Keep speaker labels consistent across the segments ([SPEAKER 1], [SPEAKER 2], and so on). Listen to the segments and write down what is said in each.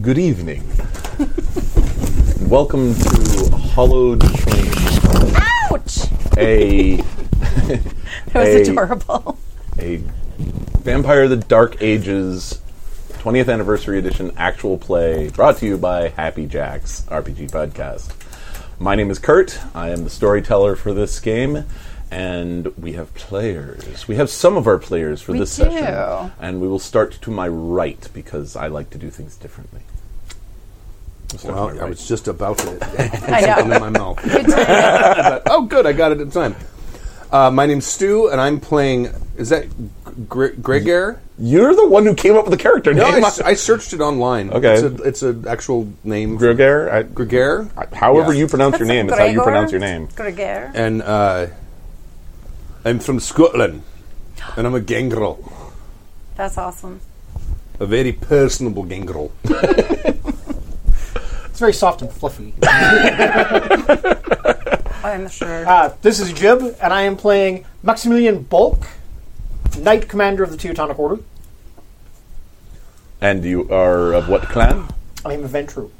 [SPEAKER 1] Good evening. And Welcome to Hollowed Train,
[SPEAKER 2] Ouch!
[SPEAKER 1] a,
[SPEAKER 2] That was
[SPEAKER 1] Hey.
[SPEAKER 2] adorable.
[SPEAKER 1] a Vampire of the Dark Ages 20th Anniversary Edition actual play brought to you by Happy Jacks RPG Podcast. My name is Kurt. I am the storyteller for this game, and we have players. We have some of our players for
[SPEAKER 2] We
[SPEAKER 1] this
[SPEAKER 2] do.
[SPEAKER 1] session, and we will start to my right because I like to do things differently. We'll start to my
[SPEAKER 3] Well, I
[SPEAKER 1] right.
[SPEAKER 3] was just about to put
[SPEAKER 2] I
[SPEAKER 3] something
[SPEAKER 2] know.
[SPEAKER 3] in my mouth.
[SPEAKER 2] Good timing.
[SPEAKER 3] But, oh, good, I got it in time. Uh, my name's Stu, and I'm playing. Is that Gr- Gregaire?
[SPEAKER 1] You're the one who came up with the character
[SPEAKER 3] No, I,
[SPEAKER 1] name.
[SPEAKER 3] s- I searched it online.
[SPEAKER 1] Okay.
[SPEAKER 3] it's a, it's an actual name.
[SPEAKER 1] Gregaire? I-
[SPEAKER 3] Gregaire.
[SPEAKER 1] However
[SPEAKER 3] Yeah.
[SPEAKER 1] you pronounce your name is how you pronounce your name.
[SPEAKER 2] Gregor.
[SPEAKER 3] and uh, I'm from Scotland, and I'm a gangrel,
[SPEAKER 2] That's awesome.
[SPEAKER 3] a very personable gangrel.
[SPEAKER 4] It's very soft and fluffy.
[SPEAKER 2] I'm sure.
[SPEAKER 4] uh, this is Jib, and I am playing Maximilian Bulk, Knight Commander of the Teutonic Order.
[SPEAKER 1] And you are of what clan?
[SPEAKER 4] I am a Ventru.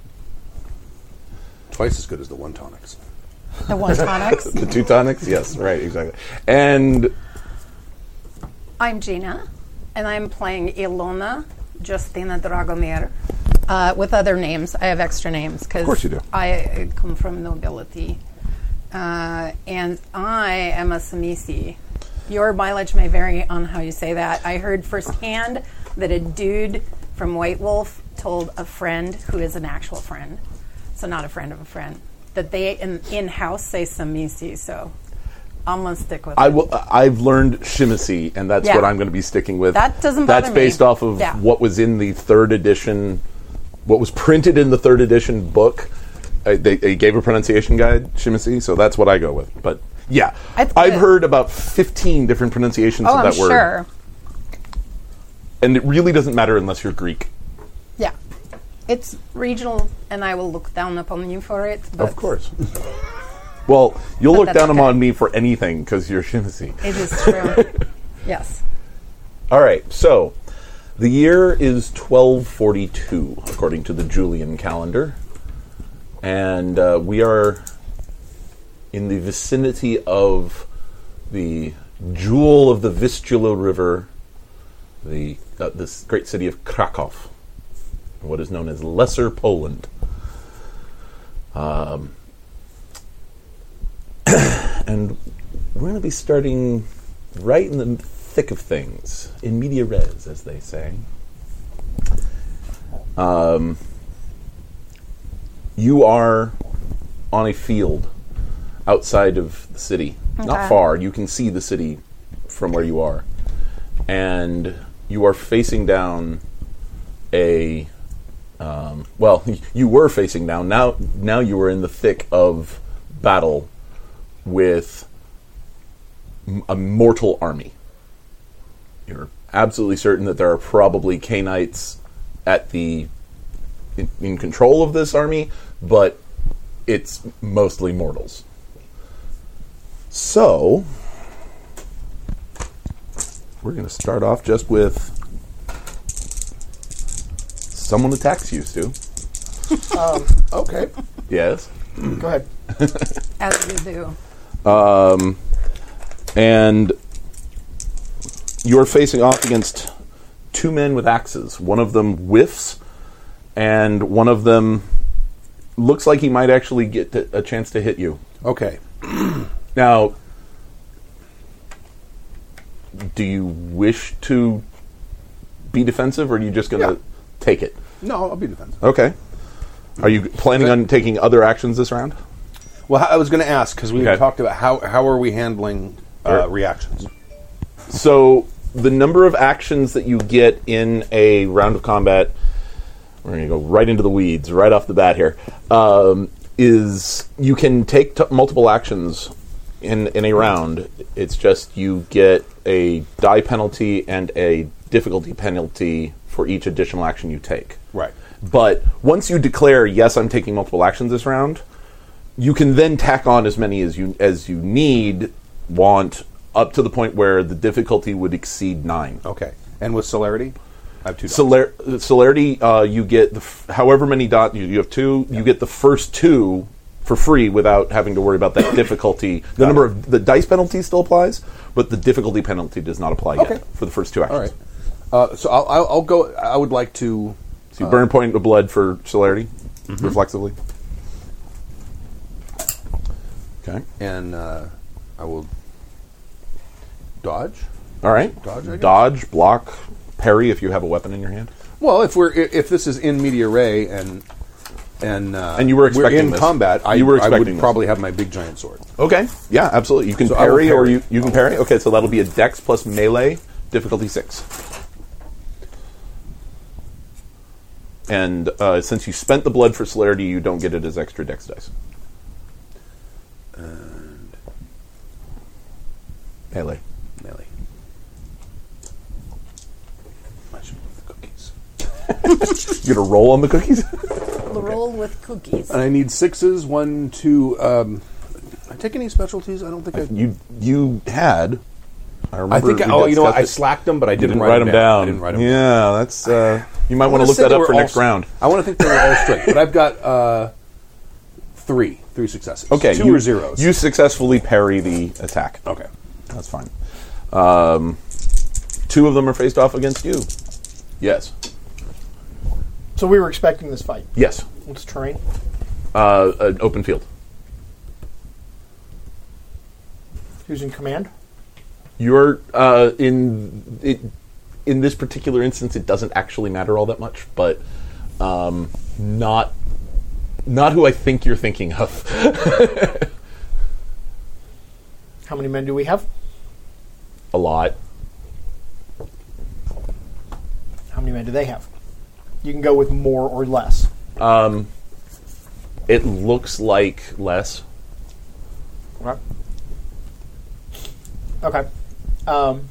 [SPEAKER 3] Twice as good as the one tonics.
[SPEAKER 2] the one tonics.
[SPEAKER 1] The Teutonics? yes, right, exactly. And
[SPEAKER 2] I'm Gina, and I'm playing Ilona Justina Dragomir. Uh, with other names, I have extra names because
[SPEAKER 1] course you do.
[SPEAKER 2] I uh, come from nobility, uh, and I am a Samisi. Your mileage may vary on how you say that. I heard firsthand that a dude from White Wolf told a friend who is an actual friend, so not a friend of a friend, that they in in house say Samisi. So I'm gonna stick with
[SPEAKER 1] I
[SPEAKER 2] it.
[SPEAKER 1] will, I've learned Shimasi, and that's
[SPEAKER 2] Yeah.
[SPEAKER 1] what I'm going to be sticking with.
[SPEAKER 2] That doesn't
[SPEAKER 1] That's
[SPEAKER 2] bother me.
[SPEAKER 1] based off of
[SPEAKER 2] Yeah.
[SPEAKER 1] what was in the third edition, what was printed in the third edition book. Uh, they, they gave a pronunciation guide, Shimasi, so that's what I go with. But yeah,
[SPEAKER 2] That's
[SPEAKER 1] I've
[SPEAKER 2] good.
[SPEAKER 1] heard about 15 different pronunciations
[SPEAKER 2] oh,
[SPEAKER 1] of
[SPEAKER 2] I'm
[SPEAKER 1] that word.
[SPEAKER 2] sure.
[SPEAKER 1] And it really doesn't matter unless you're Greek.
[SPEAKER 2] Yeah. It's regional, and I will look down upon you for it. But
[SPEAKER 1] Of course. well, you'll look
[SPEAKER 2] that's
[SPEAKER 1] down
[SPEAKER 2] okay.
[SPEAKER 1] upon me for anything because you're Shimasi.
[SPEAKER 2] It is true. yes.
[SPEAKER 1] All right, so the year is 1242 according to the Julian calendar, and uh, we are in the vicinity of the jewel of the Vistula River, the uh, this great city of Krakow, what is known as Lesser Poland. and we're going to be starting right in the thick of things, in media res, as they say. Um, you are on a field outside of the city,
[SPEAKER 2] Okay.
[SPEAKER 1] not far. You can see the city from where you are, and you are facing down a. Um, well, you were facing down. Now, now you are in the thick of battle with m- a mortal army. You're absolutely certain that there are probably Canites at the in, in control of this army, but it's mostly mortals. So we're going to start off just with someone attacks you, Stu.
[SPEAKER 3] Okay.
[SPEAKER 1] Yes.
[SPEAKER 4] Go ahead.
[SPEAKER 2] As you do.
[SPEAKER 1] and you're facing off against two men with axes. One of them whiffs, and one of them looks like he might actually get to, a chance to hit you.
[SPEAKER 3] Okay.
[SPEAKER 1] Now, do you wish to be defensive, or are you just going to
[SPEAKER 3] Yeah.
[SPEAKER 1] take it?
[SPEAKER 3] No, I'll be defensive.
[SPEAKER 1] Okay. Are you planning on taking other actions this round?
[SPEAKER 3] Well, I was going to ask because we
[SPEAKER 1] Okay.
[SPEAKER 3] talked about how how are we handling uh,
[SPEAKER 1] Sure.
[SPEAKER 3] reactions.
[SPEAKER 1] So the number of actions that you get in a round of combat, we're going to go right into the weeds right off the bat here. Um, is you can take t- multiple actions in in a round. It's just you get a die penalty and a difficulty penalty for each additional action you take.
[SPEAKER 3] Right.
[SPEAKER 1] But once you declare, yes, I'm taking multiple actions this round, you can then tack on as many as you as you need,
[SPEAKER 3] Oh,
[SPEAKER 1] want, up to the point where the difficulty would exceed nine.
[SPEAKER 3] Okay. And with celerity. I have two dots.
[SPEAKER 1] Celer- celerity, uh, you get the f- however many dot you, you have two. You get the first two for free without having to worry about that difficulty. The number of the dice penalty still applies, but the difficulty penalty does not apply
[SPEAKER 3] Okay.
[SPEAKER 1] yet for the first two actions.
[SPEAKER 3] All right. Uh, so I'll, I'll, I'll go. I would like to.
[SPEAKER 1] So you burn a point of blood for celerity,
[SPEAKER 3] Mm-hmm.
[SPEAKER 1] reflexively. Okay.
[SPEAKER 3] and uh, I will dodge.
[SPEAKER 1] All right.
[SPEAKER 3] Dodge, I guess?
[SPEAKER 1] Dodge, block, parry if you have a weapon in your hand.
[SPEAKER 3] Well, if we're i- if this is in media ray and and uh,
[SPEAKER 1] And you were expecting
[SPEAKER 3] in
[SPEAKER 1] this.
[SPEAKER 3] combat, I,
[SPEAKER 1] You were
[SPEAKER 3] I would
[SPEAKER 1] expecting this.
[SPEAKER 3] probably have my big giant sword.
[SPEAKER 1] Okay. Yeah, absolutely. You can
[SPEAKER 3] So I will
[SPEAKER 1] parry, or
[SPEAKER 3] parry.
[SPEAKER 1] you, you can parry. Okay, so that'll be a dex plus melee, difficulty six. And uh, since you spent the blood for celerity, you don't get it as extra dex dice. Melee.
[SPEAKER 3] Melee. I should love the cookies.
[SPEAKER 1] You gonna roll on the cookies?
[SPEAKER 2] Roll with cookies.
[SPEAKER 1] Uh,
[SPEAKER 3] And I need sixes. One, two. Um, I take any specialties? I don't think I.
[SPEAKER 1] you you had. I remember.
[SPEAKER 3] I think. I,
[SPEAKER 1] we
[SPEAKER 3] oh, you know what? I
[SPEAKER 1] discussed it.
[SPEAKER 3] slacked them, but I
[SPEAKER 1] You
[SPEAKER 3] didn't,
[SPEAKER 1] write
[SPEAKER 3] 'em
[SPEAKER 1] them down.
[SPEAKER 3] I didn't write them. down.
[SPEAKER 1] Yeah, that's. Uh, you might want
[SPEAKER 3] wanna
[SPEAKER 1] to look
[SPEAKER 3] say
[SPEAKER 1] that
[SPEAKER 3] they
[SPEAKER 1] up
[SPEAKER 3] were
[SPEAKER 1] for
[SPEAKER 3] all
[SPEAKER 1] next
[SPEAKER 3] s-
[SPEAKER 1] round.
[SPEAKER 3] I want to think they were all straight, but I've got uh, three, three successes.
[SPEAKER 1] Okay,
[SPEAKER 3] two
[SPEAKER 1] you,
[SPEAKER 3] or zeros. Oh.
[SPEAKER 1] You successfully parry the attack.
[SPEAKER 3] okay?
[SPEAKER 1] That's fine. Um, two of them are faced off against you. Yes.
[SPEAKER 4] So we were expecting this fight.
[SPEAKER 1] Yes.
[SPEAKER 4] What's terrain?
[SPEAKER 1] Uh, an open field.
[SPEAKER 4] Who's in command?
[SPEAKER 1] You're uh, in it, in this particular instance. It doesn't actually matter all that much, but um, not not who I think you're thinking of.
[SPEAKER 4] How many men do we have?
[SPEAKER 1] A lot.
[SPEAKER 4] How many men do they have? You can go with more or less.
[SPEAKER 1] It looks like less.
[SPEAKER 4] Okay. Okay. Um,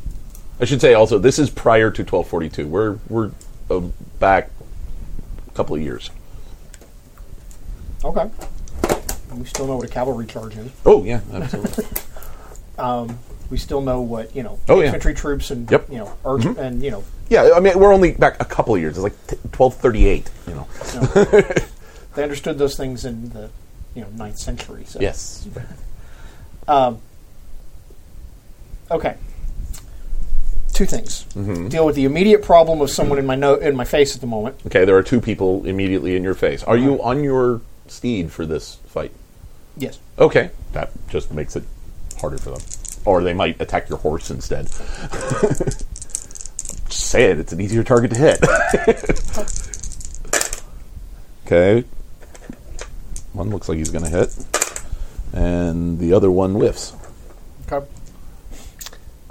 [SPEAKER 1] I should say also this is prior to 1242. We're we're uh, back a couple of years.
[SPEAKER 4] okay. We still know what a cavalry charge is.
[SPEAKER 1] Oh yeah, absolutely.
[SPEAKER 4] We still know what you know.
[SPEAKER 1] Oh, yeah.
[SPEAKER 4] infantry troops and
[SPEAKER 1] Yep. Mm-hmm.
[SPEAKER 4] you know, arch- and you know,
[SPEAKER 1] yeah, I mean we're only back a couple of years. It's like t- 1238. You know.
[SPEAKER 4] you know, they understood those things in the you know ninth century. So.
[SPEAKER 1] Yes.
[SPEAKER 4] Um, okay. Two things. Deal with the immediate problem of someone in my no- in my face at the moment.
[SPEAKER 1] Okay, there are two people immediately in your face. Are you on your steed for this fight?
[SPEAKER 4] Yes.
[SPEAKER 1] Okay, that just makes it harder for them. Or they might attack your horse instead. just say it; it's an easier target to hit. okay, one looks like he's going to hit, and the other one whiffs.
[SPEAKER 4] Okay.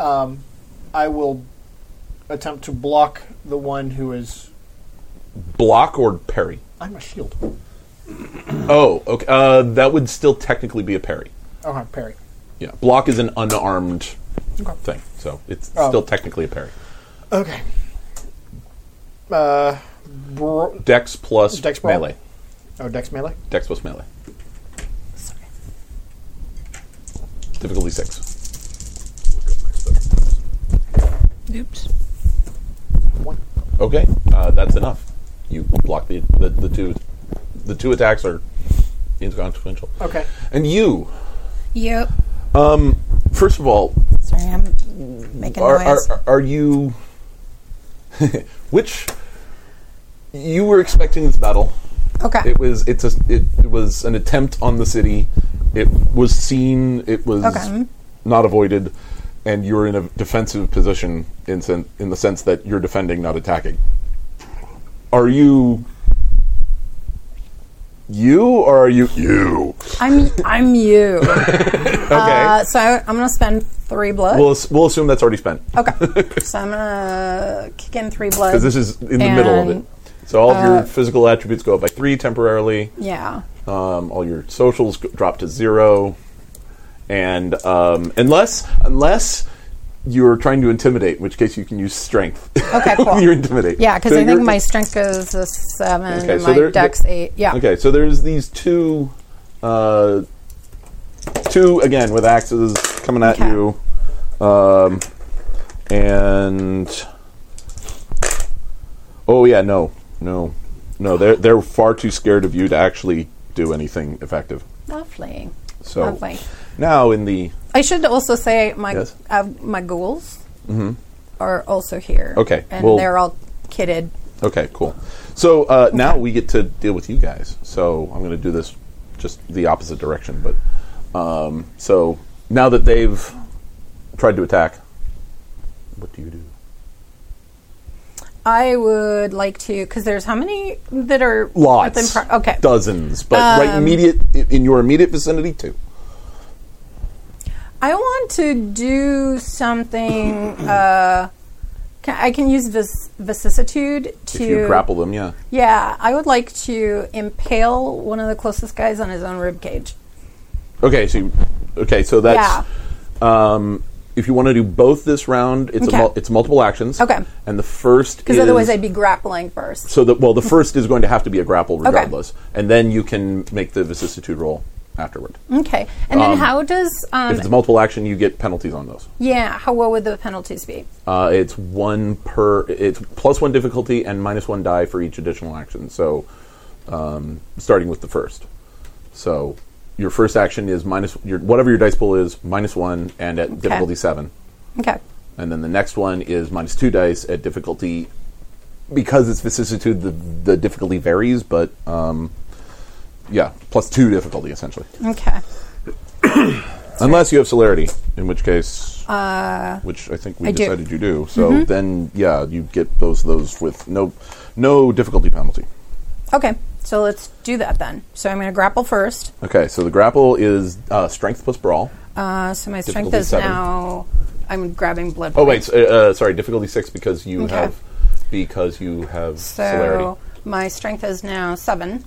[SPEAKER 4] Um, I will attempt to block the one who is.
[SPEAKER 1] Block or parry?
[SPEAKER 4] I'm a shield.
[SPEAKER 1] Oh, okay. Uh, that would still technically be a parry.
[SPEAKER 4] Okay, parry.
[SPEAKER 1] Yeah, block is an unarmed
[SPEAKER 4] Okay.
[SPEAKER 1] thing, so it's
[SPEAKER 4] Oh.
[SPEAKER 1] still technically a parry.
[SPEAKER 4] Okay. Uh, bro-
[SPEAKER 1] Dex plus
[SPEAKER 4] Dex brawl?
[SPEAKER 1] melee.
[SPEAKER 4] oh, Dex melee.
[SPEAKER 1] Dex plus melee. Difficulty six.
[SPEAKER 2] Oops.
[SPEAKER 4] One.
[SPEAKER 1] Okay, uh, that's enough. You block the, the the two the two attacks are inconsequential.
[SPEAKER 4] Okay.
[SPEAKER 1] And you, Um,
[SPEAKER 2] Yep.
[SPEAKER 1] first of all,
[SPEAKER 2] Sorry, I'm making
[SPEAKER 1] are
[SPEAKER 2] noise.
[SPEAKER 1] are, are you which you were expecting this battle?
[SPEAKER 2] okay.
[SPEAKER 1] It was it's a it, was an attempt on the city. It was seen. It was
[SPEAKER 2] Okay.
[SPEAKER 1] not avoided, and you're in a defensive position in sen- in the sense that you're defending, not attacking. Are you you or are you you?
[SPEAKER 2] I'm I'm you.
[SPEAKER 1] Okay.
[SPEAKER 2] uh, so I, I'm gonna spend three blood.
[SPEAKER 1] we'll ass- we'll assume that's already spent
[SPEAKER 2] okay. so I'm gonna kick in three blood.
[SPEAKER 1] because this is in the middle of it.
[SPEAKER 2] And, uh,
[SPEAKER 1] So all of your physical attributes go up by three temporarily.
[SPEAKER 2] Yeah.
[SPEAKER 1] um, all your socials go- drop to zero, and um, unless unless you're trying to intimidate, in which case you can use strength.
[SPEAKER 2] Okay, cool.
[SPEAKER 1] you're intimidate.
[SPEAKER 2] Yeah, because
[SPEAKER 1] So
[SPEAKER 2] I think
[SPEAKER 1] you're-
[SPEAKER 2] my strength is a seven,
[SPEAKER 1] Okay,
[SPEAKER 2] and
[SPEAKER 1] so
[SPEAKER 2] my
[SPEAKER 1] there-
[SPEAKER 2] dex
[SPEAKER 1] there-
[SPEAKER 2] eight. Yeah.
[SPEAKER 1] Okay, so there's these two, uh, two again with axes coming at
[SPEAKER 2] Okay.
[SPEAKER 1] you, um, and Oh yeah, no, no, no. They're they're far too scared of you to actually do anything effective.
[SPEAKER 2] Lovely.
[SPEAKER 1] So
[SPEAKER 2] Lovely.
[SPEAKER 1] now in the
[SPEAKER 2] I should also say my
[SPEAKER 1] Yes. Mm-hmm.
[SPEAKER 2] uh, my ghouls are also here.
[SPEAKER 1] Okay,
[SPEAKER 2] and
[SPEAKER 1] well-
[SPEAKER 2] they're all kitted.
[SPEAKER 1] okay, cool. So uh, now we get to deal with you guys. So I'm going to do this just the opposite direction, but um, so now that they've tried to attack, what do you do?
[SPEAKER 2] I would like to because there's how many that are within
[SPEAKER 1] Lots,
[SPEAKER 2] pro- okay, Um,
[SPEAKER 1] dozens, but right immediate i- in your immediate vicinity too.
[SPEAKER 2] I want to do something. uh, can, I can use vis- vicissitude to
[SPEAKER 1] If you grapple them, yeah.
[SPEAKER 2] Yeah, I would like to impale one of the closest guys on his own rib cage.
[SPEAKER 1] Okay, so you, okay, so that's um, if you want to do both this round, it's
[SPEAKER 2] Okay.
[SPEAKER 1] a mul- it's multiple actions.
[SPEAKER 2] Okay.
[SPEAKER 1] and the first
[SPEAKER 2] Because otherwise,
[SPEAKER 1] is-
[SPEAKER 2] I'd be grappling first.
[SPEAKER 1] so that well, the first is going to have to be a grapple regardless, and then you can make the vicissitude roll afterward.
[SPEAKER 2] Okay, and then how does um,
[SPEAKER 1] If it's multiple action, you get penalties on those.
[SPEAKER 2] yeah? How what would the penalties be?
[SPEAKER 1] Uh, it's one per. It's plus one difficulty and minus one die for each additional action. So, um, starting with the first. So, your first action is minus your whatever your dice pool is minus one and at difficulty seven,
[SPEAKER 2] Okay,
[SPEAKER 1] and then the next one is minus two dice at difficulty. Because it's vicissitude, the the difficulty varies, but um, yeah, plus two difficulty essentially,
[SPEAKER 2] okay,
[SPEAKER 1] unless you have celerity, in which case, which I think we
[SPEAKER 2] Uh, I do. Mm-hmm.
[SPEAKER 1] decided you do. So then, yeah, you get both of those with no no difficulty penalty.
[SPEAKER 2] okay. So let's do that then. So I'm going to grapple first.
[SPEAKER 1] Okay, so the grapple is uh, strength plus brawl.
[SPEAKER 2] Uh, so my strength
[SPEAKER 1] Difficulty
[SPEAKER 2] is
[SPEAKER 1] seven.
[SPEAKER 2] now. I'm grabbing blood.
[SPEAKER 1] Oh
[SPEAKER 2] points.
[SPEAKER 1] wait, s- uh, uh, sorry, difficulty six because you
[SPEAKER 2] Okay.
[SPEAKER 1] have because you have
[SPEAKER 2] So
[SPEAKER 1] celerity.
[SPEAKER 2] my strength is now seven.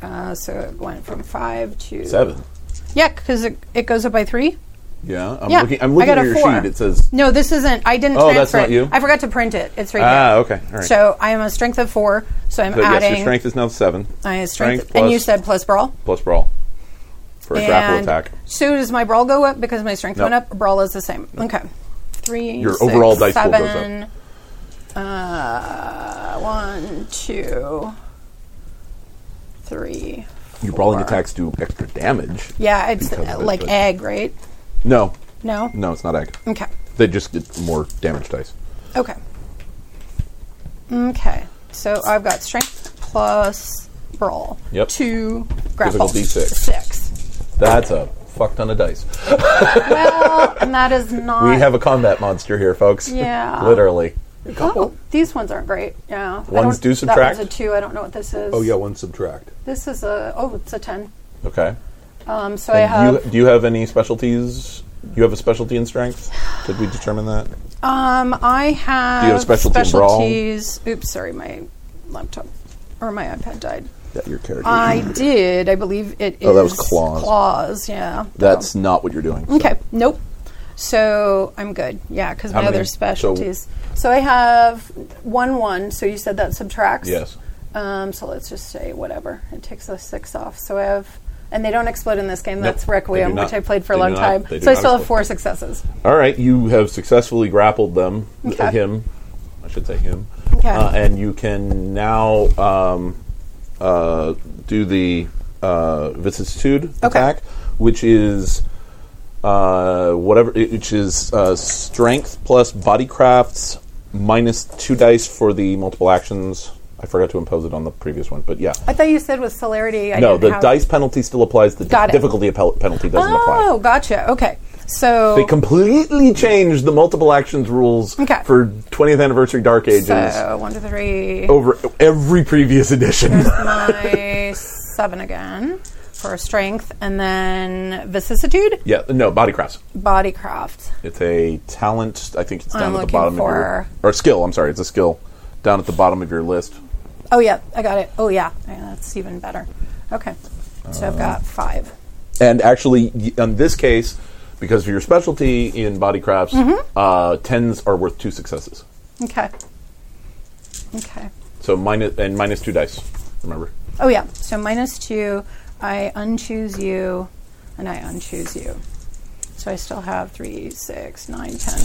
[SPEAKER 2] Uh, so it went from five to
[SPEAKER 1] Seven.
[SPEAKER 2] Yeah, because it, it goes up by three.
[SPEAKER 1] Yeah, I'm
[SPEAKER 2] yeah,
[SPEAKER 1] looking. I'm
[SPEAKER 2] I
[SPEAKER 1] looking
[SPEAKER 2] got
[SPEAKER 1] at
[SPEAKER 2] a
[SPEAKER 1] your
[SPEAKER 2] four.
[SPEAKER 1] sheet. It says
[SPEAKER 2] No, this isn't. I didn't.
[SPEAKER 1] Oh,
[SPEAKER 2] transfer
[SPEAKER 1] that's not
[SPEAKER 2] it.
[SPEAKER 1] you?
[SPEAKER 2] I forgot to print it. It's right
[SPEAKER 1] Ah,
[SPEAKER 2] here.
[SPEAKER 1] okay, all right.
[SPEAKER 2] So I am a strength of four. So I'm
[SPEAKER 1] So
[SPEAKER 2] adding.
[SPEAKER 1] yes, your strength is now seven.
[SPEAKER 2] I have strength,
[SPEAKER 1] plus,
[SPEAKER 2] and you said plus brawl.
[SPEAKER 1] plus brawl for a grapple
[SPEAKER 2] and
[SPEAKER 1] attack.
[SPEAKER 2] So does my brawl go up because my strength
[SPEAKER 1] No.
[SPEAKER 2] went up? Brawl is the same. Okay. Three.
[SPEAKER 1] Your
[SPEAKER 2] six,
[SPEAKER 1] overall dice pool goes up.
[SPEAKER 2] seven, Uh, one, two, three.
[SPEAKER 1] Your brawling
[SPEAKER 2] four.
[SPEAKER 1] attacks do extra damage.
[SPEAKER 2] Yeah, it's
[SPEAKER 1] Because
[SPEAKER 2] uh,
[SPEAKER 1] of it,
[SPEAKER 2] like
[SPEAKER 1] but-
[SPEAKER 2] egg, right?
[SPEAKER 1] No,
[SPEAKER 2] No.
[SPEAKER 1] no, it's not ag.
[SPEAKER 2] Okay.
[SPEAKER 1] They just get more damage dice.
[SPEAKER 2] Okay. Okay. So I've got strength plus brawl.
[SPEAKER 1] Yep.
[SPEAKER 2] Two grapple.
[SPEAKER 1] Difficulty six.
[SPEAKER 2] Six.
[SPEAKER 1] That's a fuck ton of dice.
[SPEAKER 2] Well, and that is not.
[SPEAKER 1] We have a combat monster here, folks.
[SPEAKER 2] Yeah.
[SPEAKER 1] Literally.
[SPEAKER 2] Oh, these ones aren't great. Yeah. I
[SPEAKER 1] Ones
[SPEAKER 2] don't-
[SPEAKER 1] do subtract?
[SPEAKER 2] That one's a two. I don't know what this is.
[SPEAKER 3] Oh yeah, one subtract.
[SPEAKER 2] This is a. Oh, it's a ten.
[SPEAKER 1] Okay.
[SPEAKER 2] Um. So I have.
[SPEAKER 1] And you, do you have any specialties? Do you have a specialty in strength? Did we determine that?
[SPEAKER 2] um. I have.
[SPEAKER 1] have specialty in brawl?
[SPEAKER 2] specialties. Oops. Sorry, my laptop or my iPad died.
[SPEAKER 1] That your character.
[SPEAKER 2] I did. I believe it is.
[SPEAKER 1] Oh, that was claws.
[SPEAKER 2] Claws. Yeah.
[SPEAKER 1] That's not what you're doing. so-
[SPEAKER 2] Okay. Nope. So I'm good. Yeah, because
[SPEAKER 1] How
[SPEAKER 2] my
[SPEAKER 1] many-
[SPEAKER 2] other
[SPEAKER 1] so-
[SPEAKER 2] specialties. So, I have one one. So you said that subtracts.
[SPEAKER 1] Yes.
[SPEAKER 2] Um, so let's just say whatever. It takes a six off. So I have, and they don't explode in this game.
[SPEAKER 1] Nope,
[SPEAKER 2] That's
[SPEAKER 1] they do
[SPEAKER 2] Requiem,
[SPEAKER 1] not.
[SPEAKER 2] which I played for a
[SPEAKER 1] They do
[SPEAKER 2] long
[SPEAKER 1] not-
[SPEAKER 2] time.
[SPEAKER 1] they do
[SPEAKER 2] So I
[SPEAKER 1] not
[SPEAKER 2] still have
[SPEAKER 1] explode.
[SPEAKER 2] four successes.
[SPEAKER 1] All right. You have successfully grappled them.
[SPEAKER 2] Okay.
[SPEAKER 1] Him. I should say him.
[SPEAKER 2] Okay.
[SPEAKER 1] Uh, and you can now um, uh, do the uh, vicissitude attack, which is uh, whatever, i- which is uh, strength plus bodycrafts minus two dice for the multiple actions. I forgot to impose it on the previous one, but yeah.
[SPEAKER 2] I thought you said with celerity. I
[SPEAKER 1] no,
[SPEAKER 2] didn't
[SPEAKER 1] the
[SPEAKER 2] have-
[SPEAKER 1] dice penalty still applies. The
[SPEAKER 2] Got it.
[SPEAKER 1] difficulty apel- penalty doesn't apply.
[SPEAKER 2] Oh, gotcha. Okay. So
[SPEAKER 1] They completely changed the multiple actions rules
[SPEAKER 2] Okay.
[SPEAKER 1] for 20th anniversary Dark Ages
[SPEAKER 2] so one, two, three.
[SPEAKER 1] over every previous edition.
[SPEAKER 2] My seven again for strength, and then vicissitude,
[SPEAKER 1] Yeah, no, bodycrafts.
[SPEAKER 2] bodycraft.
[SPEAKER 1] It's a talent. I think it's down
[SPEAKER 2] I'm
[SPEAKER 1] at the
[SPEAKER 2] looking
[SPEAKER 1] bottom of
[SPEAKER 2] for-
[SPEAKER 1] your or skill. I'm sorry, it's a skill down at the bottom of your list.
[SPEAKER 2] Oh yeah, I got it. Oh yeah, yeah that's even better. Okay, so I've got five.
[SPEAKER 1] And actually, y- in this case, because of your specialty in bodycrafts,
[SPEAKER 2] Mm-hmm.
[SPEAKER 1] uh, tens are worth two successes.
[SPEAKER 2] Okay. Okay.
[SPEAKER 1] So minus and minus two dice. Remember.
[SPEAKER 2] Oh yeah. So minus two, I unchoose you, and I unchoose you. So I still have three, six, nine, ten.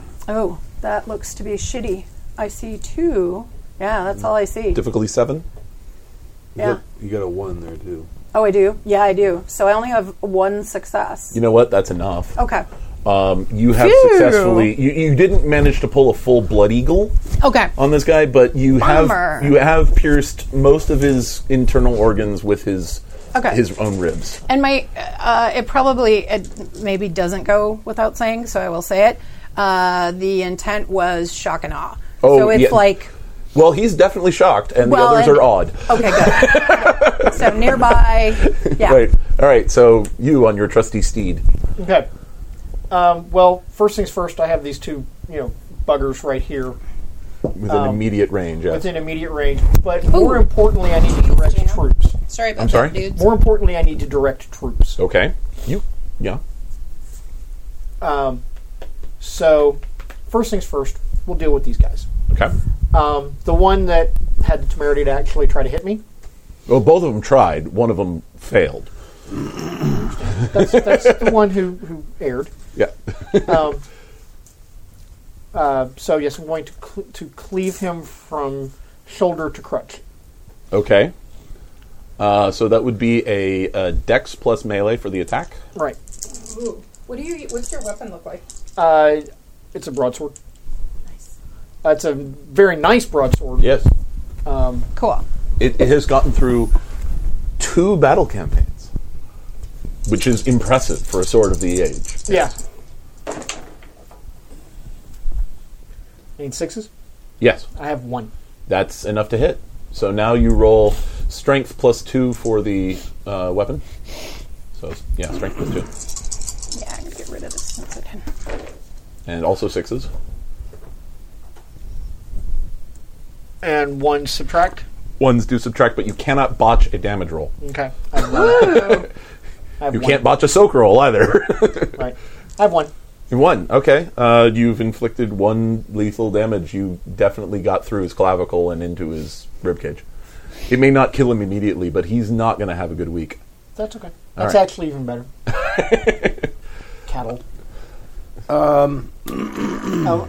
[SPEAKER 2] Oh, That looks to be shitty. I see two. Yeah, that's all I see.
[SPEAKER 1] Difficulty seven.
[SPEAKER 2] Yeah.
[SPEAKER 3] Look, You got a one there too.
[SPEAKER 2] Oh, I do. Yeah, I do. So I only have one success.
[SPEAKER 1] You know what? That's enough.
[SPEAKER 2] Okay.
[SPEAKER 1] Um, you have
[SPEAKER 2] Phew.
[SPEAKER 1] successfully. You, you didn't manage to pull a full blood eagle
[SPEAKER 2] Okay.
[SPEAKER 1] on this guy, but you
[SPEAKER 2] Bummer.
[SPEAKER 1] have you have pierced most of his internal organs with his
[SPEAKER 2] Okay.
[SPEAKER 1] his own ribs.
[SPEAKER 2] And my, uh, it probably, it maybe doesn't go without saying, so I will say it. Uh, the intent was shock and awe.
[SPEAKER 1] Oh,
[SPEAKER 2] so it's
[SPEAKER 1] yeah.
[SPEAKER 2] like,
[SPEAKER 1] Well, he's definitely shocked, and
[SPEAKER 2] Well,
[SPEAKER 1] the others
[SPEAKER 2] and- oh,
[SPEAKER 1] are awed.
[SPEAKER 2] okay, good. Yeah. so nearby, yeah.
[SPEAKER 1] Right. All right. So you on your trusty steed.
[SPEAKER 4] Okay. Um, well, first things first, I have these two, you know, buggers right here
[SPEAKER 1] within
[SPEAKER 2] Oh.
[SPEAKER 1] immediate range. Yes.
[SPEAKER 4] within immediate range. But more
[SPEAKER 2] Ooh.
[SPEAKER 4] importantly, I need to direct troops.
[SPEAKER 5] Sorry about
[SPEAKER 1] I'm sorry?
[SPEAKER 5] that, dudes.
[SPEAKER 4] More importantly, I need to direct troops.
[SPEAKER 1] okay. You. Yeah.
[SPEAKER 4] Um, so, first things first, we'll deal with these guys.
[SPEAKER 1] Okay.
[SPEAKER 4] Um, the one that had the temerity to actually try to hit me.
[SPEAKER 1] Well, both of them tried. One of them failed.
[SPEAKER 4] That's, that's the one who who aired.
[SPEAKER 1] Yeah.
[SPEAKER 4] Um, uh, so yes, I'm going to cl- to cleave him from shoulder to crutch.
[SPEAKER 1] Okay. Uh, so that would be a, a dex plus melee for the attack.
[SPEAKER 4] Right.
[SPEAKER 5] Ooh. What do you? What's your weapon look like?
[SPEAKER 4] Uh, it's a broadsword.
[SPEAKER 5] Nice.
[SPEAKER 4] Uh, it's a very nice broadsword.
[SPEAKER 1] Yes.
[SPEAKER 4] Um,
[SPEAKER 2] Cool.
[SPEAKER 1] It, it has gotten through two battle campaigns, which is impressive for a sword of the age.
[SPEAKER 4] yeah. Need sixes?
[SPEAKER 1] Yes.
[SPEAKER 4] I have one.
[SPEAKER 1] That's enough to hit. So now you roll strength plus two for the uh, weapon. So, it's- yeah, strength plus two.
[SPEAKER 2] Yeah, I'm going to get rid of this since I didn't.
[SPEAKER 1] And also sixes.
[SPEAKER 4] And one subtract.
[SPEAKER 1] Ones do subtract, but you cannot botch a damage roll.
[SPEAKER 4] Okay. I have one. I have
[SPEAKER 1] You
[SPEAKER 4] one.
[SPEAKER 1] can't botch a soak roll either.
[SPEAKER 4] Right. I have one.
[SPEAKER 1] You won. Okay. Uh, you've inflicted one lethal damage. You definitely got through his clavicle and into his ribcage. It may not kill him immediately, but he's not going to have a good week.
[SPEAKER 4] That's okay. That's
[SPEAKER 1] right.
[SPEAKER 4] actually even better. Cattle. Um.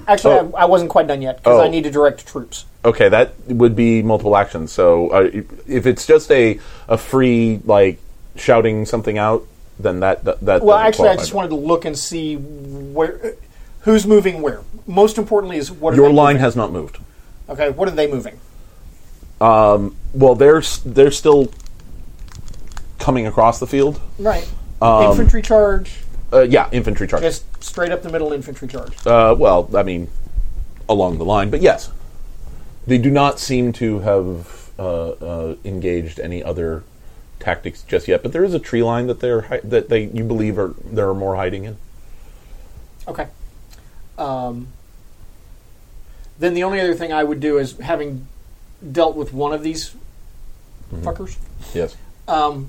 [SPEAKER 4] actually,
[SPEAKER 1] Oh.
[SPEAKER 4] I, I wasn't quite done yet because
[SPEAKER 1] Oh.
[SPEAKER 4] I need to direct troops.
[SPEAKER 1] Okay, that would be multiple actions. So uh, if it's just a, a free, like, shouting something out, then that. that, that
[SPEAKER 4] Well,
[SPEAKER 1] doesn't
[SPEAKER 4] actually, I
[SPEAKER 1] qualify.
[SPEAKER 4] just wanted to look and see where, who's moving where. Most importantly, is what are
[SPEAKER 1] Your
[SPEAKER 4] they
[SPEAKER 1] line
[SPEAKER 4] moving?
[SPEAKER 1] has not moved.
[SPEAKER 4] Okay, what are they moving?
[SPEAKER 1] Well, they're, s- they're still coming across the field.
[SPEAKER 4] Right.
[SPEAKER 1] Um,
[SPEAKER 4] infantry charge,
[SPEAKER 1] Uh, yeah, infantry charge.
[SPEAKER 4] just straight up the middle infantry charge.
[SPEAKER 1] Uh, well, I mean, along the line, but yes, they do not seem to have uh, uh, engaged any other tactics just yet. But there is a tree line that they're hi- that they you believe are there are more hiding in.
[SPEAKER 4] Okay. Um, then the only other thing I would do is having dealt with one of these
[SPEAKER 1] Mm-hmm.
[SPEAKER 4] fuckers.
[SPEAKER 1] Yes.
[SPEAKER 4] Um,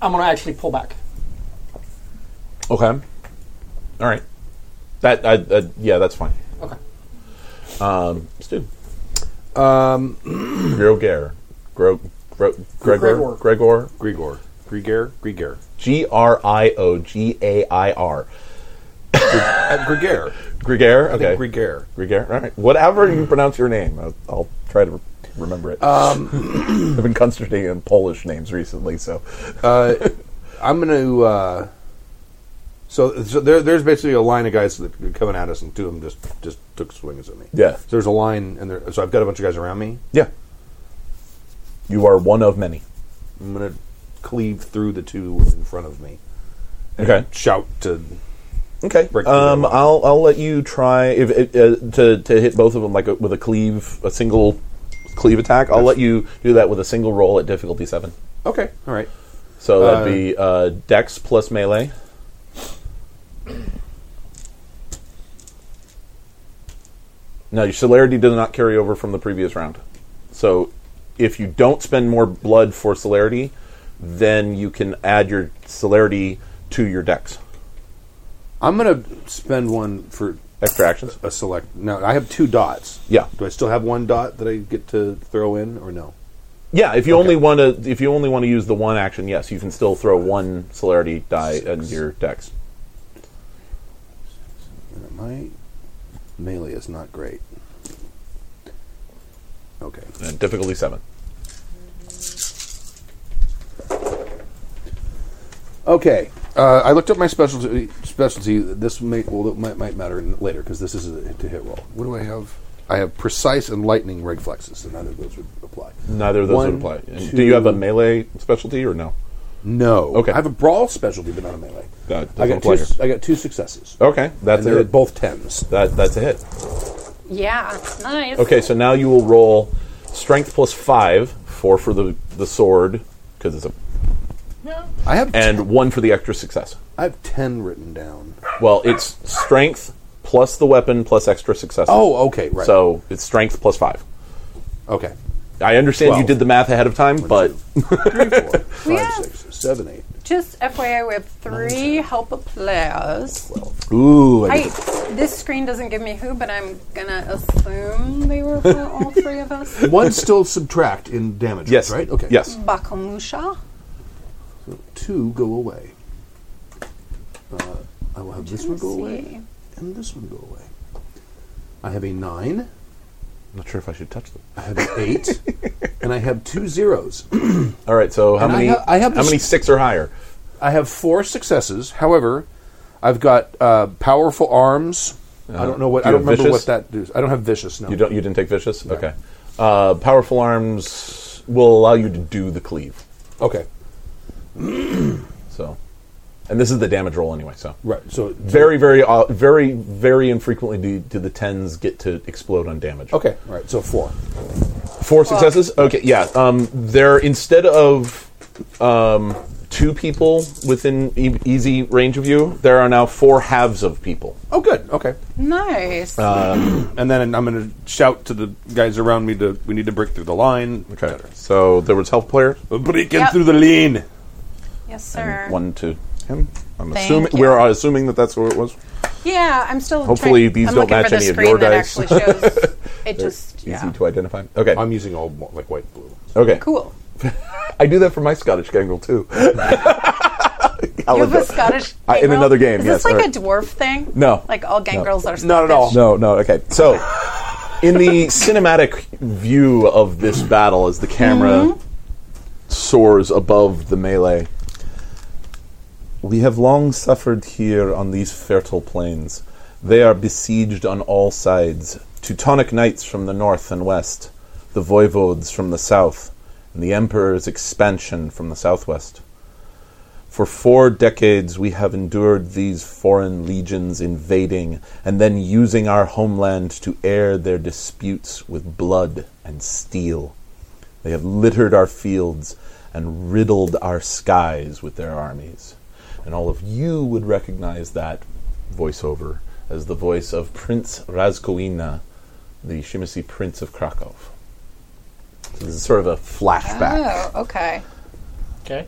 [SPEAKER 4] I'm going to actually pull back.
[SPEAKER 1] Okay. All right. That I, uh, yeah, that's fine.
[SPEAKER 4] Okay.
[SPEAKER 1] Um, Stu,
[SPEAKER 3] Um,
[SPEAKER 1] Grogare, Gro, Gro, Gregor,
[SPEAKER 4] Gregor.
[SPEAKER 1] Gregor,
[SPEAKER 3] Grigor, Grigare, Grigare,
[SPEAKER 1] G R I O G A I R,
[SPEAKER 3] uh, Grigare.
[SPEAKER 1] Gregare.
[SPEAKER 3] I
[SPEAKER 1] Okay,
[SPEAKER 3] think Grigare.
[SPEAKER 1] Grigare. All right. Whatever you pronounce your name, I'll, I'll try to re- remember it. I've been concentrating on Polish names recently, so
[SPEAKER 3] Uh, I'm going to. Uh, so so there, there's basically a line of guys that are coming at us, and two of them just just took swings at me.
[SPEAKER 1] Yeah.
[SPEAKER 3] So there's a line, and there, so I've got a bunch of guys around me.
[SPEAKER 1] yeah. You are one of many.
[SPEAKER 3] I'm going to cleave through the two in front of me. and
[SPEAKER 1] Okay.
[SPEAKER 3] Shout to.
[SPEAKER 1] Okay.
[SPEAKER 3] Break through
[SPEAKER 1] Um,
[SPEAKER 3] that line.
[SPEAKER 1] I'll I'll let you try if it, uh, to to hit both of them like a, with a cleave a single cleave attack. I'll let you do that with a single roll at difficulty seven.
[SPEAKER 3] Okay. All right.
[SPEAKER 1] So that'd be uh, Dex plus melee. Now your celerity does not carry over from the previous round, so if you don't spend more blood for celerity, then you can add your celerity to your Dex.
[SPEAKER 3] I'm going to spend one for
[SPEAKER 1] Extra actions.
[SPEAKER 3] a select. No, I have two dots.
[SPEAKER 1] Yeah.
[SPEAKER 3] Do I still have one dot that I get to throw in, or no?
[SPEAKER 1] Yeah, if you only want to, if you only want to use the one action, yes, you can still throw one celerity die and your dex.
[SPEAKER 6] My melee is not great. Okay.
[SPEAKER 1] And difficulty seven.
[SPEAKER 6] Okay. Uh, I looked up my specialty. Specialty. This may, well, it might, might matter in- later because this is a to hit roll. What do I have? I have precise and lightning reflexes, and neither of those would apply.
[SPEAKER 1] Neither of those
[SPEAKER 6] One,
[SPEAKER 1] would apply. And
[SPEAKER 6] two-
[SPEAKER 1] Do you have a melee specialty or no?
[SPEAKER 6] No.
[SPEAKER 1] Okay.
[SPEAKER 6] I have a brawl specialty, but not a melee.
[SPEAKER 1] That doesn't
[SPEAKER 6] I got two.
[SPEAKER 1] apply here.
[SPEAKER 6] s- I got two successes.
[SPEAKER 1] Okay, that's
[SPEAKER 6] Oh, and
[SPEAKER 1] a
[SPEAKER 6] they're
[SPEAKER 1] hit.
[SPEAKER 6] both tens.
[SPEAKER 1] That, that's a hit.
[SPEAKER 2] Yeah, nice.
[SPEAKER 1] Okay, so now you will roll strength plus five, four for the, the sword because it's a,
[SPEAKER 6] I have
[SPEAKER 1] and one for the extra success.
[SPEAKER 6] I have ten written down.
[SPEAKER 1] Well, it's strength plus the weapon plus extra success.
[SPEAKER 6] Oh, okay, right.
[SPEAKER 1] So it's strength plus five.
[SPEAKER 6] okay.
[SPEAKER 1] I understand
[SPEAKER 6] Twelve.
[SPEAKER 1] you did the math ahead of time, but
[SPEAKER 6] One, two, three, four, five,
[SPEAKER 2] Yeah.
[SPEAKER 6] six, seven, eight,
[SPEAKER 2] Just FYI, we have three helper players.
[SPEAKER 6] twelve. Ooh, I
[SPEAKER 2] I,
[SPEAKER 6] get-
[SPEAKER 2] this screen doesn't give me who, but I'm gonna assume they were for all three of us.
[SPEAKER 6] one still subtract in damage.
[SPEAKER 1] yes,
[SPEAKER 6] right. Okay.
[SPEAKER 1] yes.
[SPEAKER 2] Bakamusha.
[SPEAKER 6] Two go away. Uh, I will have this one
[SPEAKER 2] Let's
[SPEAKER 6] go away
[SPEAKER 2] see.
[SPEAKER 6] and this one go away. I have a nine.
[SPEAKER 1] I'm not sure if I should touch them.
[SPEAKER 6] I have an eight, and I have two zeros.
[SPEAKER 1] All right, so how
[SPEAKER 6] And I
[SPEAKER 1] many?
[SPEAKER 6] have- I have
[SPEAKER 1] how
[SPEAKER 6] this-
[SPEAKER 1] many six or higher?
[SPEAKER 6] I have four successes. However, I've got uh, powerful arms. I don't know what.
[SPEAKER 1] do
[SPEAKER 6] I
[SPEAKER 1] Uh-huh. you have
[SPEAKER 6] don't remember
[SPEAKER 1] vicious?
[SPEAKER 6] what that does. I don't have vicious. Oh. No.
[SPEAKER 1] You don't. You didn't take vicious. Okay. Uh, powerful arms will allow you to do the cleave.
[SPEAKER 6] Okay.
[SPEAKER 1] So, and this is the damage roll anyway. So
[SPEAKER 6] Right. So
[SPEAKER 1] very, very, uh, very, very infrequently do, do the tens get to explode on damage.
[SPEAKER 6] Okay. All right. So four.
[SPEAKER 1] Four successes. Okay, yeah. Um, they're instead of um, two people within e- easy range of you, there are now four halves of people.
[SPEAKER 6] Oh, good. Okay.
[SPEAKER 2] Nice.
[SPEAKER 1] Uh,
[SPEAKER 6] And then I'm going to shout to the guys around me to we need to break through the line.
[SPEAKER 1] Okay. So there was health player.
[SPEAKER 6] Breaking
[SPEAKER 2] Yep.
[SPEAKER 6] through the lane.
[SPEAKER 2] yes, sir.
[SPEAKER 1] One to him. I'm
[SPEAKER 2] Thank
[SPEAKER 1] assuming
[SPEAKER 2] you.
[SPEAKER 1] we're assuming that that's where it was.
[SPEAKER 2] Yeah, I'm still.
[SPEAKER 1] Hopefully
[SPEAKER 2] trying-
[SPEAKER 1] these
[SPEAKER 2] I'm
[SPEAKER 1] don't
[SPEAKER 2] looking
[SPEAKER 1] match
[SPEAKER 2] for the
[SPEAKER 1] any of
[SPEAKER 2] screen
[SPEAKER 1] your
[SPEAKER 2] that
[SPEAKER 1] dice.
[SPEAKER 2] Actually shows it just
[SPEAKER 1] Easy
[SPEAKER 2] yeah.
[SPEAKER 1] to identify. Okay.
[SPEAKER 6] I'm using all mo- like white blue.
[SPEAKER 1] okay.
[SPEAKER 2] Cool.
[SPEAKER 1] I do that for my Scottish gangrel too. I'll
[SPEAKER 2] You have
[SPEAKER 1] adjo-
[SPEAKER 2] a Scottish
[SPEAKER 1] I- in
[SPEAKER 2] gangrel?
[SPEAKER 1] another game,
[SPEAKER 2] Is
[SPEAKER 1] yes,
[SPEAKER 2] this like
[SPEAKER 1] alright.
[SPEAKER 2] a dwarf thing?
[SPEAKER 1] No.
[SPEAKER 2] like all gangrels are. Scottish?
[SPEAKER 6] Not at all.
[SPEAKER 1] No, no. Okay. So, in the cinematic view of this battle, as the camera soars above the melee, we have long suffered here on these fertile plains. They are besieged on all sides. Teutonic knights from the north and west, the voivodes from the south, and the emperor's expansion from the southwest. For four decades, we have endured these foreign legions invading and then using our homeland to air their disputes with blood and steel. They have littered our fields and riddled our skies with their armies. And all of you would recognize that voiceover as the voice of Prince Razkoina, the Shimasi Prince of Krakow. So this is sort of a flashback.
[SPEAKER 2] Oh, okay.
[SPEAKER 4] Okay.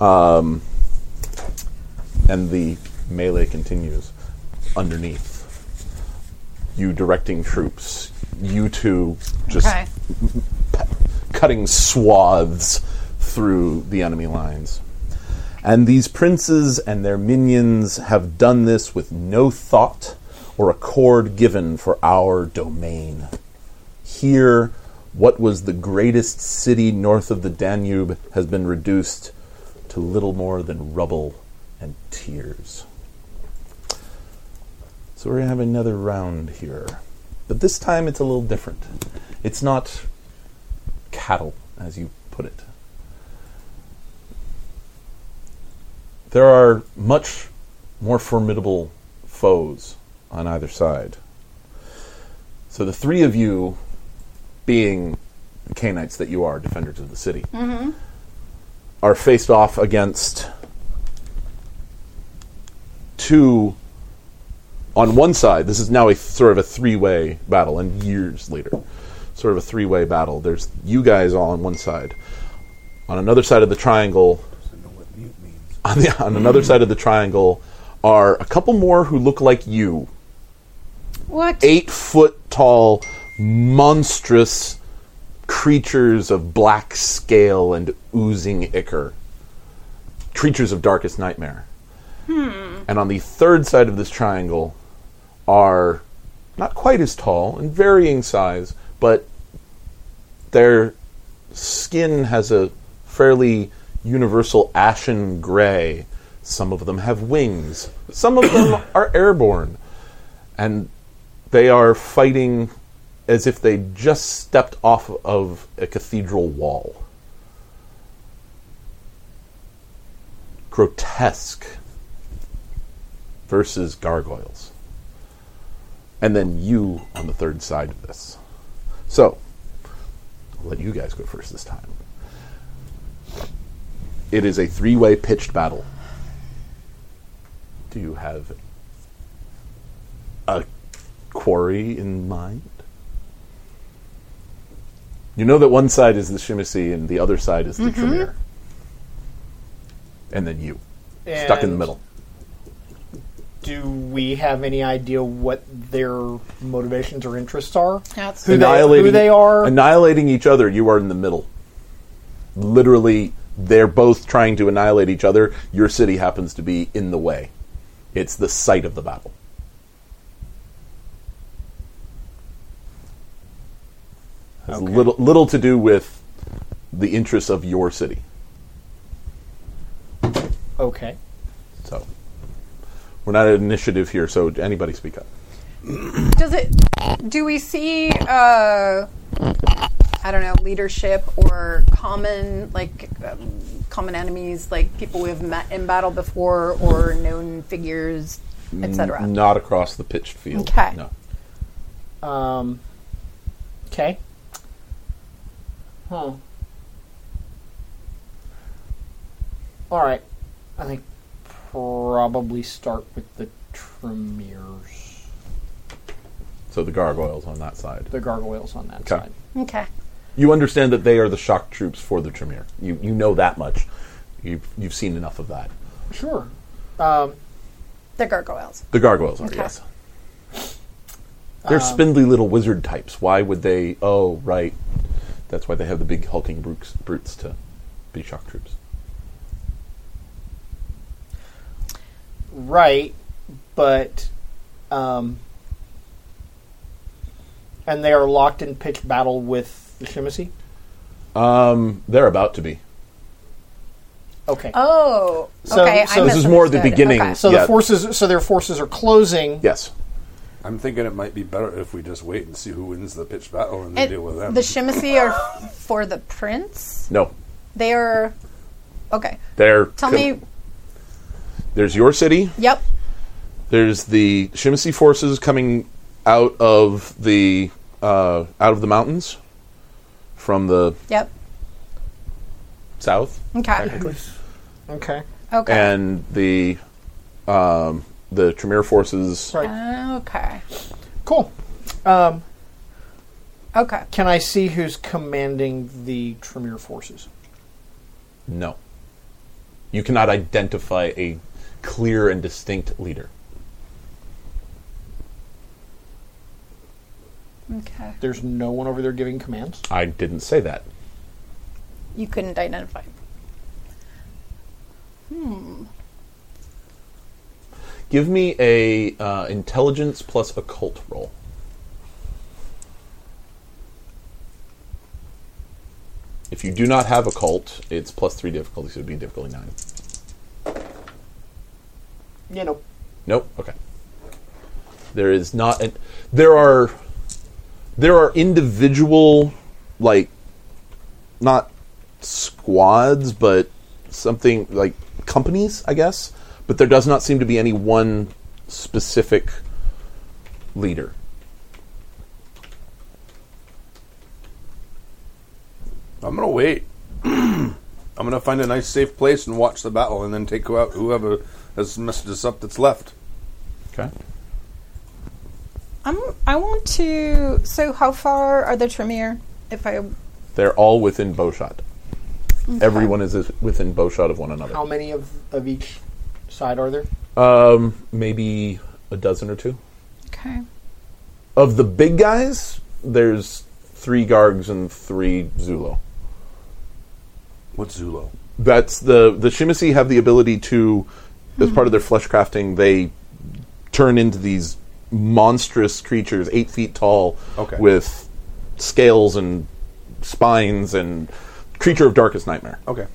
[SPEAKER 1] and the melee continues underneath. You directing troops, you two just
[SPEAKER 2] Okay.
[SPEAKER 1] cutting swaths through the enemy lines. And these princes and their minions have done this with no thought or accord given for our domain. Here, what was the greatest city north of the Danube has been reduced to little more than rubble and tears. So we're going to have another round here. But this time it's a little different. It's not cattle, as you put it. There are much more formidable foes on either side. So the three of you, being the Canites that you are, defenders of the city, are faced off against two. On one side, this is now a sort of a three-way battle, and years later, sort of a three-way battle. There's you guys all on one side. On another side of the triangle, on, the, on another side of the triangle, are a couple more who look like you,
[SPEAKER 2] What?
[SPEAKER 1] eight foot tall, monstrous creatures of black scale and oozing ichor. Creatures of darkest nightmare. And on the third side of this triangle are not quite as tall and varying size, but their skin has a fairly universal ashen gray. Some of them have wings. Some of them are airborne. And they are fighting as if they just stepped off of a cathedral wall. Grotesque versus gargoyles. And then you on the third side of this. So, I'll let you guys go first this time. It is a three way pitched battle. Do you have a quarry in mind? You know that one side is the Shimisi and the other side is the Tremere. And then you, stuck in the
[SPEAKER 4] And
[SPEAKER 1] middle.
[SPEAKER 4] Do we have any idea what their motivations or interests are?
[SPEAKER 2] That's
[SPEAKER 4] Who they- who they are?
[SPEAKER 1] annihilating each other. You are in the middle. Literally, they're both trying to annihilate each other. Your city happens to be in the way. It's the site of the battle. Has little little to do with the interests of your city.
[SPEAKER 4] Okay.
[SPEAKER 1] So we're not at initiative here. So anybody speak up?
[SPEAKER 2] Does it? Do we see? Uh, I don't know leadership or common like um, common enemies, like people we have met in battle before or known figures, etc.
[SPEAKER 1] Not across the pitched field.
[SPEAKER 2] Okay.
[SPEAKER 1] No.
[SPEAKER 4] Um, okay. Hmm. Huh. All right. I think probably start with the Tremere's,
[SPEAKER 1] So the gargoyles on that side.
[SPEAKER 4] the gargoyles on that
[SPEAKER 1] Okay.
[SPEAKER 4] side.
[SPEAKER 2] Okay.
[SPEAKER 1] You understand that they are the shock troops for the Tremere. You you know that much. You've you've seen enough of that.
[SPEAKER 4] Sure. Um,
[SPEAKER 2] The gargoyles.
[SPEAKER 1] The gargoyles are yes. They're spindly little wizard types. Why would they? Oh, right. That's why they have the big hulking brutes, brutes to be shock troops.
[SPEAKER 4] right, but um, and they are locked in pitched battle with the Shemasi.
[SPEAKER 1] Um, they're about to be.
[SPEAKER 4] Okay.
[SPEAKER 2] Oh.
[SPEAKER 4] So-
[SPEAKER 2] okay.
[SPEAKER 4] so
[SPEAKER 2] I
[SPEAKER 4] this
[SPEAKER 1] is more the
[SPEAKER 2] misunderstood.
[SPEAKER 1] beginning.
[SPEAKER 2] Okay.
[SPEAKER 4] so
[SPEAKER 1] yeah.
[SPEAKER 4] the forces, so their forces are closing.
[SPEAKER 1] Yes.
[SPEAKER 3] I'm thinking it might be better if we just wait and see who wins the pitch battle and then
[SPEAKER 2] It-
[SPEAKER 3] deal with them.
[SPEAKER 2] The Shimasi are for the prince.
[SPEAKER 1] No.
[SPEAKER 2] They are. Okay.
[SPEAKER 1] They're.
[SPEAKER 2] Tell
[SPEAKER 1] co-
[SPEAKER 2] me.
[SPEAKER 1] There's your city.
[SPEAKER 2] Yep.
[SPEAKER 1] There's the Shimasi forces coming out of the uh, out of the mountains from the
[SPEAKER 2] Yep.
[SPEAKER 1] south.
[SPEAKER 2] Okay.
[SPEAKER 4] Okay.
[SPEAKER 2] Okay.
[SPEAKER 1] and the um, the Tremere forces.
[SPEAKER 4] Right.
[SPEAKER 2] okay.
[SPEAKER 4] Cool. Um,
[SPEAKER 2] Okay.
[SPEAKER 4] can I see who's commanding the Tremere forces?
[SPEAKER 1] No, you cannot identify a clear and distinct leader.
[SPEAKER 2] Okay.
[SPEAKER 4] There's no one over there giving commands.
[SPEAKER 1] I didn't say that.
[SPEAKER 2] You couldn't identify.
[SPEAKER 1] Give me a uh, intelligence plus occult roll. If you do not have occult, it's plus three difficulty, so it'd be difficulty nine.
[SPEAKER 4] You know,
[SPEAKER 1] Nope. Okay. There is not. An, there are. There are individual, like, not squads, but something like companies, I guess. But there does not seem to be any one specific leader.
[SPEAKER 3] I'm gonna wait. I'm gonna find a nice safe place and watch the battle, and then take out whoever has messed us up that's left.
[SPEAKER 1] Okay.
[SPEAKER 5] I'm, I want to. So, how far are the Tremere? If I
[SPEAKER 1] They're all within bowshot. Everyone is is within bowshot of one another.
[SPEAKER 4] how many of, of each side are there?
[SPEAKER 1] Um, maybe a dozen or two.
[SPEAKER 5] okay,
[SPEAKER 1] of the big guys, there's three Gargs and three Zulo.
[SPEAKER 3] What's Zulo?
[SPEAKER 1] That's the the Shimasi have the ability to, as part of their flesh crafting, they turn into these monstrous creatures, eight feet tall,
[SPEAKER 3] Okay.
[SPEAKER 1] with scales and spines and creature of darkest nightmare.
[SPEAKER 3] Okay.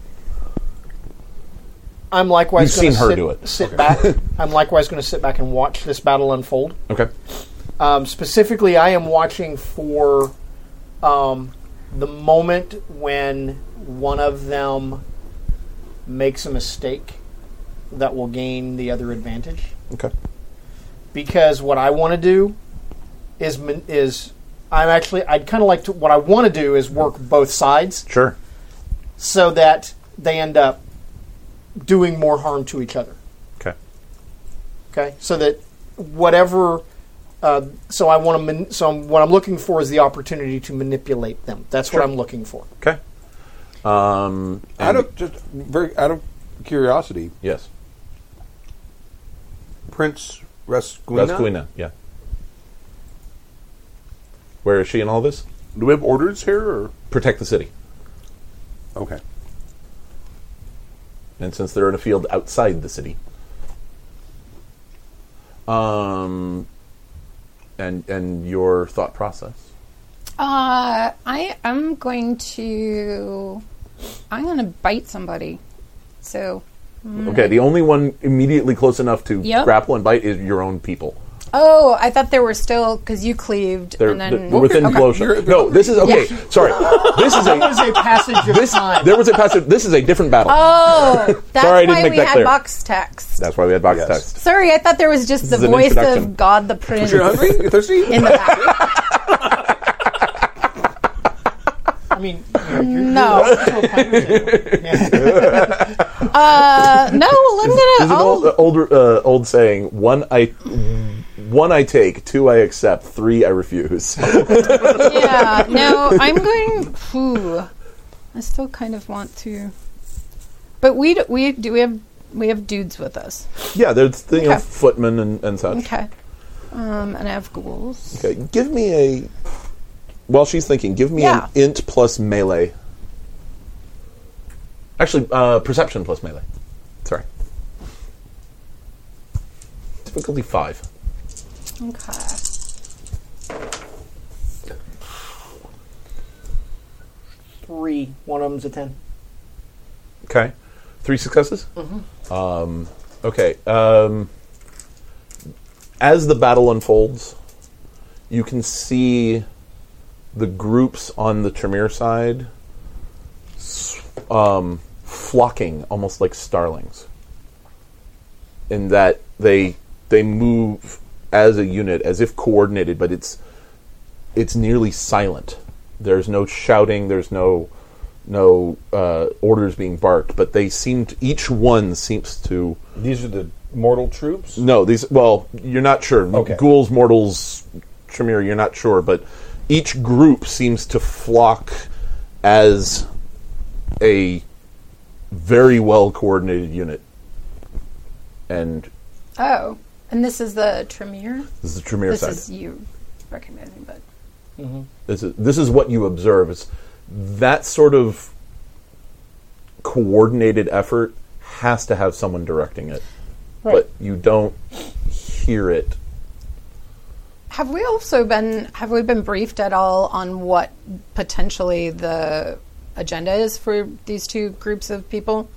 [SPEAKER 4] I'm likewise
[SPEAKER 1] You've
[SPEAKER 4] going to
[SPEAKER 1] seen her
[SPEAKER 4] sit,
[SPEAKER 1] do it.
[SPEAKER 4] sit back. I'm likewise going to sit back and watch this battle unfold.
[SPEAKER 1] Okay.
[SPEAKER 4] Um, specifically, I am watching for um, the moment when one of them makes a mistake that will gain the other advantage.
[SPEAKER 1] Okay.
[SPEAKER 4] Because what I want to do is min- is I'm actually I'd kind of like to what I want to do is work both sides
[SPEAKER 1] Sure.
[SPEAKER 4] so that they end up doing more harm to each other.
[SPEAKER 1] Okay.
[SPEAKER 4] Okay, so that whatever, uh, so I want to. Man- so I'm, what I'm looking for is the opportunity to manipulate them. That's what I'm looking for.
[SPEAKER 1] Okay. Um,
[SPEAKER 3] Out
[SPEAKER 1] and-
[SPEAKER 3] of just very out of curiosity,
[SPEAKER 1] yes,
[SPEAKER 3] Prince Rasquina.
[SPEAKER 1] Rasquina. Yeah. Where is she in all this?
[SPEAKER 3] Do we have orders here? Or?
[SPEAKER 1] Protect the city.
[SPEAKER 3] Okay.
[SPEAKER 1] and since they're in a field outside the city. Um, and and your thought process.
[SPEAKER 5] Uh, I am going to. I'm going to bite somebody. So.
[SPEAKER 1] Okay, the only one immediately close enough to
[SPEAKER 5] Mm. Yep.
[SPEAKER 1] grapple and bite is your own people.
[SPEAKER 5] Oh, I thought there were still because you cleaved
[SPEAKER 1] They're,
[SPEAKER 5] and then.
[SPEAKER 1] they're within
[SPEAKER 5] okay.
[SPEAKER 1] blow shot. No, this is okay.
[SPEAKER 5] Yeah.
[SPEAKER 1] Sorry, this is
[SPEAKER 4] That is
[SPEAKER 1] a
[SPEAKER 4] a passage of
[SPEAKER 1] this.
[SPEAKER 4] time.
[SPEAKER 1] There was a passage. This is a different battle.
[SPEAKER 5] Oh, that's
[SPEAKER 1] Sorry, I didn't
[SPEAKER 5] why
[SPEAKER 1] make
[SPEAKER 5] we
[SPEAKER 1] that
[SPEAKER 5] had
[SPEAKER 1] clear.
[SPEAKER 5] box text.
[SPEAKER 1] That's why we had box
[SPEAKER 3] Yes.
[SPEAKER 1] text.
[SPEAKER 5] Sorry, I thought there was just the
[SPEAKER 1] is an
[SPEAKER 5] voice
[SPEAKER 1] introduction.
[SPEAKER 5] of God the Prince
[SPEAKER 3] You're hungry?
[SPEAKER 5] in
[SPEAKER 3] You thirsty?
[SPEAKER 5] the back.
[SPEAKER 4] I mean, you know, you're,
[SPEAKER 5] No,
[SPEAKER 4] you're to a point where- yeah.
[SPEAKER 5] uh, no. well, I'm
[SPEAKER 1] There's
[SPEAKER 5] gonna.
[SPEAKER 1] an
[SPEAKER 5] I'll-
[SPEAKER 1] old uh, old, uh, old saying: one I one I take, two I accept, three I refuse.
[SPEAKER 5] yeah, no, I'm going. Ooh, I still kind of want to, but we d- we do we have we have dudes with us.
[SPEAKER 1] yeah, there's the, you know,
[SPEAKER 5] Okay.
[SPEAKER 1] footmen and, and such.
[SPEAKER 5] Okay, um, and I have ghouls.
[SPEAKER 1] Okay, give me a. While she's thinking, give me
[SPEAKER 5] Yeah.
[SPEAKER 1] an int plus melee. Actually, uh, perception plus melee. Sorry. Difficulty five.
[SPEAKER 5] Okay,
[SPEAKER 4] three. One of them's a ten.
[SPEAKER 1] Okay. Three successes? Mm-hmm. Um, okay. Um, as the battle unfolds, you can see the groups on the Tremere side s- um, flocking almost like starlings. In that they they move as a unit, as if coordinated, but it's it's nearly silent. There's no shouting. There's no no uh, orders being barked. But they seem to, each one seems to
[SPEAKER 6] These are the mortal troops.
[SPEAKER 3] Mm.
[SPEAKER 1] no these. Well, you're not sure.
[SPEAKER 6] Okay.
[SPEAKER 1] Ghouls, mortals, Tremere. You're not sure, but each group seems to flock as a very well coordinated unit. And
[SPEAKER 5] oh, and this is the Tremere.
[SPEAKER 1] this is the Tremere
[SPEAKER 5] This
[SPEAKER 1] side.
[SPEAKER 5] is you recognizing, but
[SPEAKER 1] this is this is what you observe is that sort of coordinated effort has to have someone directing it but you don't hear it
[SPEAKER 5] have we also been have we been briefed at all on what potentially the agenda is for these two groups of people?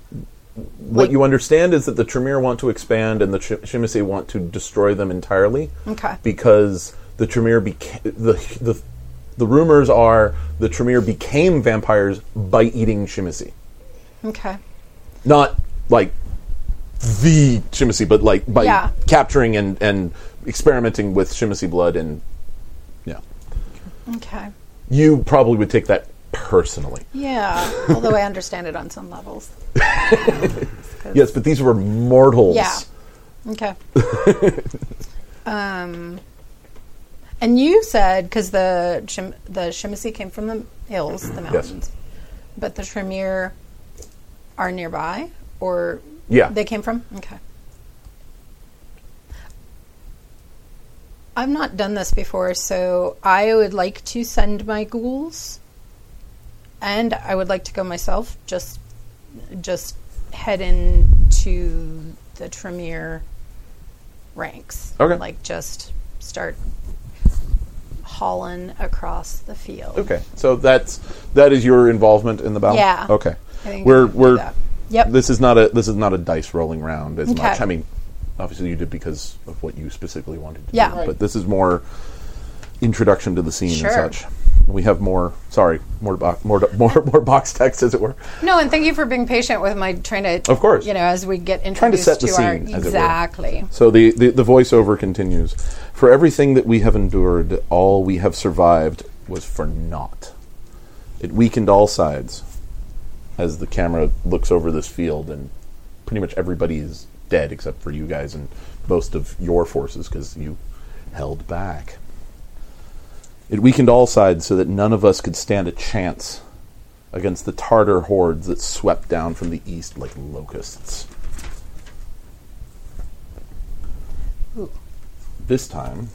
[SPEAKER 1] what you understand is that the Tremere want to expand and the Ch- Shimisei want to destroy them entirely.
[SPEAKER 5] Okay.
[SPEAKER 1] Because the Tremere beca- the the the rumors are the Tremere became vampires by eating Shimisei.
[SPEAKER 5] Okay.
[SPEAKER 1] not like the Shimisee, but like by
[SPEAKER 5] Yeah.
[SPEAKER 1] capturing and, and experimenting with Shimisee blood, and yeah,
[SPEAKER 5] Okay.
[SPEAKER 1] you probably would take that personally.
[SPEAKER 5] Yeah, although I understand it on some levels.
[SPEAKER 1] Yes, but these were mortals.
[SPEAKER 5] Yeah. Okay. um, and you said because the Shim- the Shemasi came from the hills, the mountains, but the Tremere are nearby, or
[SPEAKER 1] Yeah.
[SPEAKER 5] they came from. Okay. I've not done this before, so I would like to send my ghouls, and I would like to go myself. Just, just head into the Tremere ranks.
[SPEAKER 1] Okay.
[SPEAKER 5] Like just start hauling across the field.
[SPEAKER 1] Okay, so that's that is your involvement in the battle.
[SPEAKER 5] Yeah.
[SPEAKER 1] Okay.
[SPEAKER 5] I think
[SPEAKER 1] We're
[SPEAKER 5] I'll do
[SPEAKER 1] we're
[SPEAKER 5] that. Yep.
[SPEAKER 1] This is not a this is not a dice rolling round as
[SPEAKER 5] Okay.
[SPEAKER 1] much. I mean, obviously you did because of what you specifically wanted to
[SPEAKER 5] Yeah.
[SPEAKER 1] do,
[SPEAKER 5] Right.
[SPEAKER 1] but this is more introduction to the scene
[SPEAKER 5] Sure.
[SPEAKER 1] and such. We have more. Sorry, more box, more more more box text, as it were.
[SPEAKER 5] No, and thank you for being patient with my trying to.
[SPEAKER 1] Of course.
[SPEAKER 5] You know, as we get
[SPEAKER 1] trying to
[SPEAKER 5] introduced
[SPEAKER 1] set the
[SPEAKER 5] our
[SPEAKER 1] scene, as it were.
[SPEAKER 5] exactly.
[SPEAKER 1] So the, the, the voiceover continues. For everything that we have endured, all we have survived was for naught. It weakened all sides. As the camera looks over this field, and pretty much everybody is dead except for you guys and most of your forces because you held back. It weakened all sides so that none of us could stand a chance against the Tartar hordes that swept down from the east like locusts. this time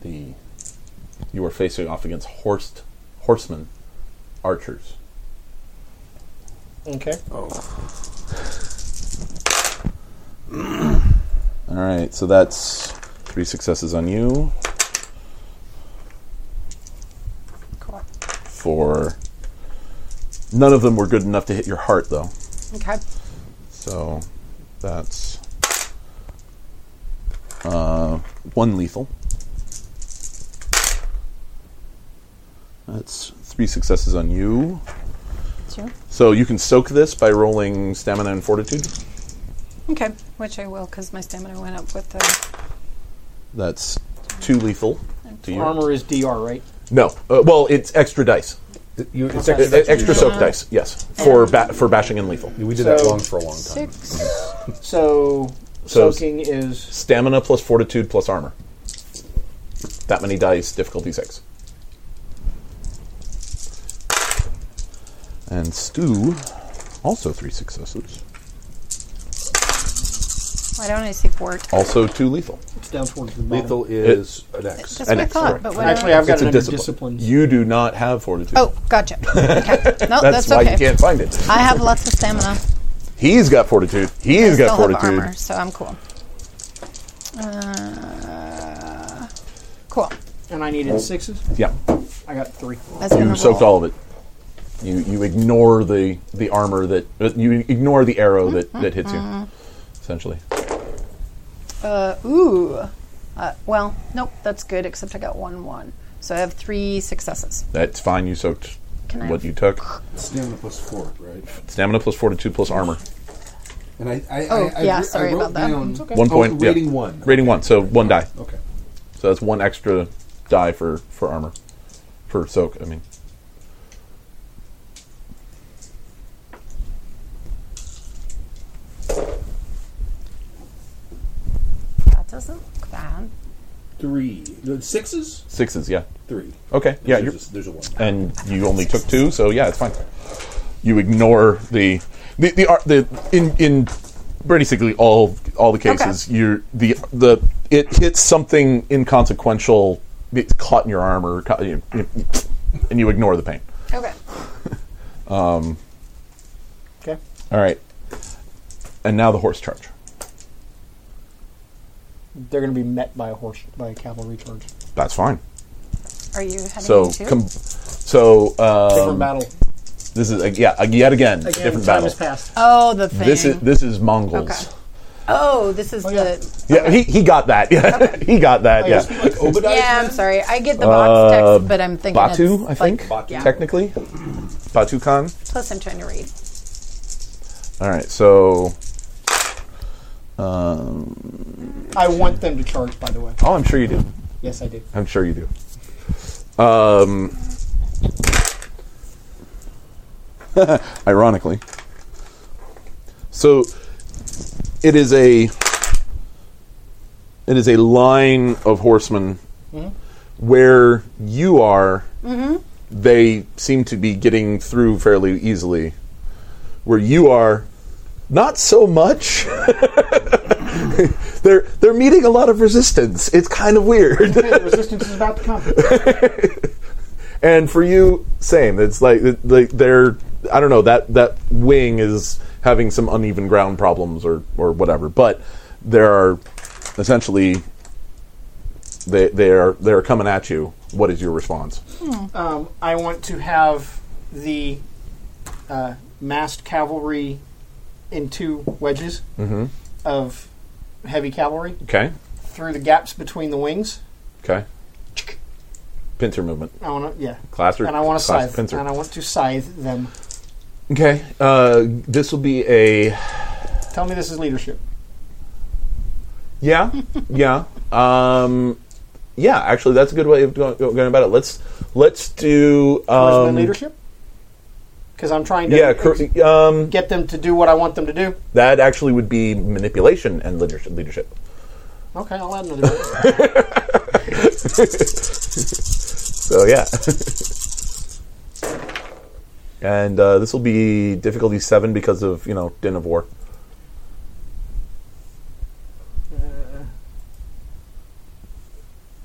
[SPEAKER 1] the you are facing off against horsed horsemen archers
[SPEAKER 4] Okay.
[SPEAKER 1] all right so that's three successes on you
[SPEAKER 2] Cool.
[SPEAKER 1] for none of them were good enough to hit your heart though
[SPEAKER 2] Okay.
[SPEAKER 1] so that's uh, one lethal that's three successes on you
[SPEAKER 5] Sure.
[SPEAKER 1] So you can soak this by rolling stamina and fortitude.
[SPEAKER 5] Okay, which I will because my stamina went up with the.
[SPEAKER 1] That's too lethal to you.
[SPEAKER 4] Armor is DR, right?
[SPEAKER 1] No, uh, well, it's extra dice,
[SPEAKER 3] It- you- it's
[SPEAKER 1] Uh,
[SPEAKER 3] actually-
[SPEAKER 1] uh, extra soak dice. Yes, for ba- for bashing and lethal.
[SPEAKER 3] we did that
[SPEAKER 4] So-
[SPEAKER 3] wrong for a long time.
[SPEAKER 4] So,
[SPEAKER 1] So-
[SPEAKER 4] soaking is
[SPEAKER 1] Stamina plus fortitude plus armor. That many dice, difficulty six. And Stu, also three successes,
[SPEAKER 5] Why don't I see wart?
[SPEAKER 1] also two lethal.
[SPEAKER 4] it's down towards the bottom.
[SPEAKER 3] Lethal is an X.
[SPEAKER 5] That's what I
[SPEAKER 1] An
[SPEAKER 5] thought,
[SPEAKER 1] excellent-
[SPEAKER 5] but what
[SPEAKER 4] Actually, I've got
[SPEAKER 1] It's
[SPEAKER 4] it
[SPEAKER 1] a
[SPEAKER 4] under
[SPEAKER 1] discipline.
[SPEAKER 4] discipline.
[SPEAKER 1] You do not have fortitude.
[SPEAKER 5] Oh, gotcha. Okay. No,
[SPEAKER 1] that's,
[SPEAKER 5] that's,
[SPEAKER 1] why
[SPEAKER 5] okay.
[SPEAKER 1] you can't find it.
[SPEAKER 5] I have lots of stamina.
[SPEAKER 1] He's got fortitude.
[SPEAKER 5] I
[SPEAKER 1] He's got
[SPEAKER 5] still Have
[SPEAKER 1] fortitude.
[SPEAKER 5] armor, so I'm cool. Uh, cool.
[SPEAKER 4] and I
[SPEAKER 1] Oh.
[SPEAKER 4] needed sixes.
[SPEAKER 1] Yeah.
[SPEAKER 4] I got three.
[SPEAKER 5] That's
[SPEAKER 1] you
[SPEAKER 5] gonna
[SPEAKER 1] soaked
[SPEAKER 5] roll.
[SPEAKER 1] all of it. You you ignore the the armor that uh, you ignore the arrow that that hits
[SPEAKER 5] Mm-hmm.
[SPEAKER 1] you, essentially.
[SPEAKER 2] Uh, ooh. Uh, well, nope, that's good, except I got one one. So I have three successes.
[SPEAKER 1] That's fine. You soaked
[SPEAKER 2] Can I
[SPEAKER 1] what
[SPEAKER 2] have-
[SPEAKER 1] you took.
[SPEAKER 3] Stamina plus four, right?
[SPEAKER 1] Stamina plus fortitude plus armor.
[SPEAKER 3] And I, I,
[SPEAKER 2] Oh,
[SPEAKER 3] I, I,
[SPEAKER 2] yeah,
[SPEAKER 3] wr- I
[SPEAKER 2] sorry
[SPEAKER 3] wrote
[SPEAKER 2] about that.
[SPEAKER 3] down-
[SPEAKER 2] It's okay.
[SPEAKER 1] One
[SPEAKER 3] Oh,
[SPEAKER 1] point. yeah.
[SPEAKER 3] Rating one.
[SPEAKER 1] Rating one. So one die.
[SPEAKER 3] Okay.
[SPEAKER 1] So that's one extra die for for armor, for soak. I mean.
[SPEAKER 2] That doesn't look bad.
[SPEAKER 3] Three. The Sixes?
[SPEAKER 1] Sixes, yeah.
[SPEAKER 3] Three.
[SPEAKER 1] Okay, yeah.
[SPEAKER 3] There's,
[SPEAKER 1] You're,
[SPEAKER 3] a, there's a one.
[SPEAKER 1] and you only took two, so yeah, it's fine. You ignore the the the, ar- the in in basically all all the cases you the the it hits something inconsequential. It's caught in your armor, ca- you- you- and you ignore the pain.
[SPEAKER 5] Okay.
[SPEAKER 4] Okay.
[SPEAKER 1] All right, and now the horse charge.
[SPEAKER 4] They're going to be met by a horse, by a cavalry charge.
[SPEAKER 1] That's fine.
[SPEAKER 5] Are you having
[SPEAKER 1] So
[SPEAKER 5] two?
[SPEAKER 1] com- so
[SPEAKER 4] Different
[SPEAKER 1] um,
[SPEAKER 4] battle.
[SPEAKER 1] this is uh, yeah uh, yet again,
[SPEAKER 4] Again,
[SPEAKER 1] different
[SPEAKER 4] time
[SPEAKER 1] battle.
[SPEAKER 4] has passed.
[SPEAKER 2] Oh, the thing.
[SPEAKER 1] This is this is Mongols.
[SPEAKER 2] Okay. oh, this is the.
[SPEAKER 1] Yeah, he, he got that. Yeah, he got that.
[SPEAKER 4] guess
[SPEAKER 1] yeah.
[SPEAKER 3] Obadiah?
[SPEAKER 2] Oh, Yeah, I'm sorry. I get the box text, but I'm thinking
[SPEAKER 1] Uh, Batu,
[SPEAKER 2] it's
[SPEAKER 1] I think,
[SPEAKER 2] Like, yeah.
[SPEAKER 1] technically. Batu Khan.
[SPEAKER 2] Plus, I'm trying to read.
[SPEAKER 1] All right, so
[SPEAKER 4] I want them to charge, by the way.
[SPEAKER 1] oh, I'm sure you do.
[SPEAKER 4] Yes, I do.
[SPEAKER 1] I'm sure you Um, do. Um, ironically, so it is a it is a line of horsemen where you are. They seem to be getting through fairly easily. Where you are, not so much. they're they're meeting a lot of resistance. It's kind of weird.
[SPEAKER 4] The resistance is about to come.
[SPEAKER 1] and for you, same. It's like like they're I don't know that that wing is having some uneven ground problems or or whatever. But there are essentially They they are they are coming at you. What is your response?
[SPEAKER 4] Um, I want to have the uh, massed cavalry in two wedges
[SPEAKER 1] Mm-hmm.
[SPEAKER 4] of heavy cavalry
[SPEAKER 1] Okay,
[SPEAKER 4] through the gaps between the wings.
[SPEAKER 1] okay. Pincer movement,
[SPEAKER 4] I want to, yeah,
[SPEAKER 1] Claster-
[SPEAKER 4] and I want to
[SPEAKER 1] claster
[SPEAKER 4] scythe,
[SPEAKER 1] pincer.
[SPEAKER 4] and I want to scythe them.
[SPEAKER 1] okay. Uh, this will be a
[SPEAKER 4] Tell me this is leadership.
[SPEAKER 1] Yeah, yeah, um, yeah. Actually, that's a good way of go- going, about it. Let's let's do
[SPEAKER 4] Where's
[SPEAKER 1] um,
[SPEAKER 4] my leadership? Because I'm trying to
[SPEAKER 1] Yeah, cor- um,
[SPEAKER 4] get them to do what I want them to do.
[SPEAKER 1] that actually would be manipulation and leadership. Leadership.
[SPEAKER 4] Okay, I'll add another. bit.
[SPEAKER 1] So yeah, and uh, this will be difficulty seven because of you know din of war.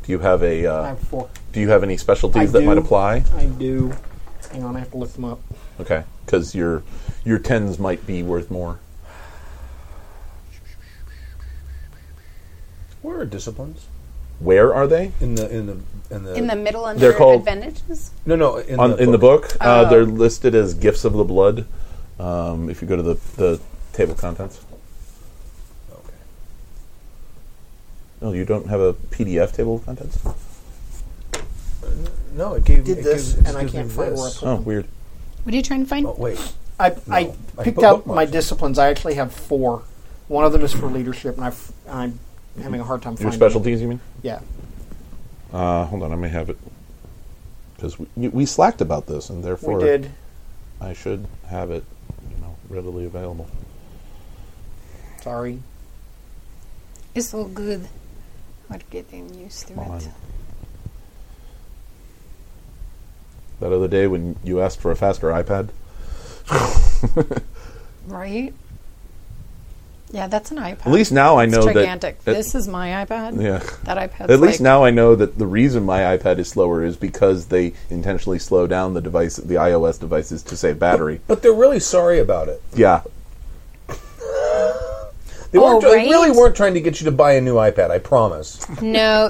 [SPEAKER 1] Do you have a?
[SPEAKER 4] I
[SPEAKER 1] Uh,
[SPEAKER 4] have four.
[SPEAKER 1] do you have any specialties
[SPEAKER 4] I
[SPEAKER 1] that
[SPEAKER 4] do.
[SPEAKER 1] might apply?
[SPEAKER 4] I do. Hang on, I have to lift them up.
[SPEAKER 1] Okay, because your your tens might be worth more.
[SPEAKER 6] Where are disciplines?
[SPEAKER 1] Where are they
[SPEAKER 3] in the in the in the
[SPEAKER 2] In the middle under
[SPEAKER 1] They're called-
[SPEAKER 2] advantages?
[SPEAKER 3] no no in,
[SPEAKER 1] on,
[SPEAKER 3] the,
[SPEAKER 1] in the
[SPEAKER 3] book.
[SPEAKER 1] book? Uh, they're
[SPEAKER 4] Um.
[SPEAKER 1] listed as gifts of the blood. Um, if you go to the, the table of contents.
[SPEAKER 3] Okay.
[SPEAKER 1] Oh, you don't have a PDF table of contents?
[SPEAKER 3] Uh, No, it gave
[SPEAKER 4] Did
[SPEAKER 3] it
[SPEAKER 4] this,
[SPEAKER 3] gives- it
[SPEAKER 4] and I
[SPEAKER 3] gives me
[SPEAKER 4] can't find
[SPEAKER 3] this.
[SPEAKER 4] where I put
[SPEAKER 1] Oh, weird.
[SPEAKER 5] What are you trying to find?
[SPEAKER 3] Oh wait,
[SPEAKER 4] I, I
[SPEAKER 3] No, I
[SPEAKER 4] picked
[SPEAKER 3] put
[SPEAKER 4] out
[SPEAKER 3] bookmarks.
[SPEAKER 4] my disciplines. I actually have four. One of them is for leadership, and i am having a hard time
[SPEAKER 1] Your
[SPEAKER 4] finding It.
[SPEAKER 1] specialties, you mean?
[SPEAKER 4] Yeah.
[SPEAKER 1] Uh, hold on, I may have it. Because we, you- we slacked about this, and
[SPEAKER 4] We
[SPEAKER 1] therefore
[SPEAKER 4] did.
[SPEAKER 1] I should have it you know, readily available.
[SPEAKER 4] Sorry.
[SPEAKER 5] It's all good. We're getting used to
[SPEAKER 1] Come on.
[SPEAKER 5] it.
[SPEAKER 1] That other day when you asked for a faster iPad?
[SPEAKER 5] Right? Yeah, that's an iPad.
[SPEAKER 1] At least now I know
[SPEAKER 5] it's
[SPEAKER 1] that.
[SPEAKER 5] gigantic.
[SPEAKER 1] that-
[SPEAKER 5] this is my iPad.
[SPEAKER 1] Yeah.
[SPEAKER 5] That iPad.
[SPEAKER 1] At least now I know that the reason my iPad is slower is because they intentionally slow down the device, the iOS devices, to save battery.
[SPEAKER 6] But they're really sorry about it.
[SPEAKER 1] Yeah,
[SPEAKER 6] They,
[SPEAKER 5] Oh,
[SPEAKER 6] weren't, they
[SPEAKER 5] right?
[SPEAKER 6] really weren't trying to get you to buy a new iPad, I promise.
[SPEAKER 5] No,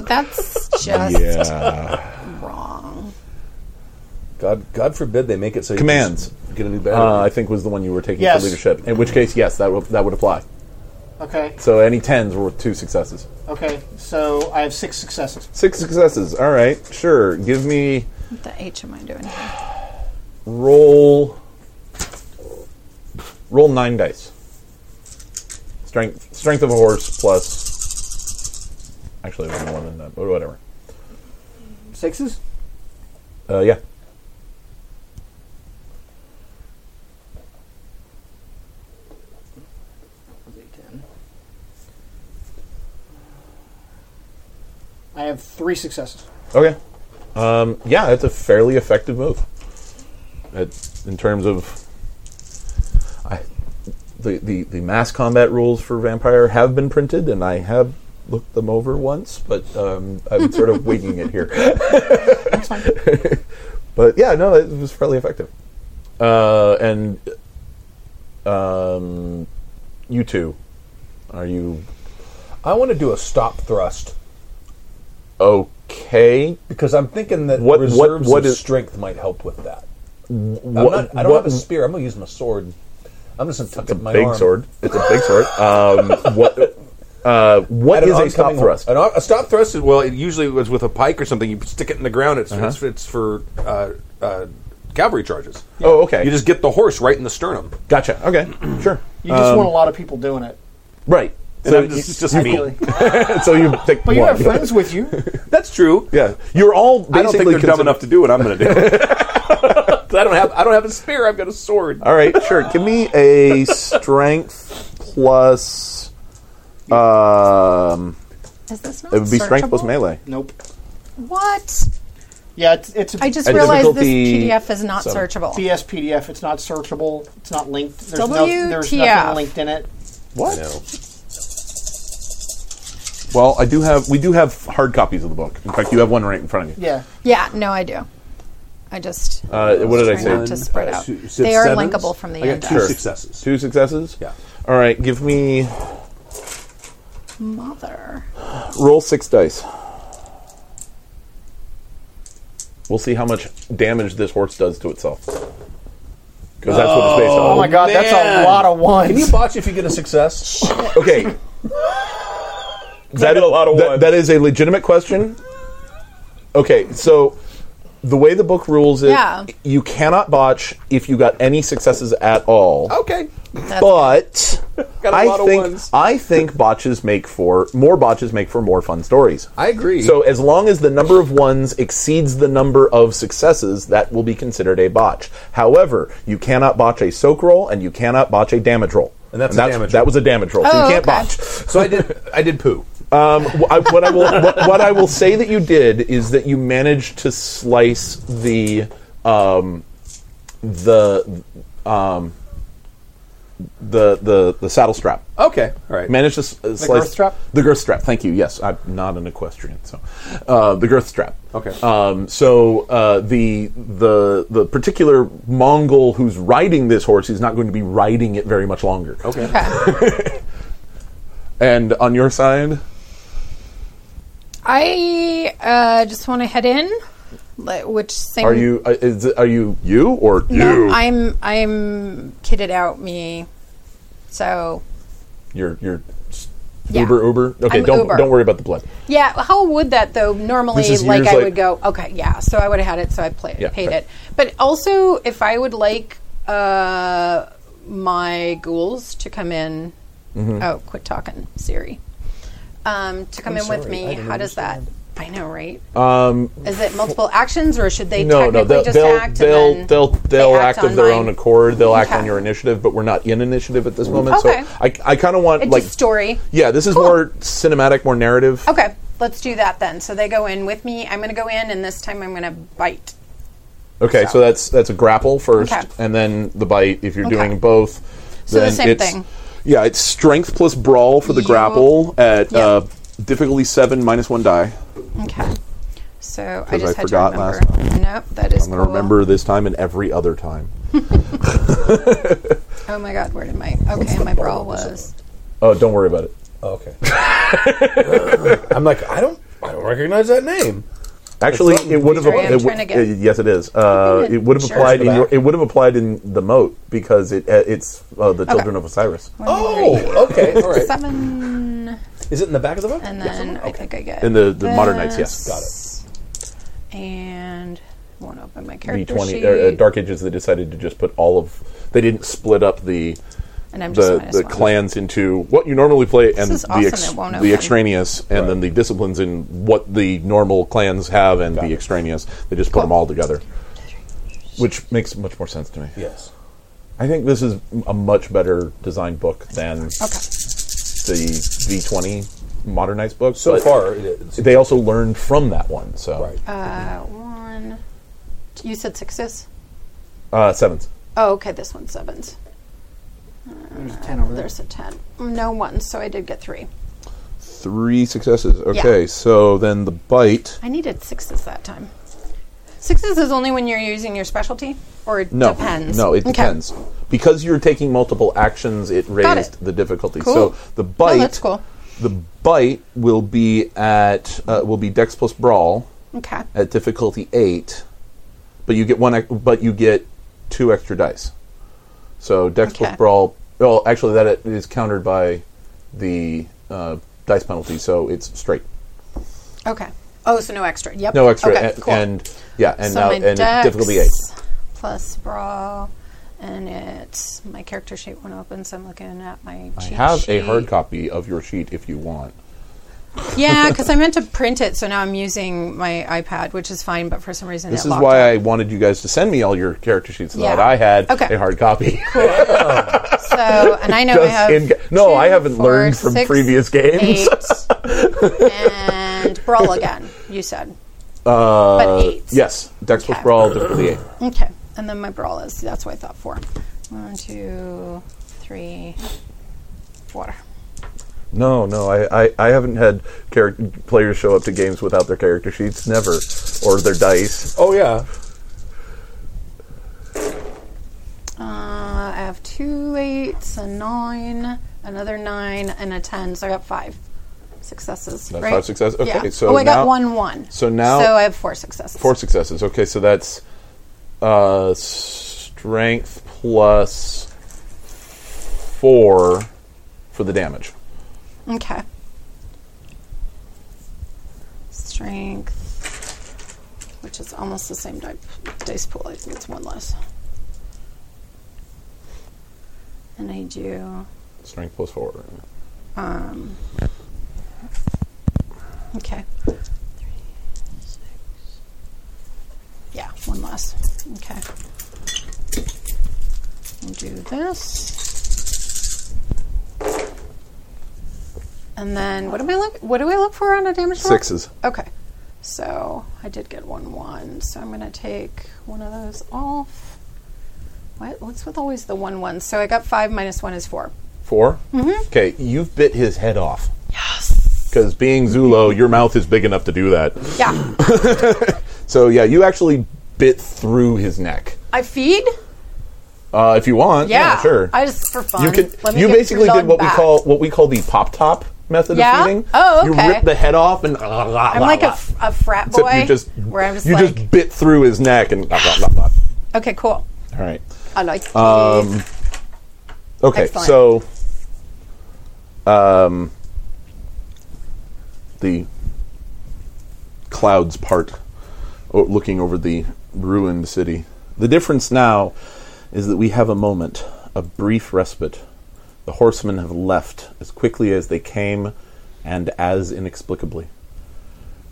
[SPEAKER 5] that's just
[SPEAKER 1] yeah.
[SPEAKER 5] wrong.
[SPEAKER 6] God God forbid they make it so you
[SPEAKER 1] Commands.
[SPEAKER 6] can s- get a new battery.
[SPEAKER 1] Uh, I think was the one you were taking
[SPEAKER 4] Yes.
[SPEAKER 1] for leadership. In which case, yes, that would that would apply.
[SPEAKER 4] Okay.
[SPEAKER 1] So any tens were two successes.
[SPEAKER 4] Okay. So I have six successes.
[SPEAKER 1] Six successes. All right, sure. Give me
[SPEAKER 5] What the H am I doing here?
[SPEAKER 1] roll. Roll nine dice. Strength strength of a horse plus. Actually, it was more than that, but whatever.
[SPEAKER 4] Sixes?
[SPEAKER 1] Uh, yeah.
[SPEAKER 4] I have three successes.
[SPEAKER 1] Okay. Um, yeah, that's a fairly effective move. It, in terms of, I, the, the the mass combat rules for Vampire have been printed, and I have looked them over once, but um, I'm sort of winging it here. but yeah, no, it was fairly effective. Uh, and um, you two, are you
[SPEAKER 6] I want to do a stop thrust
[SPEAKER 1] okay?
[SPEAKER 6] because I'm thinking that
[SPEAKER 1] What- what-
[SPEAKER 6] reserves
[SPEAKER 1] what
[SPEAKER 6] of
[SPEAKER 1] is-
[SPEAKER 6] strength might help with that.
[SPEAKER 1] What-
[SPEAKER 6] I'm not, I don't
[SPEAKER 1] what-
[SPEAKER 6] have a spear. I'm going to use my sword. I'm just going to tuck
[SPEAKER 1] It's a
[SPEAKER 6] up my
[SPEAKER 1] big
[SPEAKER 6] arm.
[SPEAKER 1] sword. It's a big sword. Um, what? Uh, what
[SPEAKER 6] At an
[SPEAKER 1] is a stop
[SPEAKER 6] oncoming-
[SPEAKER 1] thrust?
[SPEAKER 6] an o- a stop thrust is well. It usually was with a pike or something. You stick it in the ground.
[SPEAKER 1] Uh-huh.
[SPEAKER 6] It's it's, it's for uh, uh, cavalry charges.
[SPEAKER 1] Oh, okay.
[SPEAKER 6] You just get the horse right in the sternum.
[SPEAKER 1] gotcha. Okay, sure.
[SPEAKER 4] You just want a lot of people doing it.
[SPEAKER 1] Right.
[SPEAKER 6] And
[SPEAKER 1] So
[SPEAKER 6] I'm
[SPEAKER 1] you,
[SPEAKER 6] just, Um, it's just me.
[SPEAKER 4] Ideally.
[SPEAKER 1] so you pick
[SPEAKER 4] But
[SPEAKER 1] one.
[SPEAKER 4] you have friends with you.
[SPEAKER 6] That's true.
[SPEAKER 1] Yeah, you're all. Basically
[SPEAKER 6] I don't think they're dumb
[SPEAKER 1] considered-
[SPEAKER 6] enough to do what I'm going to do. I don't have I don't have a spear. I've got a sword.
[SPEAKER 1] All right, sure. Give me a strength plus. Um,
[SPEAKER 5] Is this not
[SPEAKER 1] it would be strength plus
[SPEAKER 5] searchable?
[SPEAKER 1] melee.
[SPEAKER 4] Nope.
[SPEAKER 5] What?
[SPEAKER 4] Yeah, it's, it's a
[SPEAKER 5] I just
[SPEAKER 1] And
[SPEAKER 5] realized this
[SPEAKER 1] difficulty
[SPEAKER 5] PDF is not
[SPEAKER 1] seven.
[SPEAKER 5] searchable.
[SPEAKER 4] BS PDF. It's not searchable. It's not linked. There's, no, there's
[SPEAKER 5] WTF.
[SPEAKER 4] nothing linked in it.
[SPEAKER 1] What? Well, I do have. We do have hard copies of the book. In fact, you have one right in front of you.
[SPEAKER 4] Yeah.
[SPEAKER 5] Yeah, no, I do. I just
[SPEAKER 1] Uh, what did I
[SPEAKER 5] try not
[SPEAKER 1] say?
[SPEAKER 5] to spread
[SPEAKER 3] uh,
[SPEAKER 5] out.
[SPEAKER 3] su- su-
[SPEAKER 5] They are
[SPEAKER 3] sevens?
[SPEAKER 5] linkable from the
[SPEAKER 3] I
[SPEAKER 5] end.
[SPEAKER 3] got two
[SPEAKER 1] Sure.
[SPEAKER 3] successes.
[SPEAKER 1] Two successes.
[SPEAKER 3] Yeah.
[SPEAKER 1] All right. Give me
[SPEAKER 5] Mother.
[SPEAKER 1] roll six dice. We'll see how much damage this horse does to itself. Because that's what it's based on.
[SPEAKER 4] Oh my god, that's a
[SPEAKER 6] man.
[SPEAKER 4] lot of ones.
[SPEAKER 6] Can you botch if you get a success?
[SPEAKER 1] Okay. that,
[SPEAKER 6] a lot of
[SPEAKER 1] that-
[SPEAKER 6] ones.
[SPEAKER 1] that is a legitimate question. Okay, so the way the book rules it,
[SPEAKER 5] Yeah.
[SPEAKER 1] you cannot botch if you got any successes at all.
[SPEAKER 6] Okay.
[SPEAKER 1] But
[SPEAKER 6] Got a
[SPEAKER 1] I
[SPEAKER 6] lot of
[SPEAKER 1] think
[SPEAKER 6] ones.
[SPEAKER 1] I think botches make for more botches make for more fun stories.
[SPEAKER 3] I agree.
[SPEAKER 1] So as long as the number of ones exceeds the number of successes, that will be considered a botch. However, you cannot botch a soak roll and you cannot botch a damage roll.
[SPEAKER 6] And that's a damage
[SPEAKER 1] that
[SPEAKER 6] roll.
[SPEAKER 1] was a damage roll. so
[SPEAKER 5] Oh,
[SPEAKER 1] you can't
[SPEAKER 5] okay.
[SPEAKER 1] botch.
[SPEAKER 6] So I did. I did poo.
[SPEAKER 1] Um, wh- I- what I will what, what I will say that you did is that you managed to slice the um, the um, the the the saddle strap.
[SPEAKER 6] Okay. Oh, All right.
[SPEAKER 1] Managed to s- uh, slice
[SPEAKER 4] girth strap?
[SPEAKER 1] The girth strap. Thank you. Yes, I'm not an equestrian, so uh, the girth strap.
[SPEAKER 6] Okay.
[SPEAKER 1] Um, so uh, the the the particular Mongol who's riding this horse is not going to be riding it very much longer.
[SPEAKER 6] Okay.
[SPEAKER 5] Okay.
[SPEAKER 1] And on your side,
[SPEAKER 5] I uh, just want to head in. Like, Which same?
[SPEAKER 1] are you uh, is, it- are you you or
[SPEAKER 5] No,
[SPEAKER 1] you?
[SPEAKER 5] I'm I'm kitted out me. So
[SPEAKER 1] You're you're s-
[SPEAKER 5] Yeah.
[SPEAKER 1] Uber Uber. Okay,
[SPEAKER 5] I'm
[SPEAKER 1] don't
[SPEAKER 5] Uber.
[SPEAKER 1] don't worry about the blood.
[SPEAKER 5] yeah, how would that though? Normally,
[SPEAKER 1] This is
[SPEAKER 5] like
[SPEAKER 1] years
[SPEAKER 5] I
[SPEAKER 1] like-
[SPEAKER 5] would go, okay, yeah. So I would have had it. So I play,
[SPEAKER 1] Yeah,
[SPEAKER 5] paid
[SPEAKER 1] right.
[SPEAKER 5] it. But also, if I would like uh, my ghouls to come in,
[SPEAKER 1] Mm-hmm.
[SPEAKER 5] oh, quit talking, Siri, um, to come in with me, how does that? I know, right? Um, is it multiple actions, or should they
[SPEAKER 1] No, no,
[SPEAKER 5] technically
[SPEAKER 1] they'll
[SPEAKER 5] just
[SPEAKER 1] they'll
[SPEAKER 5] act?
[SPEAKER 1] they'll,
[SPEAKER 5] and then
[SPEAKER 1] they'll
[SPEAKER 5] they
[SPEAKER 1] they'll act,
[SPEAKER 5] on
[SPEAKER 1] of their
[SPEAKER 5] mine?
[SPEAKER 1] own accord. They'll act
[SPEAKER 5] Okay.
[SPEAKER 1] on your initiative, but we're not in initiative at this moment.
[SPEAKER 5] Mm-hmm. Okay.
[SPEAKER 1] So I I kind of want
[SPEAKER 5] It's
[SPEAKER 1] like
[SPEAKER 5] just story.
[SPEAKER 1] Yeah, this is
[SPEAKER 5] Cool.
[SPEAKER 1] more cinematic, more narrative.
[SPEAKER 5] Okay, let's do that then. So they go in with me. I'm going to go in, and this time I'm going to bite.
[SPEAKER 1] Okay, so. that's that's a grapple first,
[SPEAKER 5] Okay.
[SPEAKER 1] and then the bite. If you're
[SPEAKER 5] Okay.
[SPEAKER 1] doing both,
[SPEAKER 5] So the
[SPEAKER 1] then
[SPEAKER 5] same
[SPEAKER 1] it's-
[SPEAKER 5] thing.
[SPEAKER 1] Yeah, it's strength plus brawl for the
[SPEAKER 5] You-
[SPEAKER 1] grapple at
[SPEAKER 5] Yeah.
[SPEAKER 1] uh, difficulty seven minus one die.
[SPEAKER 5] Okay. So I
[SPEAKER 1] 'Cause
[SPEAKER 5] just
[SPEAKER 1] I
[SPEAKER 5] had
[SPEAKER 1] forgot
[SPEAKER 5] to remember.
[SPEAKER 1] last time.
[SPEAKER 5] Nope, that is
[SPEAKER 1] I'm going to
[SPEAKER 5] cool.
[SPEAKER 1] remember this time and every other time.
[SPEAKER 5] Oh my god, where did my okay my brawl was?
[SPEAKER 1] Oh, don't worry about it.
[SPEAKER 6] Okay. I'm like, I don't, I don't recognize that name.
[SPEAKER 1] Actually,
[SPEAKER 6] It's not-
[SPEAKER 1] it would have.
[SPEAKER 5] Sorry, I'm
[SPEAKER 1] it would-
[SPEAKER 5] trying to get-
[SPEAKER 1] uh, yes, it is. Uh,
[SPEAKER 5] Good.
[SPEAKER 1] it would have
[SPEAKER 5] Sure.
[SPEAKER 1] applied. In
[SPEAKER 6] Back.
[SPEAKER 1] your, it would have applied in the moat because it uh, it's uh, the children of Osiris.
[SPEAKER 6] Oh, okay, all right.
[SPEAKER 5] Seven,
[SPEAKER 6] Is it in the back of the book?
[SPEAKER 5] and
[SPEAKER 6] Yes,
[SPEAKER 5] then I
[SPEAKER 6] okay.
[SPEAKER 5] think I get
[SPEAKER 1] In the- the modern knights, yes.
[SPEAKER 5] this. And won't open my
[SPEAKER 1] D
[SPEAKER 5] character
[SPEAKER 1] twenty
[SPEAKER 5] sheet.
[SPEAKER 1] uh, Dark Ages. They decided to just put all of. They didn't split up the
[SPEAKER 5] and I'm just
[SPEAKER 1] the,
[SPEAKER 5] minus
[SPEAKER 1] the
[SPEAKER 5] one.
[SPEAKER 1] clans into what you normally play and
[SPEAKER 5] is
[SPEAKER 1] the
[SPEAKER 5] awesome,
[SPEAKER 1] ex-
[SPEAKER 5] it won't
[SPEAKER 1] the
[SPEAKER 5] open.
[SPEAKER 1] extraneous, and then the disciplines in what the normal clans have and the extraneous. They just put them all together, which makes much more sense to me.
[SPEAKER 6] Yes.
[SPEAKER 1] I think this is a much better designed book than the V20 modernized book.
[SPEAKER 6] So
[SPEAKER 1] but
[SPEAKER 6] far, it is.
[SPEAKER 1] they also learned from that one. So
[SPEAKER 6] right.
[SPEAKER 5] Uh, one. You said sixes.
[SPEAKER 1] uh, sevens.
[SPEAKER 5] Oh, okay. This one's sevens.
[SPEAKER 4] There's a 10 over there.
[SPEAKER 5] There's a ten. No ones, so I did get three.
[SPEAKER 1] Three successes. Okay, so then the bite.
[SPEAKER 5] I needed sixes that time. Sixes is only when you're using your specialty, or it
[SPEAKER 1] No,
[SPEAKER 5] depends.
[SPEAKER 1] No, it
[SPEAKER 5] Okay.
[SPEAKER 1] depends because you're taking multiple actions. It
[SPEAKER 5] Got
[SPEAKER 1] raised
[SPEAKER 5] it.
[SPEAKER 1] the difficulty.
[SPEAKER 5] Cool.
[SPEAKER 1] So the bite.
[SPEAKER 5] that's cool.
[SPEAKER 1] The bite will be at uh, will be Dex plus Brawl
[SPEAKER 5] Okay.
[SPEAKER 1] at difficulty eight, but you get one. ex- But you get two extra dice. So Dex plus
[SPEAKER 5] Okay.
[SPEAKER 1] Brawl. Well, actually, that is countered by the uh, dice penalty, so it's straight.
[SPEAKER 5] Okay. Oh, so no extra. Yep.
[SPEAKER 1] No extra,
[SPEAKER 5] Okay,
[SPEAKER 1] and,
[SPEAKER 5] cool.
[SPEAKER 1] and yeah, and
[SPEAKER 5] so
[SPEAKER 1] now
[SPEAKER 5] my
[SPEAKER 1] and it's
[SPEAKER 5] dex
[SPEAKER 1] difficulty eight.
[SPEAKER 5] plus brawl, and it's my character sheet won't open, so I'm looking at my.
[SPEAKER 1] I
[SPEAKER 5] cheat
[SPEAKER 1] have a
[SPEAKER 5] sheet.
[SPEAKER 1] hard copy of your sheet if you want.
[SPEAKER 5] Yeah, because I meant to print it, so now I'm using my iPad, which is fine. But for some reason,
[SPEAKER 1] This
[SPEAKER 5] it
[SPEAKER 1] is
[SPEAKER 5] locked
[SPEAKER 1] why
[SPEAKER 5] up.
[SPEAKER 1] I wanted you guys to send me all your character sheets so
[SPEAKER 5] Yeah.
[SPEAKER 1] that I had
[SPEAKER 5] Okay.
[SPEAKER 1] a hard copy.
[SPEAKER 5] So, and I know I
[SPEAKER 1] Just
[SPEAKER 5] have.
[SPEAKER 1] in ga- no, I haven't
[SPEAKER 5] four,
[SPEAKER 1] learned from
[SPEAKER 5] six,
[SPEAKER 1] previous games.
[SPEAKER 5] eight, and brawl again. You said.
[SPEAKER 1] Uh,
[SPEAKER 5] But eight.
[SPEAKER 1] Yes, Dex plus
[SPEAKER 5] Okay.
[SPEAKER 1] Brawl, difficulty eight.
[SPEAKER 5] Okay, and then my brawl is. That's what I thought for. One, two, three, four.
[SPEAKER 1] No, no, I, I, I haven't had character players show up to games without their character sheets, never, or their dice.
[SPEAKER 6] Oh yeah.
[SPEAKER 5] Uh, I have two eights, a nine, another nine, and a ten. So I got five. successes.
[SPEAKER 1] That's
[SPEAKER 5] right?
[SPEAKER 1] five success- okay,
[SPEAKER 5] Yeah.
[SPEAKER 1] so
[SPEAKER 5] oh, I
[SPEAKER 1] now-
[SPEAKER 5] got one one.
[SPEAKER 1] so now-
[SPEAKER 5] so I have four successes.
[SPEAKER 1] Four successes. Okay, so that's uh, strength plus four for the damage.
[SPEAKER 5] Okay. Strength, which is almost the same di- dice pool. I think it's one less. And I do.
[SPEAKER 1] Strength plus four.
[SPEAKER 5] Um, okay. Yeah, one less. Okay. We'll do this. And then what do we look what do we look for on a damage roll?
[SPEAKER 1] Sixes.
[SPEAKER 5] Okay. So I did get one one, so I'm gonna take one of those off. What what's with always the one one? So I got five minus one is four.
[SPEAKER 1] 4
[SPEAKER 5] Mm-hmm.
[SPEAKER 1] Okay, you've bit his head off. Yes. Because being Zulo, your mouth is big enough to do that.
[SPEAKER 5] Yeah.
[SPEAKER 1] So yeah, you actually bit through his neck.
[SPEAKER 5] I feed
[SPEAKER 1] Uh, if you want, yeah,
[SPEAKER 5] Yeah,
[SPEAKER 1] sure.
[SPEAKER 5] I just for fun.
[SPEAKER 1] you can.
[SPEAKER 5] Let me
[SPEAKER 1] you
[SPEAKER 5] get
[SPEAKER 1] basically
[SPEAKER 5] Zug
[SPEAKER 1] did what
[SPEAKER 5] back.
[SPEAKER 1] we call what we call the pop top method
[SPEAKER 5] Yeah?
[SPEAKER 1] of feeding.
[SPEAKER 5] Oh, okay.
[SPEAKER 1] You rip the head off and.
[SPEAKER 5] I'm like a, f- a frat boy.
[SPEAKER 1] Except you just
[SPEAKER 5] where I'm just
[SPEAKER 1] you
[SPEAKER 5] like,
[SPEAKER 1] just bit through his neck and. All
[SPEAKER 5] okay, cool.
[SPEAKER 1] right.
[SPEAKER 5] I like it.
[SPEAKER 1] Um, Okay.
[SPEAKER 5] Excellent.
[SPEAKER 1] So. Um. The clouds part, o- looking over the ruined city. The difference now is that we have a moment, a brief respite. The horsemen have left as quickly as they came, and as inexplicably.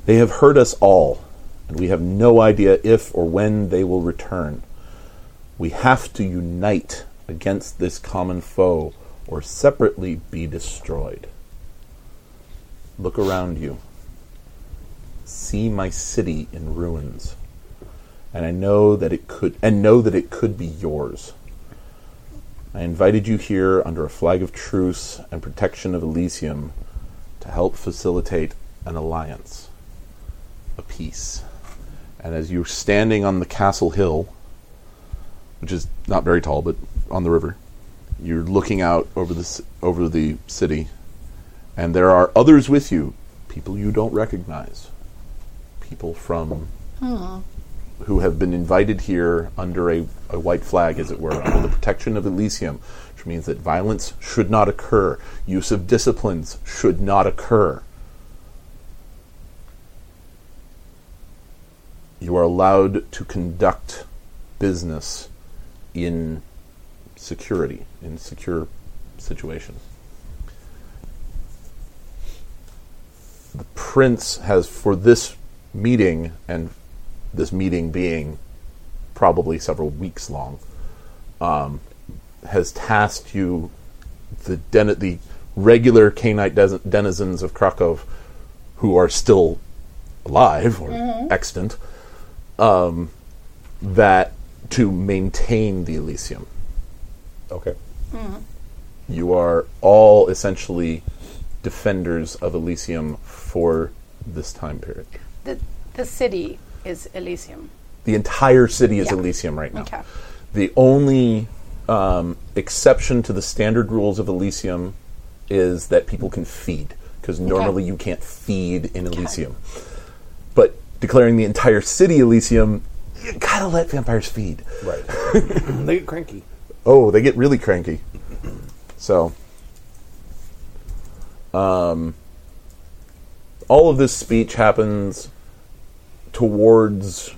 [SPEAKER 1] They have heard us all, and we have no idea if or when they will return. We have to unite against this common foe or separately be destroyed. Look around you. See my city in ruins. And I know that it could and know that it could be yours. I invited you here under a flag of truce and protection of Elysium to help facilitate an alliance, a peace. And as you're standing on the castle hill, which is not very tall, but on the river. You're looking out over the ci- over the city, and there are others with you, people you don't recognize, people from who have been invited here under a, a white flag, as it were, under the protection of Elysium, which means that violence should not occur, use of disciplines should not occur. you are allowed to conduct business in security, in secure situation. The prince has, for this meeting, and this meeting being probably several weeks long, um, has tasked you, the, den- the regular canite des- denizens of Krakow, who are still alive or extant, that to maintain the Elysium. Okay. You are all essentially defenders of Elysium for this time period.
[SPEAKER 2] The, the city is Elysium.
[SPEAKER 1] The entire city is
[SPEAKER 2] Yeah.
[SPEAKER 1] Elysium right now.
[SPEAKER 2] Okay.
[SPEAKER 1] The only um, exception to the standard rules of Elysium is that people can feed, because normally you can't feed in Elysium. But declaring the entire city Elysium, you gotta let vampires feed.
[SPEAKER 3] Right. they get cranky.
[SPEAKER 1] Oh, they get really cranky. So, um, all of this speech happens towards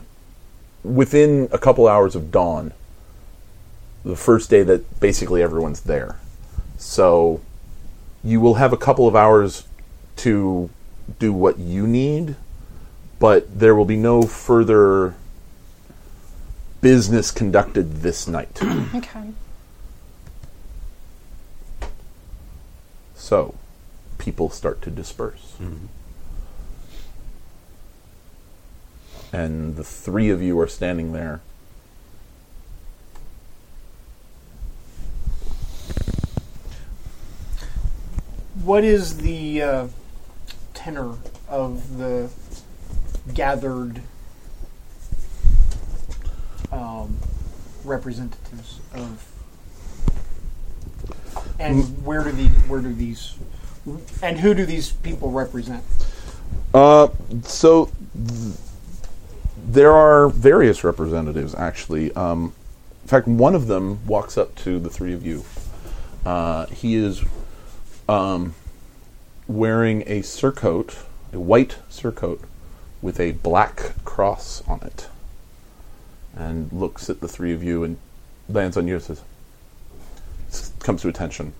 [SPEAKER 1] within a couple hours of dawn, the first day that basically everyone's there. So, you will have a couple of hours to do what you need, but there will be no further business conducted this night.
[SPEAKER 5] Okay.
[SPEAKER 1] So, people start to disperse. And the three of you are standing there.
[SPEAKER 4] What is the uh, tenor of the gathered um, Mm. representatives of, and where do the where do these And who do these people represent?
[SPEAKER 1] so th- there are various representatives actually um, in fact one of them walks up to the three of you uh, he is um, wearing a surcoat a white surcoat with a black cross on it and looks at the three of you and lands on you and says s- comes to attention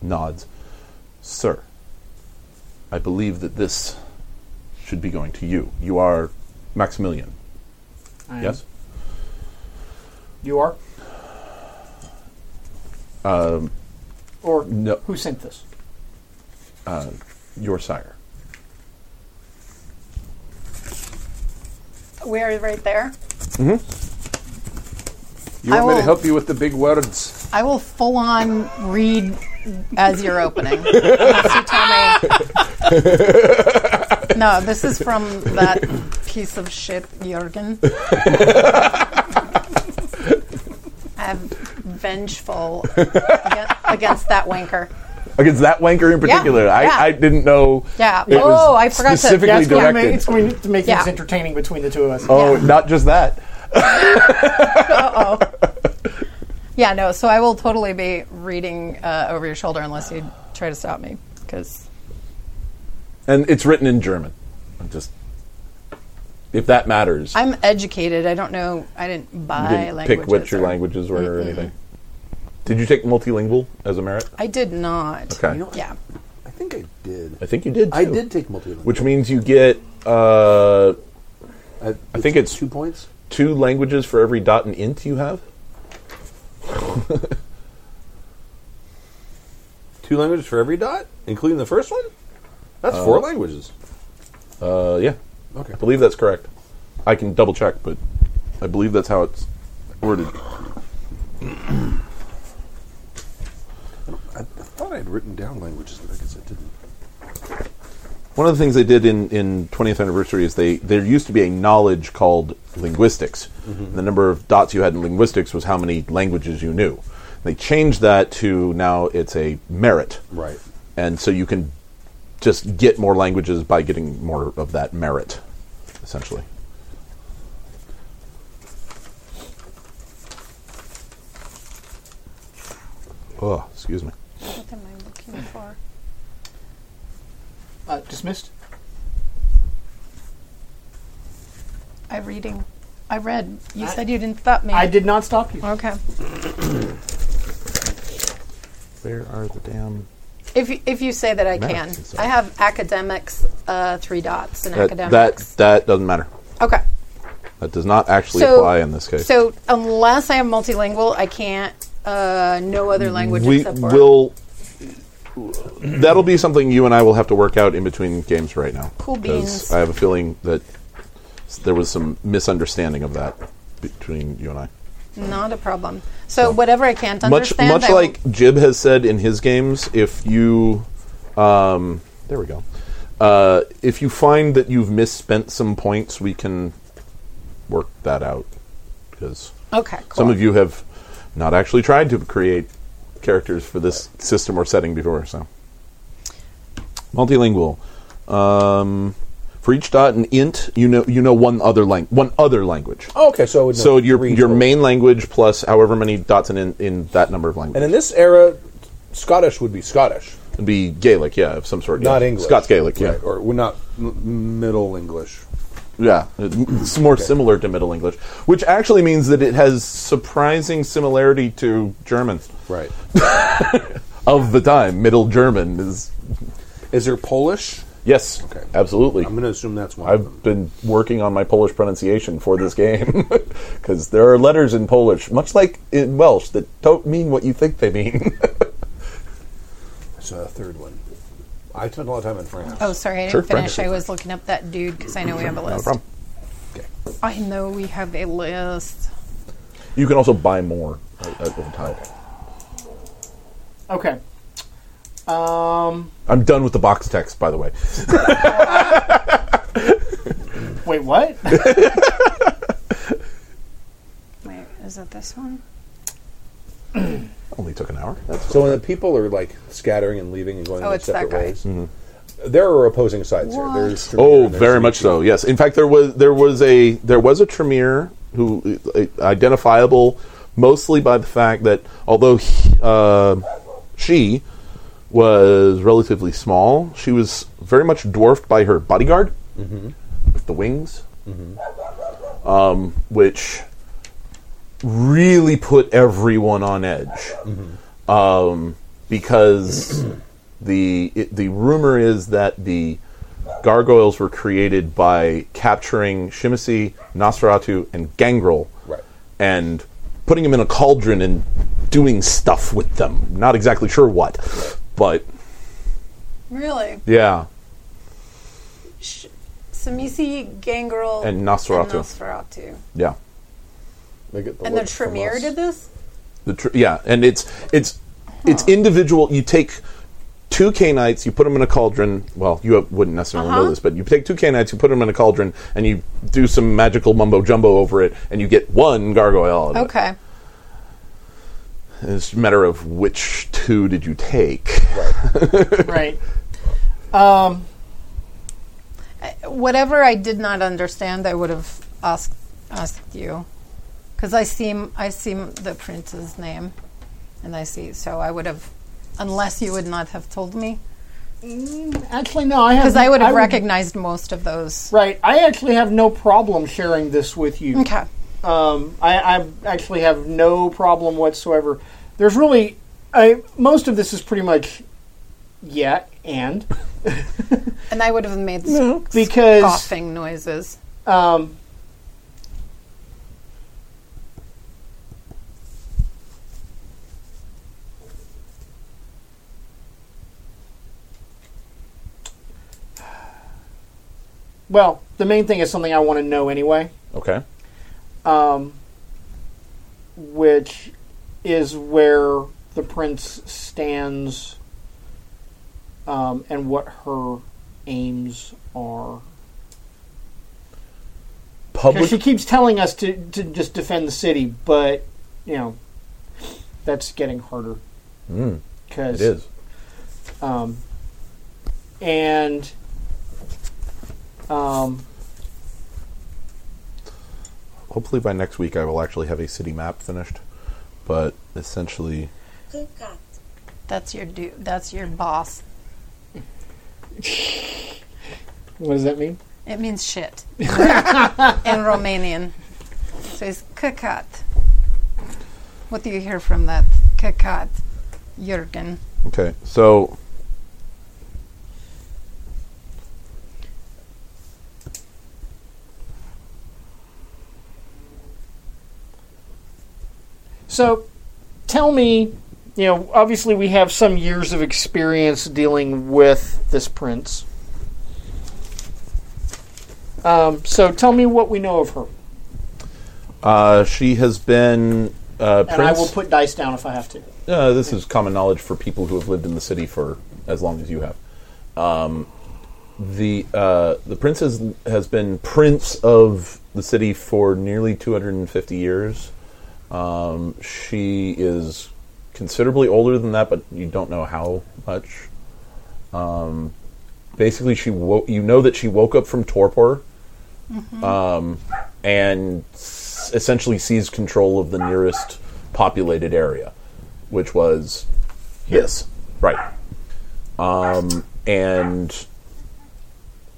[SPEAKER 1] nods sir i believe that this should be going to you. You are Maximilian.
[SPEAKER 4] I
[SPEAKER 2] Mm.
[SPEAKER 4] am-
[SPEAKER 1] Yes.
[SPEAKER 4] You are? Um, or
[SPEAKER 1] no.
[SPEAKER 4] who sent this?
[SPEAKER 1] Your sire.
[SPEAKER 2] We're right there.
[SPEAKER 3] You want me to
[SPEAKER 2] will-
[SPEAKER 3] help you with the big words?
[SPEAKER 2] I will full on read as you're opening. Unless you tell me. No, this is from that piece of shit, Jurgen. I'm vengeful aga- against that wanker.
[SPEAKER 1] Against that wanker in particular, I,
[SPEAKER 2] yeah.
[SPEAKER 1] I didn't know.
[SPEAKER 2] Yeah.
[SPEAKER 1] It was
[SPEAKER 2] Oh, I forgot to-
[SPEAKER 1] specifically
[SPEAKER 4] That's going to
[SPEAKER 1] directed.
[SPEAKER 4] make, it's going to make
[SPEAKER 2] Yeah.
[SPEAKER 4] things entertaining between the two of us.
[SPEAKER 1] oh,
[SPEAKER 2] yeah.
[SPEAKER 1] not just that.
[SPEAKER 2] Yeah, no, so I will totally be reading uh, over your shoulder unless you try to stop me. Because
[SPEAKER 1] And it's written in German. I'm just, if that matters,
[SPEAKER 2] I'm educated. I don't know. I didn't
[SPEAKER 1] you
[SPEAKER 2] buy
[SPEAKER 1] didn't
[SPEAKER 2] languages.
[SPEAKER 1] pick what your
[SPEAKER 2] or-
[SPEAKER 1] languages were or anything. Did you take multilingual as a merit?
[SPEAKER 2] I did not.
[SPEAKER 1] Okay.
[SPEAKER 2] Yeah.
[SPEAKER 3] I think I did.
[SPEAKER 1] I think you did. Too.
[SPEAKER 3] I did take multilingual.
[SPEAKER 1] Which means you get uh,
[SPEAKER 3] I,
[SPEAKER 1] I think it's-
[SPEAKER 3] two points.
[SPEAKER 1] two languages for every dot and int you have.
[SPEAKER 6] Two languages for every dot, including the first one. That's four languages.
[SPEAKER 1] Uh, yeah.
[SPEAKER 3] Okay.
[SPEAKER 1] I believe that's correct. I can double check, but I believe that's how it's worded.
[SPEAKER 3] I, I thought I had written down languages, but I guess I didn't.
[SPEAKER 1] One of the things they did in, in 20th anniversary is they there used to be a knowledge called linguistics. The number of dots you had in linguistics was how many languages you knew. They changed that to now it's a merit.
[SPEAKER 3] Right.
[SPEAKER 1] And so you can just get more languages by getting more of that merit, essentially. Oh, excuse me.
[SPEAKER 2] What am I looking for?
[SPEAKER 4] Uh, dismissed?
[SPEAKER 2] I reading. I read. You
[SPEAKER 4] I-
[SPEAKER 2] said you didn't stop me.
[SPEAKER 4] I did not stop you.
[SPEAKER 2] Okay.
[SPEAKER 1] Where are the damn?
[SPEAKER 2] If you, if you say that I
[SPEAKER 1] Math
[SPEAKER 2] can,
[SPEAKER 1] and stuff.
[SPEAKER 2] I have academics uh, three dots in
[SPEAKER 1] That, that
[SPEAKER 2] academics.
[SPEAKER 1] that doesn't matter.
[SPEAKER 2] okay.
[SPEAKER 1] That does not actually
[SPEAKER 2] So
[SPEAKER 1] apply in this case.
[SPEAKER 2] So unless I am multilingual, I can't. Uh, no other language
[SPEAKER 1] Mm, we
[SPEAKER 2] except for
[SPEAKER 1] will. That'll be something you and I will have to work out in between games right now.
[SPEAKER 2] Cool
[SPEAKER 1] 'cause
[SPEAKER 2] beans.
[SPEAKER 1] I have a feeling that s- there was some misunderstanding of that between you and I.
[SPEAKER 2] not a problem. So whatever I can't
[SPEAKER 1] much
[SPEAKER 2] understand,
[SPEAKER 1] much
[SPEAKER 2] I will-
[SPEAKER 1] like Jib has said in his games, if you um, there we go, uh, if you find that you've misspent some points, we can work that out because
[SPEAKER 2] okay, cool.
[SPEAKER 1] some of you have not actually tried to create characters for this system or setting before. So multilingual. Um, for each dot and int, you know you know one other lang- one other language.
[SPEAKER 3] Oh,
[SPEAKER 6] Okay, so I would know
[SPEAKER 1] So your
[SPEAKER 6] Oh, three
[SPEAKER 1] your
[SPEAKER 6] total.
[SPEAKER 1] main language plus however many dots and in, in that number of languages.
[SPEAKER 6] and in this era, Scottish would be Scottish,
[SPEAKER 1] It'd be Gaelic, yeah, of some sort. yeah.
[SPEAKER 6] not English.
[SPEAKER 1] Scots Gaelic, yeah,
[SPEAKER 3] Right. Or we're not m- Middle English.
[SPEAKER 1] yeah. uh, It's more similar to Middle English, which actually means that it has surprising similarity to German
[SPEAKER 3] Right.
[SPEAKER 1] of the time. Middle German is
[SPEAKER 3] Is there Polish?
[SPEAKER 1] yes,
[SPEAKER 3] Okay.
[SPEAKER 1] absolutely.
[SPEAKER 3] I'm going to assume that's one. of
[SPEAKER 1] I've
[SPEAKER 3] them.
[SPEAKER 1] been working on my Polish pronunciation for this game because there are letters in Polish, much like in Welsh, that don't mean what you think they mean.
[SPEAKER 3] It's a third one. I spent a lot of time in France.
[SPEAKER 2] Oh, sorry, I didn't
[SPEAKER 1] Sure, Frank.
[SPEAKER 2] finish. I was looking up that dude because I know we have a list.
[SPEAKER 1] problem.
[SPEAKER 3] Okay.
[SPEAKER 2] I know we have a list.
[SPEAKER 1] you can also buy more uh, uh, over time.
[SPEAKER 4] Okay. Um,
[SPEAKER 1] I'm done with the box text, by the way.
[SPEAKER 4] wait, what?
[SPEAKER 2] Wait, is that this one?
[SPEAKER 1] Only took an hour.
[SPEAKER 3] So when the people are like scattering and leaving and going
[SPEAKER 2] Oh,
[SPEAKER 3] their
[SPEAKER 2] it's that
[SPEAKER 3] separate
[SPEAKER 2] guy.
[SPEAKER 3] ways, there are opposing sides here. There's Tremere
[SPEAKER 1] Mm-hmm. Oh,
[SPEAKER 3] and there's
[SPEAKER 1] very much so. Yes. In fact, there was there was a there was a Tremere who uh, identifiable mostly by the fact that although he, uh, she was relatively small, she was very much dwarfed by her bodyguard
[SPEAKER 3] Mm-hmm.
[SPEAKER 1] with the wings, um, which really put everyone on edge um, because the it, the rumor is that the gargoyles were created by capturing Shimasi, Nosferatu, and Gangrel,
[SPEAKER 3] Right.
[SPEAKER 1] and putting them in a cauldron and doing stuff with them. Not exactly sure what, but
[SPEAKER 2] Really?
[SPEAKER 1] yeah,
[SPEAKER 2] Sh- Samisi, Gangrel,
[SPEAKER 1] And Nosferatu.
[SPEAKER 2] and Nosferatu.
[SPEAKER 1] yeah,
[SPEAKER 3] They get
[SPEAKER 2] And the
[SPEAKER 3] look from
[SPEAKER 2] Tremere
[SPEAKER 3] us.
[SPEAKER 2] did this?
[SPEAKER 1] the tr- yeah, and it's it's it's individual. You take. Two canites, you put them in a cauldron. Well, you wouldn't necessarily know this, but you take two canites, you put them in a cauldron, and you do some magical mumbo jumbo over it, and you get one gargoyle. Out of it.
[SPEAKER 5] Okay.
[SPEAKER 1] It's a matter of which two did you take.
[SPEAKER 4] right.
[SPEAKER 5] Whatever I did not understand, I would have asked asked you, because I seem I seem the prince's name, and I see. So I would have, unless you would not have told me,
[SPEAKER 4] Actually, no, I have
[SPEAKER 5] because I would have recognized most of those.
[SPEAKER 4] Right. I actually have no problem sharing this with you.
[SPEAKER 5] Okay.
[SPEAKER 4] Um, I, I actually have no problem whatsoever. There's really, I, most of this is pretty much, yeah, and
[SPEAKER 5] And I would have made sc-
[SPEAKER 4] because
[SPEAKER 5] scoffing noises.
[SPEAKER 4] Um, well, the main thing is something I want to know anyway,
[SPEAKER 1] Okay.
[SPEAKER 4] um, which is where the prince stands um, and what her aims are. Because she
[SPEAKER 1] Public.
[SPEAKER 4] keeps telling us to, to just defend the city, but you know that's getting harder.
[SPEAKER 1] Hmm. It
[SPEAKER 4] Because
[SPEAKER 1] is.
[SPEAKER 4] um, and um,
[SPEAKER 1] Hopefully by next week I will actually have a city map finished. But essentially,
[SPEAKER 5] That's your do. That's your boss.
[SPEAKER 4] what does that mean?
[SPEAKER 5] It means shit in Romanian. So it's căcat. What do you hear from that căcat, Jürgen?
[SPEAKER 1] okay. So
[SPEAKER 4] So, tell me, you know, obviously we have some years of experience dealing with this prince. Um, so tell me what we know of her,
[SPEAKER 1] uh, she has been uh,
[SPEAKER 4] and I
[SPEAKER 1] prince.
[SPEAKER 4] will put dice down if I have to.
[SPEAKER 1] uh, this is common knowledge for people who have lived in the city for as long as you have. Um, the uh, the prince has, has been prince of the city for nearly 250 years. Um, she is considerably older than that, but you don't know how much. Um, basically, she wo- you know that she woke up from torpor um, and s- essentially seized control of the nearest populated area, which was this. Right. Um, and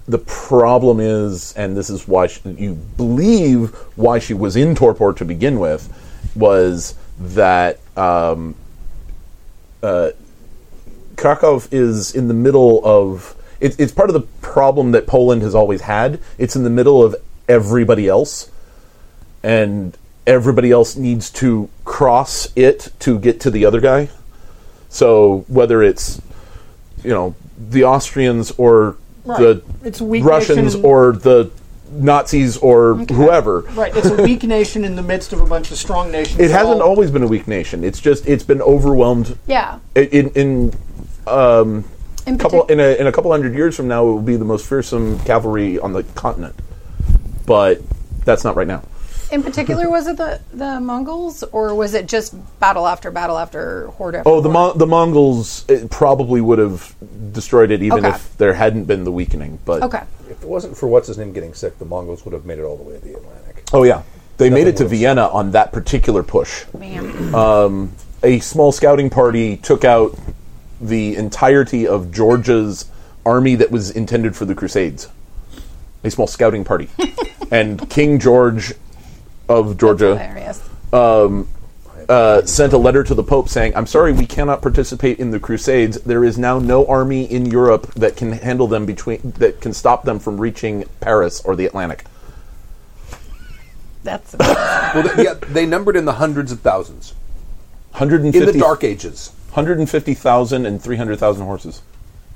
[SPEAKER 1] the problem is, and this is why sh you believe why she was in torpor to begin with, was that um, uh, Krakow is in the middle of. It, it's part of the problem that Poland has always had. It's in the middle of everybody else, and everybody else needs to cross it to get to the other guy. So whether it's you know the Austrians or the
[SPEAKER 4] Right. It's a weak
[SPEAKER 1] Russians
[SPEAKER 4] nation.
[SPEAKER 1] or the Nazis or whoever.
[SPEAKER 4] Right, it's a weak nation in the midst of a bunch of strong nations.
[SPEAKER 1] It hasn't
[SPEAKER 4] all-
[SPEAKER 1] always been a weak nation. It's just it's been overwhelmed.
[SPEAKER 5] Yeah.
[SPEAKER 1] I- In in um,
[SPEAKER 5] In
[SPEAKER 1] couple
[SPEAKER 5] partic-
[SPEAKER 1] in a in a couple hundred years from now, it will be the most fearsome cavalry on the continent. But that's not right now.
[SPEAKER 5] in particular was it the, the Mongols or was it just battle after battle after horde after
[SPEAKER 1] Oh, the
[SPEAKER 5] horde?
[SPEAKER 1] Mon- the Mongols it probably would have destroyed it even
[SPEAKER 5] Okay.
[SPEAKER 1] if there hadn't been the weakening. But
[SPEAKER 5] Okay.
[SPEAKER 6] If it wasn't for what's his name getting sick, the Mongols would have made it all the way to the Atlantic.
[SPEAKER 1] oh yeah, they made it to
[SPEAKER 6] Nothing works.
[SPEAKER 1] Vienna on that particular push. Um,
[SPEAKER 5] Man.
[SPEAKER 1] A small scouting party took out the entirety of Georgia's army that was intended for the Crusades. A small scouting party, and King George of Georgia
[SPEAKER 5] Hilarious.
[SPEAKER 1] uh, sent a letter to the Pope saying, "I'm sorry, we cannot participate in the Crusades. There is now no army in Europe that can handle them between that can stop them from reaching Paris or the Atlantic."
[SPEAKER 2] That's
[SPEAKER 3] well, they, yeah, they numbered in the hundreds of thousands in
[SPEAKER 1] 150
[SPEAKER 3] the Dark Ages.
[SPEAKER 1] 150,000 and 300,000 horses.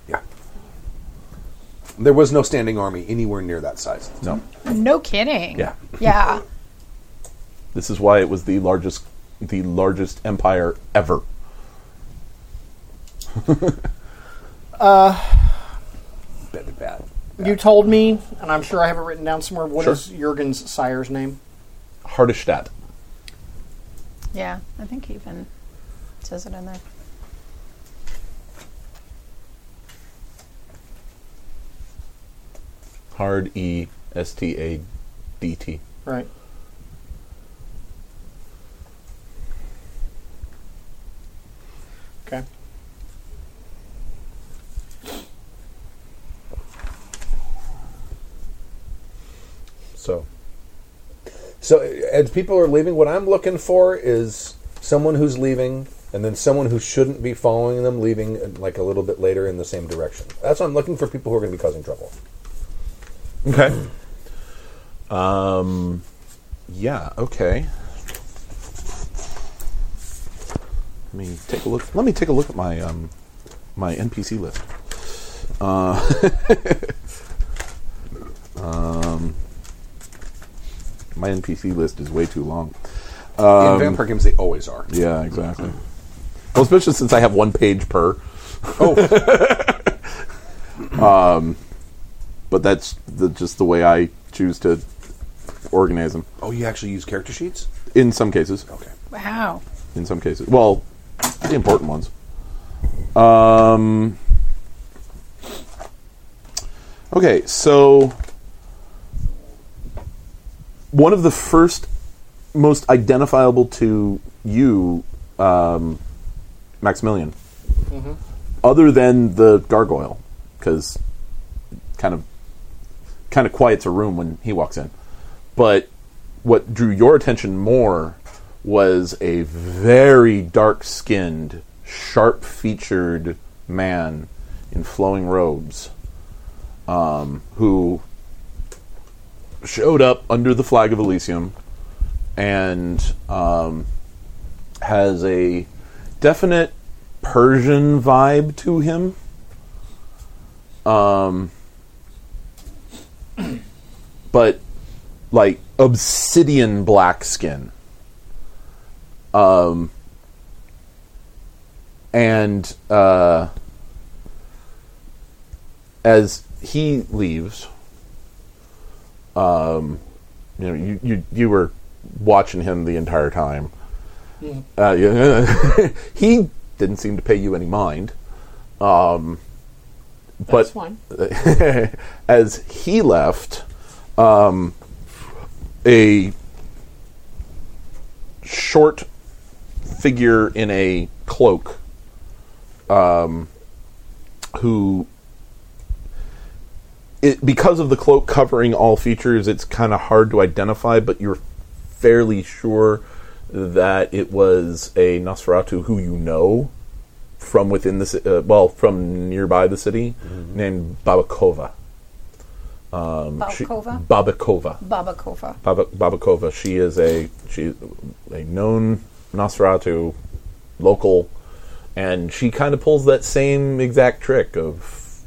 [SPEAKER 3] Yeah, there was no standing army anywhere near that size.
[SPEAKER 1] No,
[SPEAKER 5] No kidding.
[SPEAKER 1] Yeah.
[SPEAKER 5] Yeah.
[SPEAKER 1] this is why it was the largest the largest empire ever.
[SPEAKER 3] Bad, bad, bad.
[SPEAKER 4] You told me, and I'm sure I have it written down somewhere. What
[SPEAKER 1] Sure.
[SPEAKER 4] is Jurgen's sire's name?
[SPEAKER 1] Hardestadt.
[SPEAKER 5] Yeah. I think he even says it in there.
[SPEAKER 1] Hard E S T A D T.
[SPEAKER 4] Right. Okay.
[SPEAKER 6] So, so as people are leaving, what I'm looking for is someone who's leaving, and then someone who shouldn't be following them leaving, uh, like a little bit later in the same direction. That's what I'm looking for. People who are going to be causing trouble.
[SPEAKER 1] Okay. Um yeah, okay. Let me take a look. Let me take a look at my um my NPC list. Uh, um my NPC list is way too long.
[SPEAKER 6] Um,
[SPEAKER 3] in vampire games, they always are.
[SPEAKER 1] Yeah, exactly. Well, especially since I have one page per. Oh. um, but that's the, just the way I choose to organize them.
[SPEAKER 3] Oh, you actually use character sheets?
[SPEAKER 1] In some cases.
[SPEAKER 3] Okay.
[SPEAKER 5] Wow.
[SPEAKER 1] In some cases. Well, the important ones. Um. Okay, so one of the first, most identifiable to you, um, Maximilian, other than the gargoyle, because kind of kind of quiets a room when he walks in. But what drew your attention more was a very dark skinned, sharp featured man in flowing robes um, who showed up under the flag of Elysium and um, has a definite Persian vibe to him. but like obsidian black skin. Um, and uh, as he leaves, um, you know, you, you you were watching him the entire time.
[SPEAKER 4] Mm-hmm.
[SPEAKER 1] Uh, yeah, he didn't seem to pay you any mind. Um, but
[SPEAKER 4] That's fine.
[SPEAKER 1] as he left, um, a short figure in a cloak um, who it, because of the cloak covering all features it's kind of hard to identify but you're fairly sure that it was a Nosferatu who you know from within the ci- uh, well from nearby the city named Babakova she-
[SPEAKER 5] Balkova?
[SPEAKER 1] Babakova.
[SPEAKER 5] Babakova.
[SPEAKER 1] Baba- Babakova. She is a she a known Nosferatu local, and she kind of pulls that same exact trick of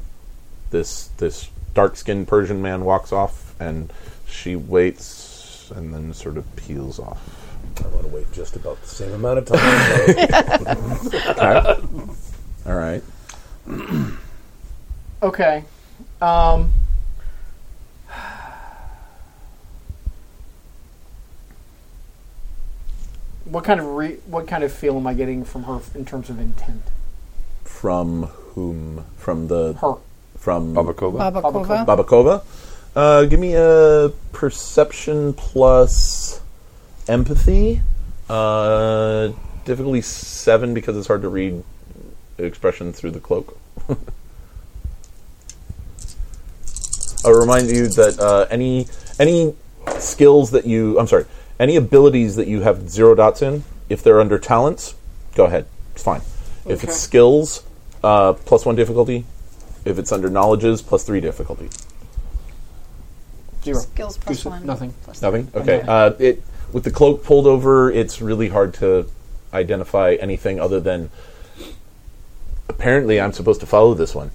[SPEAKER 1] this this dark skinned Persian man walks off, and she waits, and then sort of peels off.
[SPEAKER 6] I want to wait just about the same amount of time.
[SPEAKER 1] All right.
[SPEAKER 4] Okay. Um, What kind of re, what kind of feel am I getting from her in terms of intent?
[SPEAKER 1] From whom? From the
[SPEAKER 4] Her.
[SPEAKER 1] from
[SPEAKER 3] Babakova.
[SPEAKER 4] Babakova.
[SPEAKER 5] Babakova.
[SPEAKER 1] Babakova. Uh, give me a perception plus empathy. Uh, difficulty seven because it's hard to read expression through the cloak. I'll remind you that uh, any any skills that you I'm sorry any abilities that you have zero dots in if they're under talents go ahead it's fine if
[SPEAKER 4] Okay.
[SPEAKER 1] it's skills uh, plus one difficulty if it's under knowledges plus three difficulty
[SPEAKER 4] Zero.
[SPEAKER 5] Skills plus
[SPEAKER 4] Goose-
[SPEAKER 5] one.
[SPEAKER 4] nothing.
[SPEAKER 5] Plus
[SPEAKER 1] Nothing. Okay.
[SPEAKER 4] Okay.
[SPEAKER 1] Uh, it with the cloak pulled over, it's really hard to identify anything other than. Apparently, I'm supposed to follow this one,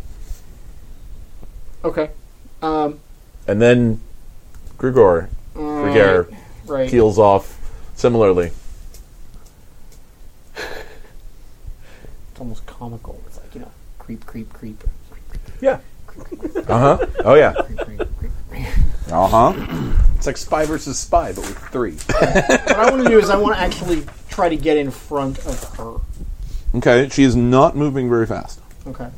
[SPEAKER 4] Okay. Um,
[SPEAKER 1] and then Grigor
[SPEAKER 5] Mm.
[SPEAKER 1] Grigor
[SPEAKER 4] right.
[SPEAKER 1] peels off. Similarly,
[SPEAKER 4] It's almost comical. It's like you know, creep, creep, creep, creep, creep,
[SPEAKER 1] yeah. Uh huh. Oh yeah.
[SPEAKER 4] creep, creep, creep.
[SPEAKER 1] Uh huh.
[SPEAKER 3] It's like spy versus spy, but with three.
[SPEAKER 4] what I want to do is I want to actually try to get in front of her.
[SPEAKER 1] Okay. She is not moving very fast.
[SPEAKER 4] Okay.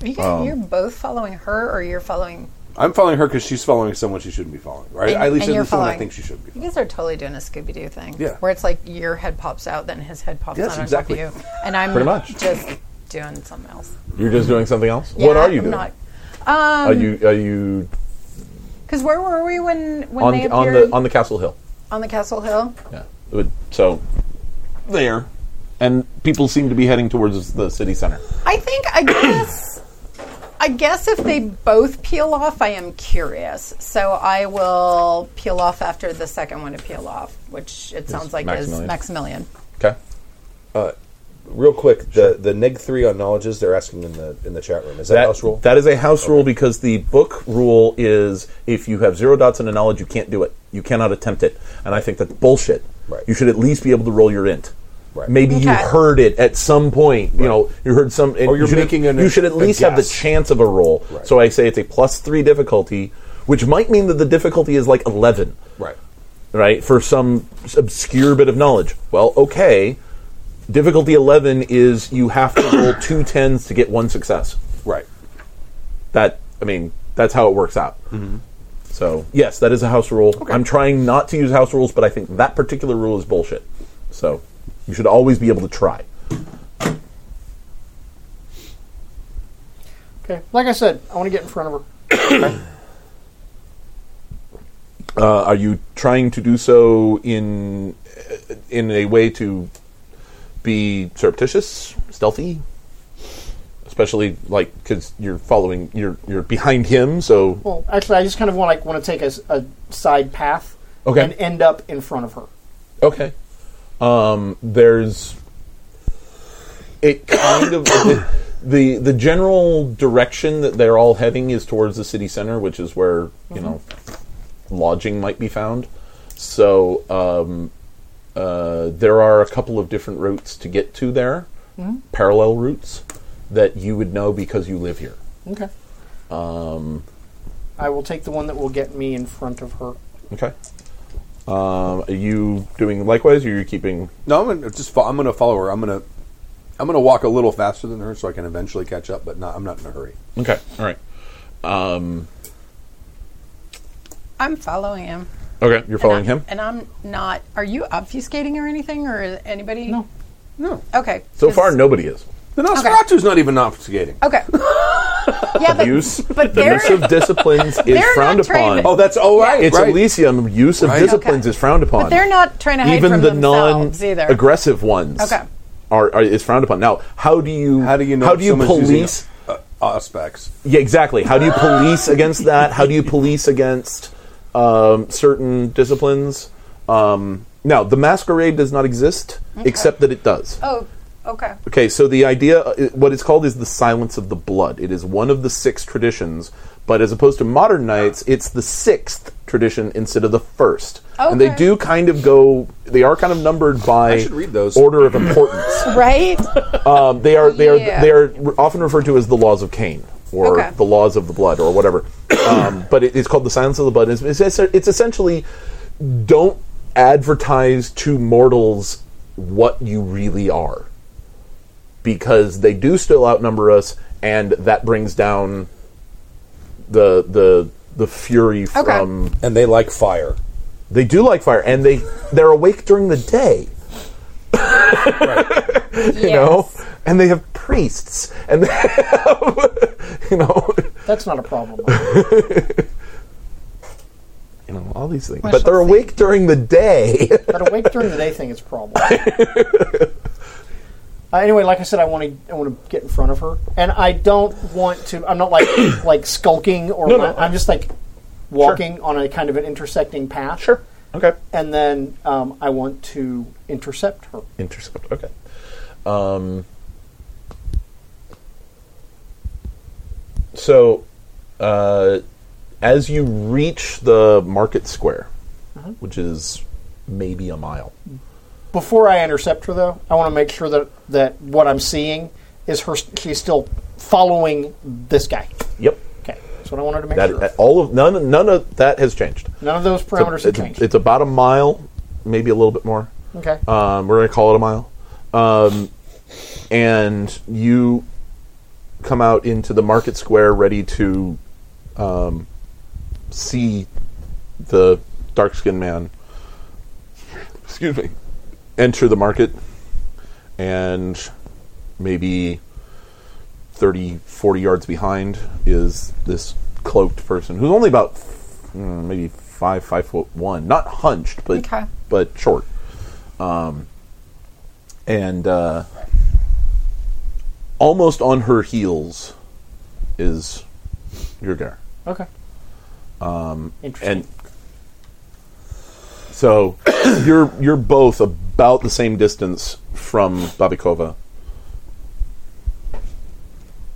[SPEAKER 5] Are you guys,
[SPEAKER 1] Um,
[SPEAKER 5] you're both following her, or you're following?
[SPEAKER 6] I'm following her because she's following someone she shouldn't be following. Right?
[SPEAKER 5] And-
[SPEAKER 6] At least
[SPEAKER 5] and you're
[SPEAKER 6] that's someone I
[SPEAKER 5] following.
[SPEAKER 6] think she should be.
[SPEAKER 5] You guys are totally doing a Scooby Doo thing.
[SPEAKER 6] Yeah.
[SPEAKER 5] Where it's like your head pops out, then his head pops
[SPEAKER 6] Yes,
[SPEAKER 5] out on
[SPEAKER 6] exactly.
[SPEAKER 5] top of you, and I'm
[SPEAKER 1] Pretty much.
[SPEAKER 5] just doing something else.
[SPEAKER 1] You're just doing something else. what
[SPEAKER 5] Yeah,
[SPEAKER 1] are you
[SPEAKER 5] I'm
[SPEAKER 1] doing?
[SPEAKER 5] Not,
[SPEAKER 1] are you are you
[SPEAKER 5] Because where were we when when
[SPEAKER 1] on
[SPEAKER 5] they appeared
[SPEAKER 1] on the on the castle hill?
[SPEAKER 5] on the castle hill?
[SPEAKER 1] Yeah. It would- So there, and people seem to be heading towards the city center.
[SPEAKER 5] I think I guess I guess if they both peel off, I am curious. So I will peel off after the second one to peel off, which it sounds like
[SPEAKER 1] Maximilian.
[SPEAKER 5] is Maximilian.
[SPEAKER 1] Okay.
[SPEAKER 6] Real quick, the the neg three on knowledges they're asking in the in the chat room is that, house rule?
[SPEAKER 1] That is a house rule because the book rule is if you have zero dots in a knowledge, you can't do it. You cannot attempt it. And I think that's bullshit.
[SPEAKER 6] Right.
[SPEAKER 1] You should at least be able to roll your int.
[SPEAKER 6] Right.
[SPEAKER 1] Maybe you
[SPEAKER 5] Okay.
[SPEAKER 1] heard it at some point. You know, you heard some.
[SPEAKER 6] Or Oh, you're
[SPEAKER 1] you should,
[SPEAKER 6] making an-
[SPEAKER 1] You should at
[SPEAKER 6] a
[SPEAKER 1] least have the
[SPEAKER 6] guess.
[SPEAKER 1] chance of a roll.
[SPEAKER 6] Right.
[SPEAKER 1] So I say it's a plus three difficulty, which might mean that the difficulty is like eleven
[SPEAKER 6] right.
[SPEAKER 1] right, for some obscure bit of knowledge. Well, okay. Difficulty 11 is you have to roll two tens to get one success.
[SPEAKER 6] Right.
[SPEAKER 1] That, I mean, that's how it works out. So, yes, that is a house rule. I'm trying not to use house rules, but I think that particular rule is bullshit. So, you should always be able to try.
[SPEAKER 4] Okay. Like I said, I want to get in front of her.
[SPEAKER 1] Uh, are you trying to do so in uh, in a way to be surreptitious, stealthy? Especially like because you're following, you're you're behind him, so
[SPEAKER 4] Well, actually, I just kind of want like want to take a, s- a side path
[SPEAKER 1] Okay.
[SPEAKER 4] and end up in front of her.
[SPEAKER 1] okay. Um, there's it kind of the, the the general direction that they're all heading is towards the city center, which is where you know lodging might be found. So um, uh, there are a couple of different routes to get to there,
[SPEAKER 5] Hmm?
[SPEAKER 1] parallel routes that you would know because you live here.
[SPEAKER 4] Okay. Um, I will take the one that will get me in front of her.
[SPEAKER 1] Okay. Um, are you doing likewise, or are you keeping?
[SPEAKER 3] No, I'm gonna just. Fo- I'm gonna follow her. I'm gonna. I'm gonna walk a little faster than her so I can eventually catch up, but not, I'm not in a hurry.
[SPEAKER 1] Okay. All right.
[SPEAKER 5] I'm following him.
[SPEAKER 1] Okay. You're following
[SPEAKER 5] and I-
[SPEAKER 1] him.
[SPEAKER 5] And I'm not. Are you obfuscating or anything, or anybody?
[SPEAKER 4] No.
[SPEAKER 3] No,
[SPEAKER 5] Okay.
[SPEAKER 1] So
[SPEAKER 5] 'cause-
[SPEAKER 1] far, nobody is.
[SPEAKER 3] the Nosferatu's not even obfuscating.
[SPEAKER 5] Okay. yeah, but
[SPEAKER 1] Use
[SPEAKER 5] but
[SPEAKER 1] the
[SPEAKER 5] they're-
[SPEAKER 1] use of disciplines is
[SPEAKER 5] they're not
[SPEAKER 1] frowned
[SPEAKER 5] trained.
[SPEAKER 1] upon.
[SPEAKER 3] Oh, that's all right.
[SPEAKER 1] it's
[SPEAKER 3] right.
[SPEAKER 1] Elysium. Use of
[SPEAKER 3] Right.
[SPEAKER 1] disciplines
[SPEAKER 5] Okay.
[SPEAKER 1] is frowned upon.
[SPEAKER 5] But they're not trying to hide
[SPEAKER 1] Even
[SPEAKER 5] from
[SPEAKER 1] the
[SPEAKER 5] themselves either.
[SPEAKER 1] non-aggressive ones.
[SPEAKER 5] Okay.
[SPEAKER 1] Are, are is frowned upon. Now, how do you
[SPEAKER 3] How do you know?
[SPEAKER 1] how do you
[SPEAKER 3] someone's using,
[SPEAKER 1] police?
[SPEAKER 3] uh, aspects?
[SPEAKER 1] Yeah, exactly. How do you police against that? How do you police against um, certain disciplines? Um, now, the masquerade does not exist, except that it does.
[SPEAKER 5] Oh, okay.
[SPEAKER 1] Okay, so the idea, uh, what it's called is the silence of the blood. It is one of the six traditions, but as opposed to modern knights, it's the sixth tradition instead of the first. And they
[SPEAKER 5] Okay.
[SPEAKER 1] do kind of go, they are kind of numbered by
[SPEAKER 6] should read those.
[SPEAKER 1] order of importance.
[SPEAKER 5] Right.
[SPEAKER 1] Um, they are they are
[SPEAKER 5] Yeah.
[SPEAKER 1] they are re- often referred to as the laws of Cain or
[SPEAKER 5] Okay.
[SPEAKER 1] the laws of the blood or whatever. um, but it, it's called the silence of the blood. It's, it's, it's essentially don't advertise to mortals what you really are because they do still outnumber us and that brings down the the the fury from
[SPEAKER 6] And they like fire.
[SPEAKER 1] they do like fire and they they're awake during the day you know and they have priests and they have, you know
[SPEAKER 4] That's not a problem.
[SPEAKER 1] you know all these things
[SPEAKER 2] We
[SPEAKER 1] but
[SPEAKER 2] shall
[SPEAKER 1] they're
[SPEAKER 2] see.
[SPEAKER 1] awake during the day
[SPEAKER 4] But awake during the day thing is a problem. Uh, anyway, like I said, I want to I want to get in front of her, and I don't want to. I'm not like like skulking or.
[SPEAKER 1] No, no.
[SPEAKER 4] I'm just like walking on a kind of an intersecting path. Sure.
[SPEAKER 1] okay
[SPEAKER 4] And then um, I want to intercept her.
[SPEAKER 1] intercept okay um so uh as you reach the market square which is maybe a mile
[SPEAKER 4] Before I intercept her, though, I want to make sure that that what I'm seeing is her. She's still following this guy.
[SPEAKER 1] yep
[SPEAKER 4] Okay, that's what I wanted to make
[SPEAKER 1] that
[SPEAKER 4] sure. of.
[SPEAKER 1] all of none none of that has changed
[SPEAKER 4] None of those
[SPEAKER 1] It's a-
[SPEAKER 4] parameters
[SPEAKER 1] it's,
[SPEAKER 4] have
[SPEAKER 1] a-
[SPEAKER 4] changed.
[SPEAKER 1] it's about a mile, maybe a little bit more.
[SPEAKER 4] okay.
[SPEAKER 1] Um, we're gonna call it a mile. Um, and you come out into the market square, ready to um, see the dark-skinned man. Excuse me. Enter the market, and maybe 30, 40 yards behind is this cloaked person who's only about mm, maybe five, five foot one, not hunched, but
[SPEAKER 5] Okay.
[SPEAKER 1] but short. Um, and uh, almost on her heels is Yurgar.
[SPEAKER 4] Okay. Um, Interesting.
[SPEAKER 1] and so you're you're both about the same distance from Babikova.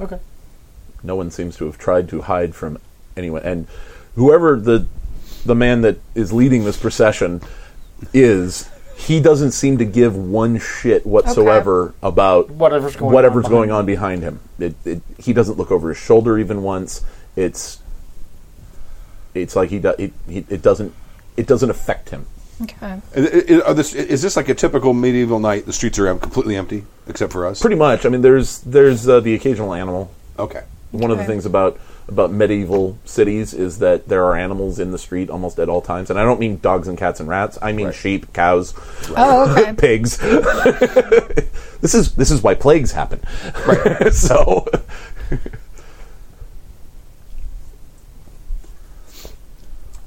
[SPEAKER 4] okay.
[SPEAKER 1] No one seems to have tried to hide from anyone, and whoever the the man that is leading this procession is, he doesn't seem to give one shit whatsoever about
[SPEAKER 4] Whatever's going on
[SPEAKER 1] whatever's
[SPEAKER 4] behind
[SPEAKER 1] going
[SPEAKER 4] him.
[SPEAKER 1] on behind him. It, it, he doesn't look over his shoulder even once. It's it's like he, do, it, he it doesn't it doesn't affect him.
[SPEAKER 5] Okay.
[SPEAKER 3] Is, are this, is this like a typical medieval night? The streets are em- completely empty except for us.
[SPEAKER 1] Pretty much. I mean, there's there's uh, the occasional animal.
[SPEAKER 3] okay.
[SPEAKER 1] One of the
[SPEAKER 5] Okay.
[SPEAKER 1] things about about medieval cities is that there are animals in the street almost at all times, and I don't mean dogs and cats and rats. I mean sheep, cows,
[SPEAKER 5] Oh, okay.
[SPEAKER 1] pigs. this is this is why plagues happen. so,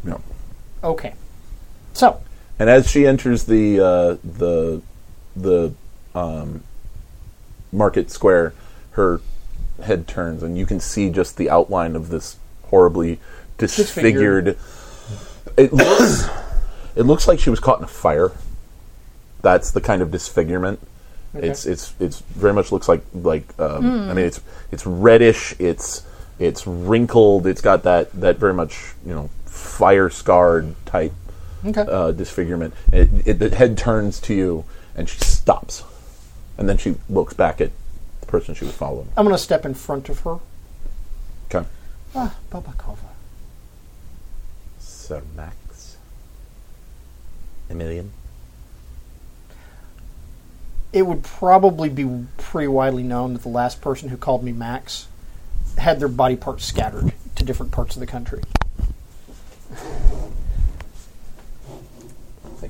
[SPEAKER 1] no.
[SPEAKER 4] Okay. So,
[SPEAKER 1] And as she enters the uh, the the um, market square, her head turns, and you can see just the outline of this horribly disfigured.
[SPEAKER 4] Disfigured.
[SPEAKER 1] It looks it looks like she was caught in a fire. That's the kind of disfigurement. It's it's it's very much looks like like um, I mean it's it's reddish. It's it's wrinkled. It's got that that very much you know fire scarred type
[SPEAKER 4] Okay.
[SPEAKER 1] uh, disfigurement. It, it, the head turns to you, and she stops, and then she looks back at the person she was following.
[SPEAKER 4] I'm going to step in front of her.
[SPEAKER 1] Okay,
[SPEAKER 4] Ah, Babakova.
[SPEAKER 1] Sir Max, Emilian.
[SPEAKER 4] It would probably be pretty widely known that the last person who called me Max had their body parts scattered to different parts of the country.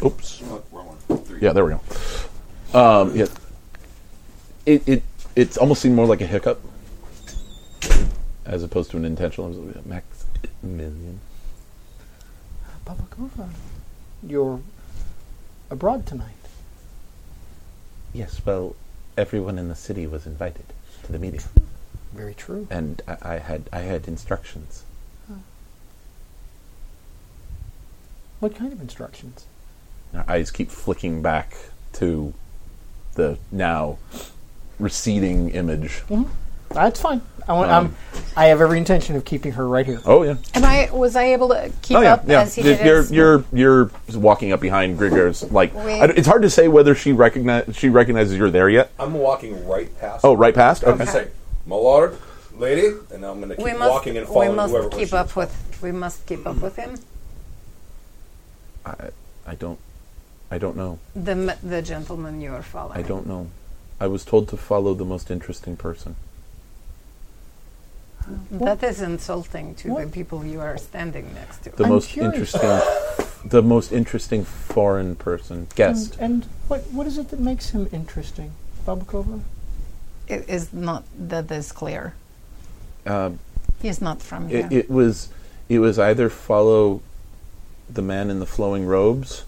[SPEAKER 1] Oops. Yeah, there we go. Um, yeah. It it it's almost seemed more like a hiccup, as opposed to an intentional. Max, Emilian.
[SPEAKER 4] Babakova, you're abroad tonight.
[SPEAKER 1] Yes, well, everyone in the city was invited to the meeting,
[SPEAKER 4] Very true.
[SPEAKER 1] and I, I had I had instructions.
[SPEAKER 4] What kind of instructions?
[SPEAKER 1] Our eyes keep flicking back to the now receding image.
[SPEAKER 4] That's fine. I want.
[SPEAKER 1] Um,
[SPEAKER 4] I'm, I have every intention of keeping her right here.
[SPEAKER 1] Oh yeah.
[SPEAKER 2] Am I was I able to keep
[SPEAKER 1] oh yeah,
[SPEAKER 2] up
[SPEAKER 1] yeah.
[SPEAKER 2] as he
[SPEAKER 1] Y-
[SPEAKER 2] did
[SPEAKER 1] you're
[SPEAKER 2] his-
[SPEAKER 1] you're you're walking up behind Grigor's like
[SPEAKER 2] Wait.
[SPEAKER 1] I d- it's hard to say whether she recognize she recognizes you're there yet.
[SPEAKER 6] I'm walking right past.
[SPEAKER 1] Oh, right past?
[SPEAKER 6] I'm
[SPEAKER 1] Okay.
[SPEAKER 6] just like, my lord, lady, and I'm going to keep
[SPEAKER 2] we must
[SPEAKER 6] walking and
[SPEAKER 2] we
[SPEAKER 6] following whoever
[SPEAKER 2] must
[SPEAKER 6] it
[SPEAKER 2] keep
[SPEAKER 6] was she was
[SPEAKER 1] Mm-hmm.
[SPEAKER 2] up with we must keep up with him.
[SPEAKER 1] I I don't I don't know.
[SPEAKER 2] The m- the gentleman you are following.
[SPEAKER 1] I don't know. I was told to follow the most interesting person.
[SPEAKER 2] That is insulting to
[SPEAKER 1] Mm-hmm.
[SPEAKER 2] the people you are standing next to.
[SPEAKER 1] The
[SPEAKER 4] I'm
[SPEAKER 1] most
[SPEAKER 4] curious.
[SPEAKER 1] interesting the most interesting foreign person. Guest.
[SPEAKER 4] And, and what what is it that makes him interesting, Babakova?
[SPEAKER 2] it is not that is clear.
[SPEAKER 1] Um,
[SPEAKER 2] He is not from here.
[SPEAKER 1] It, it was it was either follow the man in the flowing robes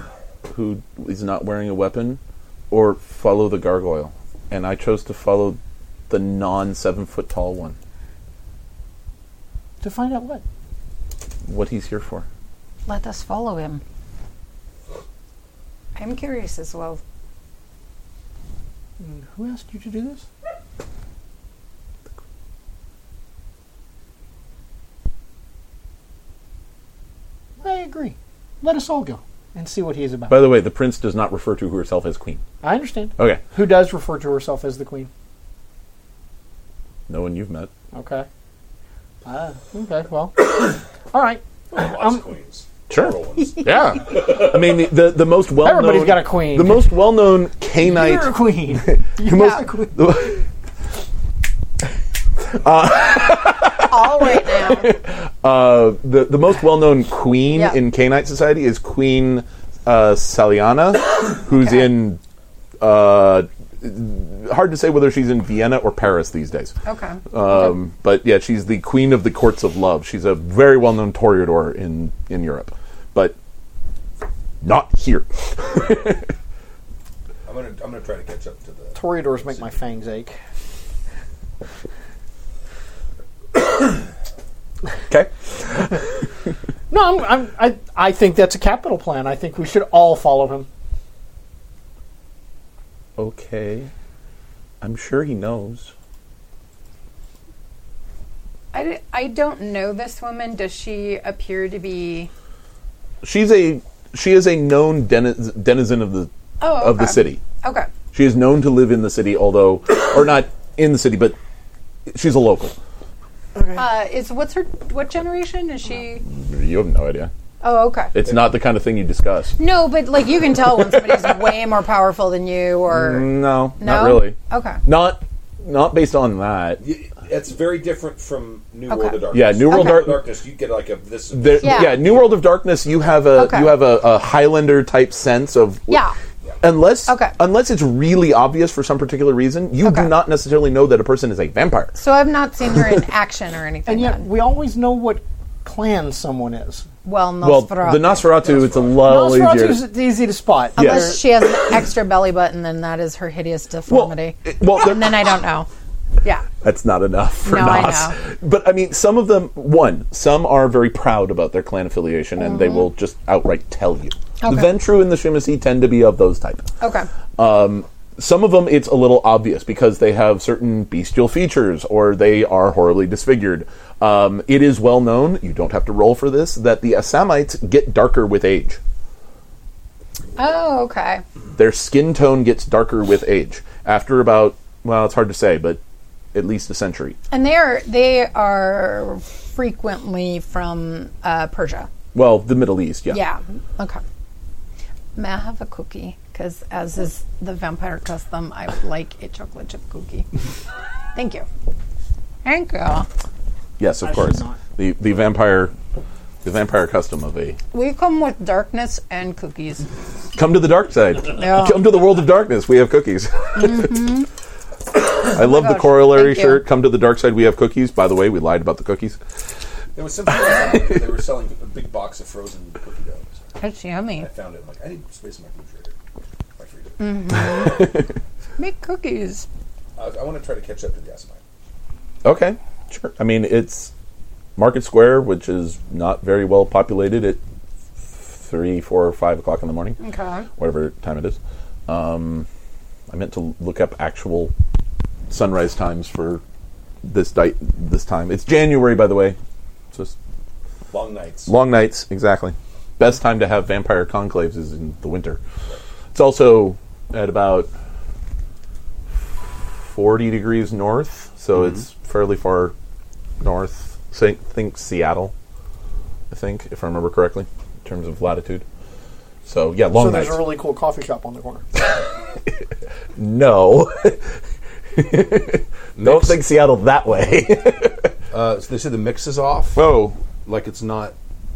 [SPEAKER 1] who is not wearing a weapon or follow the gargoyle. And I chose to follow the non seven foot tall one.
[SPEAKER 4] To find out what?
[SPEAKER 1] What he's here for.
[SPEAKER 5] Let us follow him.
[SPEAKER 2] I'm curious as well.
[SPEAKER 4] And who asked you to do this? I agree. Let us all go and see what he is about.
[SPEAKER 1] By the way, the prince does not refer to herself as queen.
[SPEAKER 4] I understand.
[SPEAKER 1] Okay.
[SPEAKER 4] Who does refer to herself as the queen?
[SPEAKER 1] No one you've met.
[SPEAKER 4] Okay. Ah, okay. Well, all right.
[SPEAKER 7] Lots
[SPEAKER 2] Um,
[SPEAKER 7] of queens.
[SPEAKER 1] Sure.
[SPEAKER 7] Several ones.
[SPEAKER 1] Yeah. I mean, the, the, the most well known.
[SPEAKER 4] Everybody's got a queen.
[SPEAKER 1] The most well known canine.
[SPEAKER 4] You're a queen.
[SPEAKER 1] the most-
[SPEAKER 2] All right now.
[SPEAKER 1] Uh, the the most well known queen
[SPEAKER 2] Yeah.
[SPEAKER 1] in Cainite society is Queen uh, Saliana, who's in. Uh, hard to say whether she's in Vienna or Paris these days.
[SPEAKER 2] Okay.
[SPEAKER 1] Um, but yeah, she's the queen of the courts of love. She's a very well known toreador in in Europe, but not here.
[SPEAKER 6] I'm gonna I'm gonna try to catch up to the.
[SPEAKER 4] Toreadors make my fangs ache.
[SPEAKER 1] Okay.
[SPEAKER 4] No, I'm, I'm, I, I think that's a capital plan. I think we should all follow him.
[SPEAKER 1] Okay. I'm sure he knows.
[SPEAKER 2] I, d- I don't know this woman. Does she appear to be?
[SPEAKER 1] She's a she is a known deniz- denizen of the
[SPEAKER 2] Oh,
[SPEAKER 1] of the
[SPEAKER 2] okay.
[SPEAKER 1] city.
[SPEAKER 2] Okay.
[SPEAKER 1] She is known to live in the city, although, or not in the city, but she's a local.
[SPEAKER 2] Uh, is what's her? What generation is she?
[SPEAKER 1] You have no idea.
[SPEAKER 2] Oh, okay.
[SPEAKER 1] It's not the kind of thing you discuss.
[SPEAKER 2] No, but like you can tell when somebody's way more powerful than you, or
[SPEAKER 1] No,
[SPEAKER 2] No?
[SPEAKER 1] not really.
[SPEAKER 2] okay.
[SPEAKER 1] Not, not based on that.
[SPEAKER 7] It's very different from New World
[SPEAKER 2] Okay.
[SPEAKER 7] of Darkness.
[SPEAKER 1] Yeah, New World
[SPEAKER 2] Okay.
[SPEAKER 1] Dark-
[SPEAKER 7] Darkness. You get like a this.
[SPEAKER 1] There,
[SPEAKER 2] Yeah.
[SPEAKER 1] yeah. New World of Darkness. You have a
[SPEAKER 2] Okay.
[SPEAKER 1] you have a, a Highlander type sense of
[SPEAKER 2] Yeah.
[SPEAKER 1] Unless
[SPEAKER 2] Okay.
[SPEAKER 1] unless it's really obvious for some particular reason, you
[SPEAKER 2] Okay.
[SPEAKER 1] do not necessarily know that a person is a vampire.
[SPEAKER 2] So I've not seen her in action or anything.
[SPEAKER 4] And yet,
[SPEAKER 2] then.
[SPEAKER 4] we always know what clan someone is.
[SPEAKER 2] well,
[SPEAKER 1] Well,
[SPEAKER 2] Nosferatu.
[SPEAKER 1] the Nosferatu, it's a lot
[SPEAKER 4] Nosferatu
[SPEAKER 1] easier.
[SPEAKER 4] is easy to spot.
[SPEAKER 1] Yes.
[SPEAKER 2] Unless she has an extra belly button, then that is her hideous deformity.
[SPEAKER 1] it- well, there-
[SPEAKER 2] and then I don't know. Yeah.
[SPEAKER 1] That's not enough for
[SPEAKER 2] No, I
[SPEAKER 1] Nas. But I mean, some of them, one, some are very proud about their clan affiliation and
[SPEAKER 2] Mm-hmm.
[SPEAKER 1] they will just outright tell you. The Ventru and the Shimasi tend to be of those type.
[SPEAKER 2] Okay.
[SPEAKER 1] Um, some of them, it's a little obvious because they have certain bestial features or they are horribly disfigured. Um, it is well known, you don't have to roll for this, that the Assamites get darker with age.
[SPEAKER 2] Oh, okay.
[SPEAKER 1] Their skin tone gets darker with age. After about, well, it's hard to say, but at least a century.
[SPEAKER 2] And they are they are frequently from uh, Persia.
[SPEAKER 1] Well, the Middle East,
[SPEAKER 2] Yeah. Okay. May I have a cookie? Because as is the vampire custom, I would like a chocolate chip cookie. Thank you. Thank you.
[SPEAKER 1] Yes, of course. The the vampire the vampire custom of a
[SPEAKER 2] We come with darkness and cookies. Oh,
[SPEAKER 1] come to the dark side.
[SPEAKER 2] Yeah.
[SPEAKER 1] Come to the world of darkness. We have cookies. I love the
[SPEAKER 2] Mm-hmm. Oh gosh,
[SPEAKER 1] corollary
[SPEAKER 2] thank you.
[SPEAKER 1] shirt. Come to the dark side. We have cookies. By the way, we lied about the cookies.
[SPEAKER 6] There was something else. they were selling a big box of frozen cookie dough. So
[SPEAKER 2] It's yummy.
[SPEAKER 6] I found it. I'm like, I need space in my refrigerator. My freezer.
[SPEAKER 2] Hmm. Make cookies.
[SPEAKER 6] I, I want to try to catch up to the Asimite.
[SPEAKER 1] Okay, sure. I mean, it's Market Square, which is not very well populated at three, four, or five o'clock in the morning,
[SPEAKER 2] Okay.
[SPEAKER 1] whatever time it is. Um, I meant to look up actual sunrise times for this di- this time. It's January, by the way. It's just
[SPEAKER 7] Long nights.
[SPEAKER 1] Long nights, exactly. Best time to have vampire conclaves is in the winter. It's also at about 40 degrees north, so it's fairly far north. Think, think Seattle, I think, if I remember correctly, in terms of latitude. So yeah, long
[SPEAKER 4] so
[SPEAKER 1] nights.
[SPEAKER 4] there's a really cool coffee shop on the corner.
[SPEAKER 1] no. Don't think Seattle that way.
[SPEAKER 6] Uh, so they said the mix is off.
[SPEAKER 1] oh,
[SPEAKER 6] Like it's not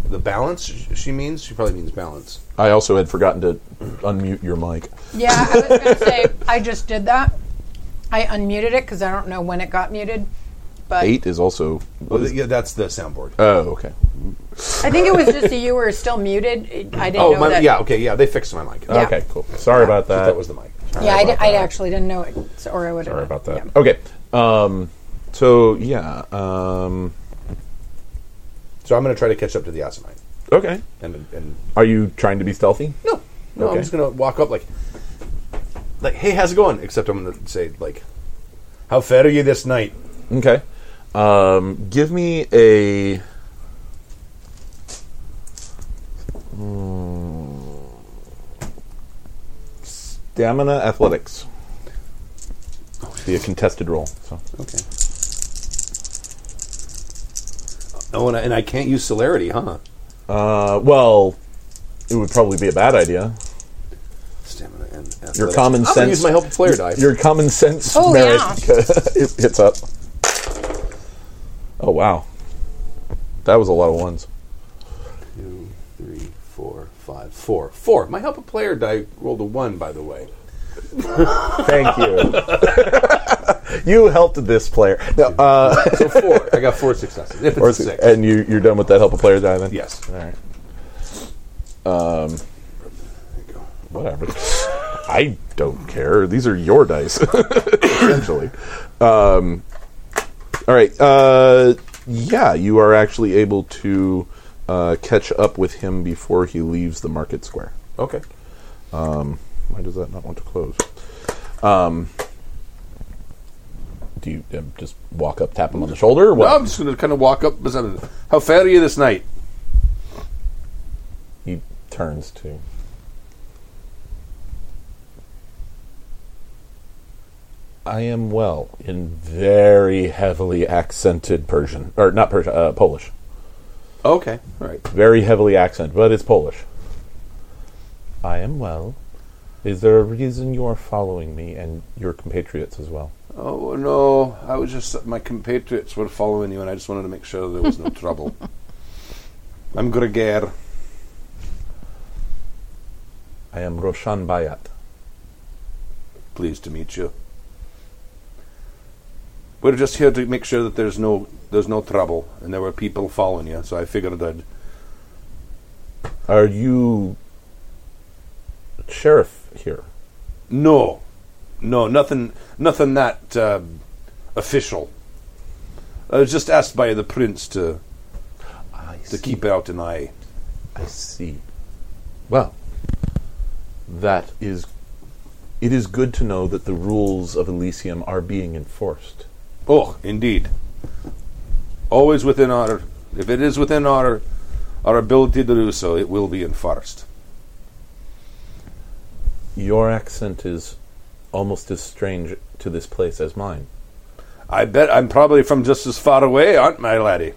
[SPEAKER 6] the balance. sh- She means she probably means balance.
[SPEAKER 1] I also had forgotten to unmute your mic.
[SPEAKER 2] Yeah, I was going to say, I just did that. I unmuted it because I don't know when it got muted. But
[SPEAKER 1] Eight is also.
[SPEAKER 6] Well, th- yeah, that's the soundboard.
[SPEAKER 1] Oh, okay.
[SPEAKER 2] I think it was just that you were still muted. It- I didn't
[SPEAKER 6] oh,
[SPEAKER 2] know
[SPEAKER 6] my,
[SPEAKER 2] that.
[SPEAKER 6] yeah. Okay, yeah. They fixed my mic. Uh,
[SPEAKER 2] Yeah.
[SPEAKER 1] Okay, cool. Sorry about that.
[SPEAKER 6] that was the mic.
[SPEAKER 2] Yeah, I, di- I actually didn't know it, so- or I would.
[SPEAKER 1] Sorry about that. Okay. Um, so yeah. Um,
[SPEAKER 6] So I'm going to try to catch up to the Yosemite.
[SPEAKER 1] okay.
[SPEAKER 6] And and
[SPEAKER 1] Are you trying to be stealthy?
[SPEAKER 6] no, no. I'm
[SPEAKER 1] Okay.
[SPEAKER 6] just going to walk up like, like, hey, how's it going? Except I'm going to say like, how fed are you this night?
[SPEAKER 1] Okay. Um, give me a. Mm. Stamina athletics. Be a contested roll. So
[SPEAKER 6] Okay. Oh, and I, and I can't use celerity, huh?
[SPEAKER 1] Uh, well, it would probably be a bad idea.
[SPEAKER 6] Stamina and athletics.
[SPEAKER 1] Your common
[SPEAKER 6] I'm gonna
[SPEAKER 1] sense.
[SPEAKER 6] Use my help player die.
[SPEAKER 1] Your common sense
[SPEAKER 2] Oh,
[SPEAKER 1] merit
[SPEAKER 2] yeah.
[SPEAKER 1] it hits up. Oh wow, that was a lot of ones.
[SPEAKER 6] two, three, four, five, four, four. My help a player die rolled a one, by the way.
[SPEAKER 1] Thank you. you helped this player. No, uh,
[SPEAKER 6] So four. I got four successes. If it's
[SPEAKER 1] or-
[SPEAKER 6] a six,
[SPEAKER 1] and you you're done with that help a player die then?
[SPEAKER 6] yes.
[SPEAKER 1] All right.
[SPEAKER 6] There you go.
[SPEAKER 1] Um, Whatever. I don't care. These are your dice, essentially. Um, all right. Uh, yeah, you are actually able to uh, catch up with him before he leaves the market square.
[SPEAKER 6] Okay.
[SPEAKER 1] Why does that not want to close? Um, do you um, just walk up, tap him on the shoulder? or What?
[SPEAKER 6] Well, I'm just going to kind of walk up beside him. How fat are you this night?
[SPEAKER 1] He turns to. I am well in very heavily accented Persian, or not Persian, uh, Polish.
[SPEAKER 6] Okay. All right.
[SPEAKER 1] Very heavily accent, but it's Polish. I am well. Is there a reason you are following me and your compatriots as well?
[SPEAKER 6] Oh no! I was just my compatriots were following you, and I just wanted to make sure there was no trouble. I'm Gregor.
[SPEAKER 1] I am Roshan Bayat.
[SPEAKER 6] Pleased to meet you. We're just here to make sure that there's no there's no trouble, and there were people following you, so I figured I'd
[SPEAKER 1] Are you sheriff here?
[SPEAKER 6] No, no, nothing, nothing that uh, official. I was just asked by the prince to
[SPEAKER 1] I
[SPEAKER 6] to keep out an eye.
[SPEAKER 1] I see. Well, that is. It is good to know that the rules of Elysium are being enforced.
[SPEAKER 6] Oh, indeed. Always within our, if it is within our, our ability to do so, it will be enforced.
[SPEAKER 1] Your accent is almost as strange to this place as mine.
[SPEAKER 6] I bet I'm probably from just as far away, aren't my laddie?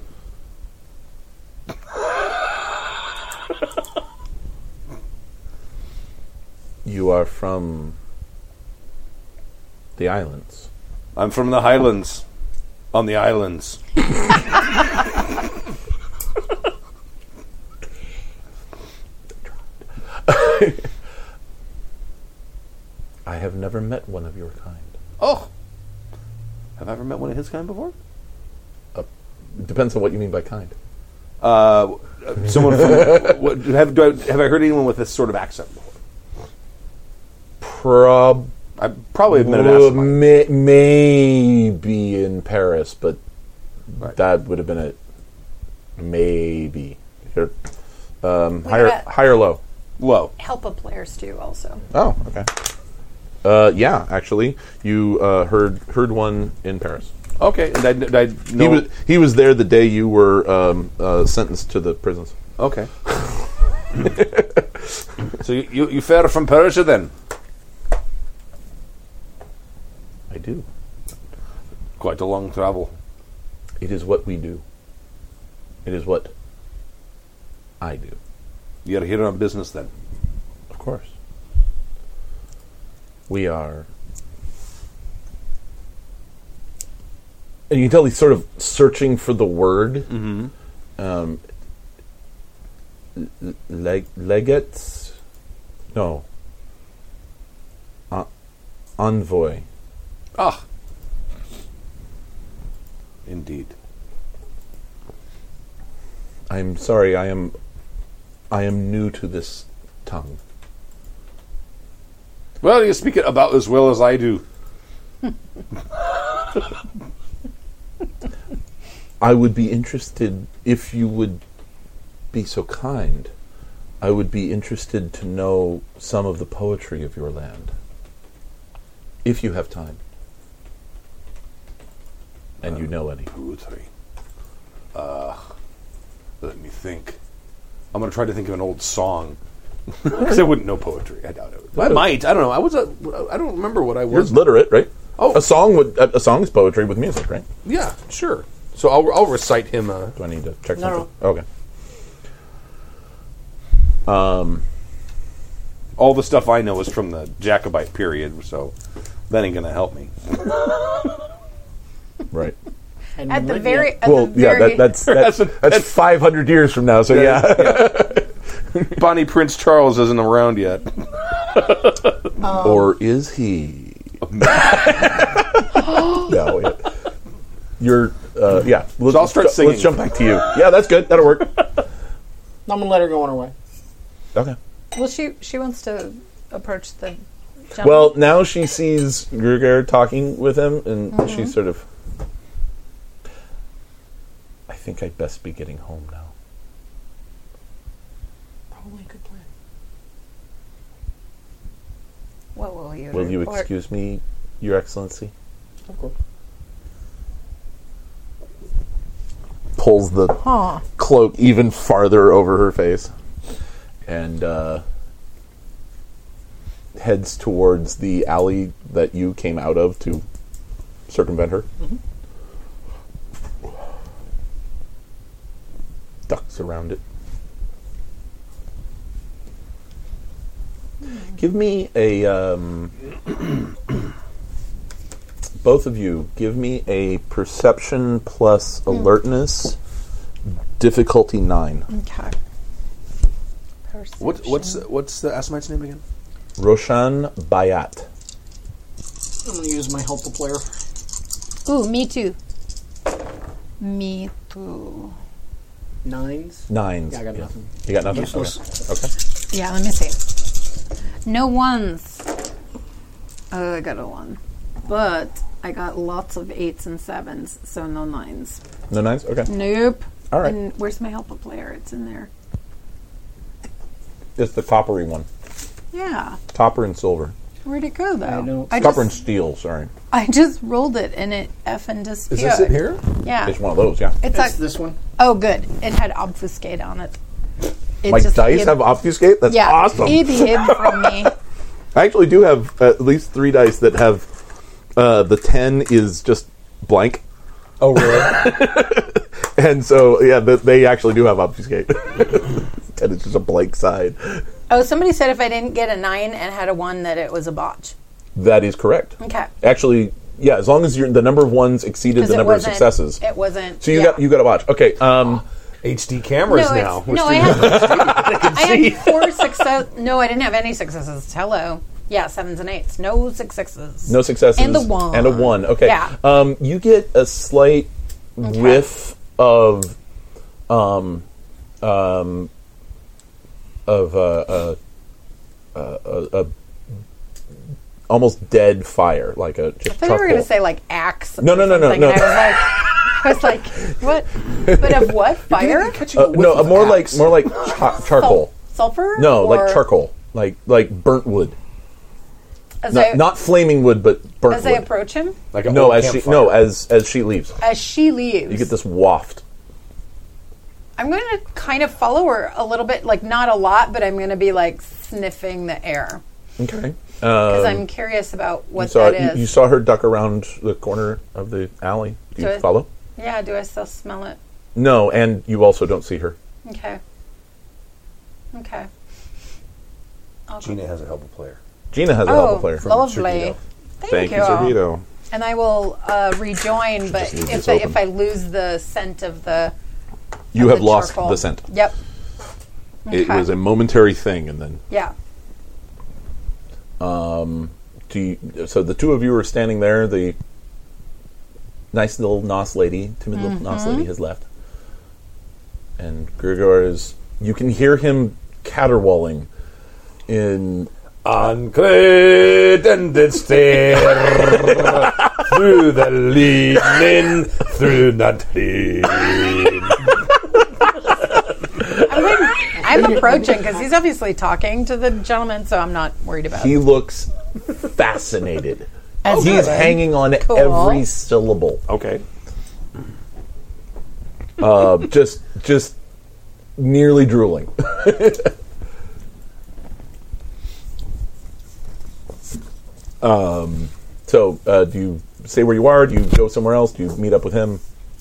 [SPEAKER 1] You are from the islands.
[SPEAKER 6] I'm from the Highlands, on the islands.
[SPEAKER 1] I have never met one of your kind.
[SPEAKER 6] Oh, have I ever met one of his kind before?
[SPEAKER 1] It depends on what you mean by kind.
[SPEAKER 6] Uh, someone from what, have do I, have I heard anyone with this sort of accent before?
[SPEAKER 1] Prob.
[SPEAKER 6] I probably have met an
[SPEAKER 1] Well,
[SPEAKER 6] asinine.
[SPEAKER 1] may, maybe in Paris, but that would have been it. Maybe here, um,
[SPEAKER 2] We
[SPEAKER 1] higher,
[SPEAKER 2] got-
[SPEAKER 1] higher, low.
[SPEAKER 6] Whoa.
[SPEAKER 2] Help a players too, also.
[SPEAKER 1] Oh, okay. Uh, yeah, actually, you uh, heard heard one in Paris.
[SPEAKER 6] Okay. And I, and I
[SPEAKER 1] He
[SPEAKER 6] know.
[SPEAKER 1] was he was there the day you were um, uh, sentenced to the prisons.
[SPEAKER 6] okay. so you, you, you fare from Persia then?
[SPEAKER 1] I do.
[SPEAKER 6] Quite a long travel.
[SPEAKER 1] It is what we do. It is what I do.
[SPEAKER 6] You're here on business then?
[SPEAKER 1] course. We are. And you can tell he's sort of searching for the word. Mm-hmm. Um, l- leg- legates? No. Uh, envoy.
[SPEAKER 3] Ah,
[SPEAKER 6] Indeed.
[SPEAKER 1] I'm sorry, I am I am new to this tongue.
[SPEAKER 3] well, you speak it about as well as I do.
[SPEAKER 1] I would be interested if you would be so kind. I would be interested to know some of the poetry of your land. If you have time. And you know any.
[SPEAKER 3] Poetry. Uh, let me think. I'm gonna try to think of an old song because I wouldn't know poetry. I doubt it. I might. I don't know. I was. A, I don't remember what I
[SPEAKER 1] You're
[SPEAKER 3] was.
[SPEAKER 1] literate, right?
[SPEAKER 3] Oh.
[SPEAKER 1] a song would a a song is poetry with music, right?
[SPEAKER 3] Yeah, sure. So I'll, I'll recite him. Uh,
[SPEAKER 1] Do I need to check
[SPEAKER 4] No,
[SPEAKER 1] something? Okay.
[SPEAKER 3] all the stuff I know is from the Jacobite period, so that ain't gonna help me.
[SPEAKER 1] Right.
[SPEAKER 4] And
[SPEAKER 2] At the
[SPEAKER 4] Lydia-
[SPEAKER 2] very, at
[SPEAKER 1] well,
[SPEAKER 2] the
[SPEAKER 1] yeah,
[SPEAKER 2] very
[SPEAKER 1] that, that's that's, that's, 500 years from now. So yeah.
[SPEAKER 3] Bonnie Prince Charles isn't around yet.
[SPEAKER 1] or is he? no. It, you're uh, yeah. Let's,
[SPEAKER 3] I'll start
[SPEAKER 1] let's ju-
[SPEAKER 3] singing.
[SPEAKER 1] Let's jump back to you. Yeah, that's good. That'll work.
[SPEAKER 4] I'm gonna let her go on her way.
[SPEAKER 1] Okay.
[SPEAKER 5] Well, she she wants to approach the. Gentleman.
[SPEAKER 1] Well, now she sees Gruger talking with him, and she's sort of. I think I'd best be getting home now.
[SPEAKER 4] Probably a good plan.
[SPEAKER 5] what will you?
[SPEAKER 1] Will you
[SPEAKER 5] report?
[SPEAKER 1] excuse me, Your Excellency?
[SPEAKER 4] Of course.
[SPEAKER 1] Pulls the
[SPEAKER 5] Huh.
[SPEAKER 1] cloak even farther over her face and uh, heads towards the alley that you came out of to circumvent her. Ducks around it. Give me a. Um, both of you, give me a perception plus alertness, difficulty nine.
[SPEAKER 5] Okay.
[SPEAKER 3] What, what's what's the Asimite's name again?
[SPEAKER 1] Roshan Bayat.
[SPEAKER 4] I'm gonna use my helpful player.
[SPEAKER 5] Ooh, me too. Me too.
[SPEAKER 4] Nines.
[SPEAKER 1] Nines.
[SPEAKER 4] Yeah, I got nothing.
[SPEAKER 1] You got nothing?
[SPEAKER 4] Useless.
[SPEAKER 1] Okay. okay.
[SPEAKER 5] Yeah, let me see. No ones.
[SPEAKER 2] Oh, I got a one. But I got lots of eights and sevens, so no nines.
[SPEAKER 1] No nines? Okay.
[SPEAKER 2] Nope.
[SPEAKER 1] All right.
[SPEAKER 2] And where's my help a player? It's in there.
[SPEAKER 1] It's the coppery one.
[SPEAKER 2] Yeah.
[SPEAKER 1] Copper and silver.
[SPEAKER 2] Where'd it go though? I
[SPEAKER 4] don't-
[SPEAKER 2] I
[SPEAKER 1] Copper and
[SPEAKER 2] just,
[SPEAKER 1] steel, sorry.
[SPEAKER 2] I just rolled it and it effing
[SPEAKER 6] Is
[SPEAKER 2] disappeared.
[SPEAKER 6] this it here?
[SPEAKER 2] Yeah.
[SPEAKER 1] It's one of those, yeah.
[SPEAKER 2] It's
[SPEAKER 4] That's
[SPEAKER 2] like
[SPEAKER 4] this one.
[SPEAKER 2] oh good. It had obfuscate on it. It
[SPEAKER 1] My
[SPEAKER 2] just
[SPEAKER 1] dice
[SPEAKER 2] hid-
[SPEAKER 1] have obfuscate? That's
[SPEAKER 2] yeah,
[SPEAKER 1] awesome.
[SPEAKER 2] It hid from me.
[SPEAKER 1] I actually do have at least three dice that have uh, the 10 is just blank.
[SPEAKER 6] Oh, really?
[SPEAKER 1] And so, yeah, th- they actually do have obfuscate. and it's just a blank side.
[SPEAKER 2] Oh, somebody said if I didn't get a nine and had a one, that it was a botch.
[SPEAKER 1] That is correct.
[SPEAKER 2] Okay.
[SPEAKER 1] Actually, yeah, as long as you're, the number of ones exceeded
[SPEAKER 2] 'Cause
[SPEAKER 1] the
[SPEAKER 2] it
[SPEAKER 1] number of
[SPEAKER 2] wasn't-
[SPEAKER 1] successes.
[SPEAKER 2] It wasn't.
[SPEAKER 1] So you
[SPEAKER 2] yeah.
[SPEAKER 1] got you got to watch. Okay, um,
[SPEAKER 6] HD cameras
[SPEAKER 2] no,
[SPEAKER 6] now.
[SPEAKER 2] it's- no, I had, I had four success. No, I didn't have any successes. Hello. Yeah, sevens and eights. No successes.
[SPEAKER 1] no successes
[SPEAKER 2] And the one.
[SPEAKER 1] and a one. Okay,
[SPEAKER 2] Yeah.
[SPEAKER 1] um, you get a slight whiff of um, um, of uh, uh, uh, uh, uh, almost dead fire, like a just
[SPEAKER 2] I thought you were going
[SPEAKER 1] charcoal.
[SPEAKER 2] to say like axe.
[SPEAKER 1] No,
[SPEAKER 2] or
[SPEAKER 1] no, no, no,
[SPEAKER 2] something,
[SPEAKER 1] no.
[SPEAKER 2] and I was like, I was like, what? But of what? Fire?
[SPEAKER 6] Catching
[SPEAKER 1] Uh,
[SPEAKER 6] a whiff
[SPEAKER 1] no,
[SPEAKER 6] of
[SPEAKER 1] more
[SPEAKER 6] axe.
[SPEAKER 1] like more like cha- charcoal.
[SPEAKER 2] Sulfur?
[SPEAKER 1] No, like
[SPEAKER 2] Or-
[SPEAKER 1] charcoal, like like burnt wood.
[SPEAKER 2] As,
[SPEAKER 1] Not,
[SPEAKER 2] I,
[SPEAKER 1] not flaming wood, but burnt
[SPEAKER 2] as I
[SPEAKER 1] wood.
[SPEAKER 2] approach him,
[SPEAKER 6] Like an
[SPEAKER 1] no,
[SPEAKER 6] old
[SPEAKER 1] as she
[SPEAKER 6] campfire.
[SPEAKER 1] no as as she leaves,
[SPEAKER 2] as she leaves,
[SPEAKER 1] you get this waft.
[SPEAKER 2] I'm going to kind of follow her a little bit, like not a lot, but I'm going to be like sniffing the air
[SPEAKER 1] Okay.
[SPEAKER 2] because I'm curious about
[SPEAKER 1] Um, You
[SPEAKER 2] what
[SPEAKER 1] saw,
[SPEAKER 2] that is.
[SPEAKER 1] you, you saw her duck around the corner of the alley. Do you
[SPEAKER 2] Do I-
[SPEAKER 1] follow?
[SPEAKER 2] yeah, do I still smell it?
[SPEAKER 1] No, and you also don't see her.
[SPEAKER 2] Okay. Okay.
[SPEAKER 6] Gina has a helpful player.
[SPEAKER 1] Gina has a
[SPEAKER 2] Oh,
[SPEAKER 1] helpful player.
[SPEAKER 2] lovely.
[SPEAKER 1] Thank
[SPEAKER 2] Thank,
[SPEAKER 1] you,
[SPEAKER 2] you.
[SPEAKER 8] Servito.
[SPEAKER 2] And I will uh, rejoin, but
[SPEAKER 1] need this
[SPEAKER 2] if I,
[SPEAKER 1] open.
[SPEAKER 2] if I lose the scent of the
[SPEAKER 1] You
[SPEAKER 2] of
[SPEAKER 1] have
[SPEAKER 2] the
[SPEAKER 1] lost
[SPEAKER 2] charcoal.
[SPEAKER 1] the scent.
[SPEAKER 2] Yep.
[SPEAKER 1] It
[SPEAKER 2] Okay.
[SPEAKER 1] was a momentary thing, and then
[SPEAKER 2] Yeah.
[SPEAKER 1] do you, so the two of you are standing there. The nice little Nos lady, timid little Nos lady, has left, and Grigor is. You can hear him caterwauling in
[SPEAKER 6] Unclean and did stare through the leaning, through the lean.
[SPEAKER 2] I'm, going- I'm approaching because he's obviously talking to the gentleman, so I'm not worried about
[SPEAKER 1] He
[SPEAKER 2] it.
[SPEAKER 1] looks fascinated.
[SPEAKER 2] As
[SPEAKER 1] He's hanging on
[SPEAKER 2] Cool.
[SPEAKER 1] every syllable.
[SPEAKER 8] Okay.
[SPEAKER 1] Uh, just just nearly drooling. um, so uh, do you say where you are? Do you go somewhere else? Do you meet up with him?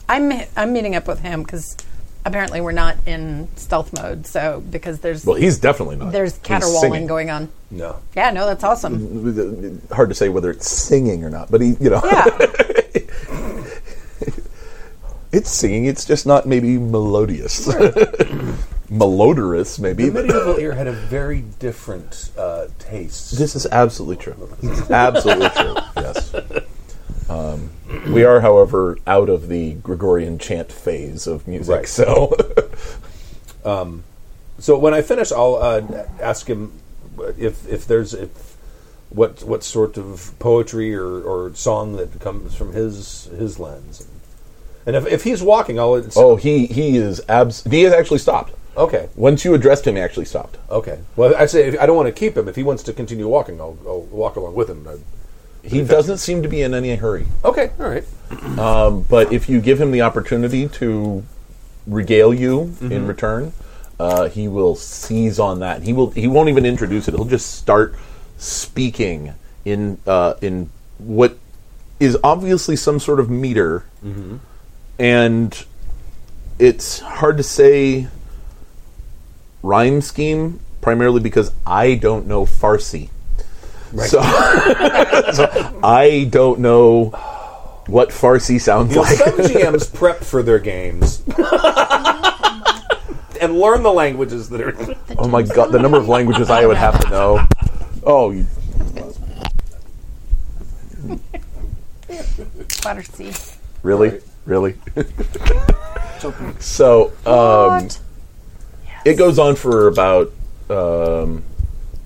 [SPEAKER 2] I'm I'm meeting up with him because apparently we're not in stealth mode. So because there's
[SPEAKER 1] Well, he's definitely not.
[SPEAKER 2] there's
[SPEAKER 1] He's
[SPEAKER 2] caterwauling
[SPEAKER 1] singing.
[SPEAKER 2] going on.
[SPEAKER 6] No.
[SPEAKER 2] Yeah, no, that's awesome.
[SPEAKER 1] Hard to say whether it's singing or not, but he, you know,
[SPEAKER 2] Yeah,
[SPEAKER 1] it's singing. It's just not maybe melodious, melodorous maybe.
[SPEAKER 6] The
[SPEAKER 1] but-
[SPEAKER 6] medieval ear had a very different uh, taste.
[SPEAKER 1] This is absolutely true. This is absolutely true. Yes. Um, we are, however, out of the Gregorian chant phase of music.
[SPEAKER 6] Right.
[SPEAKER 1] So,
[SPEAKER 6] So when I finish, I'll uh, ask him if if there's if what what sort of poetry or, or song that comes from his his lens, and if, if he's walking, I'll
[SPEAKER 1] oh, he he is abs. He has actually stopped.
[SPEAKER 6] okay
[SPEAKER 1] Once you addressed him, he actually stopped.
[SPEAKER 6] okay. Well, I say if, I don't want to keep him. If he wants to continue walking, I'll, I'll walk along with him.
[SPEAKER 1] He doesn't seem to be in any hurry.
[SPEAKER 6] okay, all right.
[SPEAKER 1] But if you give him the opportunity to regale you in return, uh, he will seize on that. He will. He won't even introduce it. He'll just start speaking in uh, in what is obviously some sort of meter, and it's hard to say rhyme scheme primarily because I don't know Farsi. So, so I don't know what Farsi sounds
[SPEAKER 6] You know,
[SPEAKER 1] like.
[SPEAKER 6] some GMs prep for their games and learn the languages that are.
[SPEAKER 1] Oh my god, the number of languages I would have to know. Oh, you-
[SPEAKER 2] Water sea.
[SPEAKER 1] really? Really? so, um, it goes on for about um,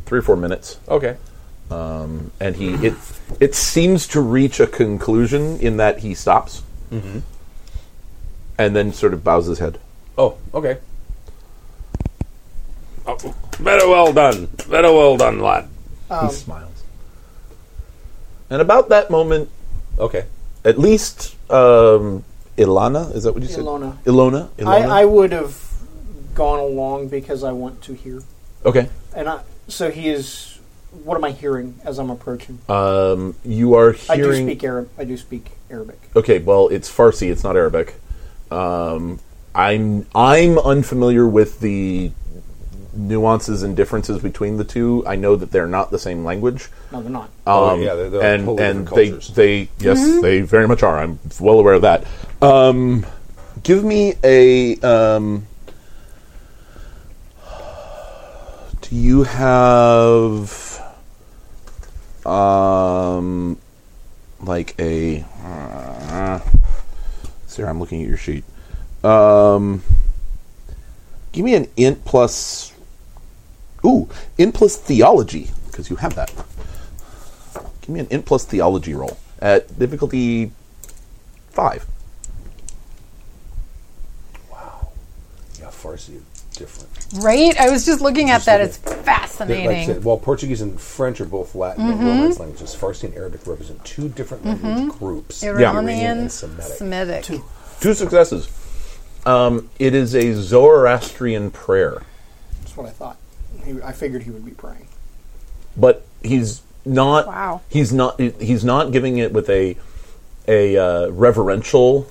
[SPEAKER 1] three or four minutes,
[SPEAKER 6] Okay,
[SPEAKER 1] and he it it seems to reach a conclusion in that he stops, Mm-hmm. and then sort of bows his head.
[SPEAKER 6] oh okay. Oh,
[SPEAKER 7] Very well done. Very well done, lad.
[SPEAKER 4] Um,
[SPEAKER 1] he smiles, and about that moment,
[SPEAKER 6] Okay.
[SPEAKER 1] at least um, Ilana is that what you
[SPEAKER 4] Ilona.
[SPEAKER 1] said? Ilona. Ilona.
[SPEAKER 4] I, I would have gone along because I want to hear.
[SPEAKER 1] okay.
[SPEAKER 4] And I, so he is. What am I hearing as I'm approaching?
[SPEAKER 1] Um, you are
[SPEAKER 4] I do
[SPEAKER 1] hearing.
[SPEAKER 4] speak Arab. I do speak Arabic.
[SPEAKER 1] Okay, well, it's Farsi. It's not Arabic. Um, I'm I'm unfamiliar with the nuances and differences between the two. I know that they're not the same language.
[SPEAKER 4] No, they're not.
[SPEAKER 1] Uh,
[SPEAKER 6] Oh, yeah, they're- they're
[SPEAKER 1] Um, and
[SPEAKER 6] totally
[SPEAKER 1] and
[SPEAKER 6] different
[SPEAKER 1] they
[SPEAKER 6] cultures.
[SPEAKER 1] they yes they very much are. I'm well aware of that. Um, give me a. Um, do you have um like a? Sarah, I'm looking at your sheet. Um, give me an int plus. Ooh, int plus theology because you have that. Give me an int plus theology roll at difficulty five.
[SPEAKER 6] Yeah, Farsi is different.
[SPEAKER 2] Right? I was just looking at
[SPEAKER 6] Just
[SPEAKER 2] that.
[SPEAKER 6] look
[SPEAKER 2] It's
[SPEAKER 6] Like I
[SPEAKER 2] fascinating.
[SPEAKER 6] said, while Portuguese and French are both Latin and Romance languages, Farsi and Arabic represent two different language groups. Mm-hmm. Iranian
[SPEAKER 2] Iranian
[SPEAKER 6] and
[SPEAKER 2] Semitic.
[SPEAKER 6] Semitic.
[SPEAKER 1] Two successes. Um, it is a Zoroastrian prayer,
[SPEAKER 4] That's what I thought. He, I figured he would be praying.
[SPEAKER 1] but he's not.
[SPEAKER 2] Wow.
[SPEAKER 1] He's not. He's not giving it with a a uh, reverential.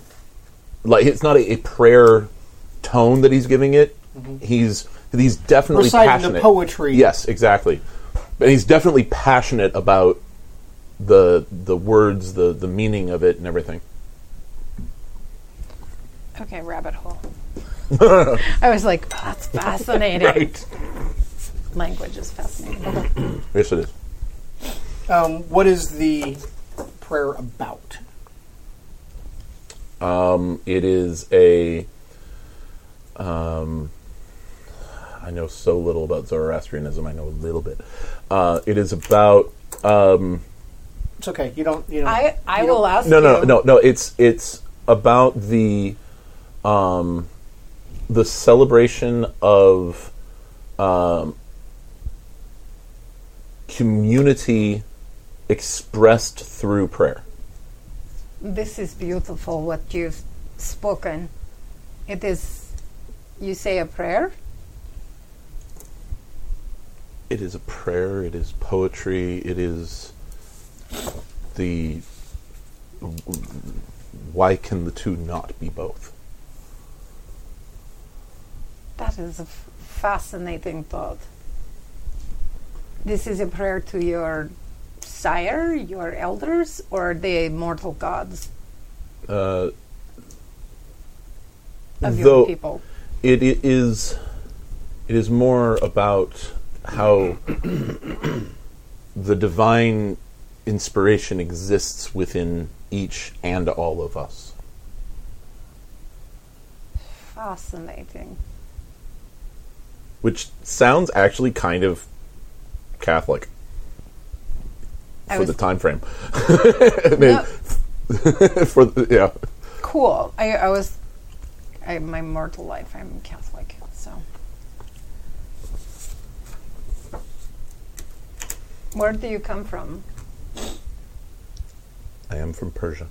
[SPEAKER 1] Like it's not a, a prayer tone that he's giving it. He's he's definitely
[SPEAKER 4] Mm-hmm. Reciting the
[SPEAKER 1] passionate.
[SPEAKER 4] poetry.
[SPEAKER 1] Yes, exactly. But he's definitely passionate about the the words, the the meaning of it, and everything.
[SPEAKER 5] Okay, rabbit hole. I was like, "Oh, that's fascinating. Language is fascinating.
[SPEAKER 1] Yes, it is.
[SPEAKER 4] Um, what is the prayer about?
[SPEAKER 1] Um, It is a. Um, I know so little about Zoroastrianism. I know a little bit. Uh, it is about. Um,
[SPEAKER 4] It's okay. You don't. You don't.
[SPEAKER 5] I, I
[SPEAKER 4] you
[SPEAKER 5] will
[SPEAKER 4] don't-
[SPEAKER 5] ask
[SPEAKER 1] no, no,
[SPEAKER 5] you.
[SPEAKER 1] no, no. It's it's about the, um, the celebration of, um, community expressed through prayer.
[SPEAKER 2] This is beautiful what you've spoken. It is, you say a prayer?
[SPEAKER 1] it is a prayer it is poetry it is the why can the two not be both
[SPEAKER 2] That is a f- fascinating thought. This is a prayer to your sire, your elders, or the immortal gods
[SPEAKER 1] uh,
[SPEAKER 2] of
[SPEAKER 1] Though-
[SPEAKER 2] your people.
[SPEAKER 1] it, it is it is more about how the divine inspiration exists within each and all of us
[SPEAKER 2] Fascinating.
[SPEAKER 1] which sounds actually kind of catholic
[SPEAKER 2] I
[SPEAKER 1] for
[SPEAKER 2] was
[SPEAKER 1] the time frame I mean,
[SPEAKER 2] No.
[SPEAKER 1] for the, yeah
[SPEAKER 2] cool. I, I was, I, my mortal life, I'm Catholic, so. Where do you come from?
[SPEAKER 1] I am from Persia.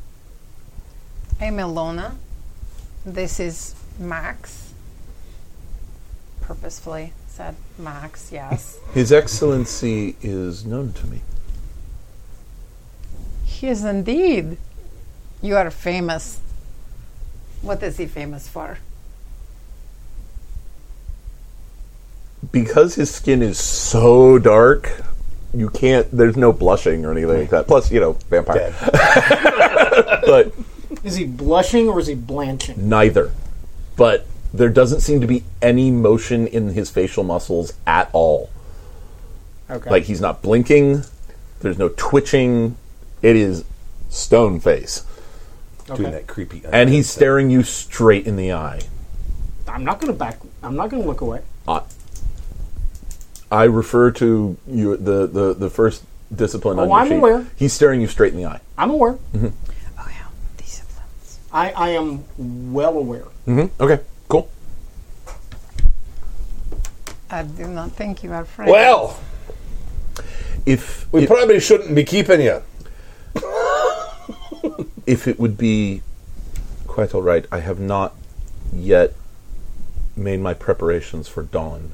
[SPEAKER 2] I'm Ilona. This is Max. Purposefully said Max, yes.
[SPEAKER 1] His Excellency is known to me.
[SPEAKER 2] He is indeed. You are famous. What is he famous for?
[SPEAKER 1] Because his skin is so dark, you can't, there's no blushing or anything like that. Plus, you know, vampire. but
[SPEAKER 4] Is he blushing or is he blanching?
[SPEAKER 1] neither. But there doesn't seem to be any motion in his facial muscles at all.
[SPEAKER 4] Okay.
[SPEAKER 1] Like he's not blinking, there's no twitching. It is stone face.
[SPEAKER 6] Doing that creepy.
[SPEAKER 1] And he's staring you straight in the eye.
[SPEAKER 4] I'm not going to back. I'm not going to look away.
[SPEAKER 1] I, I refer to you the, the, the first discipline on
[SPEAKER 4] Oh,
[SPEAKER 1] your
[SPEAKER 4] I'm
[SPEAKER 1] sheet.
[SPEAKER 4] aware.
[SPEAKER 1] He's staring you straight in the eye.
[SPEAKER 4] I'm aware.
[SPEAKER 2] Oh, yeah. Disciplines.
[SPEAKER 4] I, I am well aware.
[SPEAKER 1] Mm-hmm. Okay, cool.
[SPEAKER 2] I do not think you are friends.
[SPEAKER 6] Well,
[SPEAKER 1] If
[SPEAKER 6] we
[SPEAKER 1] if,
[SPEAKER 6] probably shouldn't be keeping you.
[SPEAKER 1] if it would be quite all right, I have not yet made my preparations for dawn.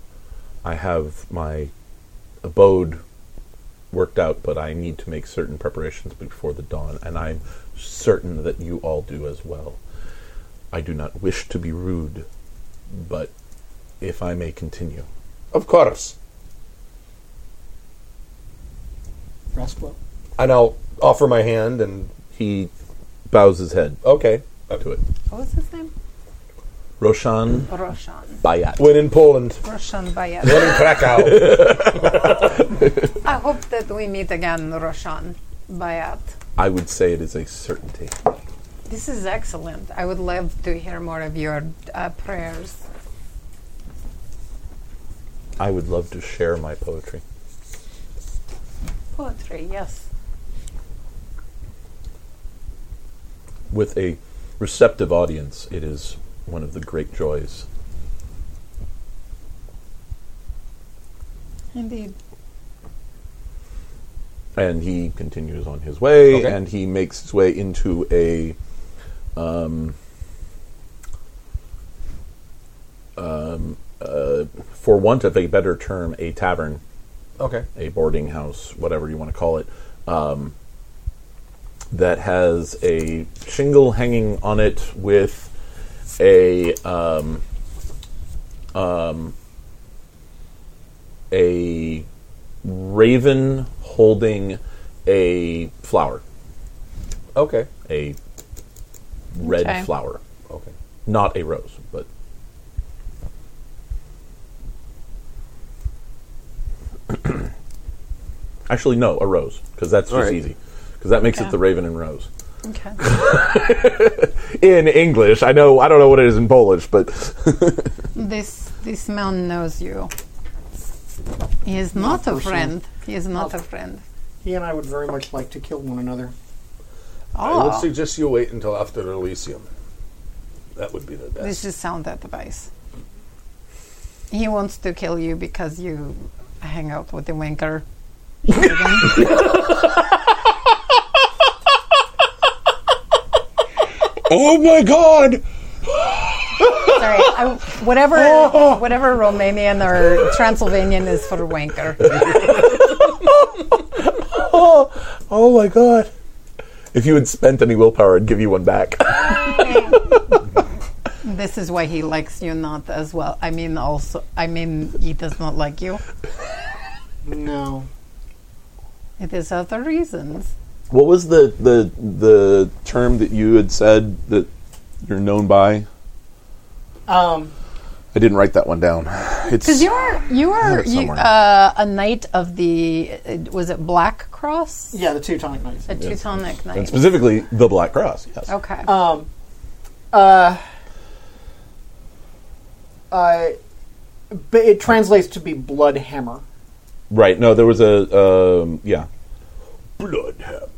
[SPEAKER 1] I have my abode worked out, but I need to make certain preparations before the dawn, and I'm certain that you all do as well. I do not wish to be rude, but if I may continue.
[SPEAKER 6] Of course.
[SPEAKER 4] Rest well.
[SPEAKER 6] And I'll offer my hand and
[SPEAKER 1] He bows his head
[SPEAKER 6] okay.
[SPEAKER 1] to it.
[SPEAKER 2] What was his name?
[SPEAKER 1] Roshan
[SPEAKER 2] Roshan.
[SPEAKER 1] Bayat.
[SPEAKER 6] When in Poland,
[SPEAKER 2] Roshan
[SPEAKER 6] when
[SPEAKER 2] Bayat.
[SPEAKER 6] in Krakow.
[SPEAKER 2] I hope that we meet again, Roshan Bayat.
[SPEAKER 1] I would say it is a certainty.
[SPEAKER 2] This is excellent. I would love to hear more of your uh, prayers.
[SPEAKER 1] I would love to share my poetry.
[SPEAKER 2] Poetry, yes.
[SPEAKER 1] With a receptive audience, it is one of the great joys.
[SPEAKER 2] Indeed.
[SPEAKER 1] And he continues on his way,
[SPEAKER 6] Okay.
[SPEAKER 1] and he makes his way into a. Um, um, uh, for want of a better term, a tavern
[SPEAKER 6] okay.
[SPEAKER 1] a boarding house, whatever you want to call it, um, that has a shingle hanging on it with a um, um, a raven holding a flower,
[SPEAKER 6] Okay.
[SPEAKER 1] a red
[SPEAKER 5] Okay.
[SPEAKER 1] flower,
[SPEAKER 6] Okay.
[SPEAKER 1] not a rose, but actually no, a rose because that's
[SPEAKER 7] All
[SPEAKER 1] just
[SPEAKER 7] right.
[SPEAKER 1] easy because that makes
[SPEAKER 5] Okay.
[SPEAKER 1] it the raven and rose.
[SPEAKER 5] Okay.
[SPEAKER 1] in English. I know I don't know what it is in Polish, but
[SPEAKER 2] This this man knows you. He is not a friend. He is not a friend.
[SPEAKER 4] He and I would very much like to kill one another.
[SPEAKER 6] I would
[SPEAKER 2] Oh,
[SPEAKER 6] suggest you wait until after Elysium. That would be the best.
[SPEAKER 2] this is sound advice. He wants to kill you because you hang out with the wanker.
[SPEAKER 7] Oh my god!
[SPEAKER 2] Sorry, I, whatever whatever Romanian or Transylvanian is for wanker.
[SPEAKER 1] oh my god. If you had spent any willpower, I'd give you one back.
[SPEAKER 2] This is why he likes you not as well. I mean, also, I mean, he does not like you.
[SPEAKER 4] No.
[SPEAKER 2] It is other reasons.
[SPEAKER 1] what was the, the the term that you had said that you're known by?
[SPEAKER 4] Um,
[SPEAKER 1] I didn't write that one down. It's
[SPEAKER 2] Because you are you are
[SPEAKER 1] it
[SPEAKER 2] you,
[SPEAKER 1] somewhere.
[SPEAKER 2] uh, a knight of the uh, was it Black Cross?
[SPEAKER 4] yeah, the Teutonic Knights.
[SPEAKER 2] A Teutonic
[SPEAKER 1] and
[SPEAKER 2] knight.
[SPEAKER 1] specifically the Black Cross. Yes.
[SPEAKER 2] Okay.
[SPEAKER 4] Um, uh, uh, but it translates to be blood hammer.
[SPEAKER 1] Right. No, there was a um, yeah.
[SPEAKER 6] Bloodhammer.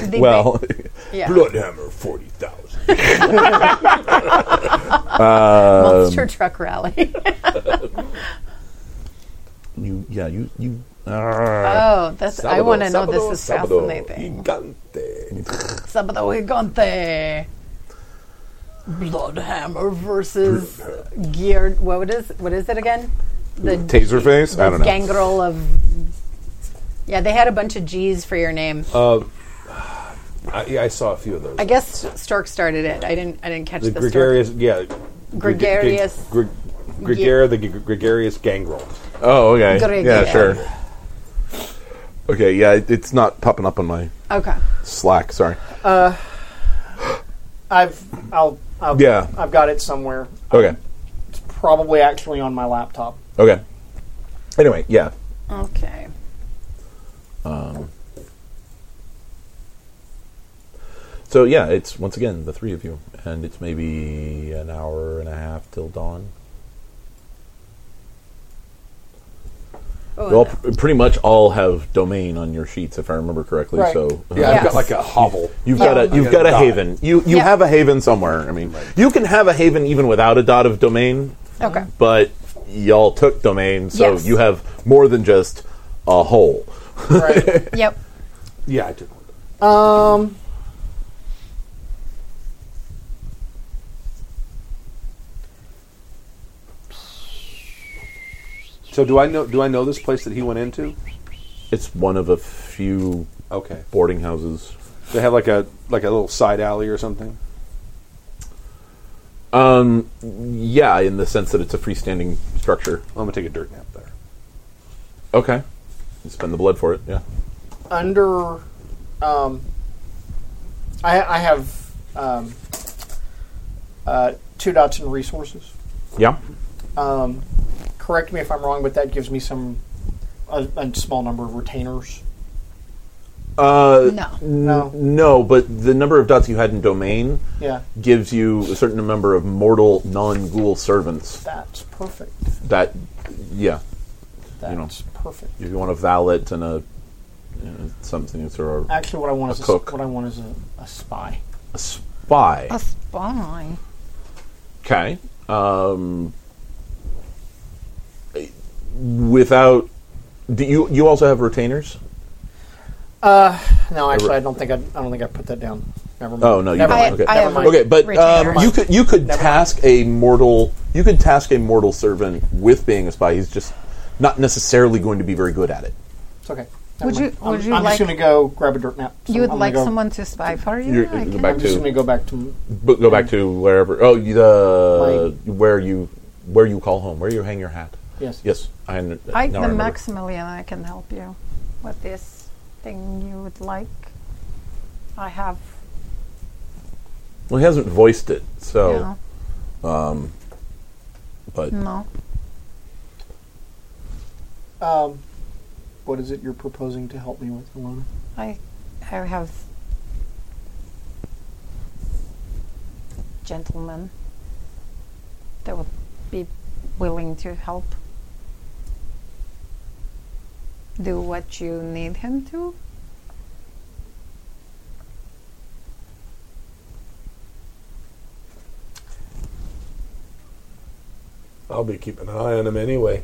[SPEAKER 2] Did they-
[SPEAKER 1] Well,
[SPEAKER 2] yeah.
[SPEAKER 6] Bloodhammer 40,000.
[SPEAKER 2] monster truck rally.
[SPEAKER 1] you yeah you you uh,
[SPEAKER 2] oh, that's I
[SPEAKER 6] Sabado,
[SPEAKER 2] want to know.
[SPEAKER 6] sabado,
[SPEAKER 2] This is
[SPEAKER 6] sabado,
[SPEAKER 2] fascinating.
[SPEAKER 6] Gigante.
[SPEAKER 2] Sabado gigante. Bloodhammer versus geared. What is what is it again? The
[SPEAKER 6] Taser face? I
[SPEAKER 2] the
[SPEAKER 6] don't know.
[SPEAKER 2] gangrel of. Yeah, they had a bunch of G's for your name.
[SPEAKER 6] I, yeah, I saw a few of those.
[SPEAKER 2] I guess Stork started it. I didn't. I didn't catch
[SPEAKER 6] the
[SPEAKER 2] the,
[SPEAKER 6] gregarious, yeah.
[SPEAKER 2] Gregarious.
[SPEAKER 6] Gre- Gregara, the gre- gregarious gangrel.
[SPEAKER 1] oh okay
[SPEAKER 2] Great
[SPEAKER 1] yeah
[SPEAKER 2] idea.
[SPEAKER 1] sure okay yeah it, it's not popping up on my
[SPEAKER 2] Stork. Okay.
[SPEAKER 1] Slack sorry
[SPEAKER 4] I've I'll, I'll
[SPEAKER 1] Yeah.
[SPEAKER 4] I've got it somewhere.
[SPEAKER 1] okay
[SPEAKER 4] It's probably actually on my laptop.
[SPEAKER 1] okay anyway yeah
[SPEAKER 2] Okay.
[SPEAKER 1] So yeah, it's once again the three of you, and it's maybe an hour and a half till dawn. you all pr- pretty much all have domain on your sheets, if I remember correctly.
[SPEAKER 4] Right.
[SPEAKER 1] So uh,
[SPEAKER 6] Yeah, I've
[SPEAKER 2] Yes.
[SPEAKER 6] got like a hovel.
[SPEAKER 1] you've
[SPEAKER 2] Yeah.
[SPEAKER 1] got a you've
[SPEAKER 6] I
[SPEAKER 1] got
[SPEAKER 6] got
[SPEAKER 1] a
[SPEAKER 6] a dot.
[SPEAKER 1] haven. You you
[SPEAKER 2] Yeah.
[SPEAKER 1] have a haven somewhere. I mean, you can have a haven even without a dot of domain,
[SPEAKER 2] Okay.
[SPEAKER 1] but y'all took domain, so
[SPEAKER 2] Yes.
[SPEAKER 1] you have more than just a hole.
[SPEAKER 4] Right.
[SPEAKER 2] Yep.
[SPEAKER 6] Yeah, I took one.
[SPEAKER 4] um.
[SPEAKER 6] So do I know? Do I know this place that he went into?
[SPEAKER 1] It's one of a few
[SPEAKER 6] Okay.
[SPEAKER 1] boarding houses.
[SPEAKER 6] They have like a like a little side alley or something.
[SPEAKER 1] Um, yeah, in the sense that it's a freestanding structure.
[SPEAKER 6] I'm gonna take a dirt nap there.
[SPEAKER 1] Okay. You spend the blood for it, yeah.
[SPEAKER 4] under um, I, I have um, uh, two dots in resources.
[SPEAKER 1] Yeah.
[SPEAKER 4] Um, correct me if I'm wrong, but that gives me some a, a small number of retainers.
[SPEAKER 1] Uh,
[SPEAKER 2] No.
[SPEAKER 4] No.
[SPEAKER 1] No, but the number of dots you had in domain
[SPEAKER 4] Yeah,
[SPEAKER 1] gives you a certain number of mortal non ghoul servants.
[SPEAKER 4] that's perfect.
[SPEAKER 1] That, yeah,
[SPEAKER 4] That's
[SPEAKER 1] You know.
[SPEAKER 4] perfect.
[SPEAKER 1] if you want a valet and a you know, something, or a,
[SPEAKER 4] Actually, what I want
[SPEAKER 1] A
[SPEAKER 4] is a s-
[SPEAKER 1] cook.
[SPEAKER 4] what I want is a, a spy.
[SPEAKER 1] a spy.
[SPEAKER 2] A spy.
[SPEAKER 1] Okay. Um, without, do you you also have retainers?
[SPEAKER 4] No, actually, I don't think I, I don't think I put that down. Never mind.
[SPEAKER 1] Oh no, you
[SPEAKER 4] Never
[SPEAKER 1] don't.
[SPEAKER 4] mind.
[SPEAKER 1] Okay,
[SPEAKER 2] I
[SPEAKER 4] Never
[SPEAKER 2] have
[SPEAKER 4] mind.
[SPEAKER 1] okay, but um,
[SPEAKER 2] Retainers.
[SPEAKER 1] you could you could
[SPEAKER 4] Never
[SPEAKER 1] task a mortal you could task a mortal servant with being a spy. He's just not necessarily going to be very good at it.
[SPEAKER 4] It's okay. Never
[SPEAKER 2] Would
[SPEAKER 4] mind.
[SPEAKER 2] you-
[SPEAKER 4] I'm,
[SPEAKER 2] would you
[SPEAKER 4] I'm
[SPEAKER 2] like-
[SPEAKER 4] just going to go grab a dirt nap. So
[SPEAKER 2] You would
[SPEAKER 4] I'm gonna
[SPEAKER 2] like
[SPEAKER 4] go-
[SPEAKER 2] someone to spy for you?
[SPEAKER 1] You're-
[SPEAKER 2] I
[SPEAKER 1] you're
[SPEAKER 2] can-
[SPEAKER 1] back
[SPEAKER 4] I'm just
[SPEAKER 1] to-
[SPEAKER 4] going to go back to
[SPEAKER 1] But uh, go back to wherever. Oh, the where you where you call home, where you hang your hat.
[SPEAKER 4] Yes.
[SPEAKER 1] Yes, I, under-
[SPEAKER 2] I,
[SPEAKER 1] now
[SPEAKER 2] the
[SPEAKER 1] remember.
[SPEAKER 2] Maximilian, I can help you with this thing you would like. I have.
[SPEAKER 1] Well, he hasn't voiced it, so. But
[SPEAKER 2] No,
[SPEAKER 5] Hmm.
[SPEAKER 2] no.
[SPEAKER 4] Um, what is it you're proposing to help me with, Alona?
[SPEAKER 2] I, I have. Gentlemen that would be willing to help do what you need him to.
[SPEAKER 6] I'll be keeping an eye on him anyway.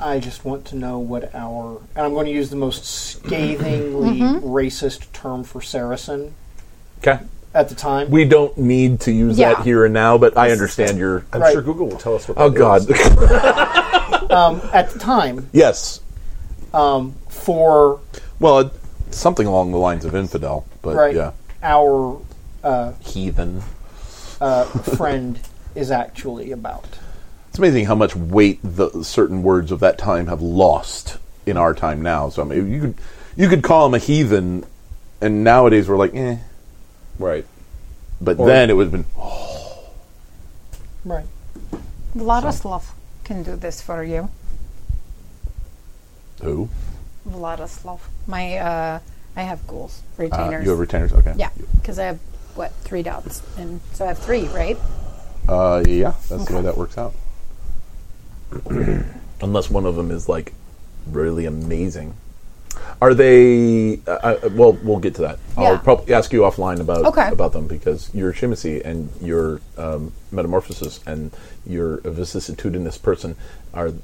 [SPEAKER 4] I just want to know what our. And I'm going to use the most scathingly racist term for Saracen
[SPEAKER 1] okay,
[SPEAKER 4] at the time.
[SPEAKER 1] we don't need to use
[SPEAKER 2] Yeah.
[SPEAKER 1] that here and now. But I understand your.
[SPEAKER 6] I'm
[SPEAKER 4] Right.
[SPEAKER 6] sure Google will tell us what.
[SPEAKER 1] Oh
[SPEAKER 6] that
[SPEAKER 1] God.
[SPEAKER 6] is.
[SPEAKER 4] um, at the time,
[SPEAKER 1] yes.
[SPEAKER 4] um, for
[SPEAKER 1] Well, it, something along the lines of infidel, but
[SPEAKER 4] right,
[SPEAKER 1] yeah,
[SPEAKER 4] our uh,
[SPEAKER 1] heathen.
[SPEAKER 4] uh, friend is actually about.
[SPEAKER 1] It's amazing how much weight the certain words of that time have lost in our time now. So I mean, you could you could call him a heathen, and nowadays we're like, eh.
[SPEAKER 6] Right.
[SPEAKER 1] But then it would have been
[SPEAKER 4] Right.
[SPEAKER 2] Vladislav can do this for you.
[SPEAKER 1] who?
[SPEAKER 2] Vladislav. My, uh, I have ghouls,
[SPEAKER 1] Uh,
[SPEAKER 2] retainers.
[SPEAKER 1] you have retainers, okay?
[SPEAKER 2] yeah, because I have, what, three dots? And so I have three, right?
[SPEAKER 1] Uh, yeah, that's the way that works out. Unless one of them is like really amazing. Are they? Uh, uh, well, we'll get to that. I'll
[SPEAKER 2] Yeah.
[SPEAKER 1] probably ask you offline about
[SPEAKER 2] Okay.
[SPEAKER 1] about them because your chimacy and your um, metamorphosis and your vicissitudinous person are. Uh,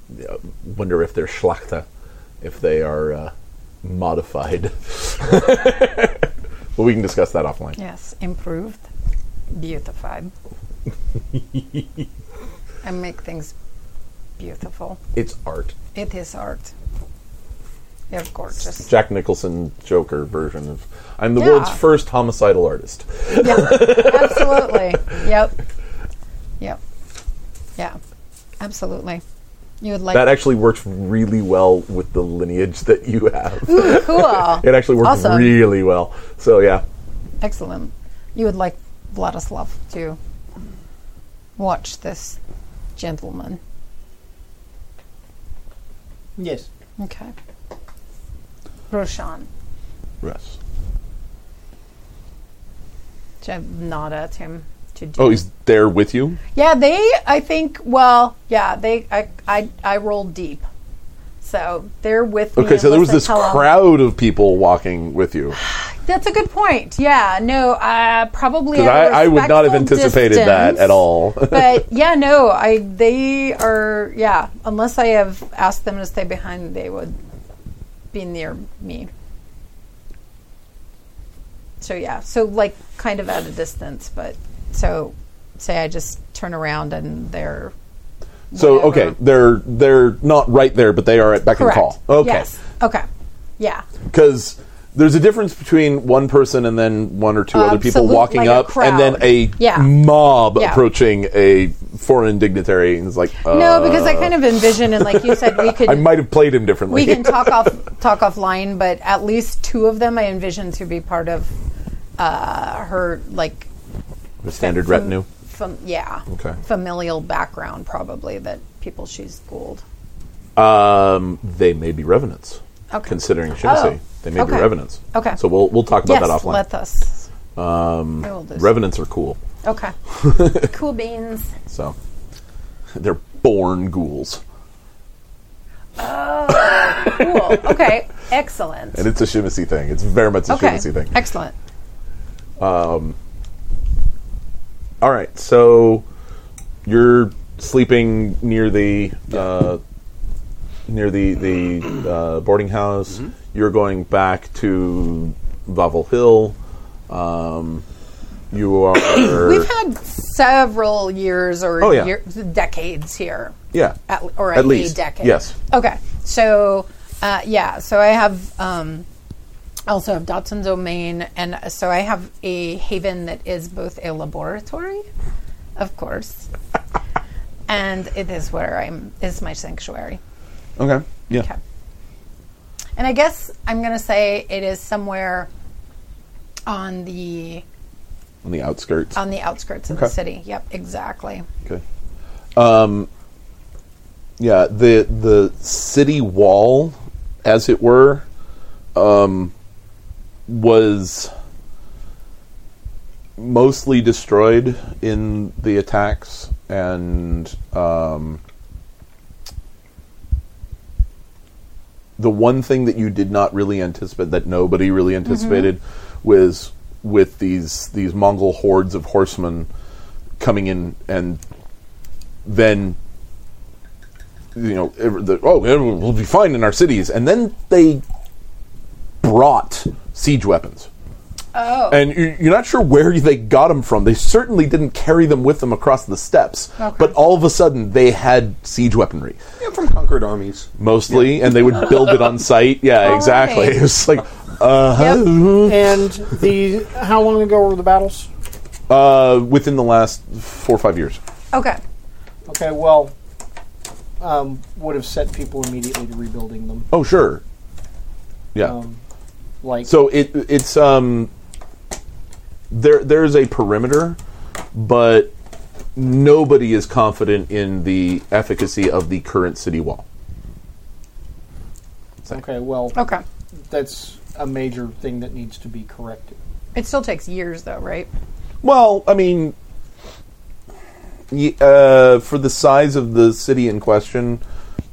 [SPEAKER 1] wonder if they're schlachta, if they are uh, modified. but we can discuss that offline.
[SPEAKER 2] Yes, improved, beautified. and make things beautiful.
[SPEAKER 1] It's art.
[SPEAKER 2] It is art. They're gorgeous.
[SPEAKER 1] Jack Nicholson Joker version of I'm the
[SPEAKER 2] Yeah.
[SPEAKER 1] world's first homicidal artist.
[SPEAKER 2] Absolutely. Yep. Yep. Yeah. Absolutely. You would like
[SPEAKER 1] That actually works really well with the lineage that you have.
[SPEAKER 2] cool.
[SPEAKER 1] It actually works
[SPEAKER 2] Awesome.
[SPEAKER 1] really well. So yeah.
[SPEAKER 2] Excellent. You would like Vladislav to watch this gentleman.
[SPEAKER 4] Yes.
[SPEAKER 2] Okay. Roshan.
[SPEAKER 1] Yes.
[SPEAKER 2] To nod at him to do.
[SPEAKER 1] Oh, he's there with you?
[SPEAKER 2] Yeah, they. I think. Well, yeah, they. I. I. I rolled deep, so they're with me.
[SPEAKER 1] Okay, so there was
[SPEAKER 2] unless I
[SPEAKER 1] this
[SPEAKER 2] tell 'em-
[SPEAKER 1] crowd of people walking with you.
[SPEAKER 2] That's a good point. Yeah. No. Uh, probably.
[SPEAKER 1] Because
[SPEAKER 2] at a
[SPEAKER 1] I, I would not have
[SPEAKER 2] respectful
[SPEAKER 1] anticipated that
[SPEAKER 2] distance.
[SPEAKER 1] at all.
[SPEAKER 2] but yeah, no. I. They are. Yeah. Unless I have asked them to stay behind, they would be near me. So yeah. So like, kind of at a distance, but so say I just turn around and they're.
[SPEAKER 1] so
[SPEAKER 2] whatever.
[SPEAKER 1] okay, they're they're not right there, but they are at beck
[SPEAKER 2] Correct.
[SPEAKER 1] and call. Okay.
[SPEAKER 2] Yes. Okay. Yeah.
[SPEAKER 1] because there's a difference between one person and then one or two other people
[SPEAKER 2] Absolute-
[SPEAKER 1] walking
[SPEAKER 2] like a
[SPEAKER 1] up, and then
[SPEAKER 2] crowd.
[SPEAKER 1] a
[SPEAKER 2] Yeah.
[SPEAKER 1] mob
[SPEAKER 2] Yeah.
[SPEAKER 1] approaching a foreign dignitary, and it's like, uh,
[SPEAKER 2] no, because I kind of envision, and like you said, we could
[SPEAKER 1] I might have played him differently.
[SPEAKER 2] we can talk off talk offline, but at least two of them I envision to be part of uh, her like
[SPEAKER 1] the standard
[SPEAKER 2] fam-
[SPEAKER 1] retinue.
[SPEAKER 2] Fam- yeah.
[SPEAKER 1] Okay.
[SPEAKER 2] Familial background, probably that people she's schooled.
[SPEAKER 1] Um, they may be revenants,
[SPEAKER 2] Okay.
[SPEAKER 1] considering Shimsey.
[SPEAKER 2] Oh,
[SPEAKER 1] they may be
[SPEAKER 2] okay.
[SPEAKER 1] revenants.
[SPEAKER 2] Okay.
[SPEAKER 1] so we'll we'll talk about
[SPEAKER 2] yes,
[SPEAKER 1] that offline.
[SPEAKER 2] let us. Um, I will do so.
[SPEAKER 1] revenants are cool,
[SPEAKER 2] Okay. cool beans.
[SPEAKER 1] so they're born ghouls,
[SPEAKER 2] Cool. Okay. Excellent.
[SPEAKER 1] and it's a Shimsey thing. It's very much a
[SPEAKER 2] Okay.
[SPEAKER 1] Shimsey thing.
[SPEAKER 2] Excellent.
[SPEAKER 1] All right, so you're sleeping near the uh, near the the uh, boarding house.
[SPEAKER 2] Mm-hmm.
[SPEAKER 1] You're going back to Vavel Hill. Um, you are.
[SPEAKER 2] We've had several years or
[SPEAKER 1] Oh, yeah.
[SPEAKER 2] year- decades here.
[SPEAKER 1] yeah,
[SPEAKER 2] at, or
[SPEAKER 1] At
[SPEAKER 2] a
[SPEAKER 1] least,
[SPEAKER 2] decade.
[SPEAKER 1] yes.
[SPEAKER 2] Okay. So, uh, yeah. So I have um, I also have Dotson's domain, and uh, so I have a haven that is both a laboratory, of course, and it is where I'm is my sanctuary.
[SPEAKER 1] Okay. Yeah.
[SPEAKER 2] Okay. And I guess I'm going to say it is somewhere on the
[SPEAKER 1] On the outskirts.
[SPEAKER 2] on the outskirts of the
[SPEAKER 1] Okay.
[SPEAKER 2] city. Yep, exactly.
[SPEAKER 1] Okay. Um, yeah, the the city wall, as it were, um, was mostly destroyed in the attacks, and um, the one thing that you did not really anticipate, that nobody really anticipated, was with these these Mongol hordes of horsemen coming in and then you know ev- the, oh everyone will be fine in our cities and then they brought siege weapons
[SPEAKER 2] Oh.
[SPEAKER 1] and you- you're not sure where they got them from they certainly didn't carry them with them across the steps but all of a sudden they had siege weaponry
[SPEAKER 3] Yeah, from conquered armies.
[SPEAKER 1] mostly and they would build it on site yeah exactly
[SPEAKER 2] right.
[SPEAKER 1] it was like uh-huh.
[SPEAKER 4] and the how long ago were the battles?
[SPEAKER 1] uh within the last four or five years
[SPEAKER 2] Okay.
[SPEAKER 4] Okay, well, um, would have set people immediately to rebuilding them.
[SPEAKER 1] oh sure yeah
[SPEAKER 4] Um, like
[SPEAKER 1] So it it's um there there is a perimeter, but nobody is confident in the efficacy of the current city wall.
[SPEAKER 4] okay, well,
[SPEAKER 2] Okay.
[SPEAKER 4] that's a major thing that needs to be corrected.
[SPEAKER 2] It still takes years though, right?
[SPEAKER 1] Well, I mean, y- uh, for the size of the city in question,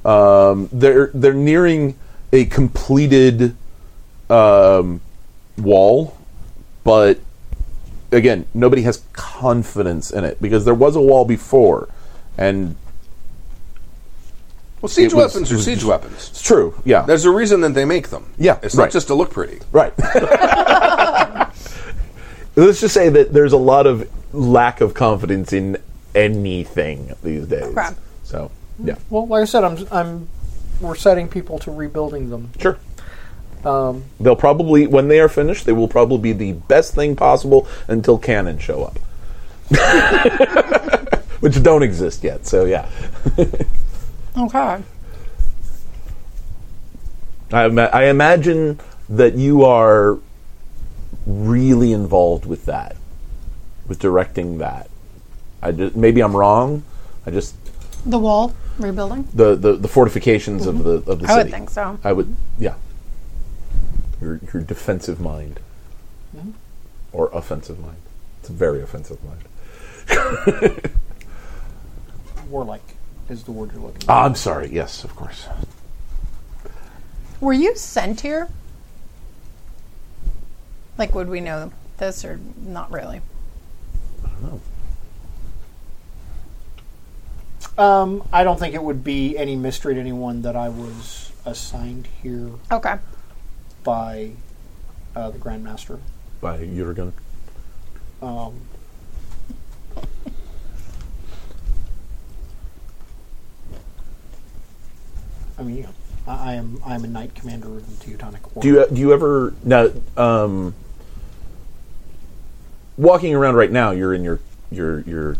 [SPEAKER 1] um, they're they're nearing a completed um, wall, but again, nobody has confidence in it because there was a wall before, and
[SPEAKER 3] Well, siege
[SPEAKER 1] It was-
[SPEAKER 3] weapons
[SPEAKER 1] it
[SPEAKER 3] are
[SPEAKER 1] was
[SPEAKER 3] siege
[SPEAKER 1] just-
[SPEAKER 3] weapons.
[SPEAKER 1] it's true. Yeah,
[SPEAKER 3] There's a reason that they make them.
[SPEAKER 1] Yeah,
[SPEAKER 3] it's
[SPEAKER 1] right.
[SPEAKER 3] not just to look pretty.
[SPEAKER 1] Right. Let's just say that there's a lot of lack of confidence in anything these days.
[SPEAKER 2] Crap.
[SPEAKER 1] So, yeah.
[SPEAKER 4] Well, like I said, I'm I'm we're setting people to rebuilding them.
[SPEAKER 1] Sure.
[SPEAKER 4] Um,
[SPEAKER 1] They'll probably, when they are finished, they will probably be the best thing possible until cannons show up, which don't exist yet. So, yeah.
[SPEAKER 2] Okay.
[SPEAKER 1] I, ima- I imagine that you are really involved with that, with directing that. I just, maybe I'm wrong. I just
[SPEAKER 2] The wall rebuilding?
[SPEAKER 1] the, the, the fortifications of the of the
[SPEAKER 2] Mm-hmm. I
[SPEAKER 1] city.
[SPEAKER 2] would think so.
[SPEAKER 1] I would, yeah. Your your defensive mind,
[SPEAKER 2] Mm-hmm.
[SPEAKER 1] or offensive mind. It's a very offensive mind.
[SPEAKER 4] warlike is the word you're looking. for.
[SPEAKER 1] Ah, I'm sorry. Yes, of course.
[SPEAKER 2] Were you sent here? Like would we know this or not really?
[SPEAKER 4] Um, I don't think it would be any mystery to anyone that I was assigned here
[SPEAKER 2] Okay.
[SPEAKER 4] by uh, the Grand Master.
[SPEAKER 1] By Jurgen.
[SPEAKER 4] Um, I mean, yeah, I, I am I am a knight commander of the Teutonic Order.
[SPEAKER 1] Do you do you ever now? Um, walking around right now, you're in your your your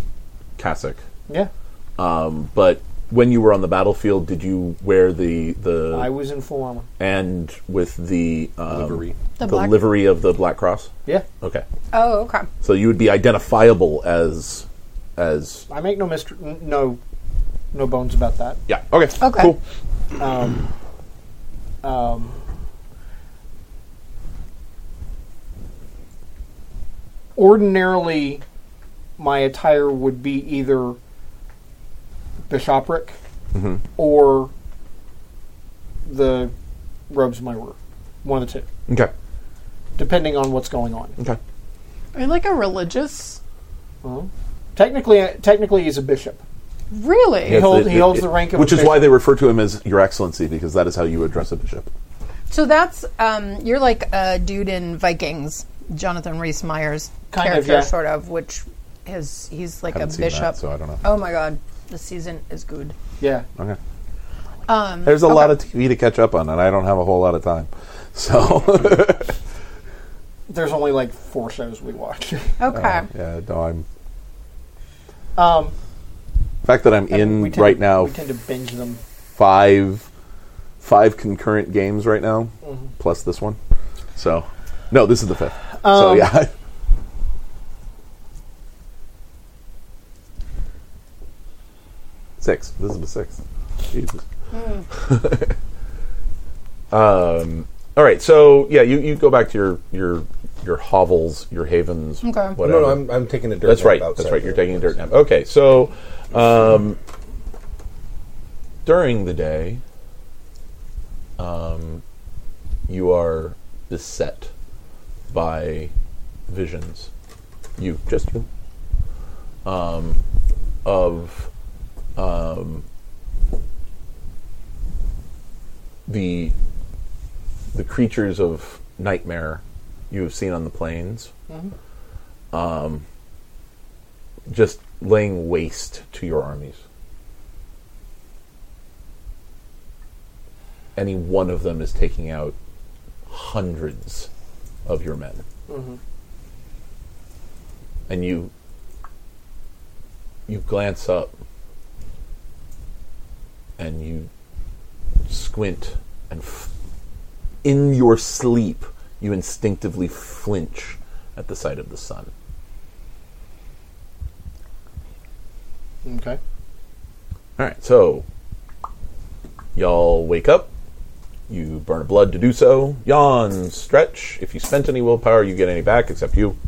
[SPEAKER 1] cassock.
[SPEAKER 4] yeah,
[SPEAKER 1] But when you were on the battlefield, did you wear the the
[SPEAKER 4] I was in full armor.
[SPEAKER 1] and with the um,
[SPEAKER 3] Livery.
[SPEAKER 1] the,
[SPEAKER 2] black-
[SPEAKER 1] livery of the Black Cross?
[SPEAKER 4] Yeah,
[SPEAKER 1] Okay,
[SPEAKER 2] Oh, okay.
[SPEAKER 1] so you would be identifiable as as
[SPEAKER 4] I make no mystery, n- no, no bones about that.
[SPEAKER 1] yeah. Okay,
[SPEAKER 2] Okay.
[SPEAKER 1] cool.
[SPEAKER 4] Um, um, ordinarily, my attire would be either bishopric
[SPEAKER 1] Mm-hmm.
[SPEAKER 4] or the robes myrrh. One of the two,
[SPEAKER 1] Okay,
[SPEAKER 4] depending on what's going on.
[SPEAKER 1] okay.
[SPEAKER 2] Are you like a religious?
[SPEAKER 4] Technically, technically, he's a bishop.
[SPEAKER 2] Really?
[SPEAKER 1] Yes,
[SPEAKER 4] hold-
[SPEAKER 1] it-
[SPEAKER 4] he
[SPEAKER 1] it-
[SPEAKER 4] holds
[SPEAKER 1] it-
[SPEAKER 4] the rank of
[SPEAKER 1] which
[SPEAKER 4] a
[SPEAKER 1] is why
[SPEAKER 4] bishop.
[SPEAKER 1] they refer to him as Your Excellency because that is how you address a bishop.
[SPEAKER 2] So that's um, you're like a dude in Vikings, Jonathan Rhys Meyers
[SPEAKER 4] Kind of,
[SPEAKER 2] character,
[SPEAKER 4] yeah.
[SPEAKER 2] sort of, which his he's like a
[SPEAKER 1] Haven't seen
[SPEAKER 2] bishop.
[SPEAKER 1] that, so I don't know.
[SPEAKER 2] Oh my god, the season is good.
[SPEAKER 4] Yeah,
[SPEAKER 1] Okay. There's a lot of TV to catch up on, and I don't have a whole lot of time. So
[SPEAKER 4] there's only like four
[SPEAKER 1] Oh,
[SPEAKER 4] shows we watch.
[SPEAKER 2] Okay,
[SPEAKER 1] yeah, no, I'm fact that I'm in
[SPEAKER 4] Um, We tend
[SPEAKER 1] right
[SPEAKER 4] to-
[SPEAKER 1] now
[SPEAKER 4] We tend to binge them.
[SPEAKER 1] five five concurrent games right now, plus this one. So, no, this is the fifth. so
[SPEAKER 4] Um,
[SPEAKER 1] yeah, six. This is the sixth. Jesus. um. All right. So yeah, you, you go back to your your your hovels, your havens,
[SPEAKER 5] Okay.
[SPEAKER 1] whatever.
[SPEAKER 6] No, no, I'm, I'm taking a dirt
[SPEAKER 1] That's
[SPEAKER 6] nap
[SPEAKER 1] right.
[SPEAKER 6] outside
[SPEAKER 1] That's right. You're
[SPEAKER 6] here.
[SPEAKER 1] taking a dirt nap. Okay, so um, during the day, um, you are beset by visions. You, just you, um, of um, the the creatures of nightmare you have seen on the plains just laying waste to your armies. Any one of them is taking out hundreds of your men. And you you glance up and you squint and f- in your sleep you instinctively flinch at the sight of the sun.
[SPEAKER 4] Okay.
[SPEAKER 1] All right, so y'all wake up. You burn a blood to do so. Yawn, stretch. If you spent any willpower, you get any back, except you.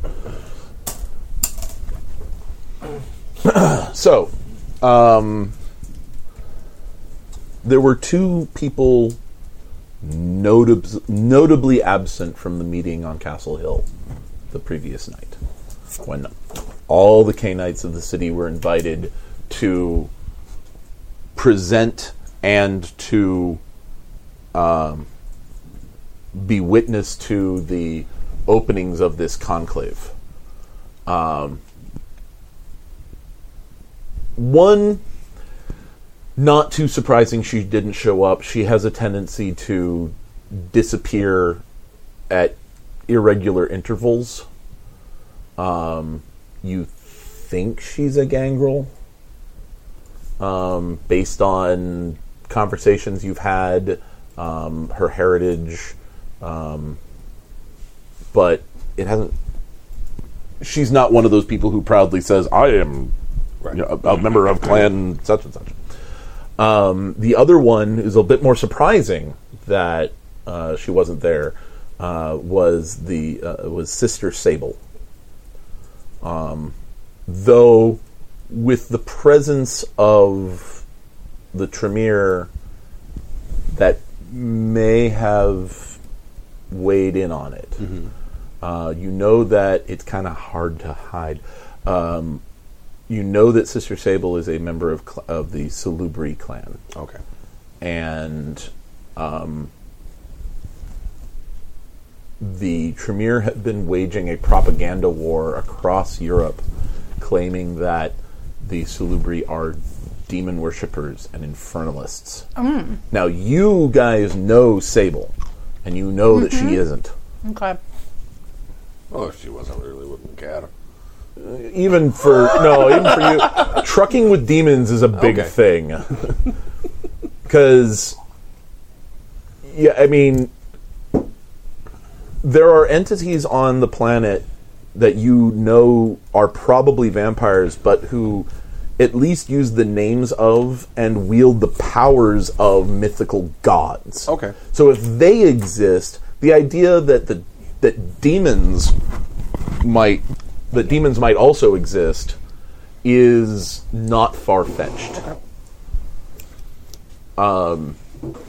[SPEAKER 1] so, um, there were two people notab- notably absent from the meeting on Castle Hill the previous night when all the K-Knights of the city were invited to present and to um, be witness to the openings of this conclave. Um, one, not too surprising, she didn't show up. She has a tendency to disappear at irregular intervals. Um, you think she's a gangrel? um, based on conversations you've had, um, her heritage, um, but it hasn't. She's not one of those people who proudly says, "I am you know, a, a member of clan such and such." Um, the other one is a bit more surprising that uh, she wasn't there. Uh, was the uh, was Sister Sable? Um, though with the presence of the Tremere that may have weighed in on it. Uh, you know that it's kind of hard to hide. Um, you know that Sister Sable is a member of, cl- of the Salubri clan
[SPEAKER 6] Okay.
[SPEAKER 1] and um, the Tremere have been waging a propaganda war across Europe, claiming that the Salubri are demon worshippers and infernalists. Now, you guys know Sable, and you know that she isn't.
[SPEAKER 5] Okay.
[SPEAKER 3] Oh, she wasn't really looking cat.
[SPEAKER 1] Even for no, even for you, trucking with demons is a big
[SPEAKER 3] Okay.
[SPEAKER 1] thing. Because, yeah, I mean, there are entities on the planet that you know are probably vampires, but who at least use the names of and wield the powers of mythical gods.
[SPEAKER 3] Okay.
[SPEAKER 1] So if they exist, the idea that the that demons might that demons might also exist is not far fetched. Um,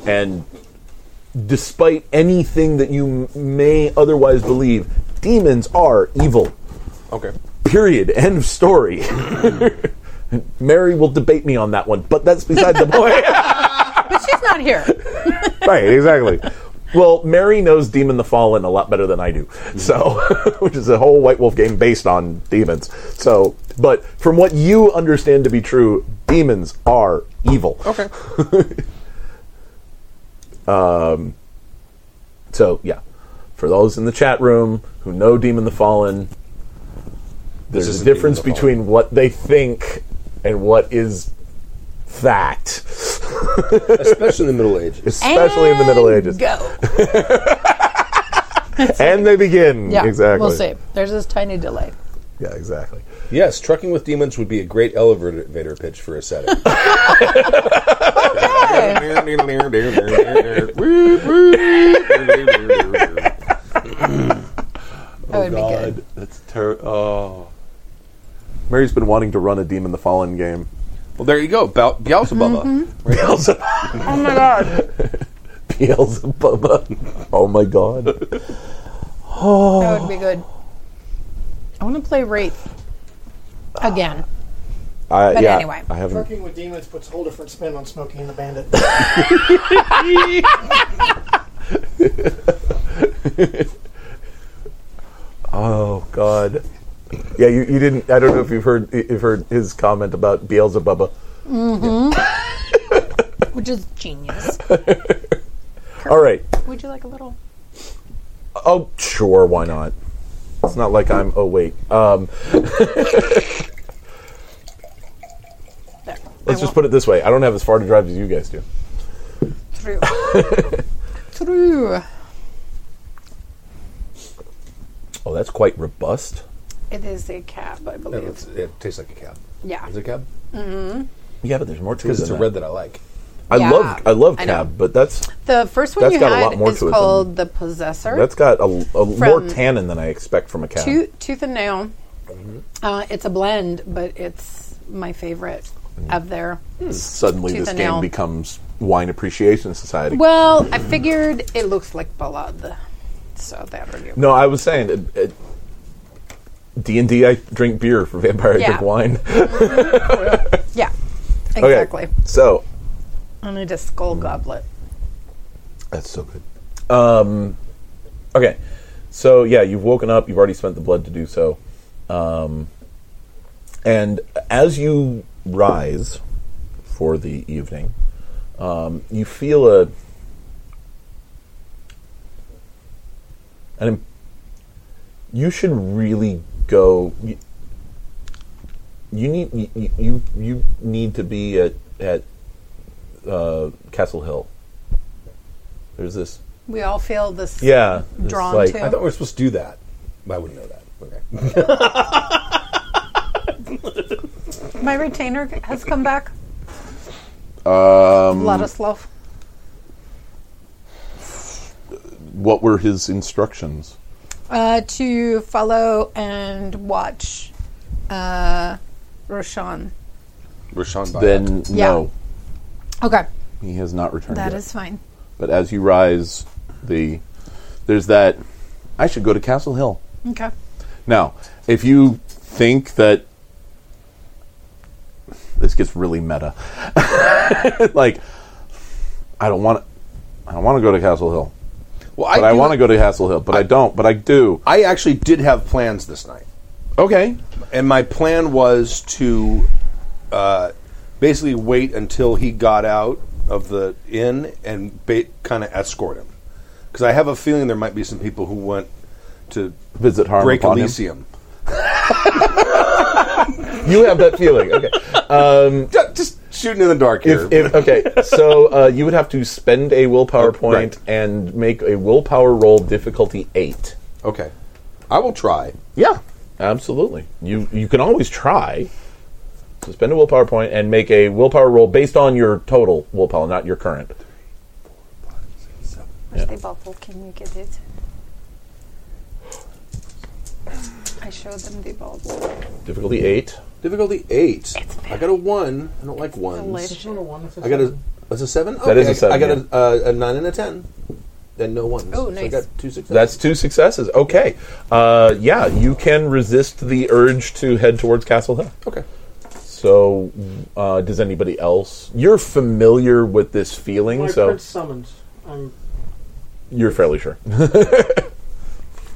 [SPEAKER 1] and despite anything that you m- may otherwise believe, demons are evil.
[SPEAKER 3] Okay.
[SPEAKER 1] Period. End of story. Mary will debate me on that one, but that's beside the point.
[SPEAKER 5] But she's not here.
[SPEAKER 1] right, exactly. Well, Mary knows Demon the Fallen a lot better than I do, so which is a whole White Wolf game based on demons. So, but from what you understand to be true, demons are evil.
[SPEAKER 3] Okay.
[SPEAKER 1] So, yeah, for those in the chat room who know Demon the Fallen, there's
[SPEAKER 6] isn't
[SPEAKER 1] a difference
[SPEAKER 6] Demon the
[SPEAKER 1] between what they think and what is that,
[SPEAKER 9] especially in the Middle Ages.
[SPEAKER 1] especially in the Middle Ages.
[SPEAKER 2] Go.
[SPEAKER 1] And they begin.
[SPEAKER 2] Yeah.
[SPEAKER 1] exactly.
[SPEAKER 2] We'll see. There's this tiny delay.
[SPEAKER 1] Yeah, exactly.
[SPEAKER 9] Yes, trucking with demons would be a great elevator pitch for a setting.
[SPEAKER 2] That would be good.
[SPEAKER 1] God, that's ter- Oh, Mary's been wanting to run a demon the fallen game.
[SPEAKER 6] Well, there you go. Bel- Beelzebub.
[SPEAKER 1] Beelzebub. Oh my god. Beelzebub. Oh my god.
[SPEAKER 2] That would be good. I want to play Wraith again.
[SPEAKER 1] I,
[SPEAKER 2] But
[SPEAKER 1] yeah,
[SPEAKER 2] anyway.
[SPEAKER 1] I haven't.
[SPEAKER 4] Smoking with demons puts a whole different spin on Smoking and the Bandit.
[SPEAKER 1] Oh god. Yeah, you, you didn't. I don't know if you've heard you've heard his comment about Beelzebub.
[SPEAKER 2] Which is genius.
[SPEAKER 1] All right.
[SPEAKER 2] Would you like a little?
[SPEAKER 1] Oh, sure, why not? It's not like I'm awake. Um, let's just put it this way I don't have as far to drive as you guys do.
[SPEAKER 2] True. True.
[SPEAKER 1] Oh, that's quite robust.
[SPEAKER 2] It is a cab, I
[SPEAKER 9] it,
[SPEAKER 2] believe.
[SPEAKER 9] looks- it tastes like a cab.
[SPEAKER 2] Yeah.
[SPEAKER 9] Is it cab?
[SPEAKER 1] Yeah, but there's more to it.
[SPEAKER 9] Because it's a
[SPEAKER 1] than
[SPEAKER 9] red
[SPEAKER 1] that.
[SPEAKER 9] that I like.
[SPEAKER 1] I
[SPEAKER 2] Yeah,
[SPEAKER 1] love I love
[SPEAKER 2] I know.
[SPEAKER 1] cab, but that's
[SPEAKER 2] The first one
[SPEAKER 1] That's
[SPEAKER 2] you
[SPEAKER 1] got a
[SPEAKER 2] had
[SPEAKER 1] lot more
[SPEAKER 2] is
[SPEAKER 1] to it than-
[SPEAKER 2] called The Possessor.
[SPEAKER 1] that's got a, a more
[SPEAKER 2] From-
[SPEAKER 1] tannin than I expect from a cab.
[SPEAKER 2] Tooth, tooth and nail.
[SPEAKER 1] Mm-hmm.
[SPEAKER 2] Uh, it's a blend, but it's my favorite
[SPEAKER 1] Mm.
[SPEAKER 2] of their.
[SPEAKER 1] Hmm. Suddenly,
[SPEAKER 2] Tooth
[SPEAKER 1] this
[SPEAKER 2] and
[SPEAKER 1] game
[SPEAKER 2] nail.
[SPEAKER 1] becomes Wine Appreciation Society.
[SPEAKER 2] Well, I figured it looks like blood, so that would be
[SPEAKER 1] No, I was saying uh, D and D. I drink beer for vampire. I
[SPEAKER 2] Yeah.
[SPEAKER 1] drink wine.
[SPEAKER 2] yeah, exactly.
[SPEAKER 1] Okay, Hmm. so
[SPEAKER 2] I need a skull goblet.
[SPEAKER 1] That's so good. Um, okay, so yeah, you've woken up. You've already spent the blood to do so, um, and as you rise for the evening, um, you feel a an. im- You should really go. You, you need you- you, you you need to be at at uh, Castle Hill. There's this
[SPEAKER 2] We all feel this.
[SPEAKER 1] yeah, it's
[SPEAKER 2] drawn
[SPEAKER 1] like,
[SPEAKER 2] to.
[SPEAKER 9] I thought we were supposed to do that. I wouldn't know that. Okay.
[SPEAKER 2] My retainer has come back. Um, Vladislav.
[SPEAKER 1] What were his instructions?
[SPEAKER 2] Uh, to follow and watch uh, Roshan.
[SPEAKER 6] Rashawn Byatt.
[SPEAKER 1] Then no,
[SPEAKER 2] Okay,
[SPEAKER 1] he has not returned.
[SPEAKER 2] that is
[SPEAKER 1] yet.
[SPEAKER 2] fine.
[SPEAKER 1] But as you rise, the there's that. I should go to Castle Hill
[SPEAKER 2] Okay.
[SPEAKER 1] now. If you think that this gets really meta, like I don't want, I don't want to go to Castle Hill,
[SPEAKER 6] Well,
[SPEAKER 1] but I,
[SPEAKER 6] do-
[SPEAKER 1] want to go to Castle Hill, but I, don't, but I do.
[SPEAKER 6] I actually did have plans this night,
[SPEAKER 1] okay,
[SPEAKER 6] and my plan was to uh, basically wait until he got out of the inn and ba- kind of escort him, because I have a feeling there might be some people who went to
[SPEAKER 1] visit harm
[SPEAKER 6] break
[SPEAKER 1] upon him.
[SPEAKER 6] Elysium.
[SPEAKER 1] You have that feeling, okay?
[SPEAKER 6] Ju- Just shooting in the dark here.
[SPEAKER 1] If, if, okay, so uh, you would have to spend a willpower point
[SPEAKER 6] right.
[SPEAKER 1] and make a willpower roll difficulty eight.
[SPEAKER 6] okay, I will try.
[SPEAKER 1] Yeah, absolutely. You you can always try. So spend a willpower point and make a willpower roll based on your total willpower, not your current.
[SPEAKER 5] Where's the bubble? Can you get it? I showed them the bubble.
[SPEAKER 1] Difficulty eight.
[SPEAKER 9] Difficulty eight. I got a one. I don't like ones.
[SPEAKER 4] Sort of one with
[SPEAKER 9] I got a. That's a seven. Okay.
[SPEAKER 1] is a seven,
[SPEAKER 9] I got a, uh, a nine and a ten, and no ones.
[SPEAKER 2] Oh,
[SPEAKER 9] So I
[SPEAKER 2] nice.
[SPEAKER 9] got two successes.
[SPEAKER 1] That's two successes. Okay. Uh, yeah, you can resist the urge to head towards Castle Hill.
[SPEAKER 9] okay.
[SPEAKER 1] So, uh, does anybody else? You're familiar with this feeling,
[SPEAKER 4] My
[SPEAKER 1] so
[SPEAKER 4] prince summons. I'm,
[SPEAKER 1] you're fairly sure.
[SPEAKER 2] Oh,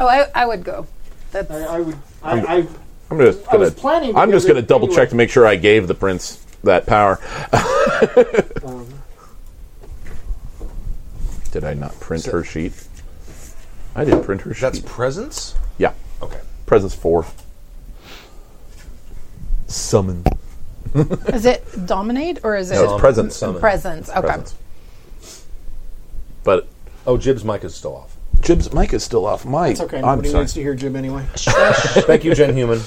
[SPEAKER 2] I, I would go. That's
[SPEAKER 4] I, I would. I, I,
[SPEAKER 1] I'm just
[SPEAKER 4] I was
[SPEAKER 1] gonna.
[SPEAKER 4] planning to
[SPEAKER 1] I'm
[SPEAKER 4] give
[SPEAKER 1] just gonna
[SPEAKER 4] it
[SPEAKER 1] double
[SPEAKER 4] anyway.
[SPEAKER 1] check to make sure I gave the prince that power.
[SPEAKER 4] Um,
[SPEAKER 1] Did I not print her sheet? I didn't print her sheet.
[SPEAKER 9] That's presents.
[SPEAKER 1] yeah.
[SPEAKER 9] Okay.
[SPEAKER 1] Presence four. Summon.
[SPEAKER 2] Is it dominate or is
[SPEAKER 1] No,
[SPEAKER 2] it
[SPEAKER 1] it's presence.
[SPEAKER 6] Summon.
[SPEAKER 2] presence? Okay.
[SPEAKER 1] Presence. But
[SPEAKER 6] Oh, Jib's mic is still off.
[SPEAKER 1] Jib's mic is still off. Mike,
[SPEAKER 4] It's okay.
[SPEAKER 1] I'm
[SPEAKER 4] Nobody
[SPEAKER 1] sorry.
[SPEAKER 4] wants to hear Jib anyway.
[SPEAKER 6] Thank you, Jen Human.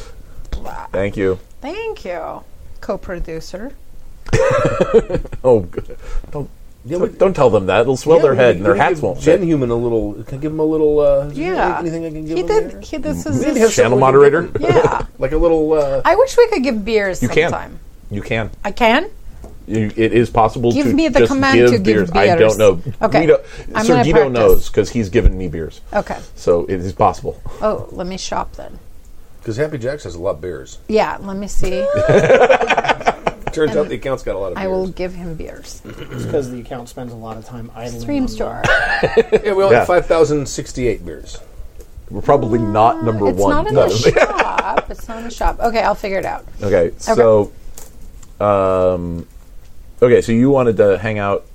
[SPEAKER 1] Thank you.
[SPEAKER 5] Thank you, co-producer.
[SPEAKER 1] Oh, good. don't don't, don't tell them that. It'll swell their head and their hats won't
[SPEAKER 6] Jen
[SPEAKER 1] fit.
[SPEAKER 6] Human a little. Can I give him a little? Uh,
[SPEAKER 5] Yeah.
[SPEAKER 6] Anything I can give
[SPEAKER 5] He
[SPEAKER 6] him? there?
[SPEAKER 5] did. He, this is
[SPEAKER 6] Maybe have
[SPEAKER 5] his,
[SPEAKER 1] Channel
[SPEAKER 6] someone we
[SPEAKER 1] moderator?
[SPEAKER 6] can give him-
[SPEAKER 5] yeah.
[SPEAKER 6] like a little. Uh,
[SPEAKER 5] I wish we could give beers
[SPEAKER 1] You can.
[SPEAKER 5] sometime.
[SPEAKER 1] You can.
[SPEAKER 5] I can.
[SPEAKER 1] You, it is possible
[SPEAKER 5] Give
[SPEAKER 1] to
[SPEAKER 5] me the
[SPEAKER 1] just
[SPEAKER 5] command
[SPEAKER 1] give
[SPEAKER 5] to give
[SPEAKER 1] beers. I
[SPEAKER 5] beers.
[SPEAKER 1] don't know.
[SPEAKER 5] Okay.
[SPEAKER 1] Guido,
[SPEAKER 5] I'm
[SPEAKER 1] Sir
[SPEAKER 5] gonna
[SPEAKER 1] Guido
[SPEAKER 5] practice.
[SPEAKER 1] knows because he's given me beers.
[SPEAKER 5] Okay.
[SPEAKER 1] So it is possible.
[SPEAKER 5] Oh, let me shop then.
[SPEAKER 6] Because Happy Jacks has a lot of beers.
[SPEAKER 5] Yeah, let me see.
[SPEAKER 6] Turns out the account's got a lot of
[SPEAKER 5] Um, I will give him beers.
[SPEAKER 4] because the account spends a lot of time idling.
[SPEAKER 5] Stream
[SPEAKER 4] on
[SPEAKER 5] store.
[SPEAKER 6] Yeah, we only
[SPEAKER 1] Yeah.
[SPEAKER 6] have 5,068 beers.
[SPEAKER 1] We're probably not number
[SPEAKER 5] It's
[SPEAKER 1] one.
[SPEAKER 5] not in the shop. It's not in the shop. Okay, I'll figure it out.
[SPEAKER 1] Okay, so, um, okay, so you wanted to hang out.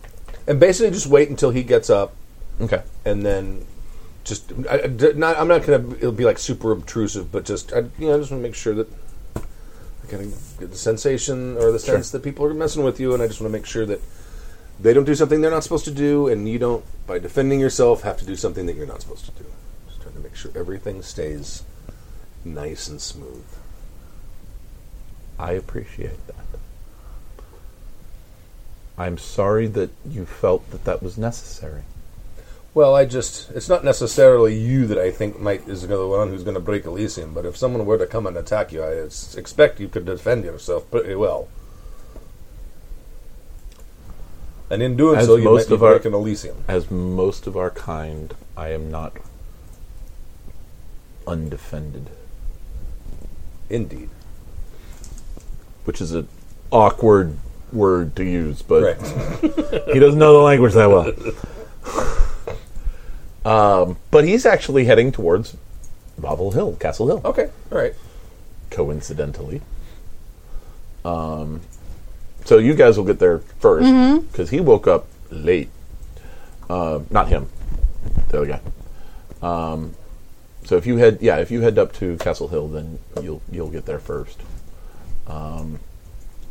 [SPEAKER 6] And basically just wait until he gets up
[SPEAKER 1] Okay,
[SPEAKER 6] and then just. I, I- d- not, I'm not going to. It'll be like super obtrusive, but just. I, you know, I just want to make sure that. I kind of get the sensation or the sense that people are messing with you, and I just want to make sure that they don't do something they're not supposed to do, and you don't, by defending yourself, have to do something that you're not supposed to do. Just trying to make sure everything stays nice and smooth.
[SPEAKER 1] I appreciate that. I'm sorry that you felt that that was necessary.
[SPEAKER 6] Well, I just, it's not necessarily you that I think might is the one who's going to break Elysium, but if someone were to come and attack you, I s- expect you could defend yourself pretty well. And in doing
[SPEAKER 1] As
[SPEAKER 6] so, you
[SPEAKER 1] most
[SPEAKER 6] might be
[SPEAKER 1] of our-
[SPEAKER 6] breaking Elysium.
[SPEAKER 1] As most of our kind, I am not undefended,
[SPEAKER 6] Indeed.
[SPEAKER 1] which is an awkward word to use, but
[SPEAKER 6] Right.
[SPEAKER 1] he doesn't know the language that well. um, but he's actually heading towards Bobble Hill, Castle Hill.
[SPEAKER 6] okay. All right.
[SPEAKER 1] coincidentally. Um, so you guys will get there first because he woke up late. Uh, not him, the other guy. Um, so if you head, yeah, if you head up to Castle Hill, then you'll you'll get there first. Um,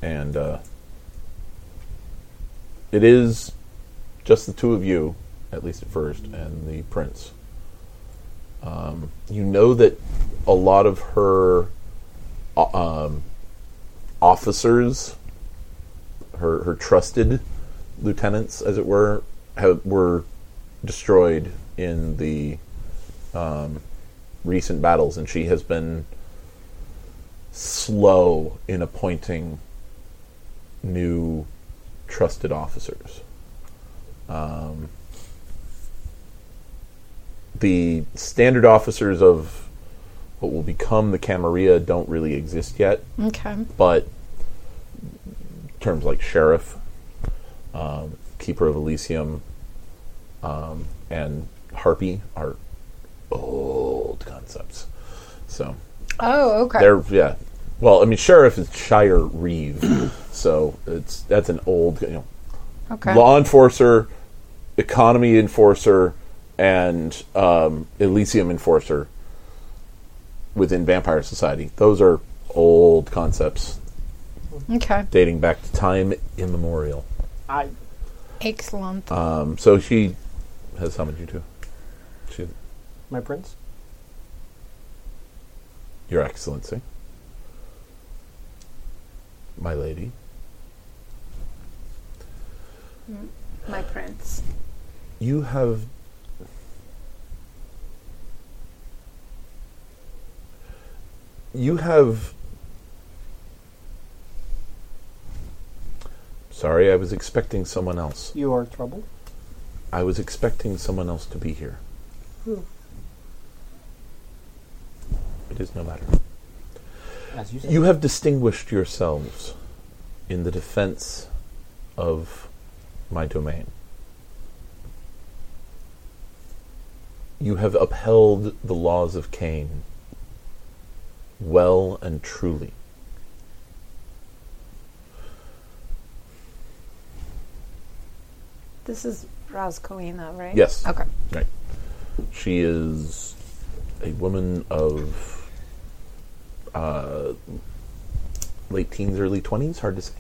[SPEAKER 1] and uh, it is just the two of you, at least at first, and the prince. Um, you know that a lot of her officers, her her trusted lieutenants, as it were, have, were destroyed in the um, recent battles, and she has been slow in appointing new trusted officers. Um, the standard officers of what will become the Camarilla don't really exist yet
[SPEAKER 5] Okay.
[SPEAKER 1] but terms like sheriff, um, keeper of Elysium, um, and harpy are old concepts. So
[SPEAKER 5] Oh, okay.
[SPEAKER 1] they're yeah. Well, I mean, sheriff is shire reeve, so it's that's an old you know
[SPEAKER 5] okay.
[SPEAKER 1] law enforcer, economy enforcer, and um, Elysium enforcer within Vampire Society. Those are old concepts
[SPEAKER 5] Okay.
[SPEAKER 1] dating back to time immemorial.
[SPEAKER 4] I
[SPEAKER 5] Excellent.
[SPEAKER 1] Um, so she has summoned you to, she,
[SPEAKER 4] my prince.
[SPEAKER 1] Your Excellency, my lady.
[SPEAKER 5] My prince.
[SPEAKER 1] You have. You have. Sorry, I was expecting someone else.
[SPEAKER 4] You are troubled.
[SPEAKER 1] I was expecting someone else to be here. It is no matter.
[SPEAKER 4] As you said.
[SPEAKER 1] You have distinguished yourselves in the defense of my domain. You have upheld the laws of Cain well and truly.
[SPEAKER 5] This is Roscoina, right?
[SPEAKER 1] Yes.
[SPEAKER 5] Okay.
[SPEAKER 1] Right. She is a woman of uh, late teens, early twenties. Hard to say.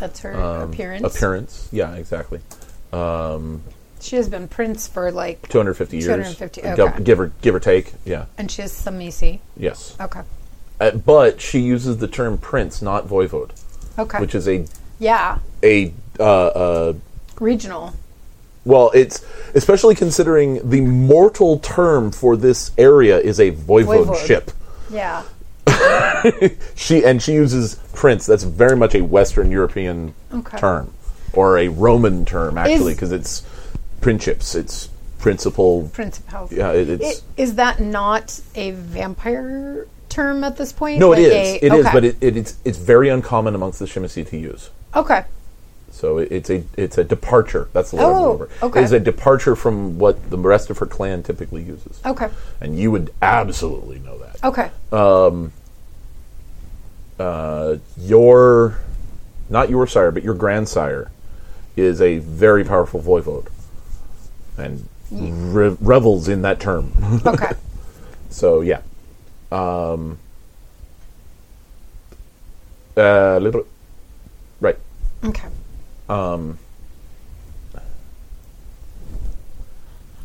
[SPEAKER 2] That's her
[SPEAKER 1] Um,
[SPEAKER 2] appearance.
[SPEAKER 1] Appearance. Yeah, exactly.
[SPEAKER 2] She has been Prince for like,
[SPEAKER 1] Two hundred fifty years.
[SPEAKER 2] 250,
[SPEAKER 1] Uh, gov-
[SPEAKER 2] okay.
[SPEAKER 1] Give or give or take. Yeah.
[SPEAKER 2] and she is Samisi.
[SPEAKER 1] Yes.
[SPEAKER 2] Okay.
[SPEAKER 1] Uh, but she uses the term prince, not voivode,
[SPEAKER 2] Okay.
[SPEAKER 1] which is a
[SPEAKER 2] yeah.
[SPEAKER 1] a uh, uh,
[SPEAKER 2] Regional.
[SPEAKER 1] well. It's especially considering the mortal term for this area is a voivodeship.
[SPEAKER 2] Yeah.
[SPEAKER 1] She and she uses prince. That's very much a Western European
[SPEAKER 2] Okay.
[SPEAKER 1] term, or a Roman term actually,
[SPEAKER 2] Is-
[SPEAKER 1] because it's princips. It's principal.
[SPEAKER 2] Principal.
[SPEAKER 1] Yeah, it, it's.
[SPEAKER 2] I- is that not a vampire term at this point?
[SPEAKER 1] no, it is.
[SPEAKER 2] a-
[SPEAKER 1] It is,
[SPEAKER 2] okay.
[SPEAKER 1] but it, it, it's it's very uncommon amongst the Shemasi to use.
[SPEAKER 2] Okay.
[SPEAKER 1] So it, it's a it's a departure. That's the word I'm
[SPEAKER 2] Oh,
[SPEAKER 1] looking for.
[SPEAKER 2] okay.
[SPEAKER 1] It's a departure from what the rest of her clan typically uses.
[SPEAKER 2] Okay.
[SPEAKER 1] And you would absolutely know that.
[SPEAKER 2] Okay.
[SPEAKER 1] Your, not your sire, but your grandsire, is a very powerful voivode, and re- revels in that term.
[SPEAKER 2] Okay.
[SPEAKER 1] so yeah. Um. Uh, little, right.
[SPEAKER 2] Okay. Um.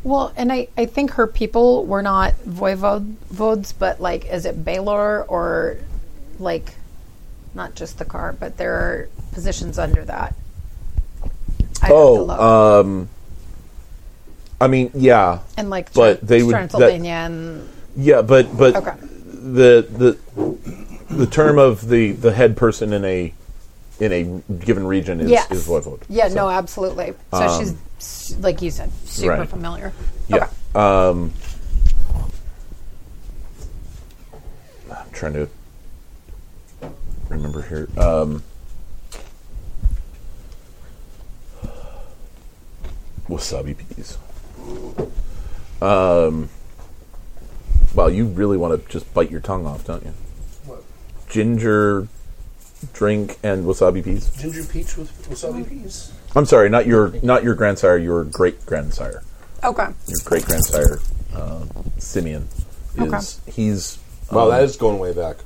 [SPEAKER 2] Well, and I, I think her people were not voivodes, but like, is it Baylor or like, not just the car, but there are positions under that. I
[SPEAKER 1] Oh, I mean, yeah,
[SPEAKER 2] and like,
[SPEAKER 1] but
[SPEAKER 2] Tran-
[SPEAKER 1] they would- that-
[SPEAKER 2] Transylvania and
[SPEAKER 1] yeah, but but
[SPEAKER 2] okay,
[SPEAKER 1] the the the term of the the head person in a in a given region is
[SPEAKER 2] Yes.
[SPEAKER 1] is voivode.
[SPEAKER 2] yeah,
[SPEAKER 1] So, Um,
[SPEAKER 2] no, absolutely. So she's s- like you said, super
[SPEAKER 1] right.
[SPEAKER 2] familiar.
[SPEAKER 1] Yeah.
[SPEAKER 2] Okay.
[SPEAKER 1] Um, I'm trying to remember here. Um, wasabi peas. Um, wow, you really want to just bite your tongue off, don't you? Ginger drink and wasabi peas.
[SPEAKER 10] Ginger peach with wasabi peas.
[SPEAKER 1] I'm sorry, not your not your grandsire, your great grandsire.
[SPEAKER 2] Okay.
[SPEAKER 1] Your great grandsire, uh, Simeon, is he's um,
[SPEAKER 6] Wow, that is going way back.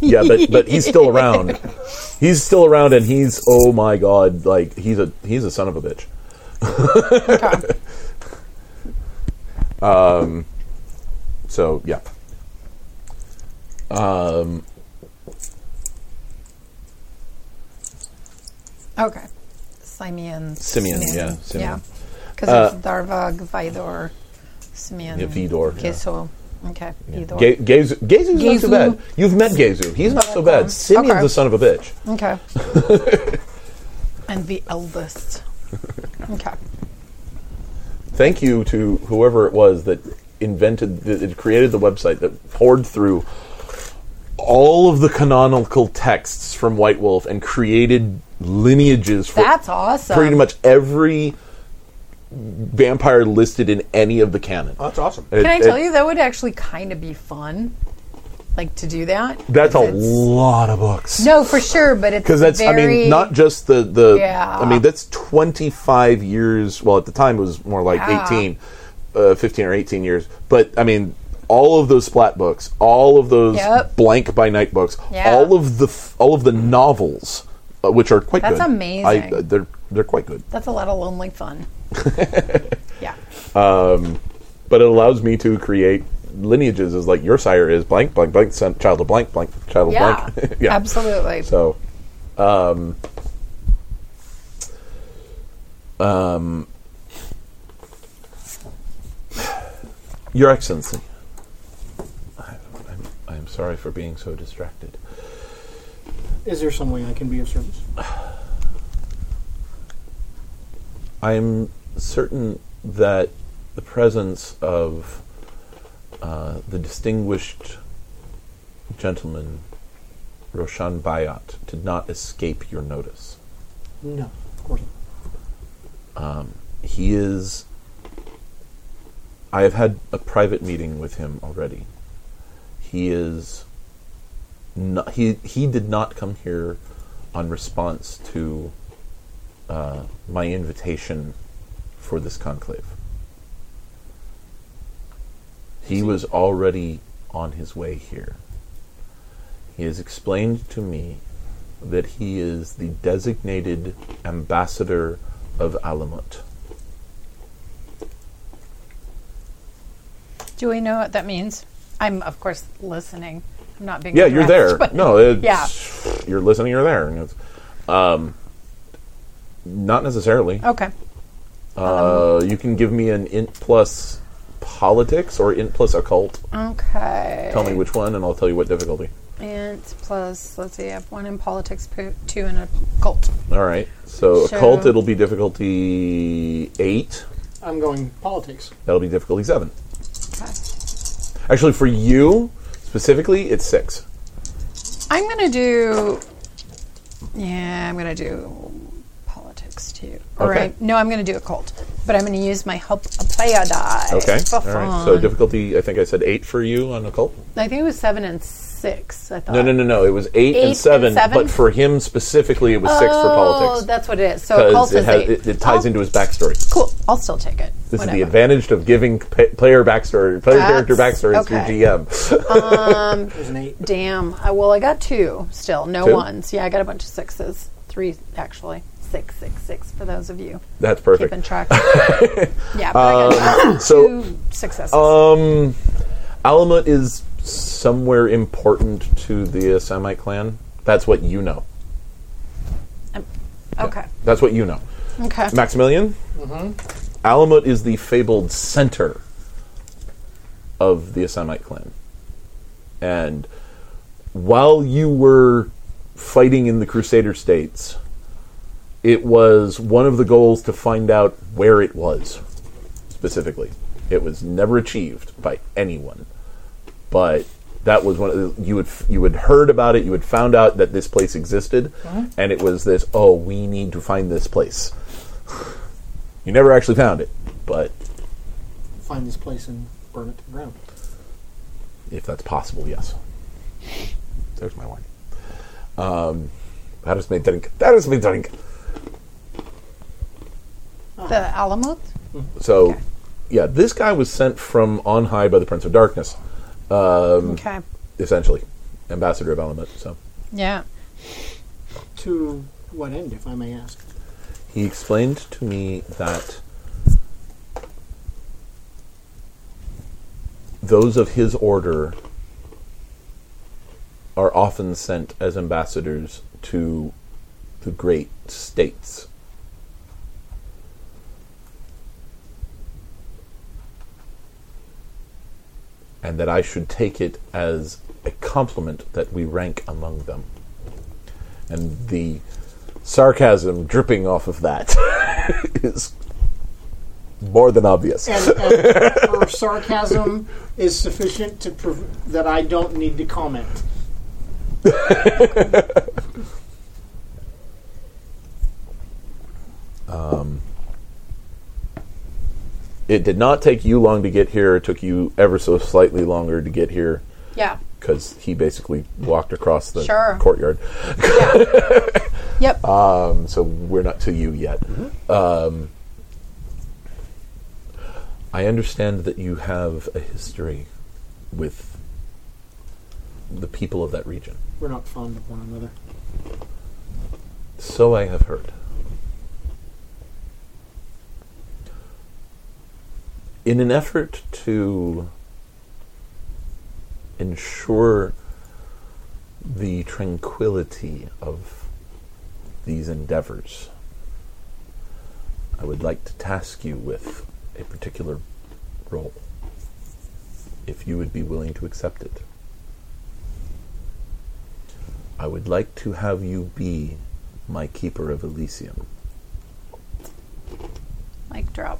[SPEAKER 1] yeah, but but he's still around. He's still around, and he's oh my god, like he's a he's a son of a bitch.
[SPEAKER 2] Okay.
[SPEAKER 1] Um, So yeah.
[SPEAKER 2] okay. Simeon.
[SPEAKER 1] Simeon, yeah, Simeon. Uh,
[SPEAKER 2] Yeah. Because it's Darvag, Vidor, Simeon.
[SPEAKER 1] Yeah, Vidor, yeah.
[SPEAKER 2] Geso. Okay. Vidor.
[SPEAKER 1] Ge- Gezu, Gezu's not so
[SPEAKER 2] Gezu.
[SPEAKER 1] bad. You've met Gezu. He's not so bad. Simeon's
[SPEAKER 2] Okay.
[SPEAKER 1] a son of a bitch.
[SPEAKER 2] okay. and the eldest. Okay.
[SPEAKER 1] Thank you to whoever it was that invented, that that created the website that poured through all of the canonical texts from White Wolf and created lineages for
[SPEAKER 2] That's uh, awesome.
[SPEAKER 1] pretty much every vampire listed in any of the canon.
[SPEAKER 6] That's awesome.
[SPEAKER 2] Can I tell you that would actually kind of be fun, like to do that.
[SPEAKER 1] That's a
[SPEAKER 2] It's-
[SPEAKER 1] lot of books.
[SPEAKER 2] No, for sure, but it's
[SPEAKER 1] Because that's, I
[SPEAKER 2] very-
[SPEAKER 1] mean, not just the the.
[SPEAKER 2] Yeah.
[SPEAKER 1] I mean, that's twenty five years. Well, at the time it was more like
[SPEAKER 2] Yeah.
[SPEAKER 1] 18, uh, 15 or eighteen years. But I mean, all of those splat books, all of those
[SPEAKER 2] Yep.
[SPEAKER 1] blank by night books,
[SPEAKER 2] Yeah.
[SPEAKER 1] all of the f- all of the novels, uh, which are quite
[SPEAKER 2] That's
[SPEAKER 1] good. I,
[SPEAKER 2] amazing.
[SPEAKER 1] uh, they're they're quite good.
[SPEAKER 2] That's a lot of lonely fun. yeah.
[SPEAKER 1] But it allows me to create lineages. Is like your sire is blank blank blank son, child of blank blank child of
[SPEAKER 2] Yeah.
[SPEAKER 1] blank.
[SPEAKER 2] Absolutely.
[SPEAKER 1] So, um, um, um, Your Excellency, I- I'm, I'm sorry for being so distracted.
[SPEAKER 4] Is there some way I can be of service?
[SPEAKER 1] I'm certain that the presence of uh, the distinguished gentleman Roshan Bayat did not escape your notice.
[SPEAKER 4] No, of course not.
[SPEAKER 1] he is I have had a private meeting with him already. He is not, he he did not come here on response to uh, my invitation for this conclave. He was already on his way here. He has explained to me that he is the designated ambassador of Alamut.
[SPEAKER 2] Do we know what that means? I'm, of course, listening. I'm not being.
[SPEAKER 1] Yeah, you're there.
[SPEAKER 2] harassed, but-
[SPEAKER 1] no, it's,
[SPEAKER 2] yeah.
[SPEAKER 1] you're listening. You're there. And it's- um, not necessarily.
[SPEAKER 2] Okay. Oh, um,
[SPEAKER 1] Uh, you can give me an int plus politics or int plus occult.
[SPEAKER 2] Okay.
[SPEAKER 1] Tell me which one, and I'll tell you what difficulty.
[SPEAKER 2] And plus, let's see, I have one in politics, po- two in a cult.
[SPEAKER 1] All right. So,
[SPEAKER 2] So-
[SPEAKER 1] occult, it'll be difficulty eight.
[SPEAKER 4] I'm going politics.
[SPEAKER 1] That'll be difficulty seven. Actually, for you specifically, it's six.
[SPEAKER 2] I'm gonna do. Yeah, I'm gonna do politics too. All
[SPEAKER 1] Okay.
[SPEAKER 2] right. No, I'm gonna do a cult, but I'm gonna use my help a player die.
[SPEAKER 1] Okay.
[SPEAKER 2] For
[SPEAKER 1] All
[SPEAKER 2] fun.
[SPEAKER 1] right. So, difficulty, I think I said eight for you on occult.
[SPEAKER 2] I think it was seven and six. I thought.
[SPEAKER 1] No, no, no, no. It was eight,
[SPEAKER 2] Eight
[SPEAKER 1] and,
[SPEAKER 2] and
[SPEAKER 1] seven,
[SPEAKER 2] seven?
[SPEAKER 1] but for him specifically, it was six for
[SPEAKER 2] Oh,
[SPEAKER 1] politics.
[SPEAKER 2] that's what it is. So a cult
[SPEAKER 1] it,
[SPEAKER 2] is
[SPEAKER 1] has-
[SPEAKER 2] eight.
[SPEAKER 1] it, it ties
[SPEAKER 2] Oh,
[SPEAKER 1] into his backstory.
[SPEAKER 2] Cool. I'll still take it.
[SPEAKER 1] This is
[SPEAKER 2] Whatever.
[SPEAKER 1] the advantage of giving pa- player backstory, player character
[SPEAKER 2] That's-
[SPEAKER 1] backstory
[SPEAKER 2] okay.
[SPEAKER 1] to your GM.
[SPEAKER 4] There's an eight.
[SPEAKER 2] Damn. I, well, I got two still. No
[SPEAKER 1] Two?
[SPEAKER 2] ones. Yeah, I got a bunch of sixes. Three actually. Six, six, six. For those of you
[SPEAKER 1] That's perfect. Um,
[SPEAKER 2] keeping track. yeah, but I got
[SPEAKER 1] So,
[SPEAKER 2] two successes.
[SPEAKER 1] um, Alamut is somewhere important to the uh, Semite clan. That's what you know.
[SPEAKER 2] okay.
[SPEAKER 1] That's what you know.
[SPEAKER 2] Okay.
[SPEAKER 1] Maximilian? Alamut is the fabled center of the Assamite clan. And while you were fighting in the Crusader states, it was one of the goals to find out where it was specifically. It was never achieved by anyone, but that was one of the, you had you had heard about it. You had found out that this place existed, and it was this. Oh, we need to find this place. You never actually found it, but
[SPEAKER 4] Find this place and burn it to the ground.
[SPEAKER 1] if that's possible, yes. There's my wine. Um, that is my drink. That is my drink.
[SPEAKER 2] The Alamut?
[SPEAKER 1] So, yeah, this guy was sent from on high by the Prince of Darkness, Mm.
[SPEAKER 2] okay.
[SPEAKER 1] essentially, ambassador of Element. So.
[SPEAKER 2] Yeah.
[SPEAKER 4] To what end, if I may ask?
[SPEAKER 1] He explained to me that those of his order are often sent as ambassadors to the great states. And that I should take it as a compliment that we rank among them. And the sarcasm dripping off of that is more than obvious.
[SPEAKER 4] And, and her sarcasm is sufficient to prove that I don't need to comment.
[SPEAKER 1] It did not take you long to get here. It took you ever so slightly longer to get here
[SPEAKER 2] Yeah.
[SPEAKER 1] because he basically walked across the
[SPEAKER 2] Sure.
[SPEAKER 1] courtyard.
[SPEAKER 2] Yep.
[SPEAKER 1] Um, so we're not to you yet. Um, I understand that you have a history with the people of that region.
[SPEAKER 4] We're not fond of one another.
[SPEAKER 1] So I have heard. In an effort to ensure the tranquility of these endeavors, I would like to task you with a particular role, if you would be willing to accept it. I would like to have you be my keeper of Elysium.
[SPEAKER 2] Mic drop.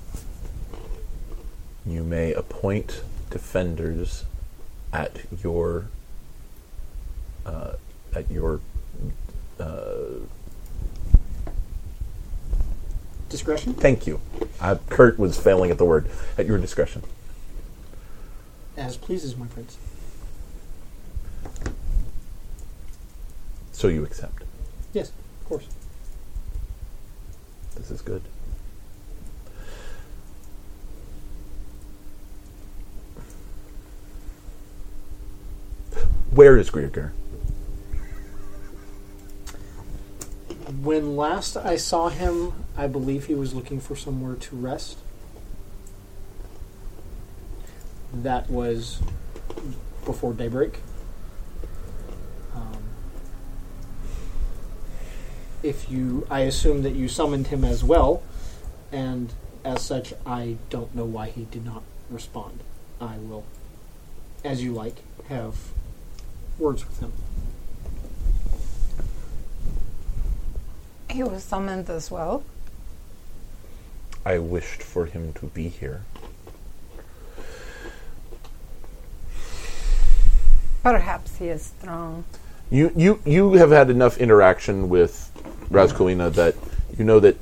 [SPEAKER 1] You may appoint defenders at your uh, at your
[SPEAKER 4] Discretion?
[SPEAKER 1] thank you. Uh, Kurt was failing at the word at your discretion.
[SPEAKER 4] As pleases, my prince.
[SPEAKER 1] So you accept.
[SPEAKER 4] Yes, of course.
[SPEAKER 1] This is good. Where is Grieger?
[SPEAKER 4] When last I saw him, I believe he was looking for somewhere to rest. That was before daybreak. Um, if you, I assume that you summoned him as well, and as such, I don't know why he did not respond. I will, as you like, have words with him.
[SPEAKER 2] He was summoned as well.
[SPEAKER 1] I wished for him to be here.
[SPEAKER 2] Perhaps he is strong.
[SPEAKER 1] You you you have had enough interaction with Raskolina that you know that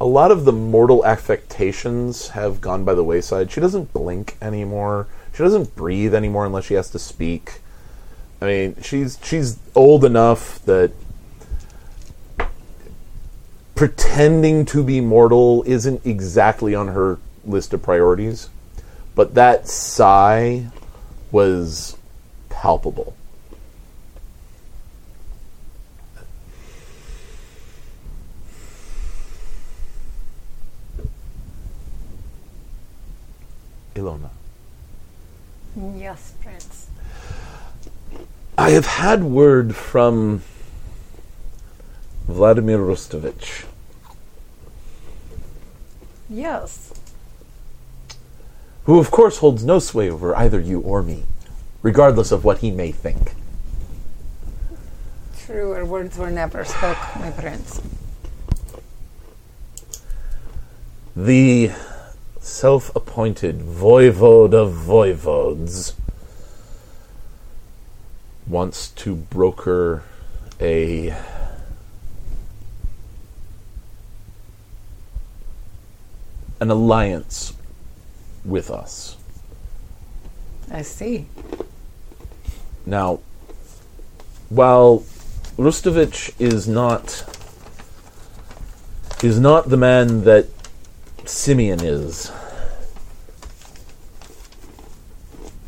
[SPEAKER 1] a lot of the mortal affectations have gone by the wayside. She doesn't blink anymore. She doesn't breathe anymore unless she has to speak. I mean, she's she's old enough that pretending to be mortal isn't exactly on her list of priorities, but that sigh was palpable. Ilona,
[SPEAKER 2] Yes, Prince.
[SPEAKER 1] I have had word from Vladimir Rostovich.
[SPEAKER 2] Yes.
[SPEAKER 1] who of course holds no sway over either you or me, regardless of what he may think.
[SPEAKER 2] Truer words were never spoke, my prince.
[SPEAKER 1] The self appointed voivode of voivodes wants to broker a an alliance with us.
[SPEAKER 2] I see.
[SPEAKER 1] Now, while Rustovich is not is not the man that Simeon is,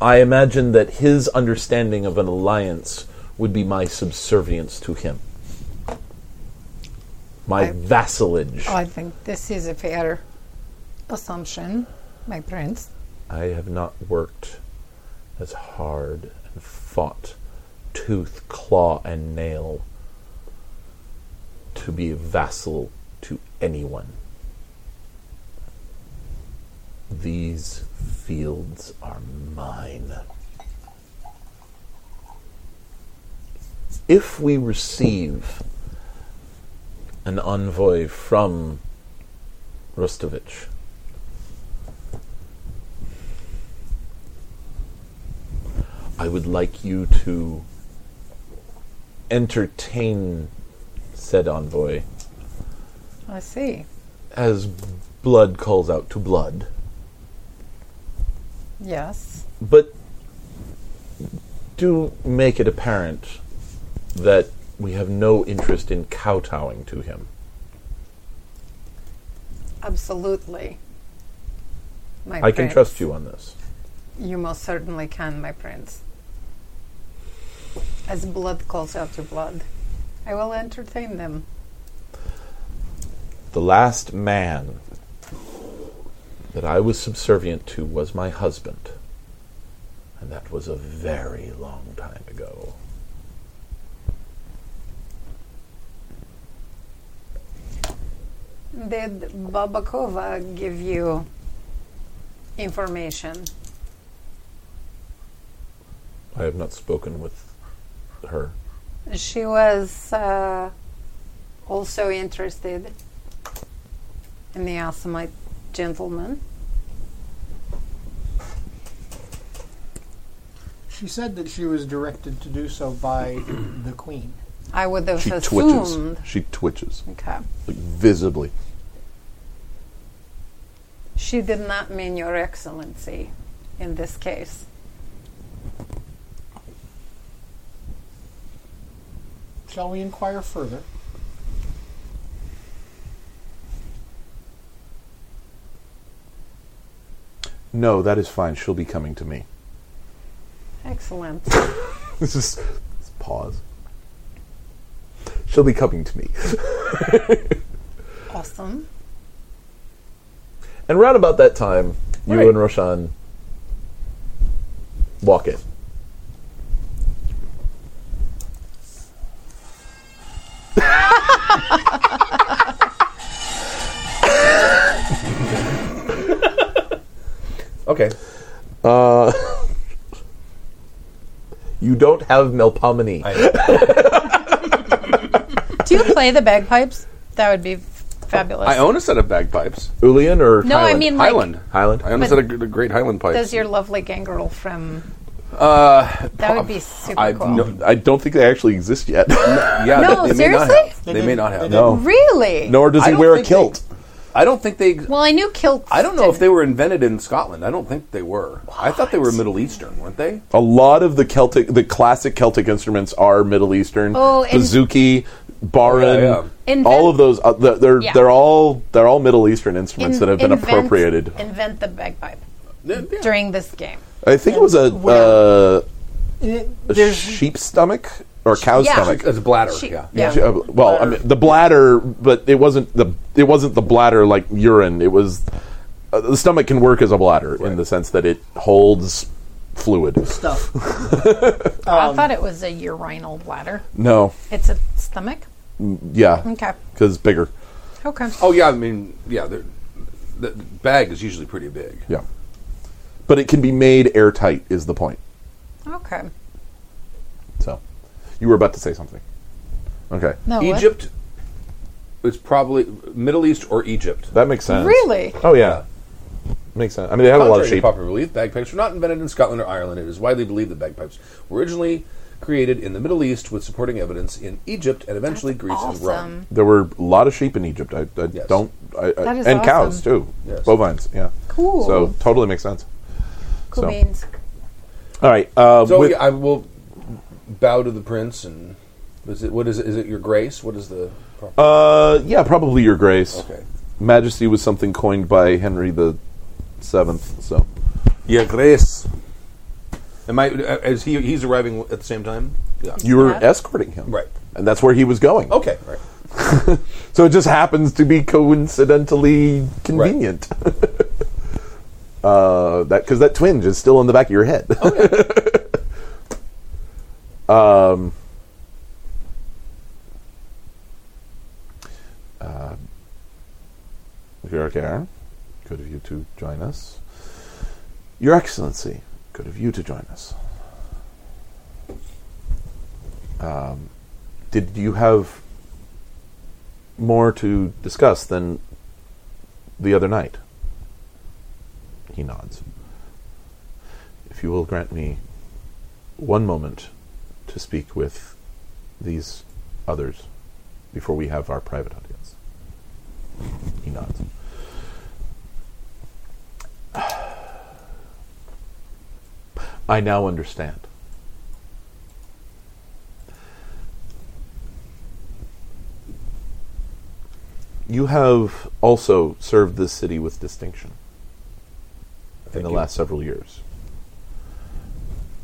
[SPEAKER 1] I imagine that his understanding of an alliance would be my subservience to him. My
[SPEAKER 2] I-
[SPEAKER 1] vassalage.
[SPEAKER 5] Oh,
[SPEAKER 2] Oh, I think this is a fair assumption, my prince.
[SPEAKER 1] I have not worked as hard and fought tooth, claw, and nail to be a vassal to anyone. These fields are mine. If we receive an envoy from Rustovich, I would like you to entertain said envoy
[SPEAKER 2] I see.
[SPEAKER 1] as blood calls out to blood.
[SPEAKER 2] Yes.
[SPEAKER 1] But do make it apparent that we have no interest in kowtowing to him.
[SPEAKER 2] Absolutely. My
[SPEAKER 1] I can
[SPEAKER 2] prince.
[SPEAKER 1] trust you on this.
[SPEAKER 2] You most certainly can, my prince. As blood calls out to blood, I will entertain them.
[SPEAKER 1] The last man that I was subservient to was my husband. And that was a very long time ago.
[SPEAKER 2] Did Babakova give you information?
[SPEAKER 1] I have not spoken with her.
[SPEAKER 2] She was uh, also interested in the Assamite gentleman.
[SPEAKER 4] She said that she was directed to do so by the queen.
[SPEAKER 2] I would have
[SPEAKER 1] She twitches.
[SPEAKER 2] assumed.
[SPEAKER 1] She twitches,
[SPEAKER 2] Okay.
[SPEAKER 1] like visibly.
[SPEAKER 2] She did not mean your excellency in this case.
[SPEAKER 4] Shall we inquire further?
[SPEAKER 1] No, that is fine. She'll be coming to me.
[SPEAKER 2] Excellent.
[SPEAKER 1] This is this pause.
[SPEAKER 11] She'll be coming to me.
[SPEAKER 5] Awesome.
[SPEAKER 11] And around about that time, you
[SPEAKER 4] Right.
[SPEAKER 11] and Roshan walk in.
[SPEAKER 12] Okay.
[SPEAKER 11] You don't have Melpomene.
[SPEAKER 2] Do you play the bagpipes? That would be f- fabulous.
[SPEAKER 6] I own a set of bagpipes.
[SPEAKER 11] Ulian or
[SPEAKER 2] no, I
[SPEAKER 11] Highland?
[SPEAKER 2] mean like
[SPEAKER 6] Highland.
[SPEAKER 11] Highland.
[SPEAKER 6] I own a
[SPEAKER 2] But-
[SPEAKER 6] set of gr- the great Highland pipes.
[SPEAKER 2] does your lovely gangrel from
[SPEAKER 6] uh,
[SPEAKER 2] that would be super
[SPEAKER 6] I've
[SPEAKER 2] cool.
[SPEAKER 6] no-
[SPEAKER 1] I don't think they actually exist yet.
[SPEAKER 6] yeah,
[SPEAKER 2] No,
[SPEAKER 6] they, they may not
[SPEAKER 2] seriously?
[SPEAKER 6] have. They, may not have.
[SPEAKER 1] no,
[SPEAKER 2] really?
[SPEAKER 1] nor does
[SPEAKER 6] I
[SPEAKER 1] he
[SPEAKER 6] don't
[SPEAKER 1] wear a
[SPEAKER 6] think they-
[SPEAKER 1] kilt.
[SPEAKER 6] I don't think they.
[SPEAKER 2] Well, I knew kilts.
[SPEAKER 6] I don't know if
[SPEAKER 2] didn't-
[SPEAKER 6] they were invented in Scotland. I don't think they were. I thought they were Middle Eastern, weren't they?
[SPEAKER 1] A lot of the Celtic, the classic Celtic instruments are Middle Eastern.
[SPEAKER 2] Oh, and-
[SPEAKER 1] Bazooki, baron,
[SPEAKER 6] Yeah,
[SPEAKER 2] yeah. Invent-
[SPEAKER 1] all of those. Uh, they're they're,
[SPEAKER 2] Yeah.
[SPEAKER 1] they're all they're all Middle Eastern instruments that have been
[SPEAKER 2] invent-
[SPEAKER 1] appropriated.
[SPEAKER 2] Invent the bagpipe
[SPEAKER 6] Yeah, yeah.
[SPEAKER 2] during this game.
[SPEAKER 1] I think it was a, uh,
[SPEAKER 4] Well- It-
[SPEAKER 1] a
[SPEAKER 4] Eh, there's
[SPEAKER 1] sheep stomach or cow
[SPEAKER 2] Yeah.
[SPEAKER 1] stomach.
[SPEAKER 6] It's bladder.
[SPEAKER 2] She-
[SPEAKER 6] yeah.
[SPEAKER 2] yeah.
[SPEAKER 1] Uh, well, I mean, the bladder, but it wasn't the it wasn't the bladder like urine. It was uh, the stomach can work as a bladder in the sense that it holds fluid.
[SPEAKER 4] stuff.
[SPEAKER 2] I thought it was a urinal bladder.
[SPEAKER 1] No,
[SPEAKER 2] It's a stomach.
[SPEAKER 1] yeah,
[SPEAKER 2] Okay.
[SPEAKER 1] because bigger.
[SPEAKER 2] Okay.
[SPEAKER 6] Oh yeah, I mean yeah, they're- the the bag is usually pretty big.
[SPEAKER 1] Yeah, but it can be made airtight. Is the point?
[SPEAKER 2] Okay.
[SPEAKER 1] So, you were about to say something. Okay,
[SPEAKER 2] No. Oh, what?
[SPEAKER 6] Egypt is probably Middle East or Egypt.
[SPEAKER 1] that makes sense.
[SPEAKER 2] Really?
[SPEAKER 1] Oh yeah, makes sense. I mean, they have a lot of
[SPEAKER 6] Contrary to
[SPEAKER 1] sheep.
[SPEAKER 6] popular belief, bagpipes were not invented in Scotland or Ireland. It is widely believed that bagpipes were originally created in the Middle East with supporting evidence in Egypt and eventually Greece and Rome.
[SPEAKER 2] Awesome.
[SPEAKER 1] There were a lot of sheep in Egypt. I, I
[SPEAKER 6] Yes.
[SPEAKER 1] don't. I, I,
[SPEAKER 2] That is
[SPEAKER 1] and cows
[SPEAKER 2] awesome.
[SPEAKER 1] too.
[SPEAKER 6] Yes.
[SPEAKER 1] Bovines. Yeah.
[SPEAKER 2] Cool.
[SPEAKER 1] So totally makes sense.
[SPEAKER 2] cool
[SPEAKER 1] so-
[SPEAKER 2] beans.
[SPEAKER 1] All right. Uh,
[SPEAKER 6] So
[SPEAKER 1] with-
[SPEAKER 6] yeah, I will bow to the prince and is it what is it? Is it your grace? What is the proper
[SPEAKER 1] Uh, yeah, probably Your Grace.
[SPEAKER 6] Okay.
[SPEAKER 1] Majesty was something coined by Henry the Seventh. So
[SPEAKER 6] Yeah, grace. Am I? uh, Is he? He's arriving at the same time. Yeah.
[SPEAKER 1] you were
[SPEAKER 2] Yeah.
[SPEAKER 1] escorting him,
[SPEAKER 6] Right. Oh,
[SPEAKER 1] And that's where he was going.
[SPEAKER 6] Okay. Right.
[SPEAKER 1] So it just happens to be coincidentally convenient. uh, that because that twinge is still in the back of your head. um. uh, Jurgen, good of you to join us. Your Excellency, good of you to join us. Um, did you have more to discuss than the other night. He nods. If you will grant me one moment to speak with these others before we have our private audience. He nods. I now understand. You have also served this city with distinction in the last several years.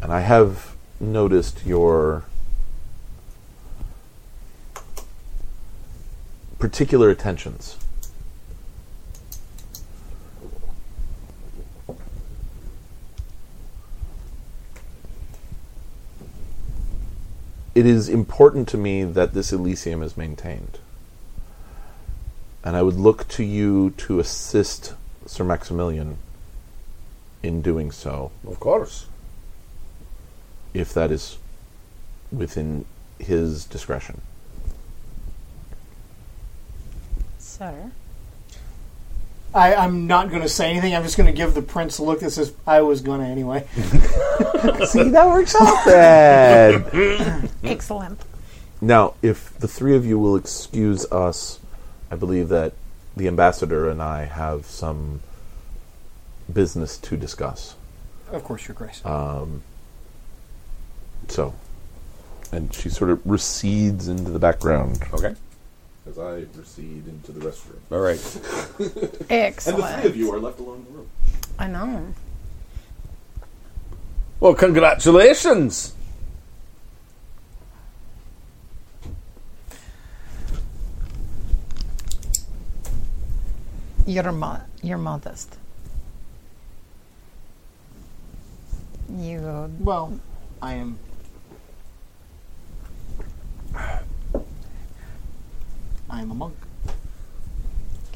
[SPEAKER 1] And I have noticed your particular attentions. It is important to me that this Elysium is maintained and I would look to you to assist Sir Maximilian in doing so,
[SPEAKER 6] Of course.
[SPEAKER 1] if that is within his discretion.
[SPEAKER 2] Sir.
[SPEAKER 4] I, I'm not going to say anything. I'm just going to give the prince a look that says, "I was going to anyway."
[SPEAKER 1] See, that works out bad. Mm.
[SPEAKER 2] Excellent.
[SPEAKER 1] now, if the three of you will excuse us, I believe that the ambassador and I have some business to discuss.
[SPEAKER 4] Of course, Your Grace.
[SPEAKER 1] So, and she sort of recedes into the background.
[SPEAKER 6] Okay.
[SPEAKER 11] As I recede into the restroom.
[SPEAKER 6] All right.
[SPEAKER 2] Excellent.
[SPEAKER 11] are left alone in the room.
[SPEAKER 2] I know.
[SPEAKER 6] Well, congratulations.
[SPEAKER 5] You're, mo- you're modest. You
[SPEAKER 4] Well, I am. I am a monk.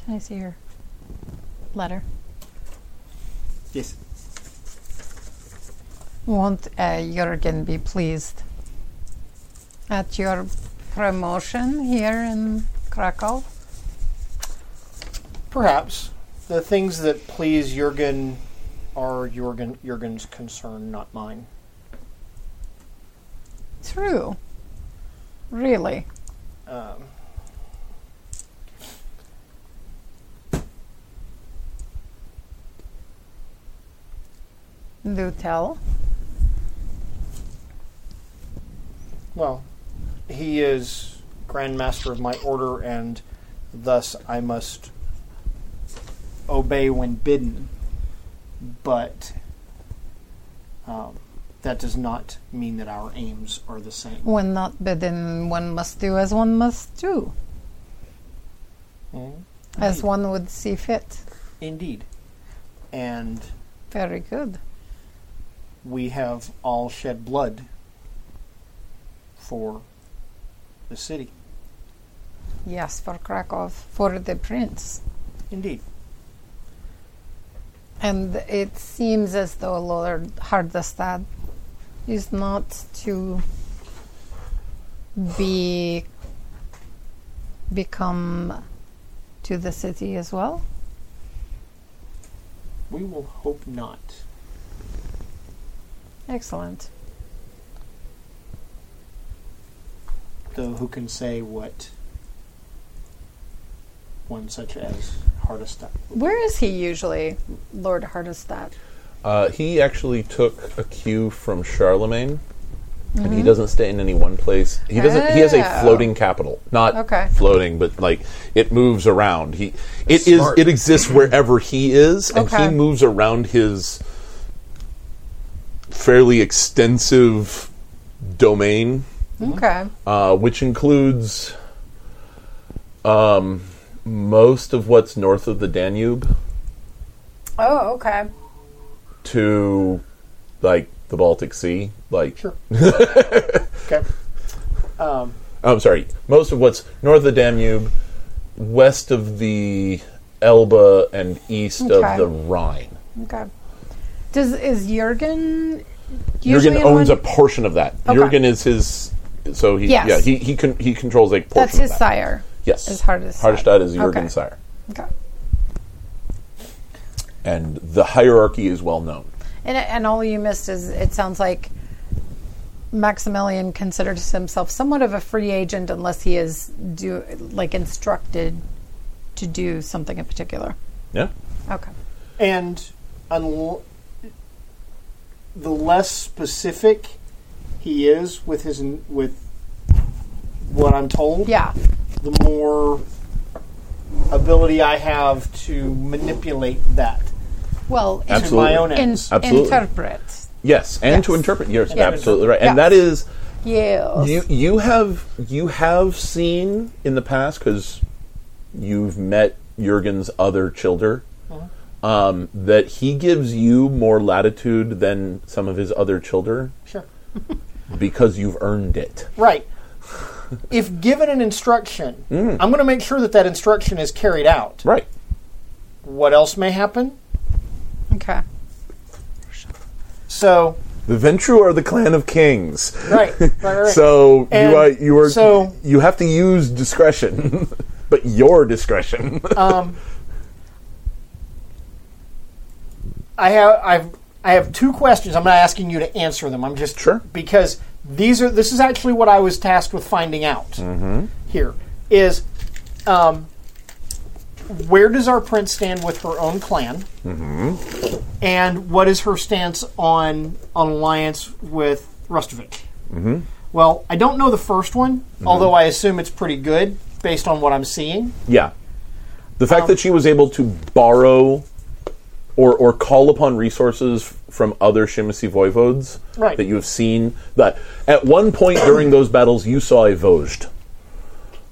[SPEAKER 5] can I see your letter?
[SPEAKER 4] Yes.
[SPEAKER 5] Won't uh, Jurgen be pleased at your promotion here in Krakow?
[SPEAKER 4] Perhaps the things that please Jurgen are Jurgen Jurgen's concern, not mine.
[SPEAKER 5] True. Really.
[SPEAKER 4] Um,
[SPEAKER 5] Do tell.
[SPEAKER 4] well, he is Grand Master of my order, and thus I must obey when bidden. But um, that does not mean that our aims are the same.
[SPEAKER 5] When not bidden, one must do as one must do,
[SPEAKER 4] Mm,
[SPEAKER 5] as one would see fit.
[SPEAKER 4] Indeed. And
[SPEAKER 5] Very good.
[SPEAKER 4] we have all shed blood for the city.
[SPEAKER 5] Yes, for Krakow, for the prince.
[SPEAKER 4] Indeed.
[SPEAKER 5] And it seems as though Lord Hardestad is not to be become to the city as well.
[SPEAKER 4] We will hope not.
[SPEAKER 5] Excellent.
[SPEAKER 4] Though who can say what one such as Hardestad?
[SPEAKER 5] Where is he usually, Lord Hardestad?
[SPEAKER 1] Uh, he actually took a cue from Charlemagne, and he doesn't stay in any one place. He doesn't. He has a
[SPEAKER 5] Mm-hmm. Oh.
[SPEAKER 1] floating capital, not
[SPEAKER 5] Okay.
[SPEAKER 1] floating, but like it moves around. He it is
[SPEAKER 6] smart.
[SPEAKER 1] it exists wherever he is, and
[SPEAKER 5] Okay.
[SPEAKER 1] he moves around his fairly extensive domain,
[SPEAKER 5] Okay.
[SPEAKER 1] uh, which includes um, most of what's north of the Danube
[SPEAKER 5] Oh, okay.
[SPEAKER 1] to like the Baltic Sea, like
[SPEAKER 4] Sure. okay. Um,
[SPEAKER 1] I'm sorry, most of what's north of the Danube, west of the Elbe, and east
[SPEAKER 5] Okay.
[SPEAKER 1] of the Rhine.
[SPEAKER 5] Okay. Does is Jurgen?
[SPEAKER 1] Jurgen
[SPEAKER 5] usually in
[SPEAKER 1] owns a
[SPEAKER 5] one-
[SPEAKER 1] portion of that.
[SPEAKER 5] Okay.
[SPEAKER 1] Jurgen is his, so he
[SPEAKER 5] Yes.
[SPEAKER 1] yeah he he con- he controls a portion.
[SPEAKER 5] That's
[SPEAKER 1] of
[SPEAKER 5] his
[SPEAKER 1] that.
[SPEAKER 5] sire.
[SPEAKER 1] Yes,
[SPEAKER 5] is Hardestad.
[SPEAKER 1] Hardestad is Jurgen's
[SPEAKER 5] Okay.
[SPEAKER 1] sire,
[SPEAKER 5] Okay.
[SPEAKER 1] and the hierarchy is well known.
[SPEAKER 5] And and all you missed is it sounds like Maximilian considers himself somewhat of a free agent unless he is do like instructed to do something in particular.
[SPEAKER 1] Yeah,
[SPEAKER 5] Okay.
[SPEAKER 4] and unl- the less specific he is with his n- with what I'm told,
[SPEAKER 5] Yeah.
[SPEAKER 4] the more ability I have to manipulate that
[SPEAKER 5] Well, in-
[SPEAKER 4] to my own
[SPEAKER 5] in,
[SPEAKER 4] ends.
[SPEAKER 1] Absolutely.
[SPEAKER 5] interpret.
[SPEAKER 1] yes, and to
[SPEAKER 5] Yes.
[SPEAKER 1] interpret, yes,
[SPEAKER 4] Yeah.
[SPEAKER 1] absolutely right, and
[SPEAKER 5] Yeah.
[SPEAKER 1] that is
[SPEAKER 5] Yes.
[SPEAKER 1] you you have you have seen in the past because you've met Jurgen's other childer um, that he gives you more latitude than some of his other childer
[SPEAKER 4] sure.
[SPEAKER 1] because you've earned it.
[SPEAKER 4] Right. if given an instruction, I'm going to make sure that that instruction is carried out.
[SPEAKER 1] Mm. Right.
[SPEAKER 4] What else may happen?
[SPEAKER 5] Okay.
[SPEAKER 4] So,
[SPEAKER 1] The Ventru are the clan of kings.
[SPEAKER 4] right, right, right. right.
[SPEAKER 1] So
[SPEAKER 4] And
[SPEAKER 1] you are, you are
[SPEAKER 4] so-
[SPEAKER 1] you have to use discretion, but your discretion.
[SPEAKER 4] I have I've I have two questions. I'm not asking you to answer them. I'm just
[SPEAKER 1] Sure.
[SPEAKER 4] because these are this is actually what I was tasked with finding out. Here is um, where does our prince stand with her own clan, and what is her stance on on alliance with Rustovic? Well, I don't know the first one, although I assume it's pretty good based on what I'm seeing.
[SPEAKER 1] Yeah. The fact that she was able to borrow or, or call upon resources f- from other Shemasi voivodes
[SPEAKER 4] Right.
[SPEAKER 1] that you have seen that at one point during those battles you saw a Vosged.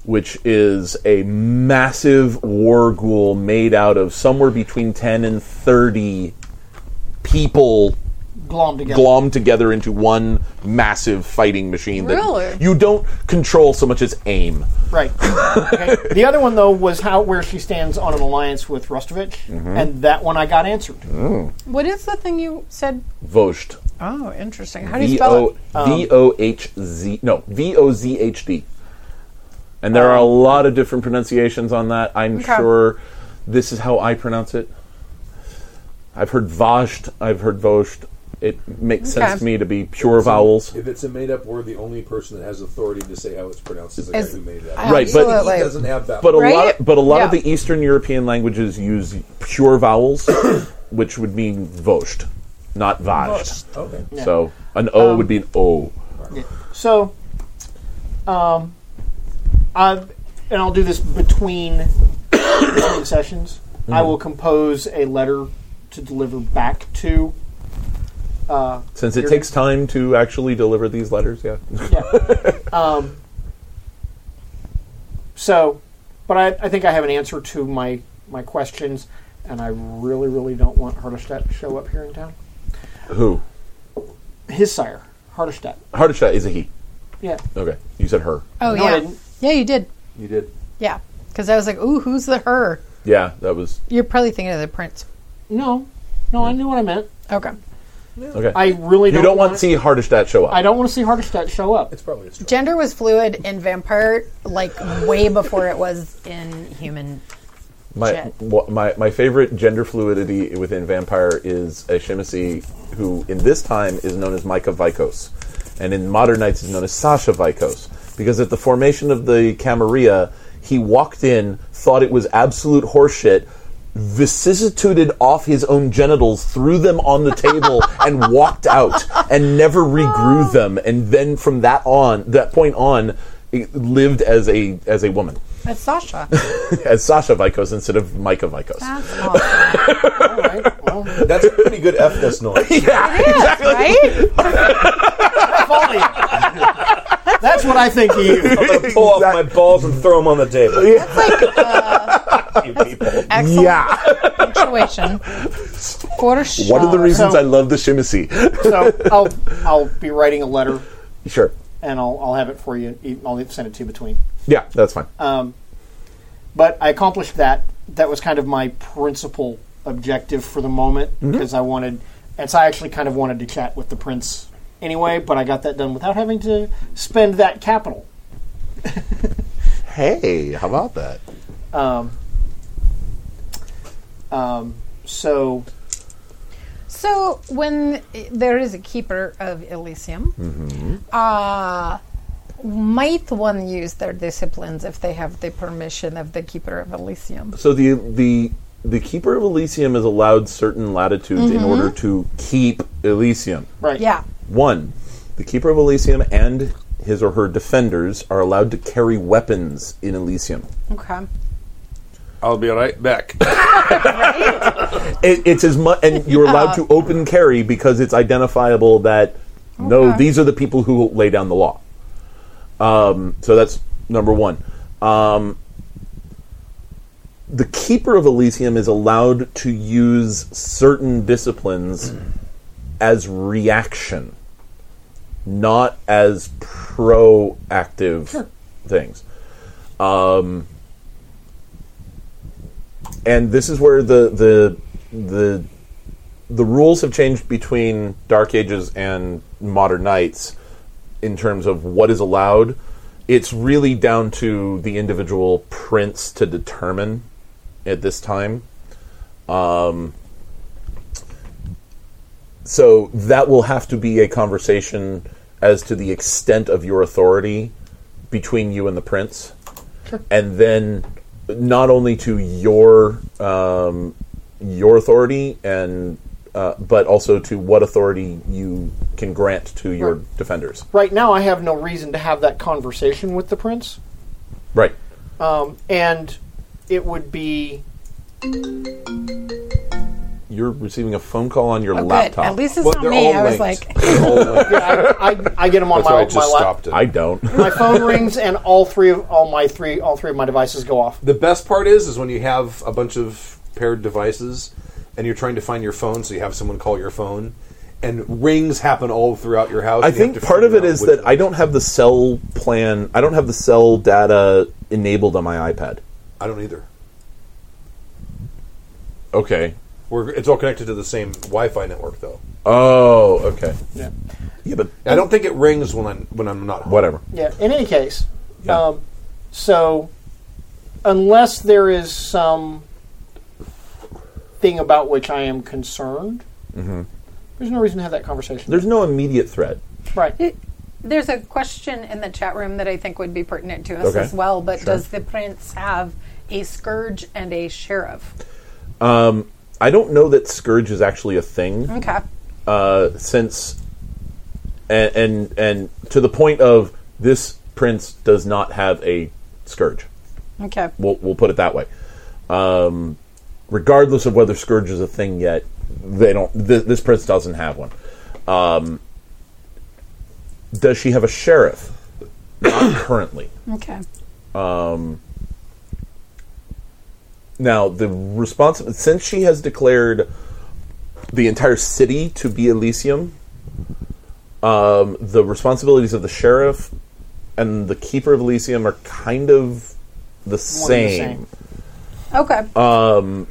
[SPEAKER 1] which is a massive war ghoul made out of somewhere between 10 and 30 people
[SPEAKER 4] glom together.
[SPEAKER 1] glommed together into one massive fighting machine that
[SPEAKER 5] Really?
[SPEAKER 1] you don't control so much as aim.
[SPEAKER 4] Right. Okay. The other one though was how where she stands on an alliance with Rustovich, and that one I got answered.
[SPEAKER 5] What is the thing you said?
[SPEAKER 1] Vocht.
[SPEAKER 2] Oh, interesting. How do you
[SPEAKER 1] V
[SPEAKER 2] spell
[SPEAKER 1] O
[SPEAKER 2] it?
[SPEAKER 1] V O H Z no V O Z H D. And there are a lot of different pronunciations on that. I'm
[SPEAKER 5] Okay.
[SPEAKER 1] sure this is how I pronounce it. I've heard Vosht. I've heard Vosht. It makes
[SPEAKER 5] Okay.
[SPEAKER 1] sense to me to be pure vowels.
[SPEAKER 6] If it's a made up word, the only person that has authority to say how it's pronounced is the
[SPEAKER 2] Is-
[SPEAKER 6] guy who made it up.
[SPEAKER 1] Right, but-
[SPEAKER 6] He
[SPEAKER 2] Absolutely.
[SPEAKER 6] doesn't have that.
[SPEAKER 1] But a
[SPEAKER 5] Right?
[SPEAKER 1] lot, but a lot of
[SPEAKER 5] Yeah.
[SPEAKER 1] the Eastern European languages use pure vowels, which would mean Vosht, not Vosht.
[SPEAKER 6] okay.
[SPEAKER 1] So an O would be an O.
[SPEAKER 4] So, um, I and I'll do this between, between sessions. I will compose a letter to deliver back to. Uh,
[SPEAKER 1] Since it
[SPEAKER 4] You're-
[SPEAKER 1] takes time to actually deliver these letters, yeah.
[SPEAKER 4] yeah. um, so, but I, I think I have an answer to my my questions, and I really, really don't want Hardestadt to show up here in town.
[SPEAKER 1] Who?
[SPEAKER 4] His sire, Hardestadt.
[SPEAKER 1] Hardshot is a he.
[SPEAKER 4] Yeah.
[SPEAKER 1] Okay, you said her.
[SPEAKER 5] Oh
[SPEAKER 4] No, I
[SPEAKER 5] yeah,
[SPEAKER 4] didn't.
[SPEAKER 5] yeah, you did.
[SPEAKER 6] You did.
[SPEAKER 5] Yeah, because I was like, ooh, who's the her?
[SPEAKER 1] Yeah, that was
[SPEAKER 5] You're probably thinking of the prince.
[SPEAKER 4] No, no, I knew what I meant.
[SPEAKER 5] Okay.
[SPEAKER 1] okay.
[SPEAKER 4] I really
[SPEAKER 1] you
[SPEAKER 4] don't,
[SPEAKER 1] don't want to
[SPEAKER 4] to
[SPEAKER 1] see Hardishtat show up.
[SPEAKER 4] I don't want to see Hardestadt show up.
[SPEAKER 6] It's probably a stretch.
[SPEAKER 5] Gender was fluid in vampire, like way before it was in human.
[SPEAKER 1] my,
[SPEAKER 5] Shit.
[SPEAKER 1] wha- my my favorite gender fluidity within vampire is Ashimasi, who in this time is known as Micah Vikos, and in modern nights is known as Sasha Vikos, because at the formation of the Camarilla, he walked in, thought it was absolute horseshit. Vicissituded off his own genitals, threw them on the table, and walked out, and never regrew them. And then from that on, that point on, he lived as a as a woman
[SPEAKER 5] That's Sasha.
[SPEAKER 1] as Sasha Vikos instead of Micah Vikos.
[SPEAKER 5] That's awesome,
[SPEAKER 4] All right. Well,
[SPEAKER 6] That's a pretty good F this noise.
[SPEAKER 1] yeah, exactly.
[SPEAKER 5] right?
[SPEAKER 4] Folly. That's what I think of you.
[SPEAKER 6] I'm gonna pull off my balls and throw them on the table.
[SPEAKER 5] That's like uh, excellent
[SPEAKER 1] Yeah,
[SPEAKER 5] punctuation. For sure.
[SPEAKER 1] one of the reasons
[SPEAKER 4] So-
[SPEAKER 1] I love the Shimisi.
[SPEAKER 4] So I'll I'll be writing a letter
[SPEAKER 1] sure.
[SPEAKER 4] and I'll I'll have it for you. e- I'll send it to you between.
[SPEAKER 1] Yeah, that's fine.
[SPEAKER 5] Uh,
[SPEAKER 4] But I accomplished that. That was kind of my principal objective for the moment
[SPEAKER 1] Mm-hmm.
[SPEAKER 4] because I wanted, and so I actually kind of wanted to chat with the prince anyway. But I got that done without having to spend that capital.
[SPEAKER 1] hey, how about that?
[SPEAKER 4] Um, So
[SPEAKER 5] So when i- there is a keeper of Elysium,
[SPEAKER 3] Mm-hmm.
[SPEAKER 5] uh, might one use their disciplines if they have the permission of the keeper of Elysium?
[SPEAKER 1] So the the the keeper of Elysium is allowed certain latitudes in
[SPEAKER 5] Mm-hmm.
[SPEAKER 1] order to keep Elysium.
[SPEAKER 4] right,
[SPEAKER 5] Yeah.
[SPEAKER 1] One, the keeper of Elysium and his or her defenders are allowed to carry weapons in Elysium.
[SPEAKER 5] Okay.
[SPEAKER 3] I'll be right back.
[SPEAKER 1] It, it's as much, and you're allowed to open carry because it's identifiable that no,
[SPEAKER 5] Okay.
[SPEAKER 1] these are the people who lay down the law. Um, so that's number one. Um, the keeper of Elysium is allowed to use certain disciplines as reaction, not as proactive things. and this is where the the the the rules have changed between Dark Ages and Modern Knights in terms of what is allowed. It's really down to the individual prince to determine at this time. Um, so that will have to be a conversation as to the extent of your authority between you and the prince and then not only to your um, your authority and uh, but also to what authority you can grant to your defenders.
[SPEAKER 4] right now I have no reason to have that conversation with the prince. Um,
[SPEAKER 1] Right.
[SPEAKER 4] and it would be
[SPEAKER 1] you're receiving a phone call on your
[SPEAKER 2] Oh, good.
[SPEAKER 1] laptop.
[SPEAKER 2] At least it's
[SPEAKER 3] Well,
[SPEAKER 2] not
[SPEAKER 3] they're
[SPEAKER 2] me.
[SPEAKER 3] all
[SPEAKER 2] I was
[SPEAKER 3] linked.
[SPEAKER 2] like,
[SPEAKER 4] I, I, I get them on
[SPEAKER 3] That's
[SPEAKER 4] my,
[SPEAKER 3] why I
[SPEAKER 4] my
[SPEAKER 3] just
[SPEAKER 4] lap-
[SPEAKER 3] stopped it.
[SPEAKER 1] I don't.
[SPEAKER 4] my phone rings and all three of all my three all three of my devices go off.
[SPEAKER 6] The best part is, is when you have a bunch of paired devices, and you're trying to find your phone, so you have someone call your phone, and rings happen all throughout your house.
[SPEAKER 1] I
[SPEAKER 6] and you have
[SPEAKER 1] think
[SPEAKER 6] to
[SPEAKER 1] part of
[SPEAKER 6] figure
[SPEAKER 1] it
[SPEAKER 6] out
[SPEAKER 1] is
[SPEAKER 6] which
[SPEAKER 1] that
[SPEAKER 6] one.
[SPEAKER 1] I don't have the cell plan. I don't have the cell data enabled on my iPad.
[SPEAKER 6] I don't either.
[SPEAKER 1] Okay.
[SPEAKER 6] We're, it's all connected to the same Wi-Fi network, though.
[SPEAKER 1] Oh, okay. Yeah. Yeah, but
[SPEAKER 6] I don't think it rings when I'm when I'm not home.
[SPEAKER 1] whatever.
[SPEAKER 4] Yeah. In any case, um, so unless there is some thing about which I am concerned,
[SPEAKER 3] Mm-hmm.
[SPEAKER 4] there's no reason to have that conversation.
[SPEAKER 1] There's no immediate threat.
[SPEAKER 4] right.
[SPEAKER 2] there's a question in the chat room that I think would be pertinent to us
[SPEAKER 1] Okay.
[SPEAKER 2] as well. But does the prince have a scourge and a sheriff?
[SPEAKER 1] I don't know that Scourge is actually a thing.
[SPEAKER 2] Okay.
[SPEAKER 1] uh, since and, and and to the point of this prince does not have a scourge.
[SPEAKER 2] Okay.
[SPEAKER 1] We'll we'll put it that way. Um, regardless of whether scourge is a thing yet, they don't. Th- this prince doesn't have one. Um, does she have a sheriff? not currently.
[SPEAKER 2] Okay.
[SPEAKER 1] Now, the response since she has declared the entire city to be Elysium, um, the responsibilities of the sheriff and the keeper of Elysium are kind of the same,
[SPEAKER 4] same.
[SPEAKER 2] Okay.
[SPEAKER 3] Uh,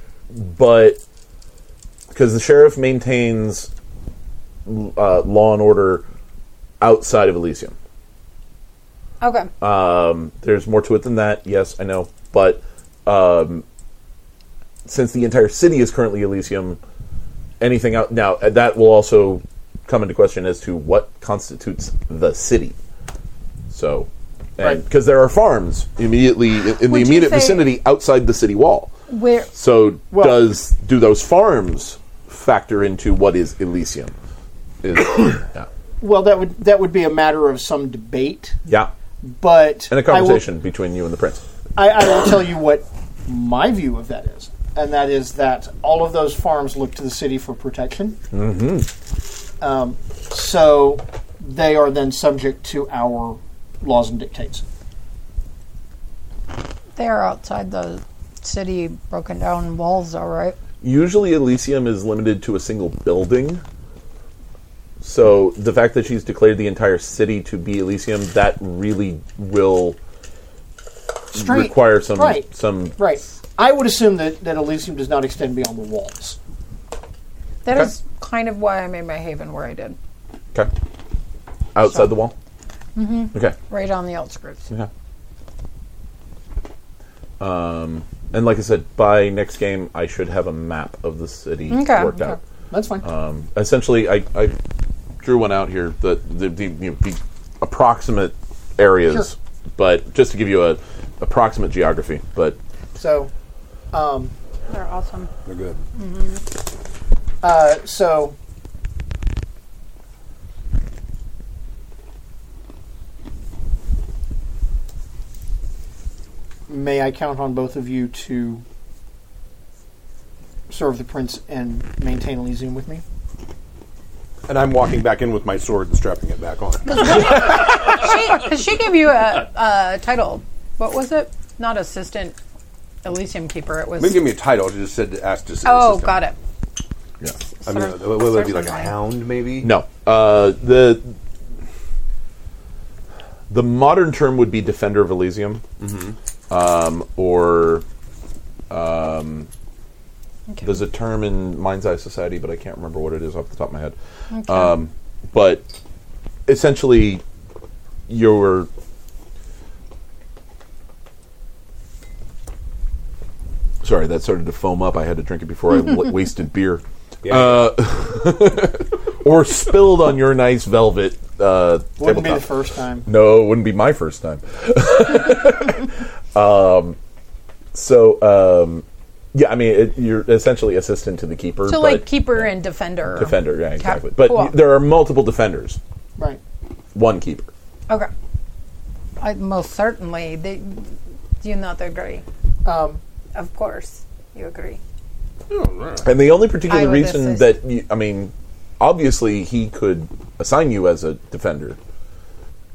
[SPEAKER 1] but because the sheriff maintains uh, law and order outside of Elysium. Um,
[SPEAKER 2] okay.
[SPEAKER 1] there's more to it than that. Yes, I know, but um, since the entire city is currently Elysium, anything out now uh, that will also come into question as to what constitutes the city. So,
[SPEAKER 4] Right.
[SPEAKER 1] because there are farms immediately in, in
[SPEAKER 2] Would
[SPEAKER 1] the
[SPEAKER 2] you
[SPEAKER 1] immediate
[SPEAKER 2] say-
[SPEAKER 1] vicinity outside the city wall.
[SPEAKER 2] Where
[SPEAKER 1] So,
[SPEAKER 4] Well-
[SPEAKER 1] does do those farms factor into what is Elysium? Is, yeah.
[SPEAKER 4] Well, that would that would be a matter of some debate,
[SPEAKER 1] yeah,
[SPEAKER 4] but
[SPEAKER 1] and a
[SPEAKER 4] I will-
[SPEAKER 1] conversation between you and the prince.
[SPEAKER 4] I, I will tell you what my view of that is, and that is that all of those farms look to the city for protection. Mm-hmm. Um, so they are then subject to our laws and dictates.
[SPEAKER 5] They're outside the city, broken down walls, all right.
[SPEAKER 1] usually Elysium is limited to a single building. So the fact that she's declared the entire city to be Elysium, that really will
[SPEAKER 4] Street
[SPEAKER 1] require some
[SPEAKER 4] right,
[SPEAKER 1] some
[SPEAKER 4] right. I would assume that, that Elysium does not extend beyond the walls.
[SPEAKER 5] That
[SPEAKER 1] Okay.
[SPEAKER 5] is kind of why I made my haven where I did,
[SPEAKER 1] okay outside the wall. Mm-hmm. Okay,
[SPEAKER 5] right on the outskirts.
[SPEAKER 1] yeah. Um, Um, and like I said, by next game, I should have a map of the city
[SPEAKER 5] Okay,
[SPEAKER 1] worked
[SPEAKER 5] okay.
[SPEAKER 1] out.
[SPEAKER 4] That's fine.
[SPEAKER 1] Um, essentially, I, I drew one out here that the, the, you know, the approximate areas, but just to give you a approximate geography. But
[SPEAKER 4] so,
[SPEAKER 2] they're awesome.
[SPEAKER 6] They're good.
[SPEAKER 4] uh, so may I count on both of you to serve the prince and maintain Elysium with me?
[SPEAKER 3] And I'm walking back in with my sword and strapping it back on.
[SPEAKER 2] she, 'cause she gave you a, a title. What was it? Not assistant Elysium keeper. It was.
[SPEAKER 3] They didn't give me a title. I just said to ask to see
[SPEAKER 2] oh,
[SPEAKER 3] assistant.
[SPEAKER 2] got it.
[SPEAKER 1] yeah.
[SPEAKER 3] I mean,
[SPEAKER 2] Sir-
[SPEAKER 6] uh,
[SPEAKER 3] what would it be like a
[SPEAKER 2] Serpentine.
[SPEAKER 3] hound, maybe?
[SPEAKER 1] no, uh, the the modern term would be defender of Elysium, um, or um, there's a term in Mind's Eye Society, but I can't remember what it is off the top of my head. Um, but essentially, your Sorry, that started to foam up. I had to drink it before I w- wasted beer. Uh, or spilled on your nice velvet uh,
[SPEAKER 4] Wouldn't be
[SPEAKER 1] tabletop.
[SPEAKER 4] the
[SPEAKER 1] Mm.
[SPEAKER 4] first time.
[SPEAKER 1] No, it wouldn't be my first time. um, so, um, yeah, I mean, it, you're essentially assistant to the keeper.
[SPEAKER 2] So
[SPEAKER 1] but
[SPEAKER 2] like keeper and defender.
[SPEAKER 1] defender, yeah, exactly.
[SPEAKER 2] Cap-
[SPEAKER 1] But
[SPEAKER 2] cool.
[SPEAKER 1] y- there are multiple defenders,
[SPEAKER 4] Right.
[SPEAKER 1] one keeper.
[SPEAKER 2] Okay.
[SPEAKER 5] I most certainly they do you not agree.
[SPEAKER 2] Of course, you agree.
[SPEAKER 1] And the only particular
[SPEAKER 5] I would
[SPEAKER 1] reason
[SPEAKER 5] assist.
[SPEAKER 1] that you, I mean, obviously he could assign you as a defender.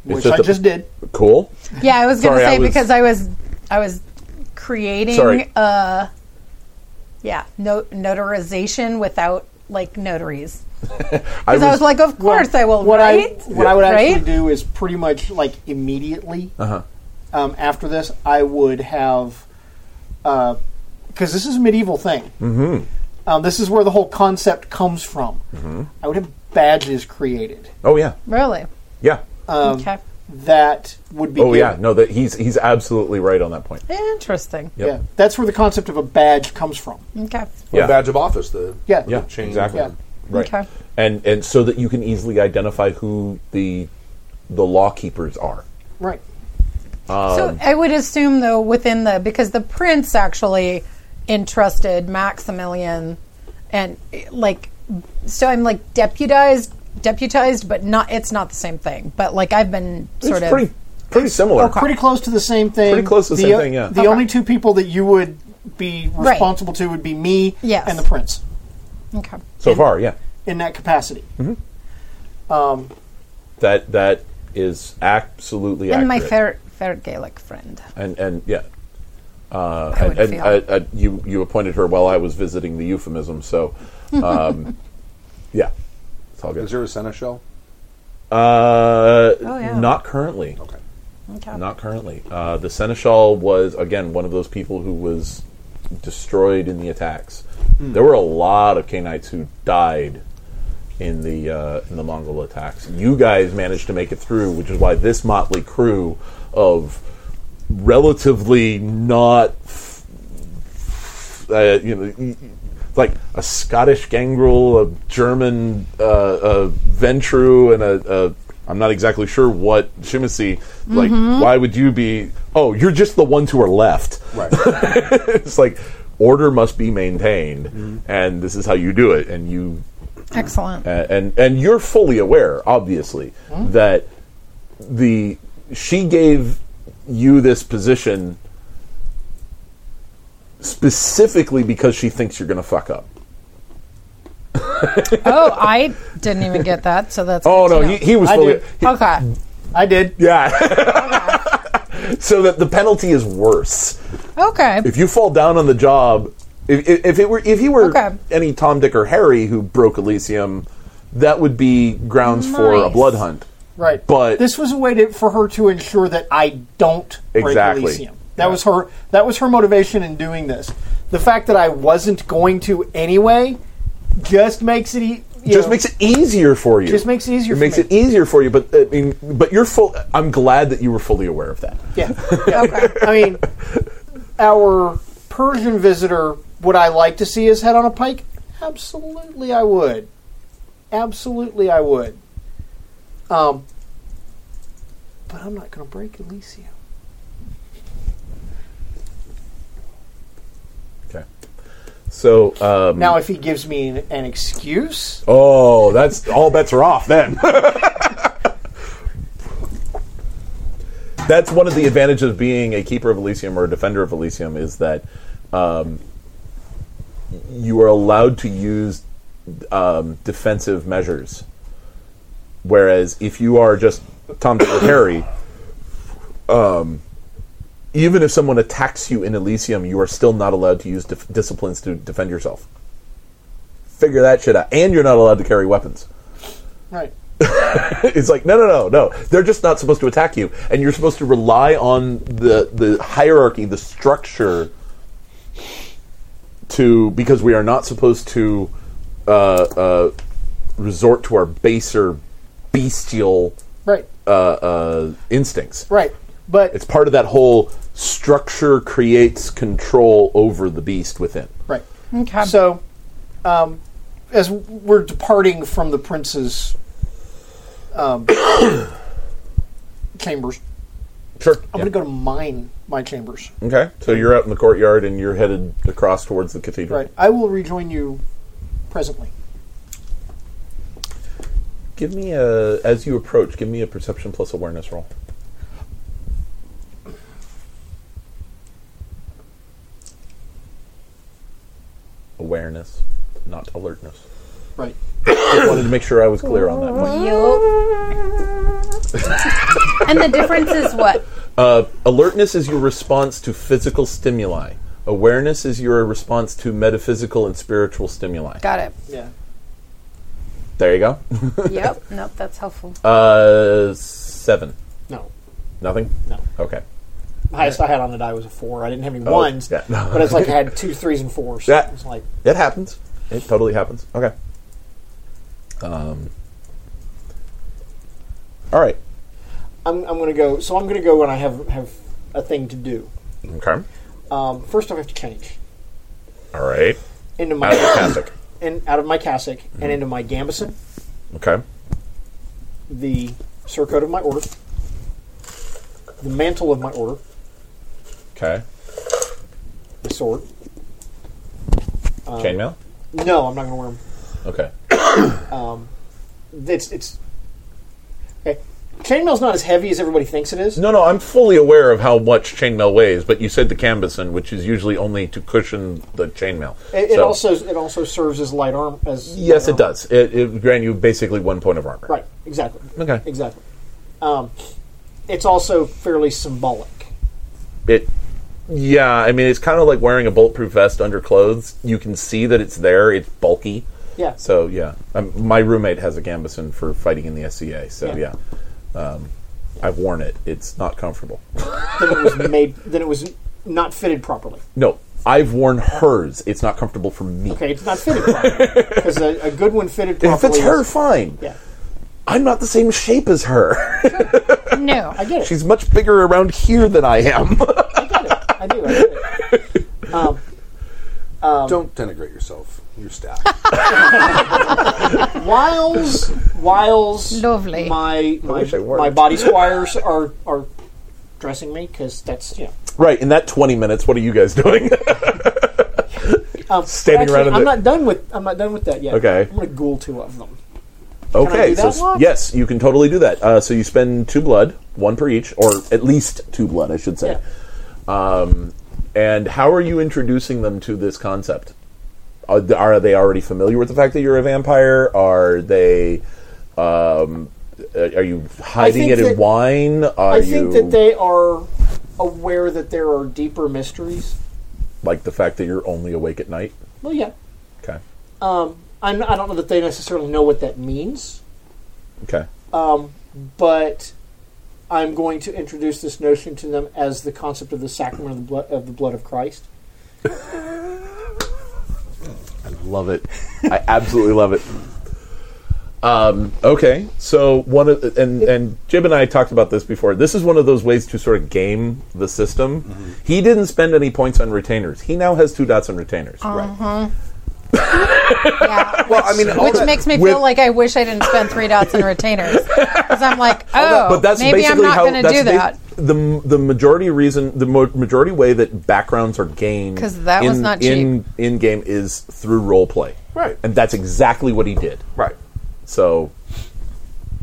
[SPEAKER 1] It's
[SPEAKER 4] which I
[SPEAKER 1] the-
[SPEAKER 4] just did.
[SPEAKER 1] Cool.
[SPEAKER 5] Yeah, I was
[SPEAKER 1] Sorry,
[SPEAKER 5] gonna
[SPEAKER 1] I
[SPEAKER 5] say
[SPEAKER 1] was-
[SPEAKER 5] because I was I was creating
[SPEAKER 1] Sorry.
[SPEAKER 5] uh yeah, no notarization without like notaries.
[SPEAKER 1] I
[SPEAKER 5] Because I, was like, of course I will.
[SPEAKER 4] What
[SPEAKER 5] right?
[SPEAKER 4] I what I would actually
[SPEAKER 5] Right?
[SPEAKER 4] do is pretty much like immediately
[SPEAKER 1] Uh-huh.
[SPEAKER 4] um, after this, I would have because this is a medieval thing. Mm-hmm. Um, this is where the whole concept comes from.
[SPEAKER 1] Mm-hmm.
[SPEAKER 4] I would have badges created
[SPEAKER 1] Oh yeah,
[SPEAKER 5] really
[SPEAKER 1] yeah.
[SPEAKER 4] Um,
[SPEAKER 5] okay.
[SPEAKER 4] that would be
[SPEAKER 1] Oh yeah.
[SPEAKER 4] given.
[SPEAKER 1] No, that he's he's absolutely right on that point.
[SPEAKER 5] Interesting.
[SPEAKER 1] Yep.
[SPEAKER 4] yeah that's where the concept of a badge comes from
[SPEAKER 5] Okay.
[SPEAKER 1] Yeah.
[SPEAKER 3] badge of office. The
[SPEAKER 4] yeah
[SPEAKER 1] Yeah.
[SPEAKER 3] Chain.
[SPEAKER 1] Exactly.
[SPEAKER 4] Yeah.
[SPEAKER 1] Right.
[SPEAKER 5] Okay.
[SPEAKER 1] And and so that you can easily identify who the the law keepers are.
[SPEAKER 4] right
[SPEAKER 1] Um,
[SPEAKER 5] so I would assume though within the because the prince actually entrusted Maximilian and eh, like so I'm like deputized deputized but not it's not the same thing but like I've been
[SPEAKER 1] it's
[SPEAKER 5] sort of
[SPEAKER 1] pretty pretty similar.
[SPEAKER 4] pretty close to the same thing
[SPEAKER 1] Pretty close to the same
[SPEAKER 4] o-
[SPEAKER 1] thing, yeah.
[SPEAKER 4] the
[SPEAKER 5] Okay.
[SPEAKER 4] only two people that you would be
[SPEAKER 5] Right.
[SPEAKER 4] responsible to would be me
[SPEAKER 5] Yes.
[SPEAKER 4] and the prince
[SPEAKER 5] okay
[SPEAKER 1] so far, yeah.
[SPEAKER 4] in that capacity
[SPEAKER 1] Mm-hmm. That that is absolutely
[SPEAKER 5] and my
[SPEAKER 1] accurate.
[SPEAKER 5] fair fair Gaelic friend
[SPEAKER 1] and and yeah. Uh,
[SPEAKER 5] I would
[SPEAKER 1] and
[SPEAKER 5] feel.
[SPEAKER 1] and I, I, you you appointed her while I was visiting the euphemism, so um, yeah, it's all
[SPEAKER 3] is
[SPEAKER 1] good.
[SPEAKER 3] there a seneschal?
[SPEAKER 1] Uh,
[SPEAKER 5] Oh, yeah.
[SPEAKER 1] Not currently.
[SPEAKER 3] Okay.
[SPEAKER 5] okay
[SPEAKER 1] Not currently. Uh, the seneschal was again one of those people who was destroyed in the attacks.
[SPEAKER 3] Hmm.
[SPEAKER 1] There were a lot of Canaanites who died in the uh, in the Mongol attacks. You guys managed to make it through, which is why this motley crew of relatively not f- uh, you know. y- y- Like a Scottish gangrel, a German uh, a Ventru, and a, a I'm not exactly sure what Shimasi. Like, why would you be? Oh, you're just the ones who are left
[SPEAKER 3] Right.
[SPEAKER 1] it's like order must be maintained, and this is how you do it. And you
[SPEAKER 5] excellent
[SPEAKER 1] uh, and and you're fully aware, obviously,
[SPEAKER 4] Hmm?
[SPEAKER 1] that the she gave you this position specifically because she thinks you're going to fuck up.
[SPEAKER 5] oh I didn't even get that so that's
[SPEAKER 1] Oh
[SPEAKER 5] good
[SPEAKER 1] no,
[SPEAKER 5] to
[SPEAKER 1] he,
[SPEAKER 5] know.
[SPEAKER 1] he was
[SPEAKER 4] I
[SPEAKER 1] fully
[SPEAKER 4] do.
[SPEAKER 1] he-
[SPEAKER 5] okay
[SPEAKER 4] i did
[SPEAKER 1] yeah. so that the penalty is worse.
[SPEAKER 5] okay
[SPEAKER 1] if you fall down on the job, if, if, if it were if he were
[SPEAKER 5] Okay.
[SPEAKER 1] any Tom, Dick, or Harry who broke Elysium, that would be grounds for a
[SPEAKER 5] Nice.
[SPEAKER 1] blood hunt.
[SPEAKER 4] right
[SPEAKER 1] But-
[SPEAKER 4] this was a way to, for her to ensure that i don't
[SPEAKER 1] Exactly.
[SPEAKER 4] break Elysium. that was her that was her motivation in doing this the fact that i wasn't going to anyway just makes it e- you
[SPEAKER 1] Just
[SPEAKER 4] know,
[SPEAKER 1] makes it easier for you.
[SPEAKER 4] Just makes it easier
[SPEAKER 1] It
[SPEAKER 4] for
[SPEAKER 1] makes
[SPEAKER 4] me.
[SPEAKER 1] it easier for you. But I mean, but you're full. I'm glad that you were fully aware of that.
[SPEAKER 4] Yeah. yeah. I mean, our Persian visitor, would I like to see his head on a pike? Absolutely, I would. Absolutely, I would. Um, but I'm not going to break Elysium.
[SPEAKER 1] Okay. So, um,
[SPEAKER 4] Now, if he gives me an, an excuse,
[SPEAKER 1] oh, that's all bets are off then. that's one of the advantages of being a keeper of Elysium or a defender of Elysium is that um, you are allowed to use um, defensive measures. Whereas if you are just Tom Dick or Harry, um, even if someone attacks you in Elysium, you are still not allowed to use dif- disciplines to defend yourself. Figure that shit out, and you're not allowed to carry weapons
[SPEAKER 4] right?
[SPEAKER 1] it's like no no no no they're just not supposed to attack you and you're supposed to rely on the the hierarchy the structure to because we are not supposed to uh, uh, resort to our baser bestial
[SPEAKER 4] Right.
[SPEAKER 1] uh, uh, instincts
[SPEAKER 4] Right. But
[SPEAKER 1] it's part of that whole structure creates control over the beast within
[SPEAKER 4] right.
[SPEAKER 5] okay
[SPEAKER 4] So, um, as we're departing from the prince's um, chambers,
[SPEAKER 1] sure
[SPEAKER 4] I'm going to go to mine my chambers.
[SPEAKER 1] okay so you're out in the courtyard and you're headed across towards the cathedral
[SPEAKER 4] Right. I will rejoin you presently.
[SPEAKER 1] Give me a as you approach. Give me a perception plus awareness roll. awareness, not alertness.
[SPEAKER 4] Right.
[SPEAKER 1] Just wanted to make sure I was clear on that point.
[SPEAKER 5] and the difference is what?
[SPEAKER 1] Uh, alertness is your response to physical stimuli. Awareness is your response to metaphysical and spiritual stimuli.
[SPEAKER 5] Got it.
[SPEAKER 4] Yeah.
[SPEAKER 1] There you go.
[SPEAKER 5] Yep. nope. That's helpful.
[SPEAKER 1] Uh, seven.
[SPEAKER 4] No.
[SPEAKER 1] Nothing.
[SPEAKER 4] No.
[SPEAKER 1] Okay.
[SPEAKER 4] The highest I had on the die was a four. I didn't have any ones,
[SPEAKER 1] yeah.
[SPEAKER 4] but it's like I had two threes and fours.
[SPEAKER 1] Yeah.
[SPEAKER 4] It's like
[SPEAKER 1] It happens. It totally happens. Okay. Um. All right.
[SPEAKER 4] I'm, I'm going to go. So I'm going to go when I have have a thing to do.
[SPEAKER 1] Okay.
[SPEAKER 4] Um, first, I have to change
[SPEAKER 1] All right.
[SPEAKER 4] into my
[SPEAKER 1] Out of the cassock.
[SPEAKER 4] and out of my cassock
[SPEAKER 1] Mm-hmm.
[SPEAKER 4] and into my gambeson,
[SPEAKER 1] Okay.
[SPEAKER 4] the surcoat of my order, the mantle of my order,
[SPEAKER 1] Okay.
[SPEAKER 4] the sword.
[SPEAKER 1] Um, Chainmail.
[SPEAKER 4] No, I'm not going to wear them.
[SPEAKER 1] Okay.
[SPEAKER 4] It's it's okay. Chainmail's not as heavy as everybody thinks it is.
[SPEAKER 1] No, no, I'm fully aware of how much chainmail weighs, but you said the cambeson, which is usually only to cushion the chainmail.
[SPEAKER 4] It, it
[SPEAKER 1] So-
[SPEAKER 4] also it also serves as light arm as
[SPEAKER 1] Yes,
[SPEAKER 4] light
[SPEAKER 1] it
[SPEAKER 4] armor.
[SPEAKER 1] does. It, it grant you basically one point of armor.
[SPEAKER 4] Right, exactly.
[SPEAKER 1] Okay.
[SPEAKER 4] Exactly. Um, it's also fairly symbolic.
[SPEAKER 1] It. Yeah, I mean, it's kind of like wearing a bulletproof vest under clothes. You can see that it's there. It's bulky.
[SPEAKER 4] Yeah.
[SPEAKER 1] So yeah, um, my roommate has a gambeson for fighting in the SCA. So
[SPEAKER 4] Yeah.
[SPEAKER 1] yeah, Um, I've worn it. It's not comfortable.
[SPEAKER 4] then it was made. Then it was not fitted properly.
[SPEAKER 1] No, I've worn hers. It's not comfortable for me.
[SPEAKER 4] Okay, it's not fitted properly because a, a good one fitted
[SPEAKER 1] If
[SPEAKER 4] properly.
[SPEAKER 1] it's her,
[SPEAKER 4] is-
[SPEAKER 1] fine.
[SPEAKER 4] yeah,
[SPEAKER 1] I'm not the same shape as her.
[SPEAKER 5] No.
[SPEAKER 4] I get it.
[SPEAKER 1] She's much bigger around here than I am.
[SPEAKER 4] I do. I get it. Um,
[SPEAKER 3] Don't denigrate yourself. Your staff.
[SPEAKER 4] Wiles, Wiles,
[SPEAKER 5] Lovely.
[SPEAKER 4] My my,
[SPEAKER 1] wish I weren't.
[SPEAKER 4] my body squires are are dressing me because that's you know.
[SPEAKER 1] right, in that 20 minutes, what are you guys doing?
[SPEAKER 4] Um,
[SPEAKER 1] Standing
[SPEAKER 4] actually,
[SPEAKER 1] around in
[SPEAKER 4] I'm
[SPEAKER 1] the-
[SPEAKER 4] not done with. I'm not done with that yet.
[SPEAKER 1] Okay.
[SPEAKER 4] I'm gonna ghoul two of them.
[SPEAKER 1] okay,
[SPEAKER 4] do
[SPEAKER 1] so
[SPEAKER 4] that
[SPEAKER 1] s-
[SPEAKER 4] one?
[SPEAKER 1] yes, you can totally do that. Uh, so you spend two blood, one per each, or at least two blood, I should say. Um, and how are you introducing them to this concept? Are, th- are they already familiar with the fact that you're a vampire? Are they? Um, uh, are you hiding
[SPEAKER 4] think
[SPEAKER 1] it in
[SPEAKER 4] that-
[SPEAKER 1] wine? Are
[SPEAKER 4] I think
[SPEAKER 1] you
[SPEAKER 4] that they are aware that there are deeper mysteries.
[SPEAKER 1] like the fact that you're only awake at night?
[SPEAKER 4] Well, yeah.
[SPEAKER 1] Okay.
[SPEAKER 4] I'm, I don't know that they necessarily know what that means,
[SPEAKER 1] Okay.
[SPEAKER 4] but I'm going to introduce this notion to them as the concept of the sacrament of the blood of, the blood of Christ.
[SPEAKER 1] Love it. I absolutely love it. Um, okay, so one of and and Jib and I talked about this before. This is one of those ways to sort of game the system. He didn't spend any points on retainers. He now has two dots on retainers.
[SPEAKER 4] Uh-huh.
[SPEAKER 3] right.
[SPEAKER 5] Yeah.
[SPEAKER 3] Well, I mean, all
[SPEAKER 5] Which
[SPEAKER 3] that-
[SPEAKER 5] makes me
[SPEAKER 1] with-
[SPEAKER 5] feel like I wish I didn't spend three dots on retainers because I'm like, oh,
[SPEAKER 1] but that's
[SPEAKER 5] maybe I'm
[SPEAKER 1] basically
[SPEAKER 5] not
[SPEAKER 1] how
[SPEAKER 5] going to
[SPEAKER 1] that's
[SPEAKER 5] do
[SPEAKER 1] ba-
[SPEAKER 5] that.
[SPEAKER 1] The m- the majority reason the mo- majority way that backgrounds are gained
[SPEAKER 5] 'Cause that was
[SPEAKER 1] in-
[SPEAKER 5] not
[SPEAKER 1] in in game is through role play.
[SPEAKER 3] Right.
[SPEAKER 1] and that's exactly what he did.
[SPEAKER 3] Right.
[SPEAKER 1] So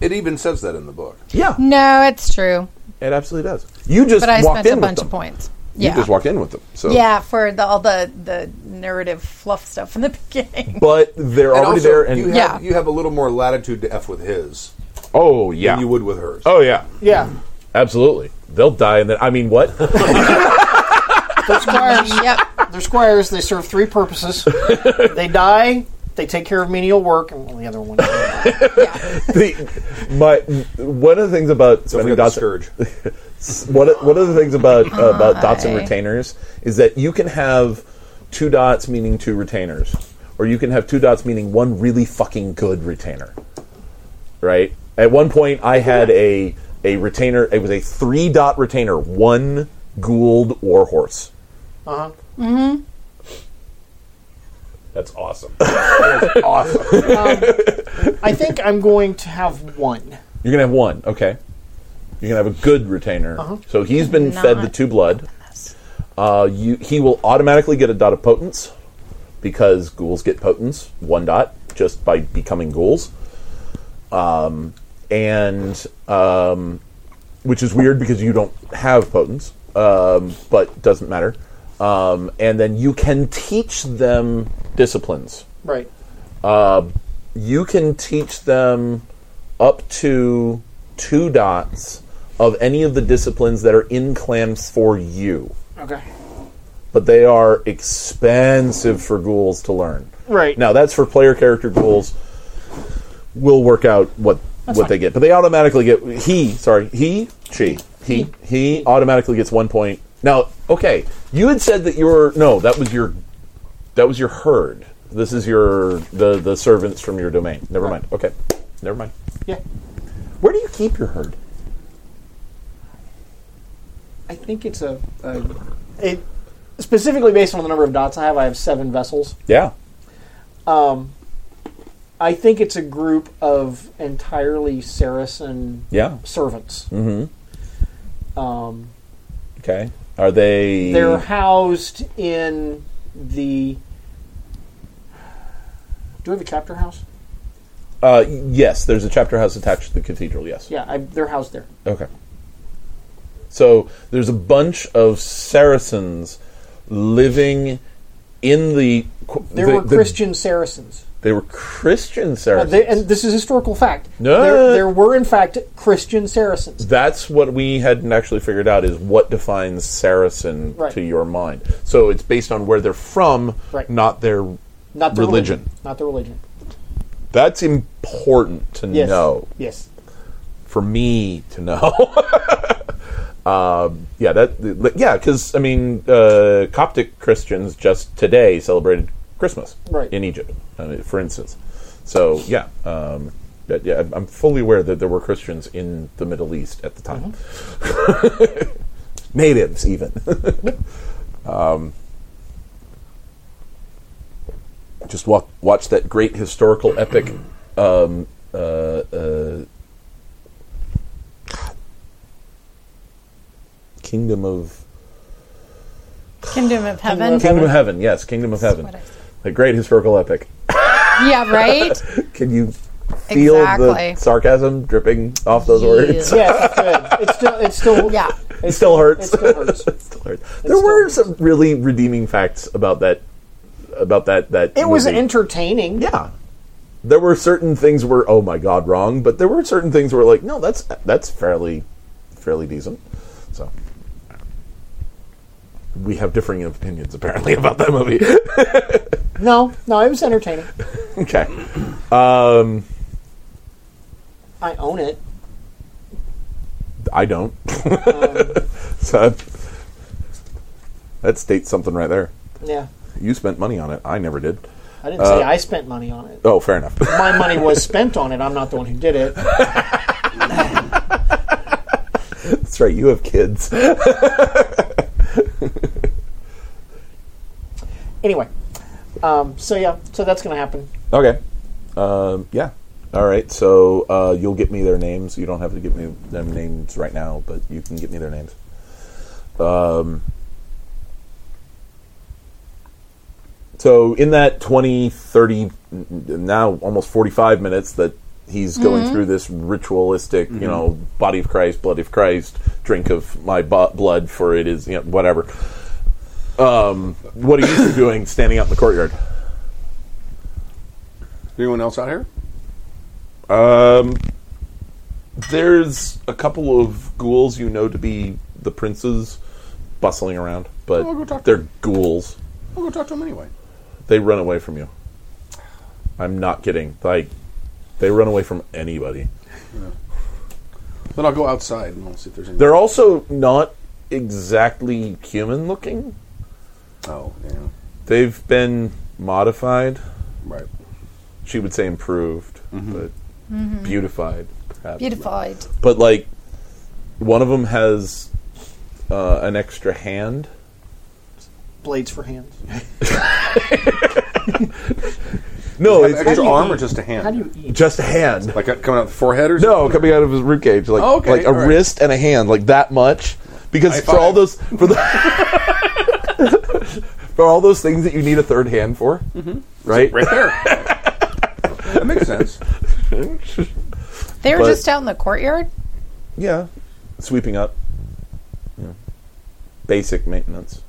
[SPEAKER 3] It even says that in the book.
[SPEAKER 1] yeah,
[SPEAKER 5] No, it's true.
[SPEAKER 1] it absolutely does. You just
[SPEAKER 5] Hmm. But I
[SPEAKER 1] walked
[SPEAKER 5] spent
[SPEAKER 1] in
[SPEAKER 5] a
[SPEAKER 1] with
[SPEAKER 5] bunch
[SPEAKER 1] them.
[SPEAKER 5] of points. Yeah.
[SPEAKER 3] You just walked in with them. So
[SPEAKER 5] yeah, for the, all the, the narrative fluff stuff in the beginning.
[SPEAKER 1] but they're
[SPEAKER 3] And
[SPEAKER 1] already
[SPEAKER 3] also,
[SPEAKER 1] there. And
[SPEAKER 3] you have,
[SPEAKER 5] Yeah.
[SPEAKER 3] you have a little more latitude to f with his
[SPEAKER 1] oh yeah,
[SPEAKER 3] than you would with hers.
[SPEAKER 1] Oh yeah,
[SPEAKER 4] Yeah,
[SPEAKER 1] absolutely. They'll die, and then I mean, what?
[SPEAKER 4] they're squires.
[SPEAKER 5] yep.
[SPEAKER 4] they're squires. They serve three purposes. they die. They take care of menial work, and well, the other one.
[SPEAKER 1] the, my one of the things about
[SPEAKER 3] Don't
[SPEAKER 1] spending
[SPEAKER 3] forget the
[SPEAKER 1] dots.
[SPEAKER 3] scourge.
[SPEAKER 1] One of, one of the things about uh, about dots and retainers is that you can have two dots meaning two retainers, or you can have two dots meaning one really fucking good retainer. Right. At one point, I had a a retainer. It was a three dot retainer, one Gould warhorse.
[SPEAKER 4] Uh-huh.
[SPEAKER 1] That's awesome.
[SPEAKER 4] I think I'm going to have one.
[SPEAKER 1] You're gonna have one, okay? You're gonna have a good retainer. So he's been fed the two blood. Uh, you, he will automatically get a dot of potence because ghouls get potence one dot just by becoming ghouls. Um, and um, which is weird because you don't have potence, um, but doesn't matter. Um, and then you can teach them disciplines.
[SPEAKER 4] Right.
[SPEAKER 1] You can teach them up to two dots of any of the disciplines that are in clams for you,
[SPEAKER 4] Okay.
[SPEAKER 1] but they are expensive for ghouls to learn.
[SPEAKER 4] Right.
[SPEAKER 1] Now that's for player character goals. We'll work out what what they get, but they automatically get he. Sorry, he, she, he, he automatically gets one point. Now, okay, you had said that your no, that was your that was your herd. This is your the the servants from your domain. Never mind. Okay, never mind.
[SPEAKER 4] Yeah.
[SPEAKER 1] Where do you keep your herd?
[SPEAKER 4] I think it's a, a it specifically based on the number of dots I have. I have seven vessels.
[SPEAKER 1] Yeah,
[SPEAKER 4] I think it's a group of entirely Saracen
[SPEAKER 1] yeah.
[SPEAKER 4] servants.
[SPEAKER 1] Okay. Are they?
[SPEAKER 4] They're housed in the. Do we have a chapter house?
[SPEAKER 1] Uh, yes. There's a chapter house attached to the cathedral. Yes.
[SPEAKER 4] Yeah, I, they're housed there.
[SPEAKER 1] Okay. So there's a bunch of Saracens living in the. qu-
[SPEAKER 4] There
[SPEAKER 1] the-
[SPEAKER 4] were
[SPEAKER 1] the-
[SPEAKER 4] Christian Saracens.
[SPEAKER 1] They were Christian
[SPEAKER 4] Uh,
[SPEAKER 1] Saracens.
[SPEAKER 4] they, and this is historical fact.
[SPEAKER 1] No.
[SPEAKER 4] There, there were, in fact, Christian Saracens.
[SPEAKER 1] That's what we hadn't actually figured out is what defines Saracen
[SPEAKER 4] Right.
[SPEAKER 1] to your mind. So it's based on where they're from,
[SPEAKER 4] Right.
[SPEAKER 1] not their.
[SPEAKER 4] Not the
[SPEAKER 1] Religion.
[SPEAKER 4] Not the religion.
[SPEAKER 1] That's important to
[SPEAKER 4] Yes.
[SPEAKER 1] know.
[SPEAKER 4] Yes.
[SPEAKER 1] for me to know. um, yeah, that yeah, because I mean, uh, Coptic Christians just today celebrated Christmas
[SPEAKER 4] Right.
[SPEAKER 1] in Egypt, I mean, for instance. So yeah, um, but, yeah, I'm- I'm fully aware that there were Christians in the Middle East at the time, natives even. um, just walk, watch that great historical epic. Um, uh, uh, Kingdom of
[SPEAKER 2] Kingdom of Heaven.
[SPEAKER 1] Kingdom of Heaven. Yes, Kingdom of Heaven. The great historical epic.
[SPEAKER 5] Yeah, right?
[SPEAKER 1] Can you feel
[SPEAKER 5] Exactly.
[SPEAKER 1] the sarcasm dripping off those words?
[SPEAKER 4] Yes, good. It's still, it's still,
[SPEAKER 5] Yeah.
[SPEAKER 1] It still
[SPEAKER 4] it
[SPEAKER 1] hurts.
[SPEAKER 4] still hurts.
[SPEAKER 1] Still hurts. There were some really redeeming facts about that. About that. That
[SPEAKER 4] It was
[SPEAKER 1] movie.
[SPEAKER 4] entertaining.
[SPEAKER 1] yeah. There were certain things were oh my god wrong, but there were certain things were like no that's that's fairly fairly decent. So we have differing opinions apparently about that movie.
[SPEAKER 4] No, no, it was entertaining.
[SPEAKER 1] okay.
[SPEAKER 4] I own it.
[SPEAKER 1] I don't. so that states something right there.
[SPEAKER 4] Yeah.
[SPEAKER 1] You spent money on it. I never did.
[SPEAKER 4] I didn't
[SPEAKER 1] Uh,
[SPEAKER 4] say I spent money on it.
[SPEAKER 1] Oh, fair enough.
[SPEAKER 4] My money was spent on it. I'm not the one who did it.
[SPEAKER 1] That's right. You have kids.
[SPEAKER 4] Anyway, um, so yeah, so that's going to happen.
[SPEAKER 1] Okay. Um, yeah. All right. So uh, you'll get me their names. You don't have to give me them names right now, but you can get me their names. Um, so in that 20, 30, n- n- now almost 45 minutes that he's going through this ritualistic, you know, body of Christ, blood of Christ, drink of my bo- blood for it is, you know, whatever. Um, what are you doing standing out in the courtyard?
[SPEAKER 3] Anyone else out here?
[SPEAKER 1] There's a couple of ghouls you know to be the princes bustling around, but
[SPEAKER 3] I'll go talk to
[SPEAKER 1] they're ghouls.
[SPEAKER 3] I'll go talk to him anyway.
[SPEAKER 1] They run away from you. I'm not kidding. Like, they run away from anybody.
[SPEAKER 3] Then I'll go outside and I'll see if there's any.
[SPEAKER 1] They're also not exactly human looking,
[SPEAKER 3] oh, yeah,
[SPEAKER 1] they've been modified.
[SPEAKER 3] right.
[SPEAKER 1] She would say improved, but
[SPEAKER 3] Mm-hmm.
[SPEAKER 1] beautified, perhaps.
[SPEAKER 5] Beautified.
[SPEAKER 1] But, like, one of them has uh, an extra hand.
[SPEAKER 4] Blades for hands.
[SPEAKER 1] No,
[SPEAKER 3] Have
[SPEAKER 1] Oh, it's,
[SPEAKER 3] extra
[SPEAKER 4] do you
[SPEAKER 3] arm or
[SPEAKER 4] eat?
[SPEAKER 3] just a hand?
[SPEAKER 4] How do you eat?
[SPEAKER 1] just a hand.
[SPEAKER 3] like uh, coming out the forehead or
[SPEAKER 1] No, coming out of his rib cage, like
[SPEAKER 3] Oh, okay,
[SPEAKER 1] like a
[SPEAKER 3] all right.
[SPEAKER 1] wrist and a hand, like that much. Because
[SPEAKER 3] High
[SPEAKER 1] for
[SPEAKER 3] five.
[SPEAKER 1] all those for the for all those things that you need a third hand for, right?
[SPEAKER 3] Mm-hmm. right there. that makes sense.
[SPEAKER 5] They were
[SPEAKER 1] But-
[SPEAKER 5] just out in the courtyard?
[SPEAKER 1] Yeah, sweeping up. Yeah. Basic maintenance.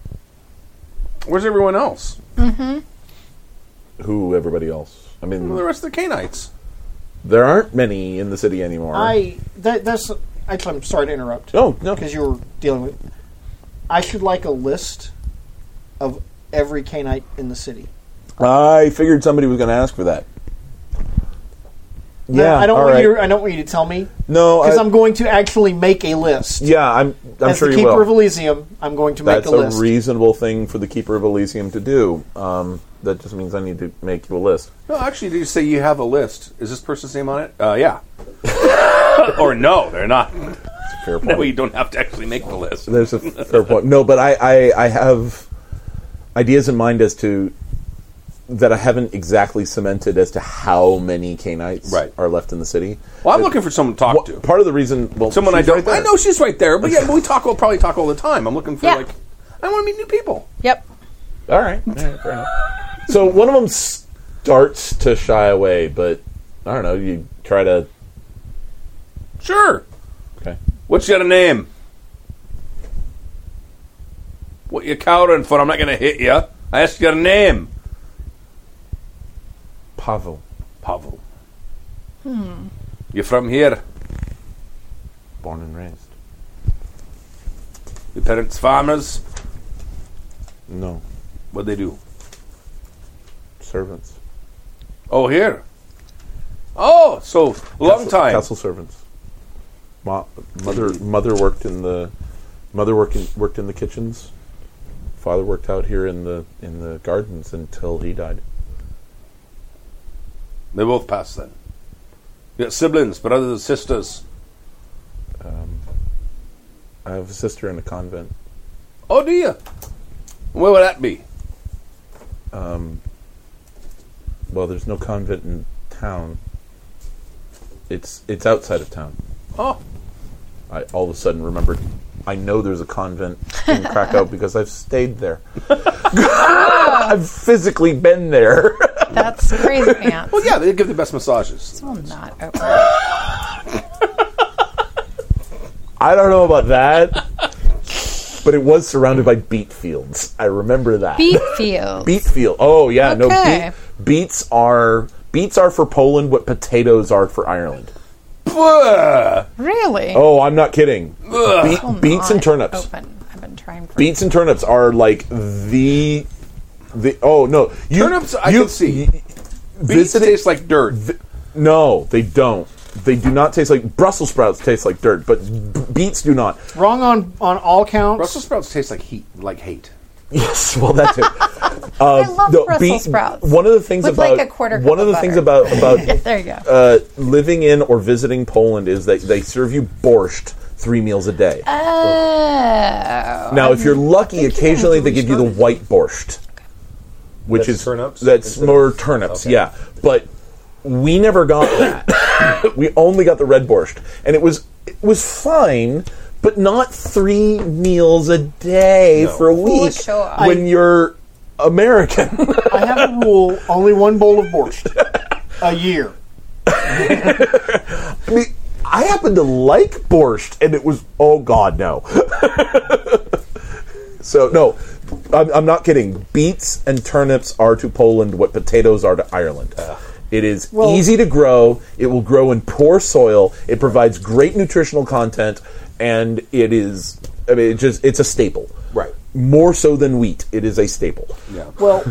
[SPEAKER 3] Where's everyone else?
[SPEAKER 1] Who? Everybody else? I mean,
[SPEAKER 6] The rest of the Canites.
[SPEAKER 1] there aren't many in the city anymore. Oh,
[SPEAKER 4] I that, that's actually I'm sorry to interrupt.
[SPEAKER 1] No, no.
[SPEAKER 4] because you were dealing with. I should like a list of every canite in the city.
[SPEAKER 1] I figured somebody was going to ask for that.
[SPEAKER 4] No,
[SPEAKER 1] Yeah,
[SPEAKER 4] I don't
[SPEAKER 1] all
[SPEAKER 4] want
[SPEAKER 1] right.
[SPEAKER 4] you. To, I don't want you to tell me
[SPEAKER 1] No,
[SPEAKER 4] because
[SPEAKER 1] I-
[SPEAKER 4] I'm going to actually make a list.
[SPEAKER 1] Yeah, I'm. I'm
[SPEAKER 4] As
[SPEAKER 1] sure
[SPEAKER 4] the
[SPEAKER 1] you
[SPEAKER 4] keeper
[SPEAKER 1] will.
[SPEAKER 4] of Elysium, I'm going to
[SPEAKER 1] That's
[SPEAKER 4] make a
[SPEAKER 1] a,
[SPEAKER 4] list.
[SPEAKER 1] reasonable thing for the keeper of Elysium to do. Um, that just means I need to make you a list.
[SPEAKER 6] No, actually, did you say you have a list? Is this person's name on it? Uh, yeah. or no, they're not.
[SPEAKER 1] Fair point.
[SPEAKER 6] That way you don't have to actually make the list.
[SPEAKER 1] There's a fair point. No, but I, I, I have ideas in mind as to that I haven't exactly cemented as to how many Canites
[SPEAKER 6] Right.
[SPEAKER 1] are left in the city.
[SPEAKER 6] Well, I'm looking for someone to talk
[SPEAKER 1] Wha-
[SPEAKER 6] to.
[SPEAKER 1] Part of the reason, well,
[SPEAKER 6] Someone I
[SPEAKER 1] she's
[SPEAKER 6] don't.
[SPEAKER 1] right there.
[SPEAKER 6] I know she's right there, but yeah, but we talk. We'll probably talk all the time. I'm looking for
[SPEAKER 5] Yeah.
[SPEAKER 6] like. I want to meet new people.
[SPEAKER 5] Yep.
[SPEAKER 1] All right. All right, fair enough. so one of them starts to shy away, but I don't know. You try to.
[SPEAKER 6] Sure.
[SPEAKER 1] Okay.
[SPEAKER 6] What's your name? What you cowering for? I'm not going to hit you. I asked your name.
[SPEAKER 1] Pavel.
[SPEAKER 6] Pavel. Hmm. You from here?
[SPEAKER 1] Born and raised.
[SPEAKER 6] Your parents farmers?
[SPEAKER 1] No.
[SPEAKER 6] What they do?
[SPEAKER 1] Servants.
[SPEAKER 6] Oh, here. Oh, so long
[SPEAKER 1] Castle-
[SPEAKER 6] time.
[SPEAKER 1] Castle servants. Mo- mother mother worked in the mother worked in, worked in the kitchens. Father worked out here in the in the gardens until he died.
[SPEAKER 6] They both passed then. You got siblings, brothers and sisters.
[SPEAKER 1] I have a sister in a convent.
[SPEAKER 6] Oh, do you? Where would that be?
[SPEAKER 1] Well, there's no convent in town. It's it's outside of town.
[SPEAKER 6] Oh,
[SPEAKER 1] I all of a sudden remembered. I know there's a convent in Krakow because I've stayed there. I've physically been there.
[SPEAKER 13] That's crazy pants.
[SPEAKER 6] well, yeah, they give the best massages.
[SPEAKER 13] Well, not over.
[SPEAKER 1] I don't know about that, but it was surrounded by beet fields. I remember that.
[SPEAKER 5] Beet field.
[SPEAKER 1] Beet field. Oh yeah, no
[SPEAKER 5] Okay.
[SPEAKER 1] beet, beets are beets are for Poland what potatoes are for Ireland.
[SPEAKER 6] Bleh!
[SPEAKER 5] really?
[SPEAKER 1] Oh, I'm not kidding. Beet,
[SPEAKER 5] Still
[SPEAKER 1] beets and
[SPEAKER 5] not
[SPEAKER 1] turnips.
[SPEAKER 5] Open. I've been trying for
[SPEAKER 1] Beets and turnips are like the the oh no you,
[SPEAKER 6] Turnips, I
[SPEAKER 1] you-
[SPEAKER 6] can see.
[SPEAKER 1] you-
[SPEAKER 6] Beets
[SPEAKER 1] visiting-
[SPEAKER 6] taste like dirt.
[SPEAKER 1] No, they don't. They do not taste like Brussels sprouts. Taste like dirt, but b- beets do not.
[SPEAKER 4] Wrong on on all counts.
[SPEAKER 6] Brussels sprouts taste like heat, like hate.
[SPEAKER 1] Yes, well that's it. Uh,
[SPEAKER 5] I love Brussels sprouts.
[SPEAKER 1] One of the things
[SPEAKER 5] With, like,
[SPEAKER 1] about
[SPEAKER 5] a quarter cup
[SPEAKER 1] one of the
[SPEAKER 5] of
[SPEAKER 1] things
[SPEAKER 5] butter.
[SPEAKER 1] about about
[SPEAKER 5] There you go.
[SPEAKER 1] uh, living in or visiting Poland is that they serve you borscht three meals a day.
[SPEAKER 5] Oh.
[SPEAKER 1] now, if you're lucky, occasionally they give Um, you the white borscht, which
[SPEAKER 14] That's
[SPEAKER 1] is
[SPEAKER 14] turnips
[SPEAKER 1] that's
[SPEAKER 14] instead of-
[SPEAKER 1] more turnips. Yeah, but we never got that. we only got the red borscht, and it was it was fine. But not three meals a day for a week
[SPEAKER 5] sure.
[SPEAKER 1] when you're American.
[SPEAKER 4] I have a rule: only one bowl of borscht a year.
[SPEAKER 1] I mean, I happen to like borscht, and it was oh god no. so no, I'm, I'm not kidding. Beets and turnips are to Poland what potatoes are to Ireland. It is
[SPEAKER 4] Well-
[SPEAKER 1] easy to grow. It will grow in poor soil. It provides great nutritional content, and it is. I mean, it just it's a staple.
[SPEAKER 6] Right.
[SPEAKER 1] More so than wheat, it is a staple.
[SPEAKER 6] Yeah.
[SPEAKER 4] Well,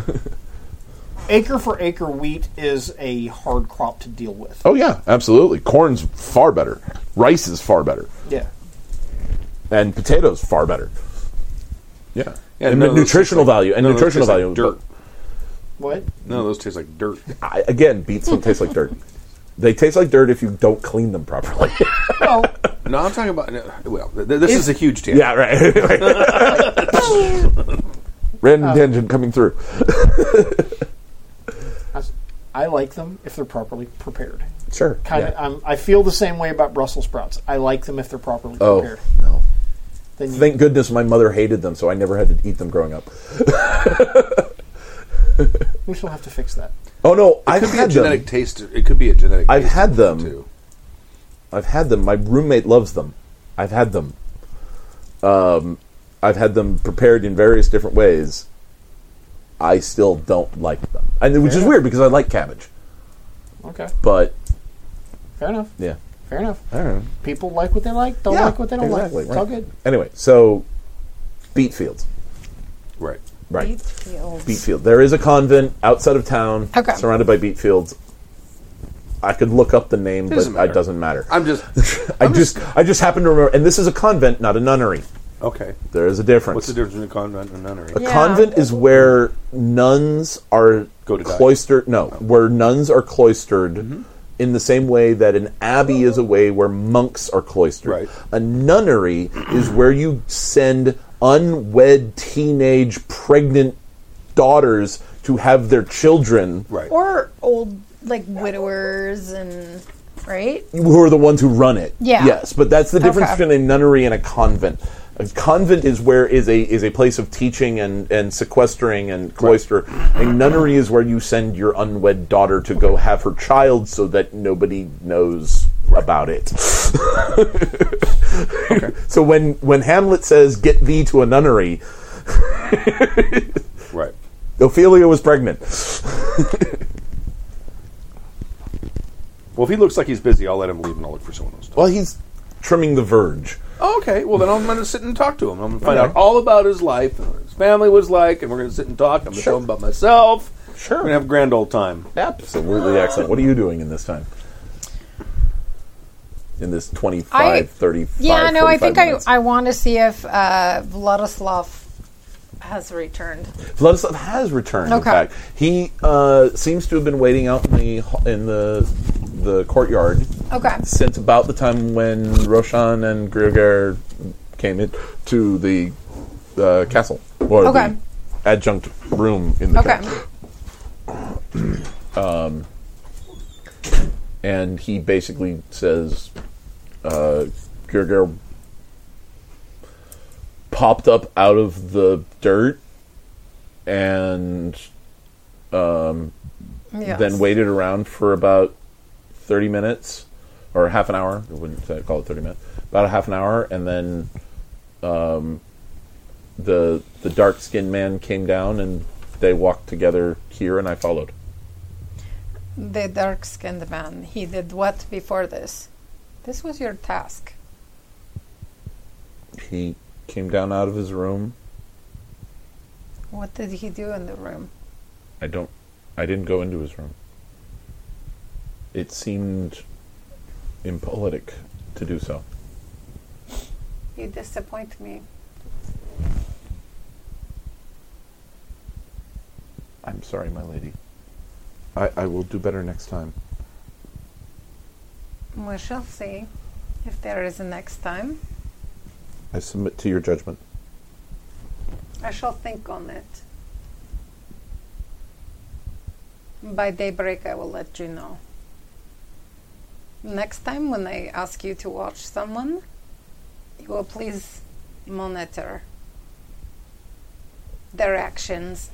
[SPEAKER 4] acre for acre wheat is a hard crop to deal with.
[SPEAKER 1] Oh yeah, absolutely. Corn's far better. Rice is far better.
[SPEAKER 4] Yeah.
[SPEAKER 1] and potatoes far better. Yeah,
[SPEAKER 6] Yeah,
[SPEAKER 1] and the
[SPEAKER 6] none of those
[SPEAKER 1] nutritional
[SPEAKER 6] taste like-
[SPEAKER 1] value and
[SPEAKER 6] none of those
[SPEAKER 1] nutritional
[SPEAKER 6] taste
[SPEAKER 1] value.
[SPEAKER 6] like dirt.
[SPEAKER 4] What?
[SPEAKER 6] No, those taste like dirt.
[SPEAKER 1] but I, again, beets don't taste like dirt. They taste like dirt if you don't clean them properly.
[SPEAKER 4] Well,
[SPEAKER 6] No, I'm talking about. no, Well, th- th- this is a huge tangent.
[SPEAKER 1] yeah, right. Random tangent coming through.
[SPEAKER 4] I, I like them if they're properly prepared.
[SPEAKER 1] Sure.
[SPEAKER 4] Kind of. I'm I feel the same way about Brussels sprouts. I like them if they're properly
[SPEAKER 1] Oh
[SPEAKER 4] prepared.
[SPEAKER 1] no!
[SPEAKER 4] Then you,
[SPEAKER 1] Thank goodness my mother hated them, so I never had to eat them growing up.
[SPEAKER 4] we shall have to fix that.
[SPEAKER 1] Oh no!
[SPEAKER 6] It
[SPEAKER 1] I've
[SPEAKER 6] could be a
[SPEAKER 1] had
[SPEAKER 6] genetic
[SPEAKER 1] them.
[SPEAKER 6] taste. It could be a genetic.
[SPEAKER 1] I've
[SPEAKER 6] taste
[SPEAKER 1] had
[SPEAKER 6] difference,
[SPEAKER 1] them. I've had them. My roommate loves them. I've had them. Um, I've had them prepared in various different ways. I still don't like them, and which is weird because I like cabbage,
[SPEAKER 4] Okay.
[SPEAKER 1] but
[SPEAKER 4] Fair enough.
[SPEAKER 1] yeah,
[SPEAKER 4] Fair enough.
[SPEAKER 1] I don't know.
[SPEAKER 4] People like what they like. Don't
[SPEAKER 1] Yeah,
[SPEAKER 4] like what they don't
[SPEAKER 1] exactly,
[SPEAKER 4] like.
[SPEAKER 1] right.
[SPEAKER 4] It's all good.
[SPEAKER 1] Anyway, so beet fields,
[SPEAKER 3] Right.
[SPEAKER 1] right?
[SPEAKER 5] Beet fields.
[SPEAKER 1] Beet field. There is a convent outside of town,
[SPEAKER 5] Okay.
[SPEAKER 1] surrounded by beet fields. I could look up the name,
[SPEAKER 3] Doesn't
[SPEAKER 1] but
[SPEAKER 3] matter.
[SPEAKER 1] it doesn't matter.
[SPEAKER 3] I'm just
[SPEAKER 1] I just, I just happen to remember, and this is a convent, not a nunnery.
[SPEAKER 3] okay.
[SPEAKER 1] There is a difference.
[SPEAKER 3] What's the difference between a convent and a nunnery?
[SPEAKER 1] A convent is where nuns are
[SPEAKER 3] Go to die. Oh. Mm-hmm.
[SPEAKER 1] cloistered. No, where nuns are cloistered in the same way that an abbey is a way where monks are cloistered.
[SPEAKER 3] Right.
[SPEAKER 1] A nunnery is where you send unwed teenage pregnant daughters to have their children,
[SPEAKER 3] Right.
[SPEAKER 5] Or old, like, widowers and. Right?
[SPEAKER 1] who are the ones who run it.
[SPEAKER 5] Yeah.
[SPEAKER 1] Yes, but that's the difference
[SPEAKER 5] Okay.
[SPEAKER 1] between a nunnery and a convent. A convent is where is a is a place of teaching and, and sequestering and cloister. A nunnery is where you send your unwed daughter to go have her child so that nobody knows about it. So when when Hamlet says get thee to a nunnery,
[SPEAKER 3] Right.
[SPEAKER 1] Ophelia was pregnant.
[SPEAKER 3] Well, if he looks like he's busy, I'll let him leave and I'll look for someone else.
[SPEAKER 1] Well, he's trimming the verge.
[SPEAKER 3] Oh, okay. Well, then I'm going to sit and talk to him. I'm going to find out all about his life and what his family was like, and we're going to sit and talk. I'm going to tell him about myself. We're going to
[SPEAKER 4] Sure.
[SPEAKER 3] have a grand old time.
[SPEAKER 1] Absolutely excellent. What are you doing in this time? In this 25,
[SPEAKER 5] I-
[SPEAKER 1] 35,
[SPEAKER 5] Yeah, no, I
[SPEAKER 1] 45
[SPEAKER 5] think
[SPEAKER 1] minutes.
[SPEAKER 5] I, I want to see if uh, Vladislav has returned.
[SPEAKER 1] Vladislav has returned. In
[SPEAKER 5] Okay.
[SPEAKER 1] fact, he uh, seems to have been waiting out in the in the the courtyard
[SPEAKER 5] Okay.
[SPEAKER 1] since about the time when Roshan and Grigor came in to the uh, castle or
[SPEAKER 5] Okay.
[SPEAKER 1] the adjunct room in the
[SPEAKER 5] Okay.
[SPEAKER 1] castle. and he basically says, uh, Gerger popped up out of the dirt and
[SPEAKER 5] Yes.
[SPEAKER 1] then waited around for about 30 minutes or half an hour. I wouldn't say- call it 30 minutes. About a half an hour, and then um, the the dark skinned man came down and they walked together here, and I followed.
[SPEAKER 5] The dark skinned man. He did what before this? This was your task.
[SPEAKER 1] He came down out of his room
[SPEAKER 5] What did he do in the room?
[SPEAKER 1] I don't. I didn't go into his room. It seemed impolitic to do so.
[SPEAKER 5] You disappoint me.
[SPEAKER 1] I'm sorry, my lady. I, I will do better next time.
[SPEAKER 5] We shall see if there is a next time.
[SPEAKER 1] I submit to your judgment.
[SPEAKER 5] I shall think on it. By daybreak, I will let you know. Next time, when I ask you to watch someone, you will please monitor their actions.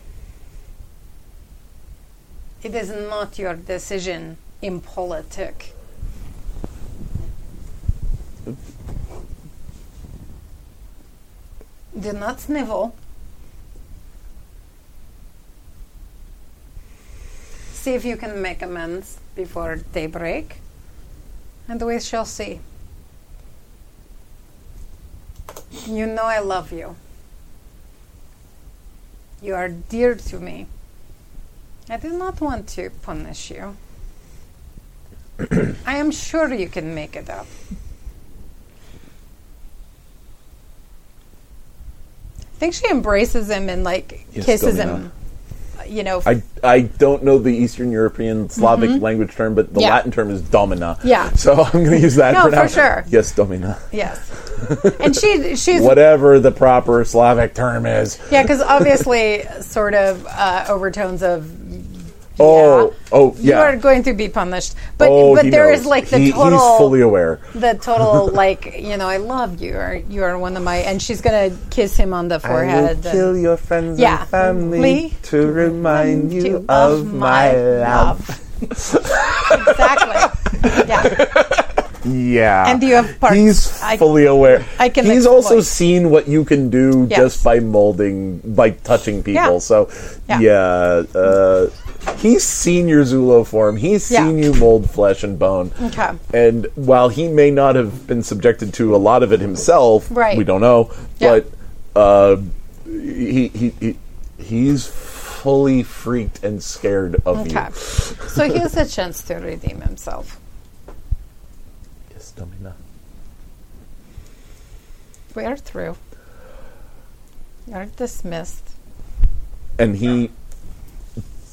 [SPEAKER 5] It is not your decision in politic. Do not snivel. See if you can make amends before daybreak, and we shall see. You know I love you. You are dear to me. I do not want to punish you. I am sure you can make it up. I think she embraces him and like
[SPEAKER 1] Yes,
[SPEAKER 5] kisses
[SPEAKER 1] Domina.
[SPEAKER 5] him. You know,
[SPEAKER 1] I, I don't know the Eastern European Slavic language term, but the
[SPEAKER 5] Mm-hmm. Yeah.
[SPEAKER 1] Latin term is domina.
[SPEAKER 5] Yeah.
[SPEAKER 1] So I'm going to use that
[SPEAKER 5] No,
[SPEAKER 1] for
[SPEAKER 5] for
[SPEAKER 1] now.
[SPEAKER 5] sure.
[SPEAKER 1] Yes, domina.
[SPEAKER 5] Yes. and she she's yeah, 'cause
[SPEAKER 1] Whatever the proper Slavic term is.
[SPEAKER 5] yeah, because obviously sort of uh, overtones of
[SPEAKER 1] Oh,
[SPEAKER 5] yeah,
[SPEAKER 1] oh, yeah.
[SPEAKER 5] you are going to be punished. But
[SPEAKER 1] oh,
[SPEAKER 5] but
[SPEAKER 1] he
[SPEAKER 5] there is
[SPEAKER 1] knows.
[SPEAKER 5] like the
[SPEAKER 1] He-
[SPEAKER 5] total
[SPEAKER 1] He's fully aware.
[SPEAKER 5] the total like you know I love you or you are one of my and she's gonna kiss him on the forehead. and-
[SPEAKER 1] your friends
[SPEAKER 5] Yeah. Me?
[SPEAKER 1] to remind
[SPEAKER 5] to of my love. exactly. Yeah.
[SPEAKER 1] Yeah.
[SPEAKER 5] And do you have parts?
[SPEAKER 1] He's
[SPEAKER 5] I-
[SPEAKER 1] fully aware.
[SPEAKER 5] I can
[SPEAKER 1] He's also
[SPEAKER 5] exploit.
[SPEAKER 1] seen what you can do
[SPEAKER 5] Yes.
[SPEAKER 1] just by molding, by touching people.
[SPEAKER 5] Yeah.
[SPEAKER 1] So, yeah.
[SPEAKER 5] Yeah.
[SPEAKER 1] uh, he's seen your Zulo form. He's
[SPEAKER 5] Yeah.
[SPEAKER 1] seen you mold flesh and bone.
[SPEAKER 5] Okay.
[SPEAKER 1] And while he may not have been subjected to a lot of it himself,
[SPEAKER 5] Right.
[SPEAKER 1] we don't know,
[SPEAKER 5] Yeah.
[SPEAKER 1] but uh, he, he, he, he's fully freaked and scared of
[SPEAKER 5] Okay.
[SPEAKER 1] you.
[SPEAKER 5] so he has a chance to redeem himself.
[SPEAKER 1] Yes, Domina.
[SPEAKER 5] We are through. You're dismissed.
[SPEAKER 1] and he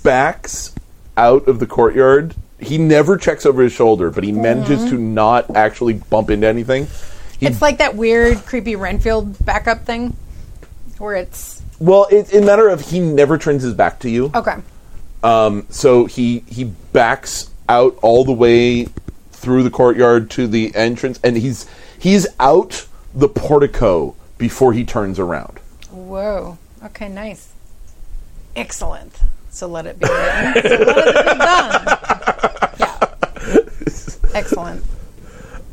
[SPEAKER 1] backs out of the courtyard. He never checks over his shoulder, but he
[SPEAKER 5] Mm-hmm.
[SPEAKER 1] manages to not actually bump into anything. He-
[SPEAKER 5] It's like that weird, creepy Renfield backup thing, where it's
[SPEAKER 1] well, it's a matter of he never turns his back to you.
[SPEAKER 5] okay.
[SPEAKER 1] Um, so he he backs out all the way through the courtyard to the entrance, and he's he's out the portico before he turns around.
[SPEAKER 5] Whoa. Okay. Nice. Excellent. So let it be written. so let it be done. Yeah. Excellent.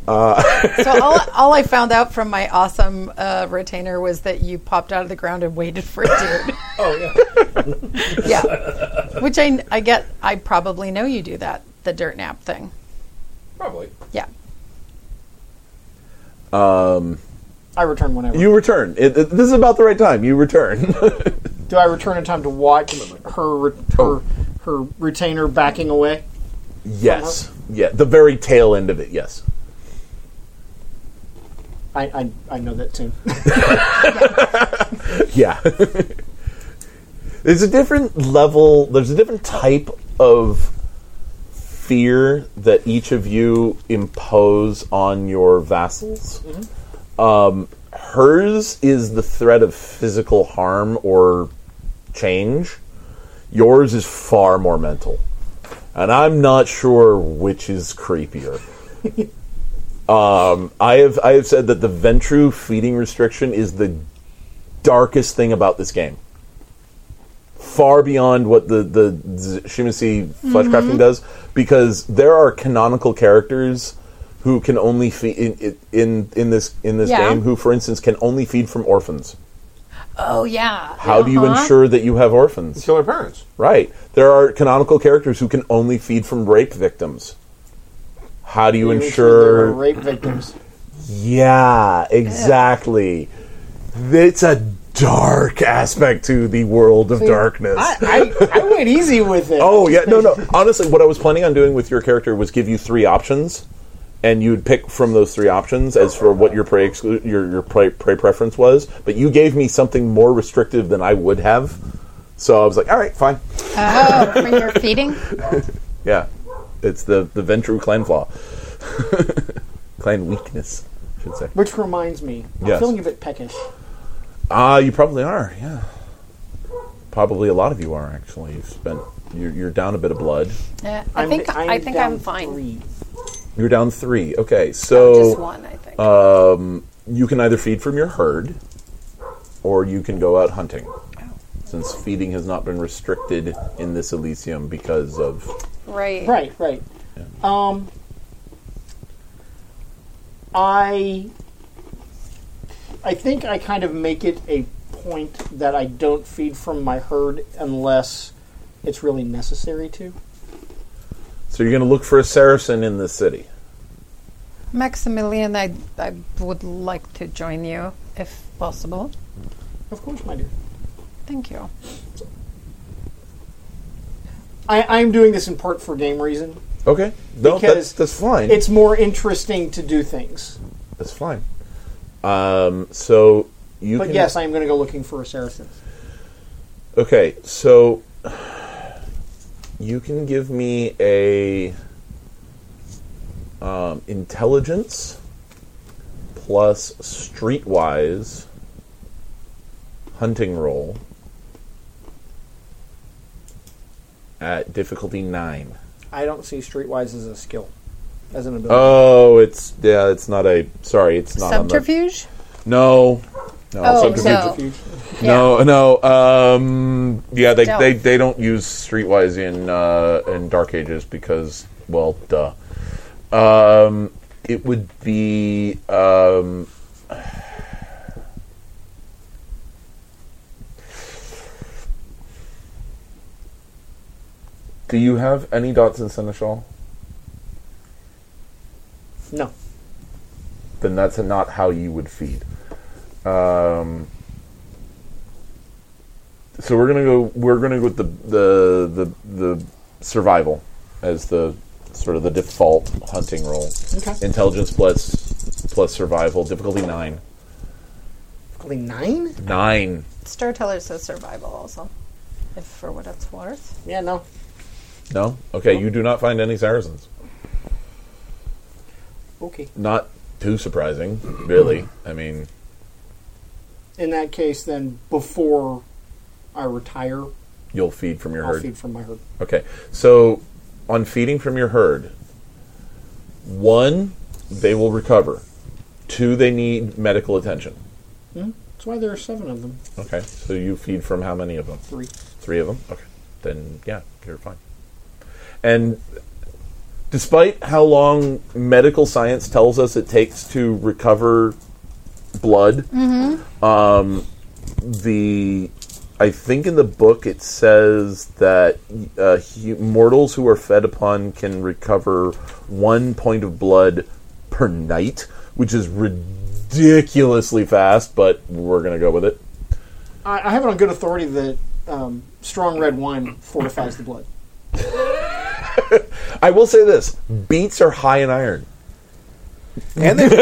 [SPEAKER 5] so all, all I found out from my awesome uh, retainer was that you popped out of the ground and waited for a dude. oh yeah. yeah. Which I I get. I probably know you do that. The dirt nap thing.
[SPEAKER 3] Probably.
[SPEAKER 5] Yeah.
[SPEAKER 4] I return whenever.
[SPEAKER 1] You return. It, it- this is about the right time. You return.
[SPEAKER 4] Do I return in time to watch her re-
[SPEAKER 1] Oh.
[SPEAKER 4] her her retainer backing away?
[SPEAKER 1] yes. Yeah. The very tail end of it. Yes.
[SPEAKER 4] I I, I know that tune.
[SPEAKER 1] Yeah. there's a different level, there's a different type of fear that each of you impose on your vassals. Um, hers is the threat of physical harm or change, yours is far more mental. And I'm not sure which is creepier. um, I have I have said that the Ventru feeding restriction is the darkest thing about this game. Far beyond what the the Z- Shimasi fleshcrafting
[SPEAKER 5] Mm-hmm.
[SPEAKER 1] does, because there are canonical characters who can only feed in in- in in this in this
[SPEAKER 5] Yeah.
[SPEAKER 1] game who, for instance, can only feed from orphans.
[SPEAKER 5] Oh yeah.
[SPEAKER 1] How do you
[SPEAKER 5] Uh-huh.
[SPEAKER 1] ensure that you have orphans?
[SPEAKER 3] Kill their parents.
[SPEAKER 1] Right. There are canonical characters who can only feed from rape victims. How do you
[SPEAKER 4] They were
[SPEAKER 1] ensure?
[SPEAKER 4] rape victims.
[SPEAKER 1] Yeah, exactly. It's a dark aspect to the world of darkness.
[SPEAKER 4] I, I, I went easy with it.
[SPEAKER 1] oh yeah, no, no. Honestly, what I was planning on doing with your character was give you three options, and you'd pick from those three options as for what your prey exclu- your your prey, prey preference was. But you gave me something more restrictive than I would have, so I was like, all right, fine.
[SPEAKER 5] Oh, for your feeding?
[SPEAKER 1] Yeah, it's the the Ventru clan flaw, clan weakness, I should say.
[SPEAKER 4] Which reminds me,
[SPEAKER 1] Yes.
[SPEAKER 4] I'm feeling a bit peckish.
[SPEAKER 1] Ah, you probably are. Yeah, probably a lot of you are actually. You've spent you're, you're down a bit of blood.
[SPEAKER 5] Yeah, I
[SPEAKER 4] I'm-
[SPEAKER 5] think i think
[SPEAKER 4] down
[SPEAKER 5] I'm fine.
[SPEAKER 4] three.
[SPEAKER 1] You're down three. Okay,
[SPEAKER 5] Just
[SPEAKER 1] so
[SPEAKER 5] one, I think.
[SPEAKER 1] Uh, you can either feed from your herd, or you can go out hunting. Since feeding has not been restricted in this Elysium because of
[SPEAKER 5] right.
[SPEAKER 4] Right, right. Um, I I think I kind of make it a point that I don't feed from my herd unless it's really necessary to.
[SPEAKER 1] so you're going to look for a Saracen in this city.
[SPEAKER 5] Maximilian, I, I would like to join you if possible.
[SPEAKER 4] Of course, my dear.
[SPEAKER 5] Thank you.
[SPEAKER 4] I, I'm doing this in part for game reason.
[SPEAKER 1] Okay, no, that's
[SPEAKER 4] Because
[SPEAKER 1] that's fine.
[SPEAKER 4] It's more interesting to do things.
[SPEAKER 1] That's fine. Um, so you
[SPEAKER 4] But
[SPEAKER 1] can.
[SPEAKER 4] yes, I am going to go looking for a Saracen.
[SPEAKER 1] Okay, so you can give me a um, intelligence plus streetwise hunting roll at difficulty nine.
[SPEAKER 4] I don't see Streetwise as a skill, as an ability.
[SPEAKER 1] Oh, it's yeah, it's not a. Sorry, it's not
[SPEAKER 5] Subterfuge?
[SPEAKER 1] On the, no, no,
[SPEAKER 5] Oh,
[SPEAKER 1] subterfuge
[SPEAKER 5] no.
[SPEAKER 1] No, no. Um, yeah, they,
[SPEAKER 5] Don't.
[SPEAKER 1] they they don't use Streetwise in uh, in Dark Ages because, well, duh. Um, It would be um, Do you have any dots in Seneschal?
[SPEAKER 4] No.
[SPEAKER 1] Then that's not how you would feed. Um, so we're gonna go. We're gonna go with the the the, the survival as the sort of the default hunting roll.
[SPEAKER 4] Okay.
[SPEAKER 1] Intelligence plus plus survival difficulty nine.
[SPEAKER 4] Probably nine?
[SPEAKER 1] Nine.
[SPEAKER 5] Star Teller says survival also, if for what it's worth.
[SPEAKER 4] Yeah, no.
[SPEAKER 1] No. Okay. You do not find any Saracens.
[SPEAKER 4] Okay.
[SPEAKER 1] Not too surprising, really. I mean,
[SPEAKER 4] In that case, then before I retire,
[SPEAKER 1] you'll feed from your
[SPEAKER 4] I'll
[SPEAKER 1] herd.
[SPEAKER 4] feed from my herd.
[SPEAKER 1] Okay. So on feeding from your herd, one, they will recover. Two, they need medical attention.
[SPEAKER 4] That's why there are seven of them.
[SPEAKER 1] Okay. So you feed from how many of them?
[SPEAKER 4] Three.
[SPEAKER 1] Three of them? Okay. Then, yeah, you're fine. And despite how long medical science tells us it takes to recover blood, um, the. I think in the book it says that uh, hu- mortals who are fed upon can recover one point of blood per night, which is ridiculously fast, but we're going to go with it.
[SPEAKER 4] I, I have it on good authority that um, strong red wine fortifies the blood.
[SPEAKER 1] I will say this: beets are high in iron.
[SPEAKER 3] And they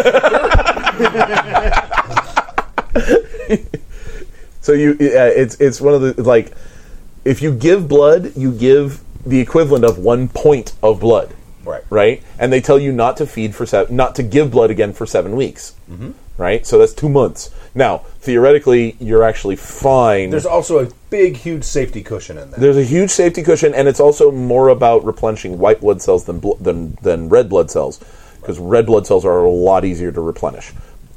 [SPEAKER 1] So you, uh, it's it's one of the like, if you give blood, you give the equivalent of one point of blood.
[SPEAKER 6] Right.
[SPEAKER 1] Right. And they tell you not to feed for seven, not to give blood again for seven weeks. Mm-hmm. Right. So that's two months. Now, theoretically, you're actually fine.
[SPEAKER 6] There's also a big, huge safety cushion in there.
[SPEAKER 1] There's a huge safety cushion, and it's also more about replenishing white blood cells than bl- than than red blood cells, because red blood cells are a lot easier to replenish.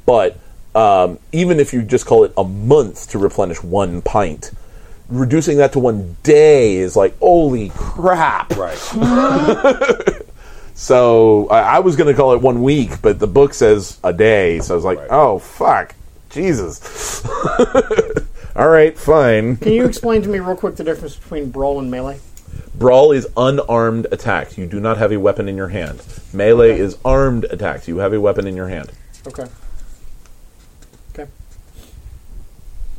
[SPEAKER 1] But um, even if you just call it a month to replenish one pint, reducing that to one day is like holy crap.
[SPEAKER 6] Right.
[SPEAKER 1] So I, I was going to call it one week, but the book says a day. So I was like,
[SPEAKER 6] Right.
[SPEAKER 1] oh fuck, Jesus. All right, fine.
[SPEAKER 4] Can you explain to me real quick the difference between brawl and melee?
[SPEAKER 1] Brawl is unarmed attack. You do not have a weapon in your hand. Melee is armed attack. You have a weapon in your hand.
[SPEAKER 4] Okay. Okay.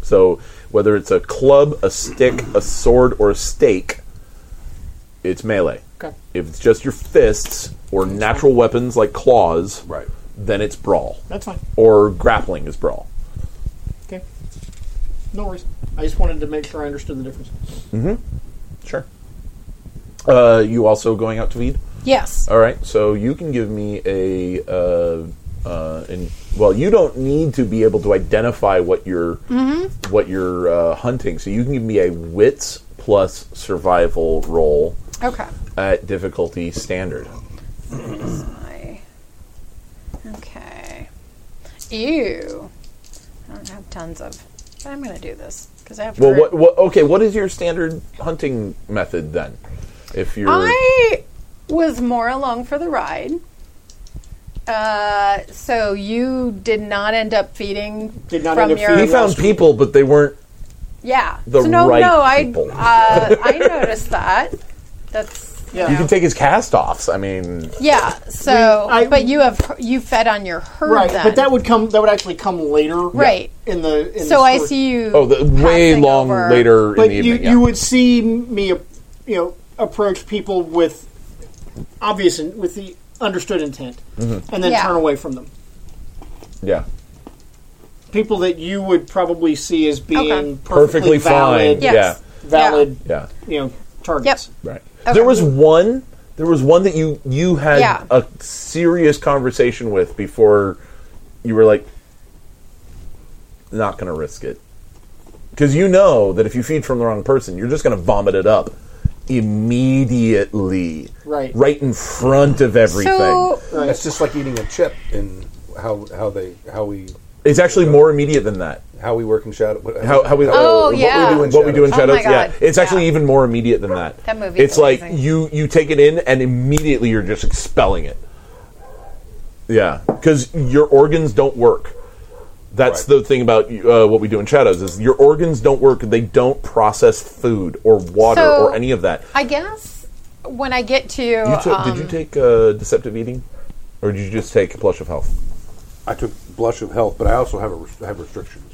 [SPEAKER 1] So whether it's a club, a stick, a sword, or a stake, it's melee.
[SPEAKER 4] Okay.
[SPEAKER 1] If it's just your fists or natural weapons like claws,
[SPEAKER 6] Right.
[SPEAKER 1] then it's brawl.
[SPEAKER 4] That's fine.
[SPEAKER 1] Or grappling is brawl.
[SPEAKER 4] Okay. No worries. I just wanted to make sure I understood the difference.
[SPEAKER 1] Sure. Uh, you also going out to feed?
[SPEAKER 5] Yes.
[SPEAKER 1] All right, so you can give me a. Uh, uh, in, well, you don't need to be able to identify what you're
[SPEAKER 5] Mm-hmm.
[SPEAKER 1] what you're uh, hunting, so you can give me a wits plus survival roll
[SPEAKER 5] Okay.
[SPEAKER 1] at difficulty standard.
[SPEAKER 5] I- Okay. Ew. I don't have tons of. But I'm gonna do this because I have.
[SPEAKER 1] Well,
[SPEAKER 5] herd.
[SPEAKER 1] what, what? Okay, what is your standard hunting method then? If you're
[SPEAKER 5] I was more along for the ride. Uh, so you did not end up feeding
[SPEAKER 4] Did not
[SPEAKER 5] from
[SPEAKER 4] end up
[SPEAKER 5] your
[SPEAKER 1] he
[SPEAKER 4] feeding.
[SPEAKER 1] found people, but they weren't.
[SPEAKER 5] yeah.
[SPEAKER 1] The
[SPEAKER 5] so no,
[SPEAKER 1] right
[SPEAKER 5] no, I
[SPEAKER 1] people.
[SPEAKER 5] uh, I noticed that. That's
[SPEAKER 4] Yeah.
[SPEAKER 1] You can take his cast offs. I mean,
[SPEAKER 5] yeah. So,
[SPEAKER 4] We- I-
[SPEAKER 5] but you have you fed on your herd,
[SPEAKER 4] right,
[SPEAKER 5] then.
[SPEAKER 4] but that would come. That would actually come later.
[SPEAKER 5] Right.
[SPEAKER 4] In the. In
[SPEAKER 5] so
[SPEAKER 4] the
[SPEAKER 5] I
[SPEAKER 4] story.
[SPEAKER 5] see you.
[SPEAKER 1] oh, the way
[SPEAKER 5] passing
[SPEAKER 1] long
[SPEAKER 5] over-
[SPEAKER 1] later in
[SPEAKER 4] But
[SPEAKER 1] the
[SPEAKER 4] you,
[SPEAKER 1] evening. yeah.
[SPEAKER 4] you would see me, you know, approach people with obvious and with the understood intent,
[SPEAKER 1] Mm-hmm.
[SPEAKER 4] and then
[SPEAKER 5] Yeah.
[SPEAKER 4] turn away from them.
[SPEAKER 1] yeah,
[SPEAKER 4] People that you would probably see as being
[SPEAKER 5] Okay.
[SPEAKER 1] perfectly
[SPEAKER 4] perfectly, valid,
[SPEAKER 1] fine.
[SPEAKER 5] Yes.
[SPEAKER 1] Yeah,
[SPEAKER 4] valid,
[SPEAKER 1] yeah.
[SPEAKER 4] you know, targets.
[SPEAKER 1] Right. There was one. There was one that you you had
[SPEAKER 5] Yeah.
[SPEAKER 1] a serious conversation with before you were like, not going to risk it, because you know that if you feed from the wrong person, you're just going to vomit it up immediately,
[SPEAKER 4] Right.
[SPEAKER 1] right in front of everything.
[SPEAKER 5] So
[SPEAKER 6] That's just like eating a chip and how how they how we
[SPEAKER 1] it's actually more immediate than that.
[SPEAKER 6] how we work in shadow. what-
[SPEAKER 1] How, how we
[SPEAKER 5] Oh,
[SPEAKER 1] what
[SPEAKER 5] yeah.
[SPEAKER 1] we do in
[SPEAKER 5] Oh,
[SPEAKER 1] shadows.
[SPEAKER 5] my God.
[SPEAKER 1] yeah, it's actually
[SPEAKER 5] Yeah.
[SPEAKER 1] even more immediate than that.
[SPEAKER 5] That movie is
[SPEAKER 1] It's like
[SPEAKER 5] amazing.
[SPEAKER 1] you you take it in and immediately you're just expelling it. Yeah, because your organs don't work. That's
[SPEAKER 3] Right.
[SPEAKER 1] the thing about uh, what we do in Shadows is your organs don't work. They don't process food or water
[SPEAKER 5] So-
[SPEAKER 1] or any of that.
[SPEAKER 5] I guess when I get to
[SPEAKER 1] You took,
[SPEAKER 5] um,
[SPEAKER 1] did you take uh, deceptive eating, or did you just take plush of health?
[SPEAKER 3] I took blush of health, but I also have a res- have restrictions.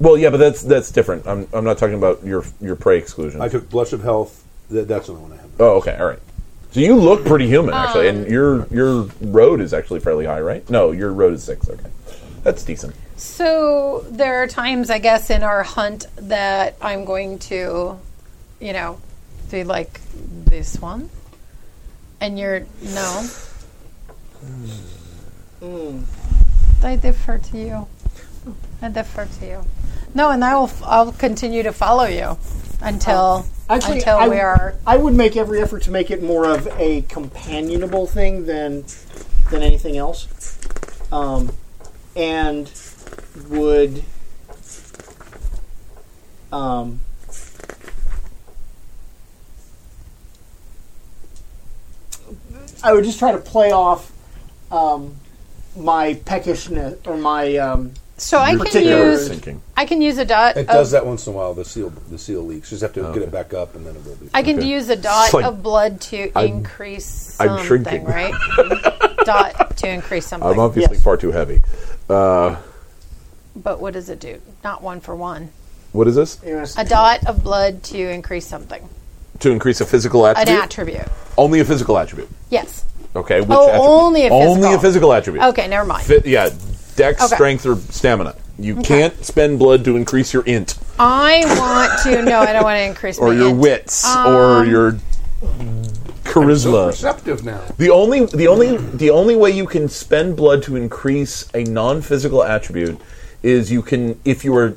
[SPEAKER 1] Well, yeah, but that's that's different. I'm, I'm not talking about your your prey exclusion.
[SPEAKER 3] I took blush of health. Th- that's the one I have.
[SPEAKER 1] oh, okay, all right. So you look pretty human actually,
[SPEAKER 5] Um,
[SPEAKER 1] and your your road is actually fairly high, right? No, your road is six. Okay, that's decent.
[SPEAKER 5] So there are times, I guess, in our hunt that I'm going to, you know, do like this one, and you're no. I defer to you. I defer to you. No, and I will. F- I'll continue to follow you until
[SPEAKER 4] Actually,
[SPEAKER 5] until
[SPEAKER 4] I,
[SPEAKER 5] we are.
[SPEAKER 4] I would make every effort to make it more of a companionable thing than than anything else, um, and would um, I would just try to play off um, my peckishness or my um,
[SPEAKER 5] So I can
[SPEAKER 4] particular-
[SPEAKER 5] use.
[SPEAKER 1] Thinking.
[SPEAKER 5] I can use a dot.
[SPEAKER 6] It
[SPEAKER 5] of,
[SPEAKER 6] does that once in a while. The seal, the seal leaks. Just have to get it back up, and then it will be.
[SPEAKER 5] I can
[SPEAKER 1] Okay.
[SPEAKER 5] use a dot
[SPEAKER 1] It's like-
[SPEAKER 5] of blood to
[SPEAKER 1] I'm-
[SPEAKER 5] increase
[SPEAKER 1] I'm
[SPEAKER 5] something,
[SPEAKER 1] shrinking.
[SPEAKER 5] right? dot to increase something.
[SPEAKER 1] I'm obviously
[SPEAKER 4] Yes.
[SPEAKER 1] far too heavy. Uh,
[SPEAKER 5] but what does it do? Not one for one.
[SPEAKER 1] what is this?
[SPEAKER 5] A dot of blood to increase something.
[SPEAKER 1] To increase a physical
[SPEAKER 5] An
[SPEAKER 1] attribute?
[SPEAKER 5] attribute.
[SPEAKER 1] Only a physical attribute.
[SPEAKER 5] Yes.
[SPEAKER 1] Okay. Which
[SPEAKER 5] Oh,
[SPEAKER 1] attribute?
[SPEAKER 5] only a
[SPEAKER 1] Only
[SPEAKER 5] physical.
[SPEAKER 1] a physical attribute.
[SPEAKER 5] Okay, never mind.
[SPEAKER 1] Fit, yeah. Dex,
[SPEAKER 5] Okay.
[SPEAKER 1] strength, or stamina. You can't spend blood to increase your int
[SPEAKER 5] I want to. No, I don't want to increase
[SPEAKER 1] or
[SPEAKER 5] my
[SPEAKER 1] your
[SPEAKER 5] int. Um,
[SPEAKER 1] wits or your charisma.
[SPEAKER 3] Perceptive now.
[SPEAKER 1] The only the only the only way you can spend blood to increase a non-physical attribute is you can if you are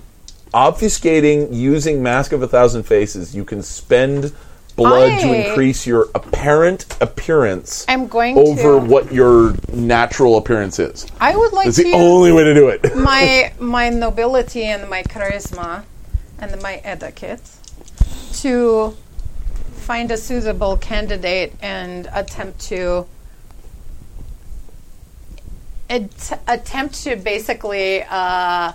[SPEAKER 1] obfuscating using Mask of a Thousand Faces, you can spend blood
[SPEAKER 5] I-
[SPEAKER 1] to increase your apparent appearance
[SPEAKER 5] I'm going
[SPEAKER 1] over
[SPEAKER 5] to-
[SPEAKER 1] what your natural appearance is.
[SPEAKER 5] I would like
[SPEAKER 1] That's
[SPEAKER 5] to
[SPEAKER 1] the
[SPEAKER 5] use
[SPEAKER 1] only way to do it.
[SPEAKER 5] my my nobility and my charisma and my etiquette to find a suitable candidate and attempt to att- attempt to basically uh,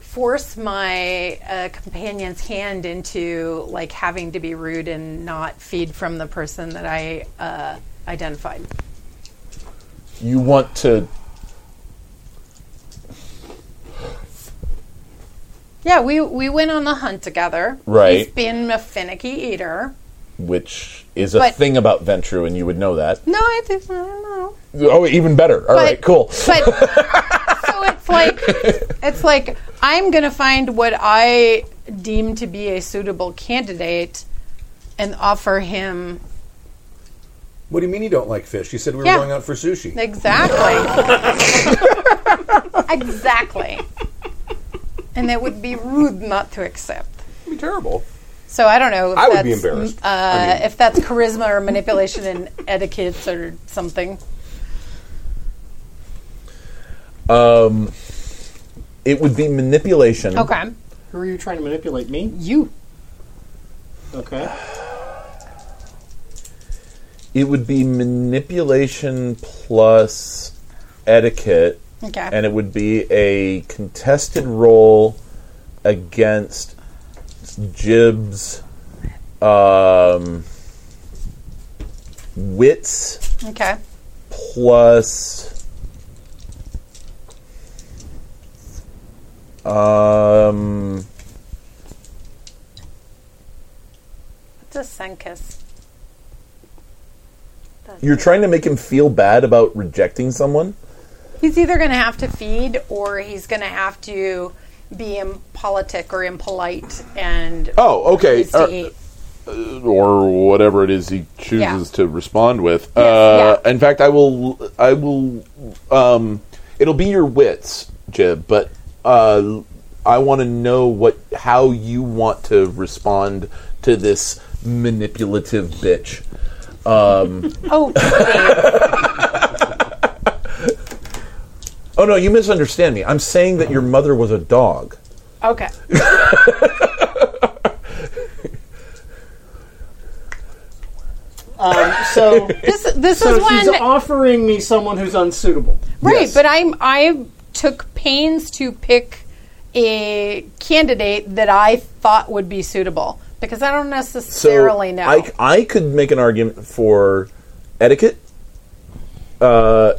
[SPEAKER 5] force my uh, companion's hand into like having to be rude and not feed from the person that I uh, identified.
[SPEAKER 1] you want to
[SPEAKER 5] Yeah, we we went on the hunt together.
[SPEAKER 1] Right.
[SPEAKER 5] He's been a finicky eater.
[SPEAKER 1] which is a
[SPEAKER 5] But-
[SPEAKER 1] thing about Ventru and you would know that.
[SPEAKER 5] No, I think I don't know.
[SPEAKER 1] Oh, even better. All right,
[SPEAKER 5] But-
[SPEAKER 1] cool.
[SPEAKER 5] But so it's like it's like I'm gonna find what I deem to be a suitable candidate and offer him
[SPEAKER 6] What do you mean you don't like fish? You said we were
[SPEAKER 5] Yeah.
[SPEAKER 6] going out for sushi.
[SPEAKER 5] exactly exactly, and it would be rude not to accept.
[SPEAKER 3] It'd be terrible.
[SPEAKER 5] So I don't know. If
[SPEAKER 3] I would
[SPEAKER 5] that's,
[SPEAKER 3] be embarrassed.
[SPEAKER 5] Uh, If that's charisma or manipulation and etiquette or something.
[SPEAKER 1] It would be manipulation.
[SPEAKER 5] Okay.
[SPEAKER 4] who are you trying to manipulate me?
[SPEAKER 5] You.
[SPEAKER 4] Okay.
[SPEAKER 1] It would be manipulation plus etiquette,
[SPEAKER 5] Okay.
[SPEAKER 1] and it would be a contested roll against Jib's um, wits
[SPEAKER 5] okay.
[SPEAKER 1] plus um,
[SPEAKER 5] It's a Senkus.
[SPEAKER 1] you're trying to make him feel bad about rejecting someone.
[SPEAKER 5] He's either going to have to feed or he's going to have to be impolitic or impolite and
[SPEAKER 1] Oh, okay.
[SPEAKER 5] refuse to eat.
[SPEAKER 1] or whatever it is he chooses to respond with. uh,
[SPEAKER 5] yeah.
[SPEAKER 1] In fact, I will. I will. Um, it'll be your wits, Jib, but uh, I want to know what how you want to respond to this manipulative bitch. Um,
[SPEAKER 5] Oh, please.
[SPEAKER 1] Oh no, you misunderstand me. I'm saying that your mother was a dog.
[SPEAKER 5] okay.
[SPEAKER 4] Um, so
[SPEAKER 2] This this
[SPEAKER 4] so
[SPEAKER 2] is
[SPEAKER 4] he's
[SPEAKER 2] when
[SPEAKER 4] offering me someone who's unsuitable.
[SPEAKER 2] right,
[SPEAKER 15] Yes.
[SPEAKER 2] but I'm I took pains to pick a candidate that I thought would be suitable because I don't necessarily know.
[SPEAKER 1] I, I could make an argument for etiquette, uh,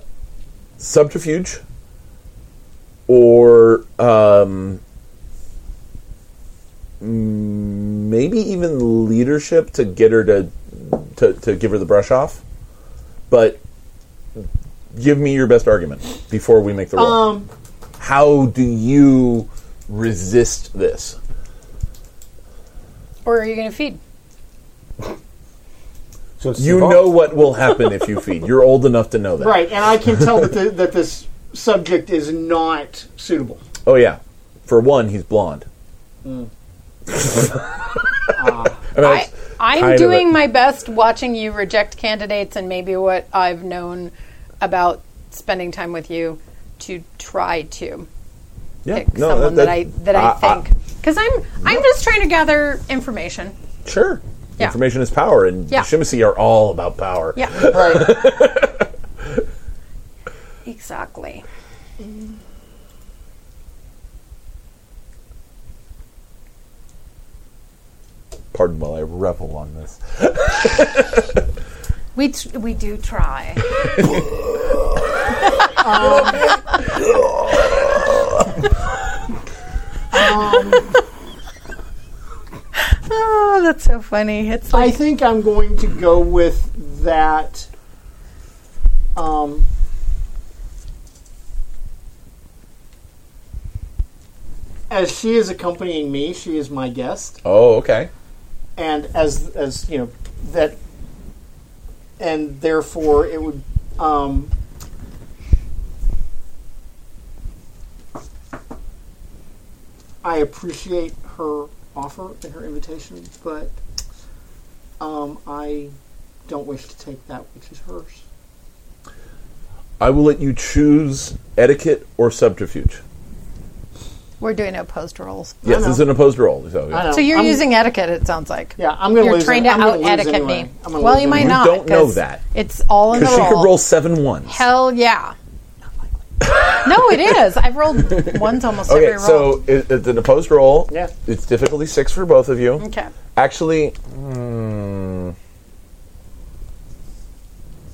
[SPEAKER 1] subterfuge, or um, mm, maybe even leadership to get her to, to to give her the brush off. But give me your best argument before we make the roll.
[SPEAKER 4] Um,
[SPEAKER 1] How do you resist this?
[SPEAKER 2] or are you going to feed?
[SPEAKER 16] So it's
[SPEAKER 1] You
[SPEAKER 16] Savant.
[SPEAKER 1] know what will happen if you feed. You're old enough to know that.
[SPEAKER 4] Oh. right, and I can tell that the, that this subject is not suitable.
[SPEAKER 1] Oh yeah. For one, he's blonde.
[SPEAKER 4] Mm. Ah.
[SPEAKER 1] I mean,
[SPEAKER 2] I,
[SPEAKER 1] it's kind
[SPEAKER 2] I'm
[SPEAKER 1] of
[SPEAKER 2] doing
[SPEAKER 1] a-
[SPEAKER 2] my best watching you reject candidates and maybe what I've known about spending time with you to try to
[SPEAKER 1] yeah,
[SPEAKER 2] pick
[SPEAKER 1] no, Ah,
[SPEAKER 2] someone that, I that I
[SPEAKER 1] I- I-
[SPEAKER 2] think because I'm I'm just trying to gather information.
[SPEAKER 1] sure.
[SPEAKER 2] Yeah.
[SPEAKER 1] Information is power, and
[SPEAKER 2] Yeah.
[SPEAKER 1] yeah. are all about power.
[SPEAKER 2] Yeah,
[SPEAKER 4] Right.
[SPEAKER 2] exactly.
[SPEAKER 1] Pardon while I revel on this.
[SPEAKER 2] We tr- we do try. oh, that's so funny. It's
[SPEAKER 4] I think I'm going to go with that. Um, as she is accompanying me, she is my guest.
[SPEAKER 1] Oh, okay.
[SPEAKER 4] and as as you know that and therefore it would um I appreciate her offer and her invitation, but um, I don't wish to take that which is hers.
[SPEAKER 1] I will let you choose etiquette or subterfuge.
[SPEAKER 2] We're doing opposed roles.
[SPEAKER 1] Yes,
[SPEAKER 4] know.
[SPEAKER 1] this is an opposed role. So, yeah.
[SPEAKER 4] I know.
[SPEAKER 2] So you're
[SPEAKER 4] I'm-
[SPEAKER 2] using etiquette. It sounds like.
[SPEAKER 4] yeah. I'm going to
[SPEAKER 2] You're
[SPEAKER 4] lose.
[SPEAKER 2] trying
[SPEAKER 4] it.
[SPEAKER 2] to
[SPEAKER 4] I'm gonna
[SPEAKER 2] out
[SPEAKER 4] lose
[SPEAKER 2] etiquette
[SPEAKER 4] anyway.
[SPEAKER 2] me.
[SPEAKER 4] I'm gonna
[SPEAKER 2] Well,
[SPEAKER 4] lose
[SPEAKER 2] you might
[SPEAKER 4] anyway.
[SPEAKER 2] not.
[SPEAKER 1] don't know
[SPEAKER 2] 'cause
[SPEAKER 1] that.
[SPEAKER 2] It's all in the
[SPEAKER 1] because
[SPEAKER 2] roll.
[SPEAKER 1] she could roll seven ones.
[SPEAKER 2] Hell yeah. no, it is. I've rolled ones almost every
[SPEAKER 1] okay,
[SPEAKER 2] roll.
[SPEAKER 1] so it, it's an opposed roll.
[SPEAKER 4] Yeah.
[SPEAKER 1] it's difficulty six for both of you.
[SPEAKER 2] okay.
[SPEAKER 1] Actually, mm,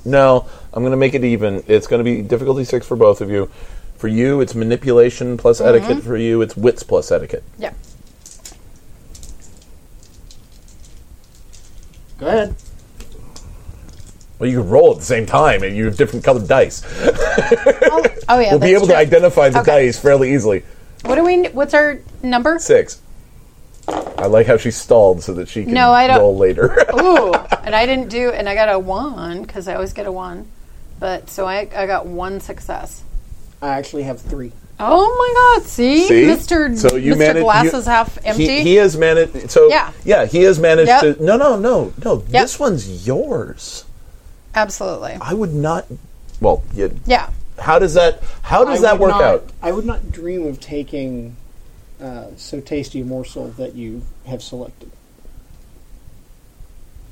[SPEAKER 1] no. I'm going to make it even. It's going to be difficulty six for both of you. For you, it's manipulation plus
[SPEAKER 2] Mm-hmm.
[SPEAKER 1] etiquette. For you, it's wits plus etiquette.
[SPEAKER 2] Yeah.
[SPEAKER 4] Go ahead.
[SPEAKER 1] Well, you can roll at the same time, and you have different colored dice.
[SPEAKER 2] Oh, oh yeah.
[SPEAKER 1] we'll be
[SPEAKER 2] that's
[SPEAKER 1] able
[SPEAKER 2] true.
[SPEAKER 1] to identify the
[SPEAKER 2] Okay.
[SPEAKER 1] dice fairly easily.
[SPEAKER 2] What do we? What's our number?
[SPEAKER 1] Six. I like how she stalled so that she can
[SPEAKER 2] No, I don't-
[SPEAKER 1] roll later.
[SPEAKER 2] Ooh, and I didn't do, and I got a one because I always get a one, but so I I got one success.
[SPEAKER 4] I actually have three.
[SPEAKER 2] Oh my God! See,
[SPEAKER 1] See?
[SPEAKER 2] Mister
[SPEAKER 1] So you
[SPEAKER 2] Mister
[SPEAKER 1] managed-
[SPEAKER 2] Glass
[SPEAKER 1] you-
[SPEAKER 2] is half empty.
[SPEAKER 1] He, he has managed. So
[SPEAKER 2] Yeah.
[SPEAKER 1] yeah, he has managed
[SPEAKER 2] Yep.
[SPEAKER 1] to. No, no, no, no.
[SPEAKER 2] Yep.
[SPEAKER 1] This one's yours.
[SPEAKER 2] Absolutely.
[SPEAKER 1] I would not. Well, yeah.
[SPEAKER 2] Yeah.
[SPEAKER 1] How does that? How does
[SPEAKER 4] I
[SPEAKER 1] that
[SPEAKER 4] would
[SPEAKER 1] work
[SPEAKER 4] not-
[SPEAKER 1] out?
[SPEAKER 4] I would not dream of taking uh, so tasty a morsel that you have selected.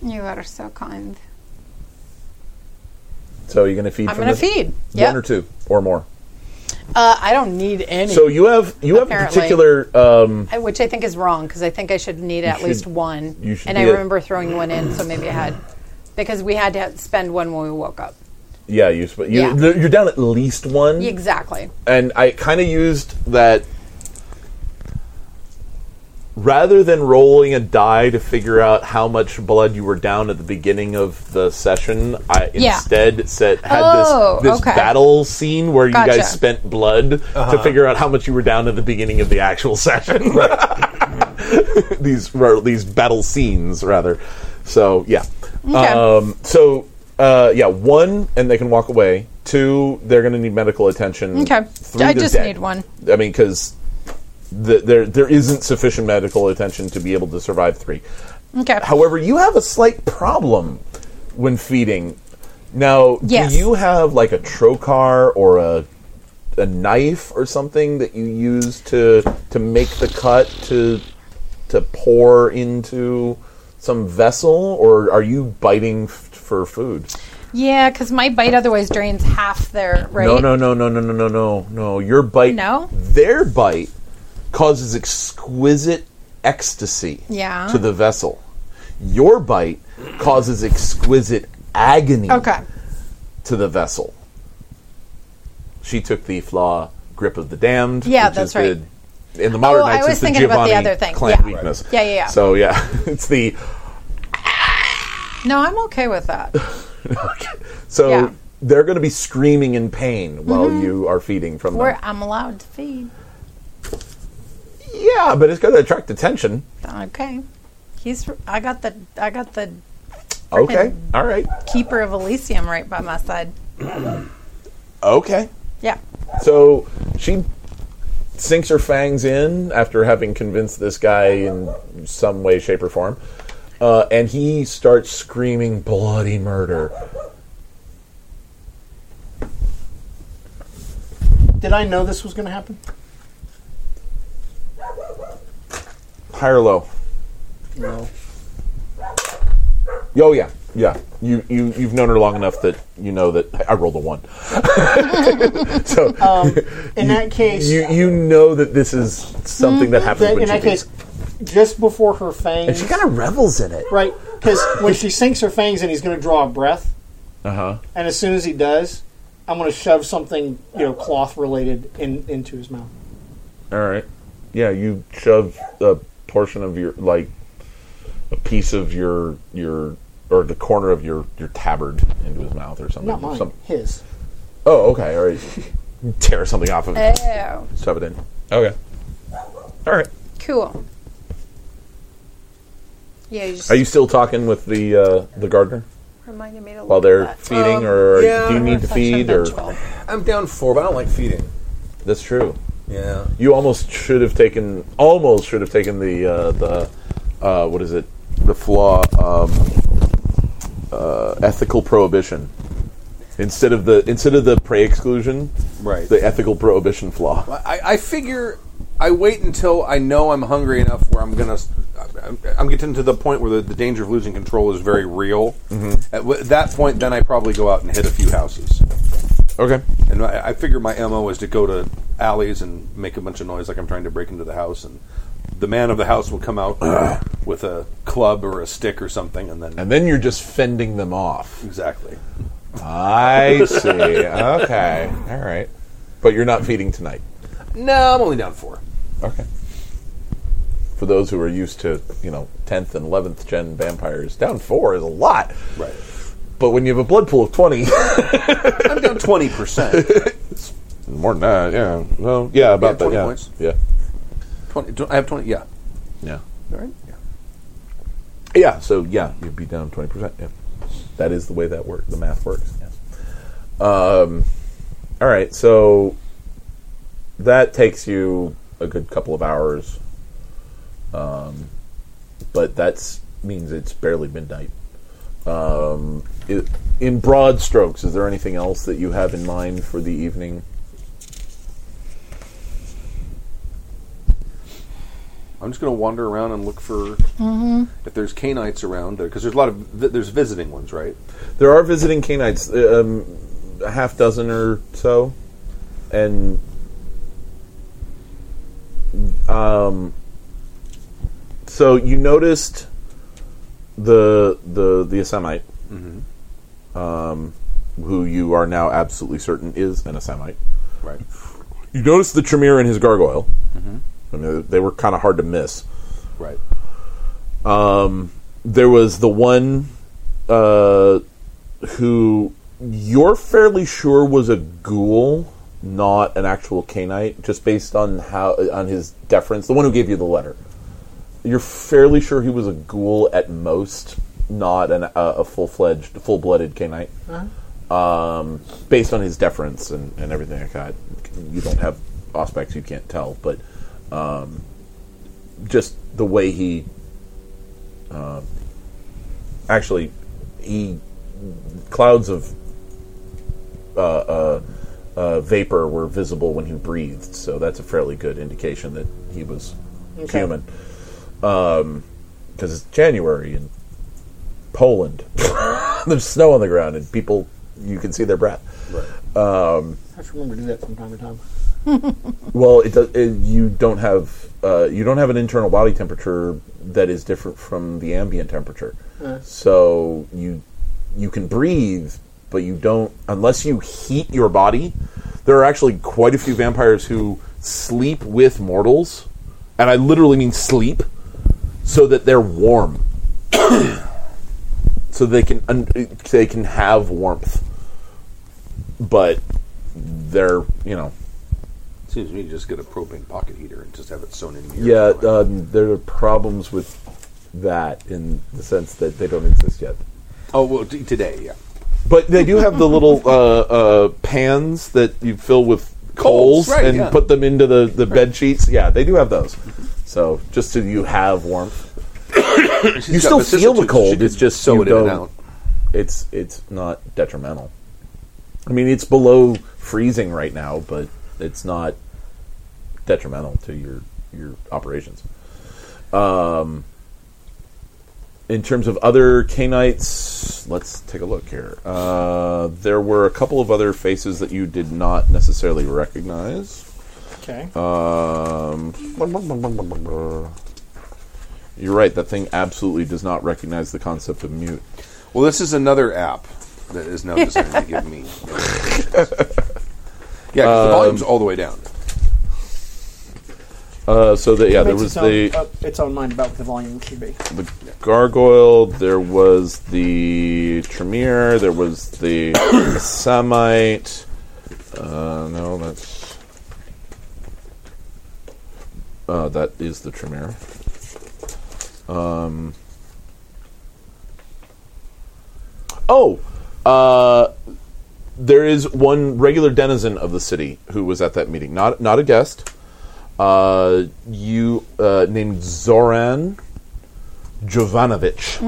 [SPEAKER 2] You are so kind.
[SPEAKER 1] So you're going to feed.
[SPEAKER 2] I'm
[SPEAKER 1] from
[SPEAKER 2] gonna
[SPEAKER 1] this?
[SPEAKER 2] feed.
[SPEAKER 1] One
[SPEAKER 2] Yeah.
[SPEAKER 1] or two or more.
[SPEAKER 2] Uh, I don't need any.
[SPEAKER 1] So you have you have a
[SPEAKER 2] Apparently.
[SPEAKER 1] particular. Um,
[SPEAKER 2] I- which I think is wrong because I think I should need at
[SPEAKER 1] should-
[SPEAKER 2] least one.
[SPEAKER 1] you should
[SPEAKER 2] and I
[SPEAKER 1] need it.
[SPEAKER 2] remember throwing one in, so maybe I had because we had to have- spend one when we woke up.
[SPEAKER 1] yeah, you, sp- you
[SPEAKER 2] Yeah.
[SPEAKER 1] you're down at least one.
[SPEAKER 2] Exactly.
[SPEAKER 1] and I kind of used that rather than rolling a die to figure out how much blood you were down at the beginning of the session, I
[SPEAKER 2] Yeah.
[SPEAKER 1] instead set had
[SPEAKER 2] Oh,
[SPEAKER 1] this this
[SPEAKER 2] okay.
[SPEAKER 1] battle scene where you
[SPEAKER 2] Gotcha.
[SPEAKER 1] guys spent blood to figure out how much you were down at the beginning of the actual session. these or these battle scenes rather. So yeah. Um, so uh, yeah, one and they can walk away. Two, they're going to need medical attention.
[SPEAKER 2] Okay.
[SPEAKER 1] Three,
[SPEAKER 2] I
[SPEAKER 1] they're
[SPEAKER 2] just
[SPEAKER 1] dead.
[SPEAKER 2] need one.
[SPEAKER 1] I mean, because th- there there isn't sufficient medical attention to be able to survive three.
[SPEAKER 2] Okay.
[SPEAKER 1] However, you have a slight problem when feeding. Now,
[SPEAKER 2] Yes.
[SPEAKER 1] do you have like a trocar or a a knife or something that you use to to make the cut to to pour into some vessel, or are you biting f- for food?
[SPEAKER 5] Yeah, because my bite otherwise drains half their right.
[SPEAKER 1] No, no, no, no, no, no, no, no, no. Your bite,
[SPEAKER 5] No?
[SPEAKER 1] their bite, causes exquisite ecstasy
[SPEAKER 5] Yeah.
[SPEAKER 1] to the vessel. Your bite causes exquisite agony
[SPEAKER 5] Okay.
[SPEAKER 1] to the vessel. She took the flaw grip of the damned.
[SPEAKER 5] Yeah,
[SPEAKER 1] which
[SPEAKER 5] that's
[SPEAKER 1] is
[SPEAKER 5] right.
[SPEAKER 1] The, in the modern
[SPEAKER 5] Oh, I
[SPEAKER 1] nights,
[SPEAKER 5] was
[SPEAKER 1] it's the
[SPEAKER 5] thinking about the
[SPEAKER 1] Giovanni
[SPEAKER 5] other thing.
[SPEAKER 1] clan
[SPEAKER 5] Yeah.
[SPEAKER 1] weakness.
[SPEAKER 5] Yeah, yeah, yeah.
[SPEAKER 1] So yeah, it's the
[SPEAKER 5] No, I'm okay with that.
[SPEAKER 1] so
[SPEAKER 5] Yeah. Mm-hmm.
[SPEAKER 1] they're going to be screaming in pain while you are feeding from
[SPEAKER 5] Or
[SPEAKER 1] them.
[SPEAKER 5] I'm allowed to feed.
[SPEAKER 1] Yeah, but it's going to attract attention.
[SPEAKER 5] Okay. He's. I got the. I got the
[SPEAKER 1] Okay,
[SPEAKER 5] Frickin'
[SPEAKER 1] all right,
[SPEAKER 5] keeper of Elysium right by my side.
[SPEAKER 1] okay.
[SPEAKER 5] Yeah.
[SPEAKER 1] So she sinks her fangs in after having convinced this guy in some way, shape, or form. Uh, and he starts screaming bloody murder.
[SPEAKER 4] Did I know this was going to happen?
[SPEAKER 1] High or low?
[SPEAKER 4] No.
[SPEAKER 1] Oh yeah, yeah. You you you've known her long enough that you know that I rolled a one. so
[SPEAKER 4] Um, In that case,
[SPEAKER 1] you you know that this is something that happens
[SPEAKER 4] that-
[SPEAKER 1] when
[SPEAKER 4] in
[SPEAKER 1] she
[SPEAKER 4] that case, just before her fangs,
[SPEAKER 1] and she kind of revels in it.
[SPEAKER 4] right? Because when she sinks her fangs and he's going to draw a breath,
[SPEAKER 1] Uh huh.
[SPEAKER 4] and as soon as he does, I'm going to shove something you know cloth related in into his mouth.
[SPEAKER 1] All right. Yeah, you shove a portion of your like a piece of your your or the corner of your your tabard into his mouth or something.
[SPEAKER 4] Not mine,
[SPEAKER 1] Some-
[SPEAKER 4] his.
[SPEAKER 1] oh, okay. All right. Tear something off of it.
[SPEAKER 5] Oh,
[SPEAKER 4] Eh.
[SPEAKER 1] Shove it in. Okay. All right.
[SPEAKER 5] cool. Yeah, you just
[SPEAKER 1] Are you still talking with the uh, the gardener
[SPEAKER 5] reminded me to look
[SPEAKER 1] while they're
[SPEAKER 4] Uh,
[SPEAKER 5] at that.
[SPEAKER 1] feeding,
[SPEAKER 4] um,
[SPEAKER 1] or
[SPEAKER 6] yeah.
[SPEAKER 1] do you need to
[SPEAKER 5] Reflection
[SPEAKER 1] feed? Or
[SPEAKER 5] ritual.
[SPEAKER 6] I'm down four, but I don't like feeding.
[SPEAKER 1] that's true.
[SPEAKER 6] Yeah.
[SPEAKER 1] You almost should have taken, almost should have taken the uh, the uh, what is it? The flaw, um, uh, ethical prohibition instead of the instead of the prey exclusion.
[SPEAKER 6] Right.
[SPEAKER 1] The ethical prohibition flaw.
[SPEAKER 6] I, I figure I wait until I know I'm hungry enough where I'm gonna. I'm, I'm getting to the point where the, the danger of losing control is very real.
[SPEAKER 1] Mm-hmm.
[SPEAKER 6] At w- that point, then I probably go out and hit a few houses.
[SPEAKER 1] Okay.
[SPEAKER 6] And I, I figure my mo is to go to alleys and make a bunch of noise, like I'm trying to break into the house, and the man of the house will come out with a club or a stick or something, and then
[SPEAKER 1] And then you're just fending them off.
[SPEAKER 6] exactly.
[SPEAKER 1] I see. Okay. All right. But you're not feeding tonight.
[SPEAKER 6] No, I'm only down four.
[SPEAKER 1] Okay. For those who are used to, you know, 10th and 11th gen vampires, down four is a lot.
[SPEAKER 6] Right.
[SPEAKER 1] But when you have a blood pool of 20,
[SPEAKER 6] I'm down twenty percent.
[SPEAKER 1] more than that, yeah. Well, yeah, about that.
[SPEAKER 6] 20
[SPEAKER 1] Yeah.
[SPEAKER 6] points.
[SPEAKER 1] yeah.
[SPEAKER 6] I have twenty. Yeah.
[SPEAKER 1] Yeah.
[SPEAKER 6] All right. Yeah.
[SPEAKER 1] Yeah, so yeah, you'd be down 20%. Yeah. That is the way that work the math works. Yes. Um all right, so that takes you a good couple of hours. Um but that's means it's barely midnight. Um it, in broad strokes, is there anything else that you have in mind for the evening?
[SPEAKER 6] I'm just going to wander around and look for if there's canites around there because there's a lot of vi- there's visiting ones, right?
[SPEAKER 1] There are visiting canites, uh, um, a half dozen or so, and um, so you noticed the the the Assamite, um, who you are now absolutely certain is an Assamite.
[SPEAKER 6] Right.
[SPEAKER 1] You noticed the Tremere and his gargoyle. I mean, they were kind of hard to miss
[SPEAKER 6] Right.
[SPEAKER 1] there was the one uh, who you're fairly sure was a ghoul, not an actual canite, just based on how on his deference. The one who gave you the letter, you're fairly sure he was a ghoul at most, not an, uh, a full fledged, full blooded canite. Um, based on his deference and, and everything like that, you don't have aspects you can't tell, but um, just the way he um, actually he clouds of uh, uh, uh, vapor were visible when he breathed, so that's a fairly good indication that he was human. Um, because it's January in Poland. There's snow on the ground, and people you can see their breath.
[SPEAKER 4] I have to remember to do that from time to time.
[SPEAKER 1] Well, it does. It, you don't have uh, you don't have an internal body temperature that is different from the ambient temperature. So you you can breathe, but you don't unless you heat your body. There are actually quite a few vampires who sleep with mortals, and I literally mean sleep, so that they're warm, so they can un- they can have warmth, but they're you know
[SPEAKER 3] Seems to me you just get a propane pocket heater and just have it sewn in here.
[SPEAKER 1] Yeah, um, there are problems with that in the sense that they don't exist yet.
[SPEAKER 3] oh, well, t- today, yeah.
[SPEAKER 1] But they do have the little uh, uh, pans that you fill with coals
[SPEAKER 3] Coals, right,
[SPEAKER 1] and
[SPEAKER 3] yeah.
[SPEAKER 1] put them into the, the bed sheets. Yeah, they do have those. So just so you have warmth. you
[SPEAKER 3] got
[SPEAKER 1] still
[SPEAKER 3] vicissitudes.
[SPEAKER 1] feel the
[SPEAKER 3] She
[SPEAKER 1] cold.
[SPEAKER 3] can
[SPEAKER 1] It's just
[SPEAKER 3] sew
[SPEAKER 1] you
[SPEAKER 3] it in and
[SPEAKER 1] don't-
[SPEAKER 3] out.
[SPEAKER 1] It's it's not detrimental. I mean, it's below freezing right now, but it's not detrimental to your your operations. Um, in terms of other canites, let's take a look here. Uh, there were a couple of other faces that you did not necessarily recognize.
[SPEAKER 4] Okay.
[SPEAKER 1] Uh, Um, you're right. That thing absolutely does not recognize the concept of mute.
[SPEAKER 3] Well, this is another app that is now designed to give me. Yeah, 'cause
[SPEAKER 1] Um,
[SPEAKER 3] the volume's all the way down.
[SPEAKER 1] Uh, so that yeah,
[SPEAKER 4] It
[SPEAKER 1] there
[SPEAKER 4] makes
[SPEAKER 1] was
[SPEAKER 4] its own,
[SPEAKER 1] the
[SPEAKER 4] up its own mind about what the volume should be.
[SPEAKER 1] the gargoyle. There was the Tremere. There was the Samite. Uh, no, that's uh, that is the Tremere. Um, oh, uh, there is one regular denizen of the city who was at that meeting. Not not a guest. Uh, you uh, named Zoran. Jovanovic.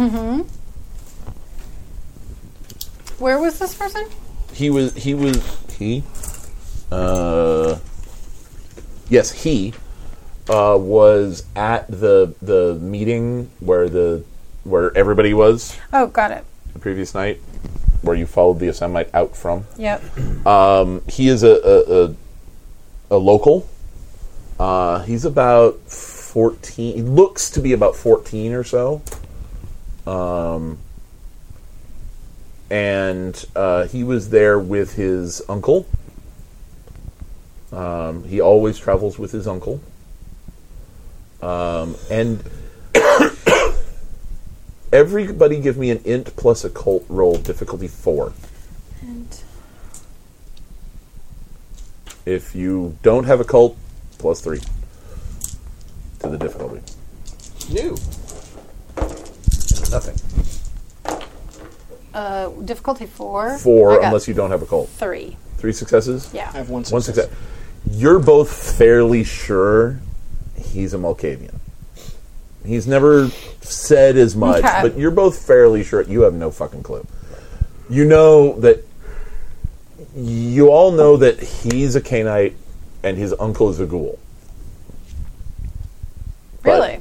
[SPEAKER 5] Where was this person?
[SPEAKER 1] He was he was he. Uh, yes, he uh, was at the the meeting where the where everybody was
[SPEAKER 5] Oh, got it.
[SPEAKER 1] the previous night, where you followed the Assemite out from.
[SPEAKER 5] Yep.
[SPEAKER 1] He is a a, a, a local. Uh, he's about fourteen. He looks to be about fourteen or so. Um, and uh, he was there with his uncle. Um, he always travels with his uncle. Um, and everybody, give me an int plus a cult roll, difficulty four.
[SPEAKER 5] And
[SPEAKER 1] If you don't have a cult, plus three to the difficulty.
[SPEAKER 3] New.
[SPEAKER 6] Nothing.
[SPEAKER 5] uh, difficulty four. I
[SPEAKER 1] Four,
[SPEAKER 5] got
[SPEAKER 1] unless you don't have a cult.
[SPEAKER 5] three.
[SPEAKER 1] Three successes?
[SPEAKER 5] Yeah.
[SPEAKER 4] I have one success.
[SPEAKER 1] One success. You're both fairly sure he's a Malkavian. He's never said as much,
[SPEAKER 5] Okay.
[SPEAKER 1] but you're both fairly sure. You have no fucking clue. You know that. You all know that he's a Cainite and his uncle is a ghoul. But-
[SPEAKER 5] Really?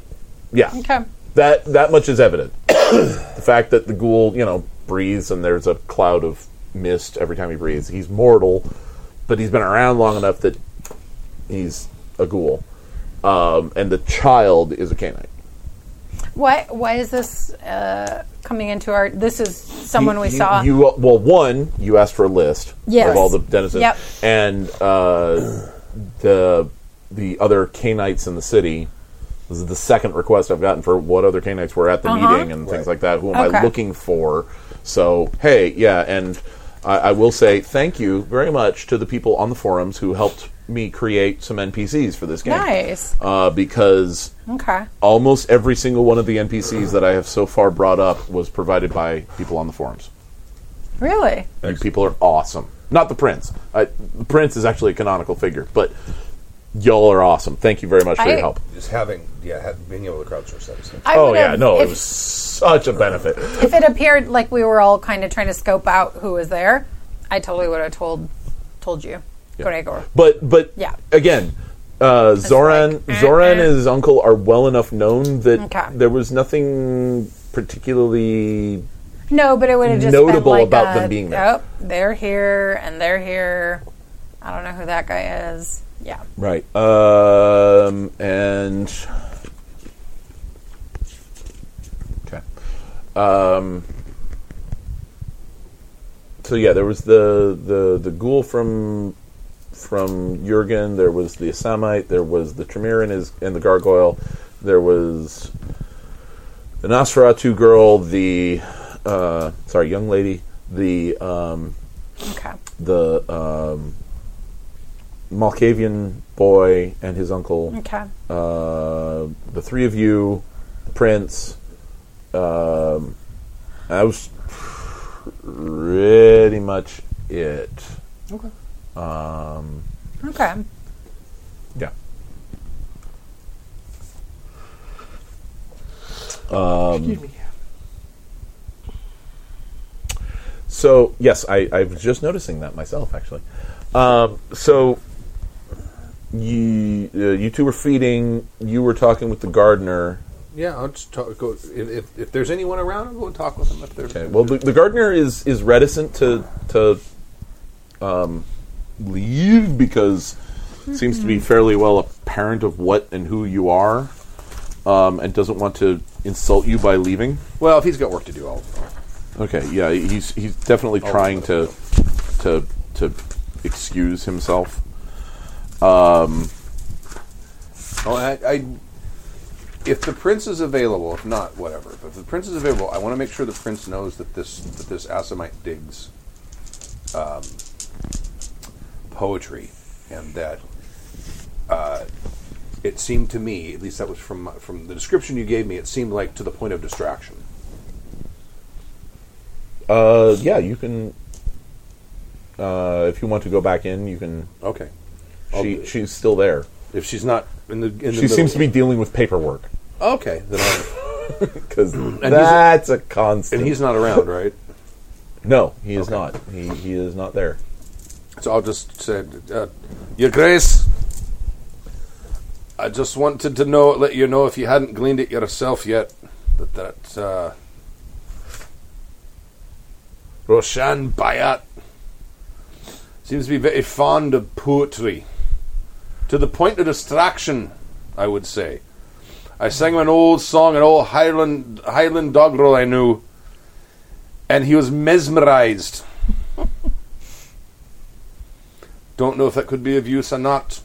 [SPEAKER 1] Yeah.
[SPEAKER 5] Okay.
[SPEAKER 1] That that much is evident. the fact that the ghoul, you know, breathes and there's a cloud of mist every time he breathes. He's mortal, but he's been around long enough that he's a ghoul. Um, and the child is a canine.
[SPEAKER 5] Why? Why is this uh, coming into our? This is someone
[SPEAKER 1] you,
[SPEAKER 5] we
[SPEAKER 1] you-
[SPEAKER 5] saw.
[SPEAKER 1] You uh, well, one you asked for a list
[SPEAKER 5] Yes.
[SPEAKER 1] of all the denizens,
[SPEAKER 5] Yep.
[SPEAKER 1] and uh, the the other canites in the city. This is the second request I've gotten for what other canites were at the
[SPEAKER 5] Uh-huh.
[SPEAKER 1] meeting and things like that. Who am I
[SPEAKER 5] Okay.
[SPEAKER 1] looking for? So hey, yeah, and I, I will say thank you very much to the people on the forums who helped me create some NPCs for this game.
[SPEAKER 5] nice.
[SPEAKER 1] Uh, because
[SPEAKER 5] Okay.
[SPEAKER 1] almost every single one of the NPCs that I have so far brought up was provided by people on the forums.
[SPEAKER 5] Really?
[SPEAKER 1] You people are awesome. Not the prince. I, the prince is actually a canonical figure, but y'all are awesome. Thank you very much for your
[SPEAKER 5] I-
[SPEAKER 1] help.
[SPEAKER 6] Just having, yeah, ha- being able to crowdsource that is
[SPEAKER 5] I
[SPEAKER 1] Oh
[SPEAKER 5] would
[SPEAKER 1] yeah,
[SPEAKER 5] have-
[SPEAKER 1] no,
[SPEAKER 5] If,
[SPEAKER 1] it was such a benefit.
[SPEAKER 5] if it appeared like we were all kind of trying to scope out who was there, I totally would have told told you, Gregor.
[SPEAKER 1] But but
[SPEAKER 5] Yeah. Mm-hmm.
[SPEAKER 1] again, uh, Zoran
[SPEAKER 2] like, eh,
[SPEAKER 1] Zoran
[SPEAKER 2] eh.
[SPEAKER 1] and his uncle are well enough known that
[SPEAKER 2] Okay.
[SPEAKER 1] there was nothing particularly
[SPEAKER 2] No, but it would have just
[SPEAKER 1] Notable
[SPEAKER 2] been like
[SPEAKER 1] about
[SPEAKER 2] a,
[SPEAKER 1] them being there.
[SPEAKER 2] Oh, they're here and they're here. I don't know who that guy is. Yeah.
[SPEAKER 1] right. Um, and okay. Um, so yeah, there was the the the ghoul from from Jurgen. There was the Assamite. There was the Tremere and his and the gargoyle. There was the Nosferatu girl. The uh, sorry, young lady. The um,
[SPEAKER 2] Okay.
[SPEAKER 1] the um, Malkavian boy and his uncle,
[SPEAKER 2] Okay.
[SPEAKER 1] uh, the three of you, the prince. Um, that was pretty much it.
[SPEAKER 2] Okay.
[SPEAKER 1] Um,
[SPEAKER 2] Okay.
[SPEAKER 1] yeah.
[SPEAKER 4] Excuse me.
[SPEAKER 1] So yes, I, I was just noticing that myself actually. Um, so you uh, you two were feeding. You were talking with the gardener.
[SPEAKER 6] Yeah, I'll just talk. Go, if, if, if there's anyone around, we'll talk with them. If there's
[SPEAKER 1] Okay. Well, the, the gardener is is reticent to to um, leave because it seems to be fairly well apparent of what and who you are, um, and doesn't want to insult you by leaving.
[SPEAKER 6] well, if he's got work to do, I'll.
[SPEAKER 1] Okay. Yeah. He's he's definitely trying to to to excuse himself.
[SPEAKER 6] I'll Oh, I, I, if the prince is available, if not, whatever. But if the prince is available, I want to make sure the prince knows that this that this Assamite digs um, poetry, and that uh, it seemed to me, at least that was from from the description you gave me, it seemed like to the point of distraction.
[SPEAKER 1] Uh, yeah. You can. Uh, if you want to go back in, you can.
[SPEAKER 6] Okay, I'll do
[SPEAKER 1] She,
[SPEAKER 6] it.
[SPEAKER 1] she's still there.
[SPEAKER 6] if she's not in the in the
[SPEAKER 1] She
[SPEAKER 6] middle-
[SPEAKER 1] seems to be dealing with paperwork
[SPEAKER 6] okay, then I'll,
[SPEAKER 1] because that's a constant.
[SPEAKER 6] and he's not around, right?
[SPEAKER 1] No, he is not. He, he is not there.
[SPEAKER 6] So I'll just say, uh, Your Grace, I just wanted to know, let you know if you hadn't gleaned it yourself yet, that that uh, Roshan Bayat seems to be very fond of poetry, to the point of distraction, I would say. I sang him an old song, an old Highland Highland doggerel I knew, and he was mesmerized. Don't know if that could be of use or not.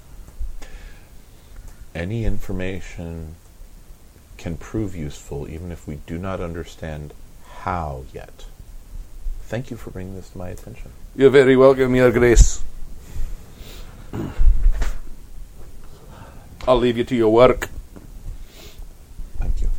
[SPEAKER 1] Any information can prove useful, even if we do not understand how yet. Thank you for bringing this to my attention.
[SPEAKER 6] You're very welcome, Your Grace. I'll leave you to your work.
[SPEAKER 1] Thank you. Um,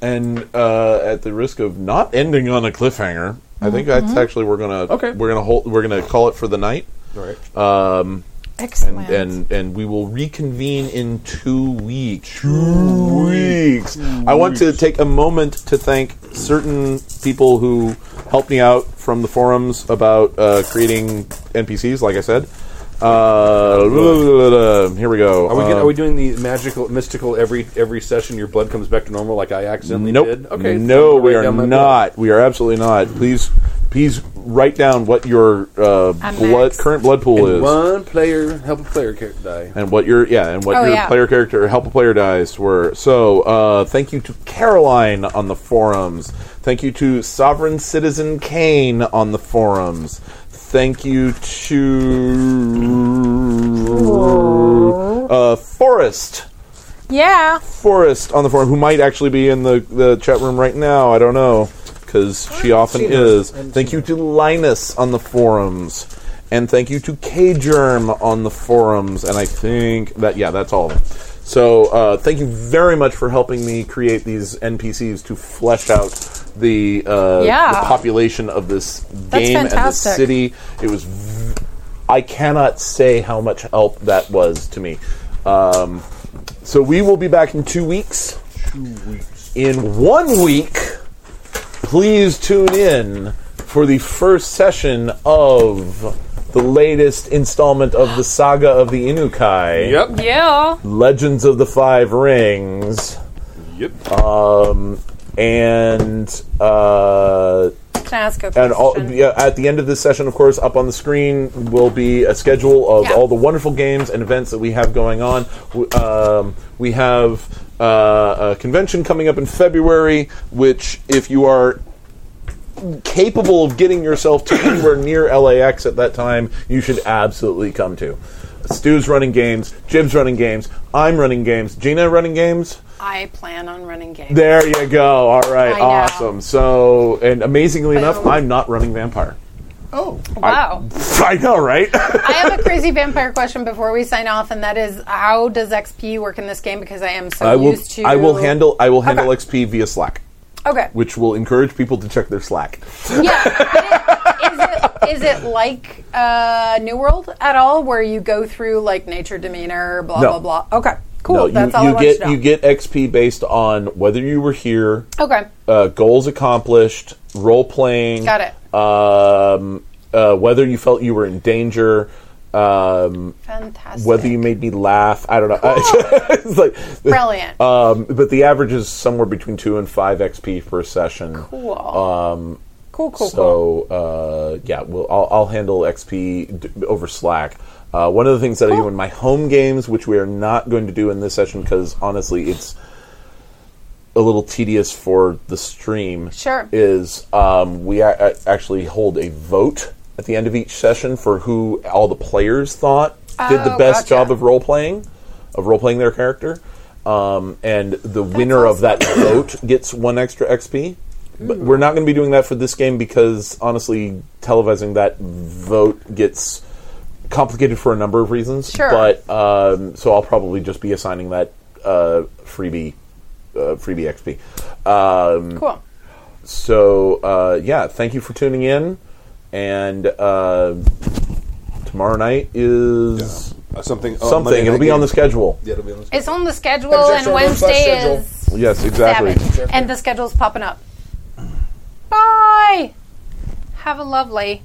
[SPEAKER 1] and uh, at the risk of not ending on a cliffhanger, I think that's actually we're gonna
[SPEAKER 6] Okay.
[SPEAKER 1] we're gonna hold we're gonna call it for the night.
[SPEAKER 6] All right.
[SPEAKER 1] Um, and,
[SPEAKER 2] Excellent.
[SPEAKER 1] and and we will reconvene in two weeks. Two weeks. I want to take a moment to thank certain people who helped me out from the forums about uh, creating NPCs. Like I said, uh, here we go.
[SPEAKER 3] Are we,
[SPEAKER 1] Um,
[SPEAKER 3] get, are we doing the magical, mystical every every session your blood comes back to normal like I accidentally
[SPEAKER 1] nope.
[SPEAKER 3] did? Okay.
[SPEAKER 1] No,
[SPEAKER 3] write
[SPEAKER 1] we are
[SPEAKER 3] down my-
[SPEAKER 1] not. We are absolutely not. Please, please write down what your uh,
[SPEAKER 2] I'm
[SPEAKER 1] blood
[SPEAKER 2] next.
[SPEAKER 1] current blood pool is.
[SPEAKER 3] One player help a player ca- die.
[SPEAKER 1] and what your yeah and what
[SPEAKER 2] Oh,
[SPEAKER 1] your
[SPEAKER 2] yeah.
[SPEAKER 1] player character help a player dice were so uh, thank you to caroline on the forums thank you to sovereign citizen kane on the forums thank you to uh, forrest
[SPEAKER 2] yeah.
[SPEAKER 1] forrest on the forum who might actually be in the, the chat room right now i don't know because she often is thank you to linus on the forums and thank you to kgerm on the forums and i think that yeah that's all of them so uh, thank you very much for helping me create these npcs to flesh out the, uh,
[SPEAKER 2] Yeah.
[SPEAKER 1] the population of this game and the
[SPEAKER 2] fantastic.
[SPEAKER 1] city it was v- i cannot say how much help that was to me um, so we will be back in two weeks. Two weeks. In one week, please tune in for the first session of the latest installment of the saga of the Inukai.
[SPEAKER 6] Yep.
[SPEAKER 17] Yeah.
[SPEAKER 1] Legends of the Five Rings.
[SPEAKER 6] Yep.
[SPEAKER 1] Um, and uh,
[SPEAKER 5] Can I ask a question?
[SPEAKER 1] and all, yeah, at the end of this session, of course, up on the screen will be a schedule of
[SPEAKER 5] Yeah.
[SPEAKER 1] all the wonderful games and events that we have going on. W- Um, we have uh, a convention coming up in February, which, if you are capable of getting yourself to anywhere near LAX at that time, you should absolutely come to. Stu's running games, Jib's running games, I'm running games, Gina running games.
[SPEAKER 5] I plan on running games.
[SPEAKER 1] There you go. All right,
[SPEAKER 5] I know.
[SPEAKER 1] awesome. So, and amazingly enough, I'm not running vampire.
[SPEAKER 17] Wow.
[SPEAKER 1] I know, right?
[SPEAKER 5] I have a crazy vampire question before we sign off, and that is, how does XP work in this game? Because I am so
[SPEAKER 1] I will.
[SPEAKER 5] used to.
[SPEAKER 1] I will handle. I will handle XP via Slack,
[SPEAKER 5] Okay.
[SPEAKER 1] which will encourage people to check their Slack.
[SPEAKER 5] Yeah. but it- is, it, is it like uh, New World at all, where you go through like nature, demeanor, blah
[SPEAKER 1] No.
[SPEAKER 5] blah blah? Okay. Cool.
[SPEAKER 1] No, you,
[SPEAKER 5] That's all
[SPEAKER 1] you
[SPEAKER 5] I wanted
[SPEAKER 1] get.
[SPEAKER 5] to know.
[SPEAKER 1] You get XP based on whether you were here,
[SPEAKER 5] okay.
[SPEAKER 1] uh, goals accomplished, role playing.
[SPEAKER 5] Got it.
[SPEAKER 1] Um, uh, whether you felt you were in danger. Um,
[SPEAKER 5] Fantastic.
[SPEAKER 1] whether you made me laugh, I don't know. it's like
[SPEAKER 5] Brilliant.
[SPEAKER 1] Um, but the average is somewhere between two and five XP per session.
[SPEAKER 5] cool. Um, cool. Cool. cool.
[SPEAKER 1] So uh, yeah, we'll, I'll, I'll handle XP d- over Slack. Uh, one of the things that I do in my home games, which we are not going to do in this session, because honestly, it's a little tedious for the stream.
[SPEAKER 5] Sure.
[SPEAKER 1] is um, we a- a- actually hold a vote at the end of each session for who all the players thought did the
[SPEAKER 5] Oh,
[SPEAKER 1] best
[SPEAKER 5] gotcha.
[SPEAKER 1] job of role playing, of role playing their character, um, and the winner of that vote gets one extra XP. But we're not going to be doing that for this game because honestly, televising that vote gets complicated for a number of reasons.
[SPEAKER 5] Sure.
[SPEAKER 1] But um, so I'll probably just be assigning that uh, freebie, uh, freebie XP. Um,
[SPEAKER 5] Cool.
[SPEAKER 1] so uh, yeah, thank you for tuning in, and uh, tomorrow night is
[SPEAKER 6] Uh, something. uh,
[SPEAKER 1] something.
[SPEAKER 6] Monday
[SPEAKER 1] It'll
[SPEAKER 6] night
[SPEAKER 1] be on the
[SPEAKER 6] game.
[SPEAKER 1] schedule.
[SPEAKER 6] Yeah, it'll be on the schedule.
[SPEAKER 5] It's on the schedule,
[SPEAKER 18] Objection
[SPEAKER 5] and
[SPEAKER 18] on the bus
[SPEAKER 5] Wednesday
[SPEAKER 18] schedule.
[SPEAKER 5] is
[SPEAKER 1] Yes, exactly.
[SPEAKER 5] Savage. And the schedule's popping up. Bye. Have a lovely.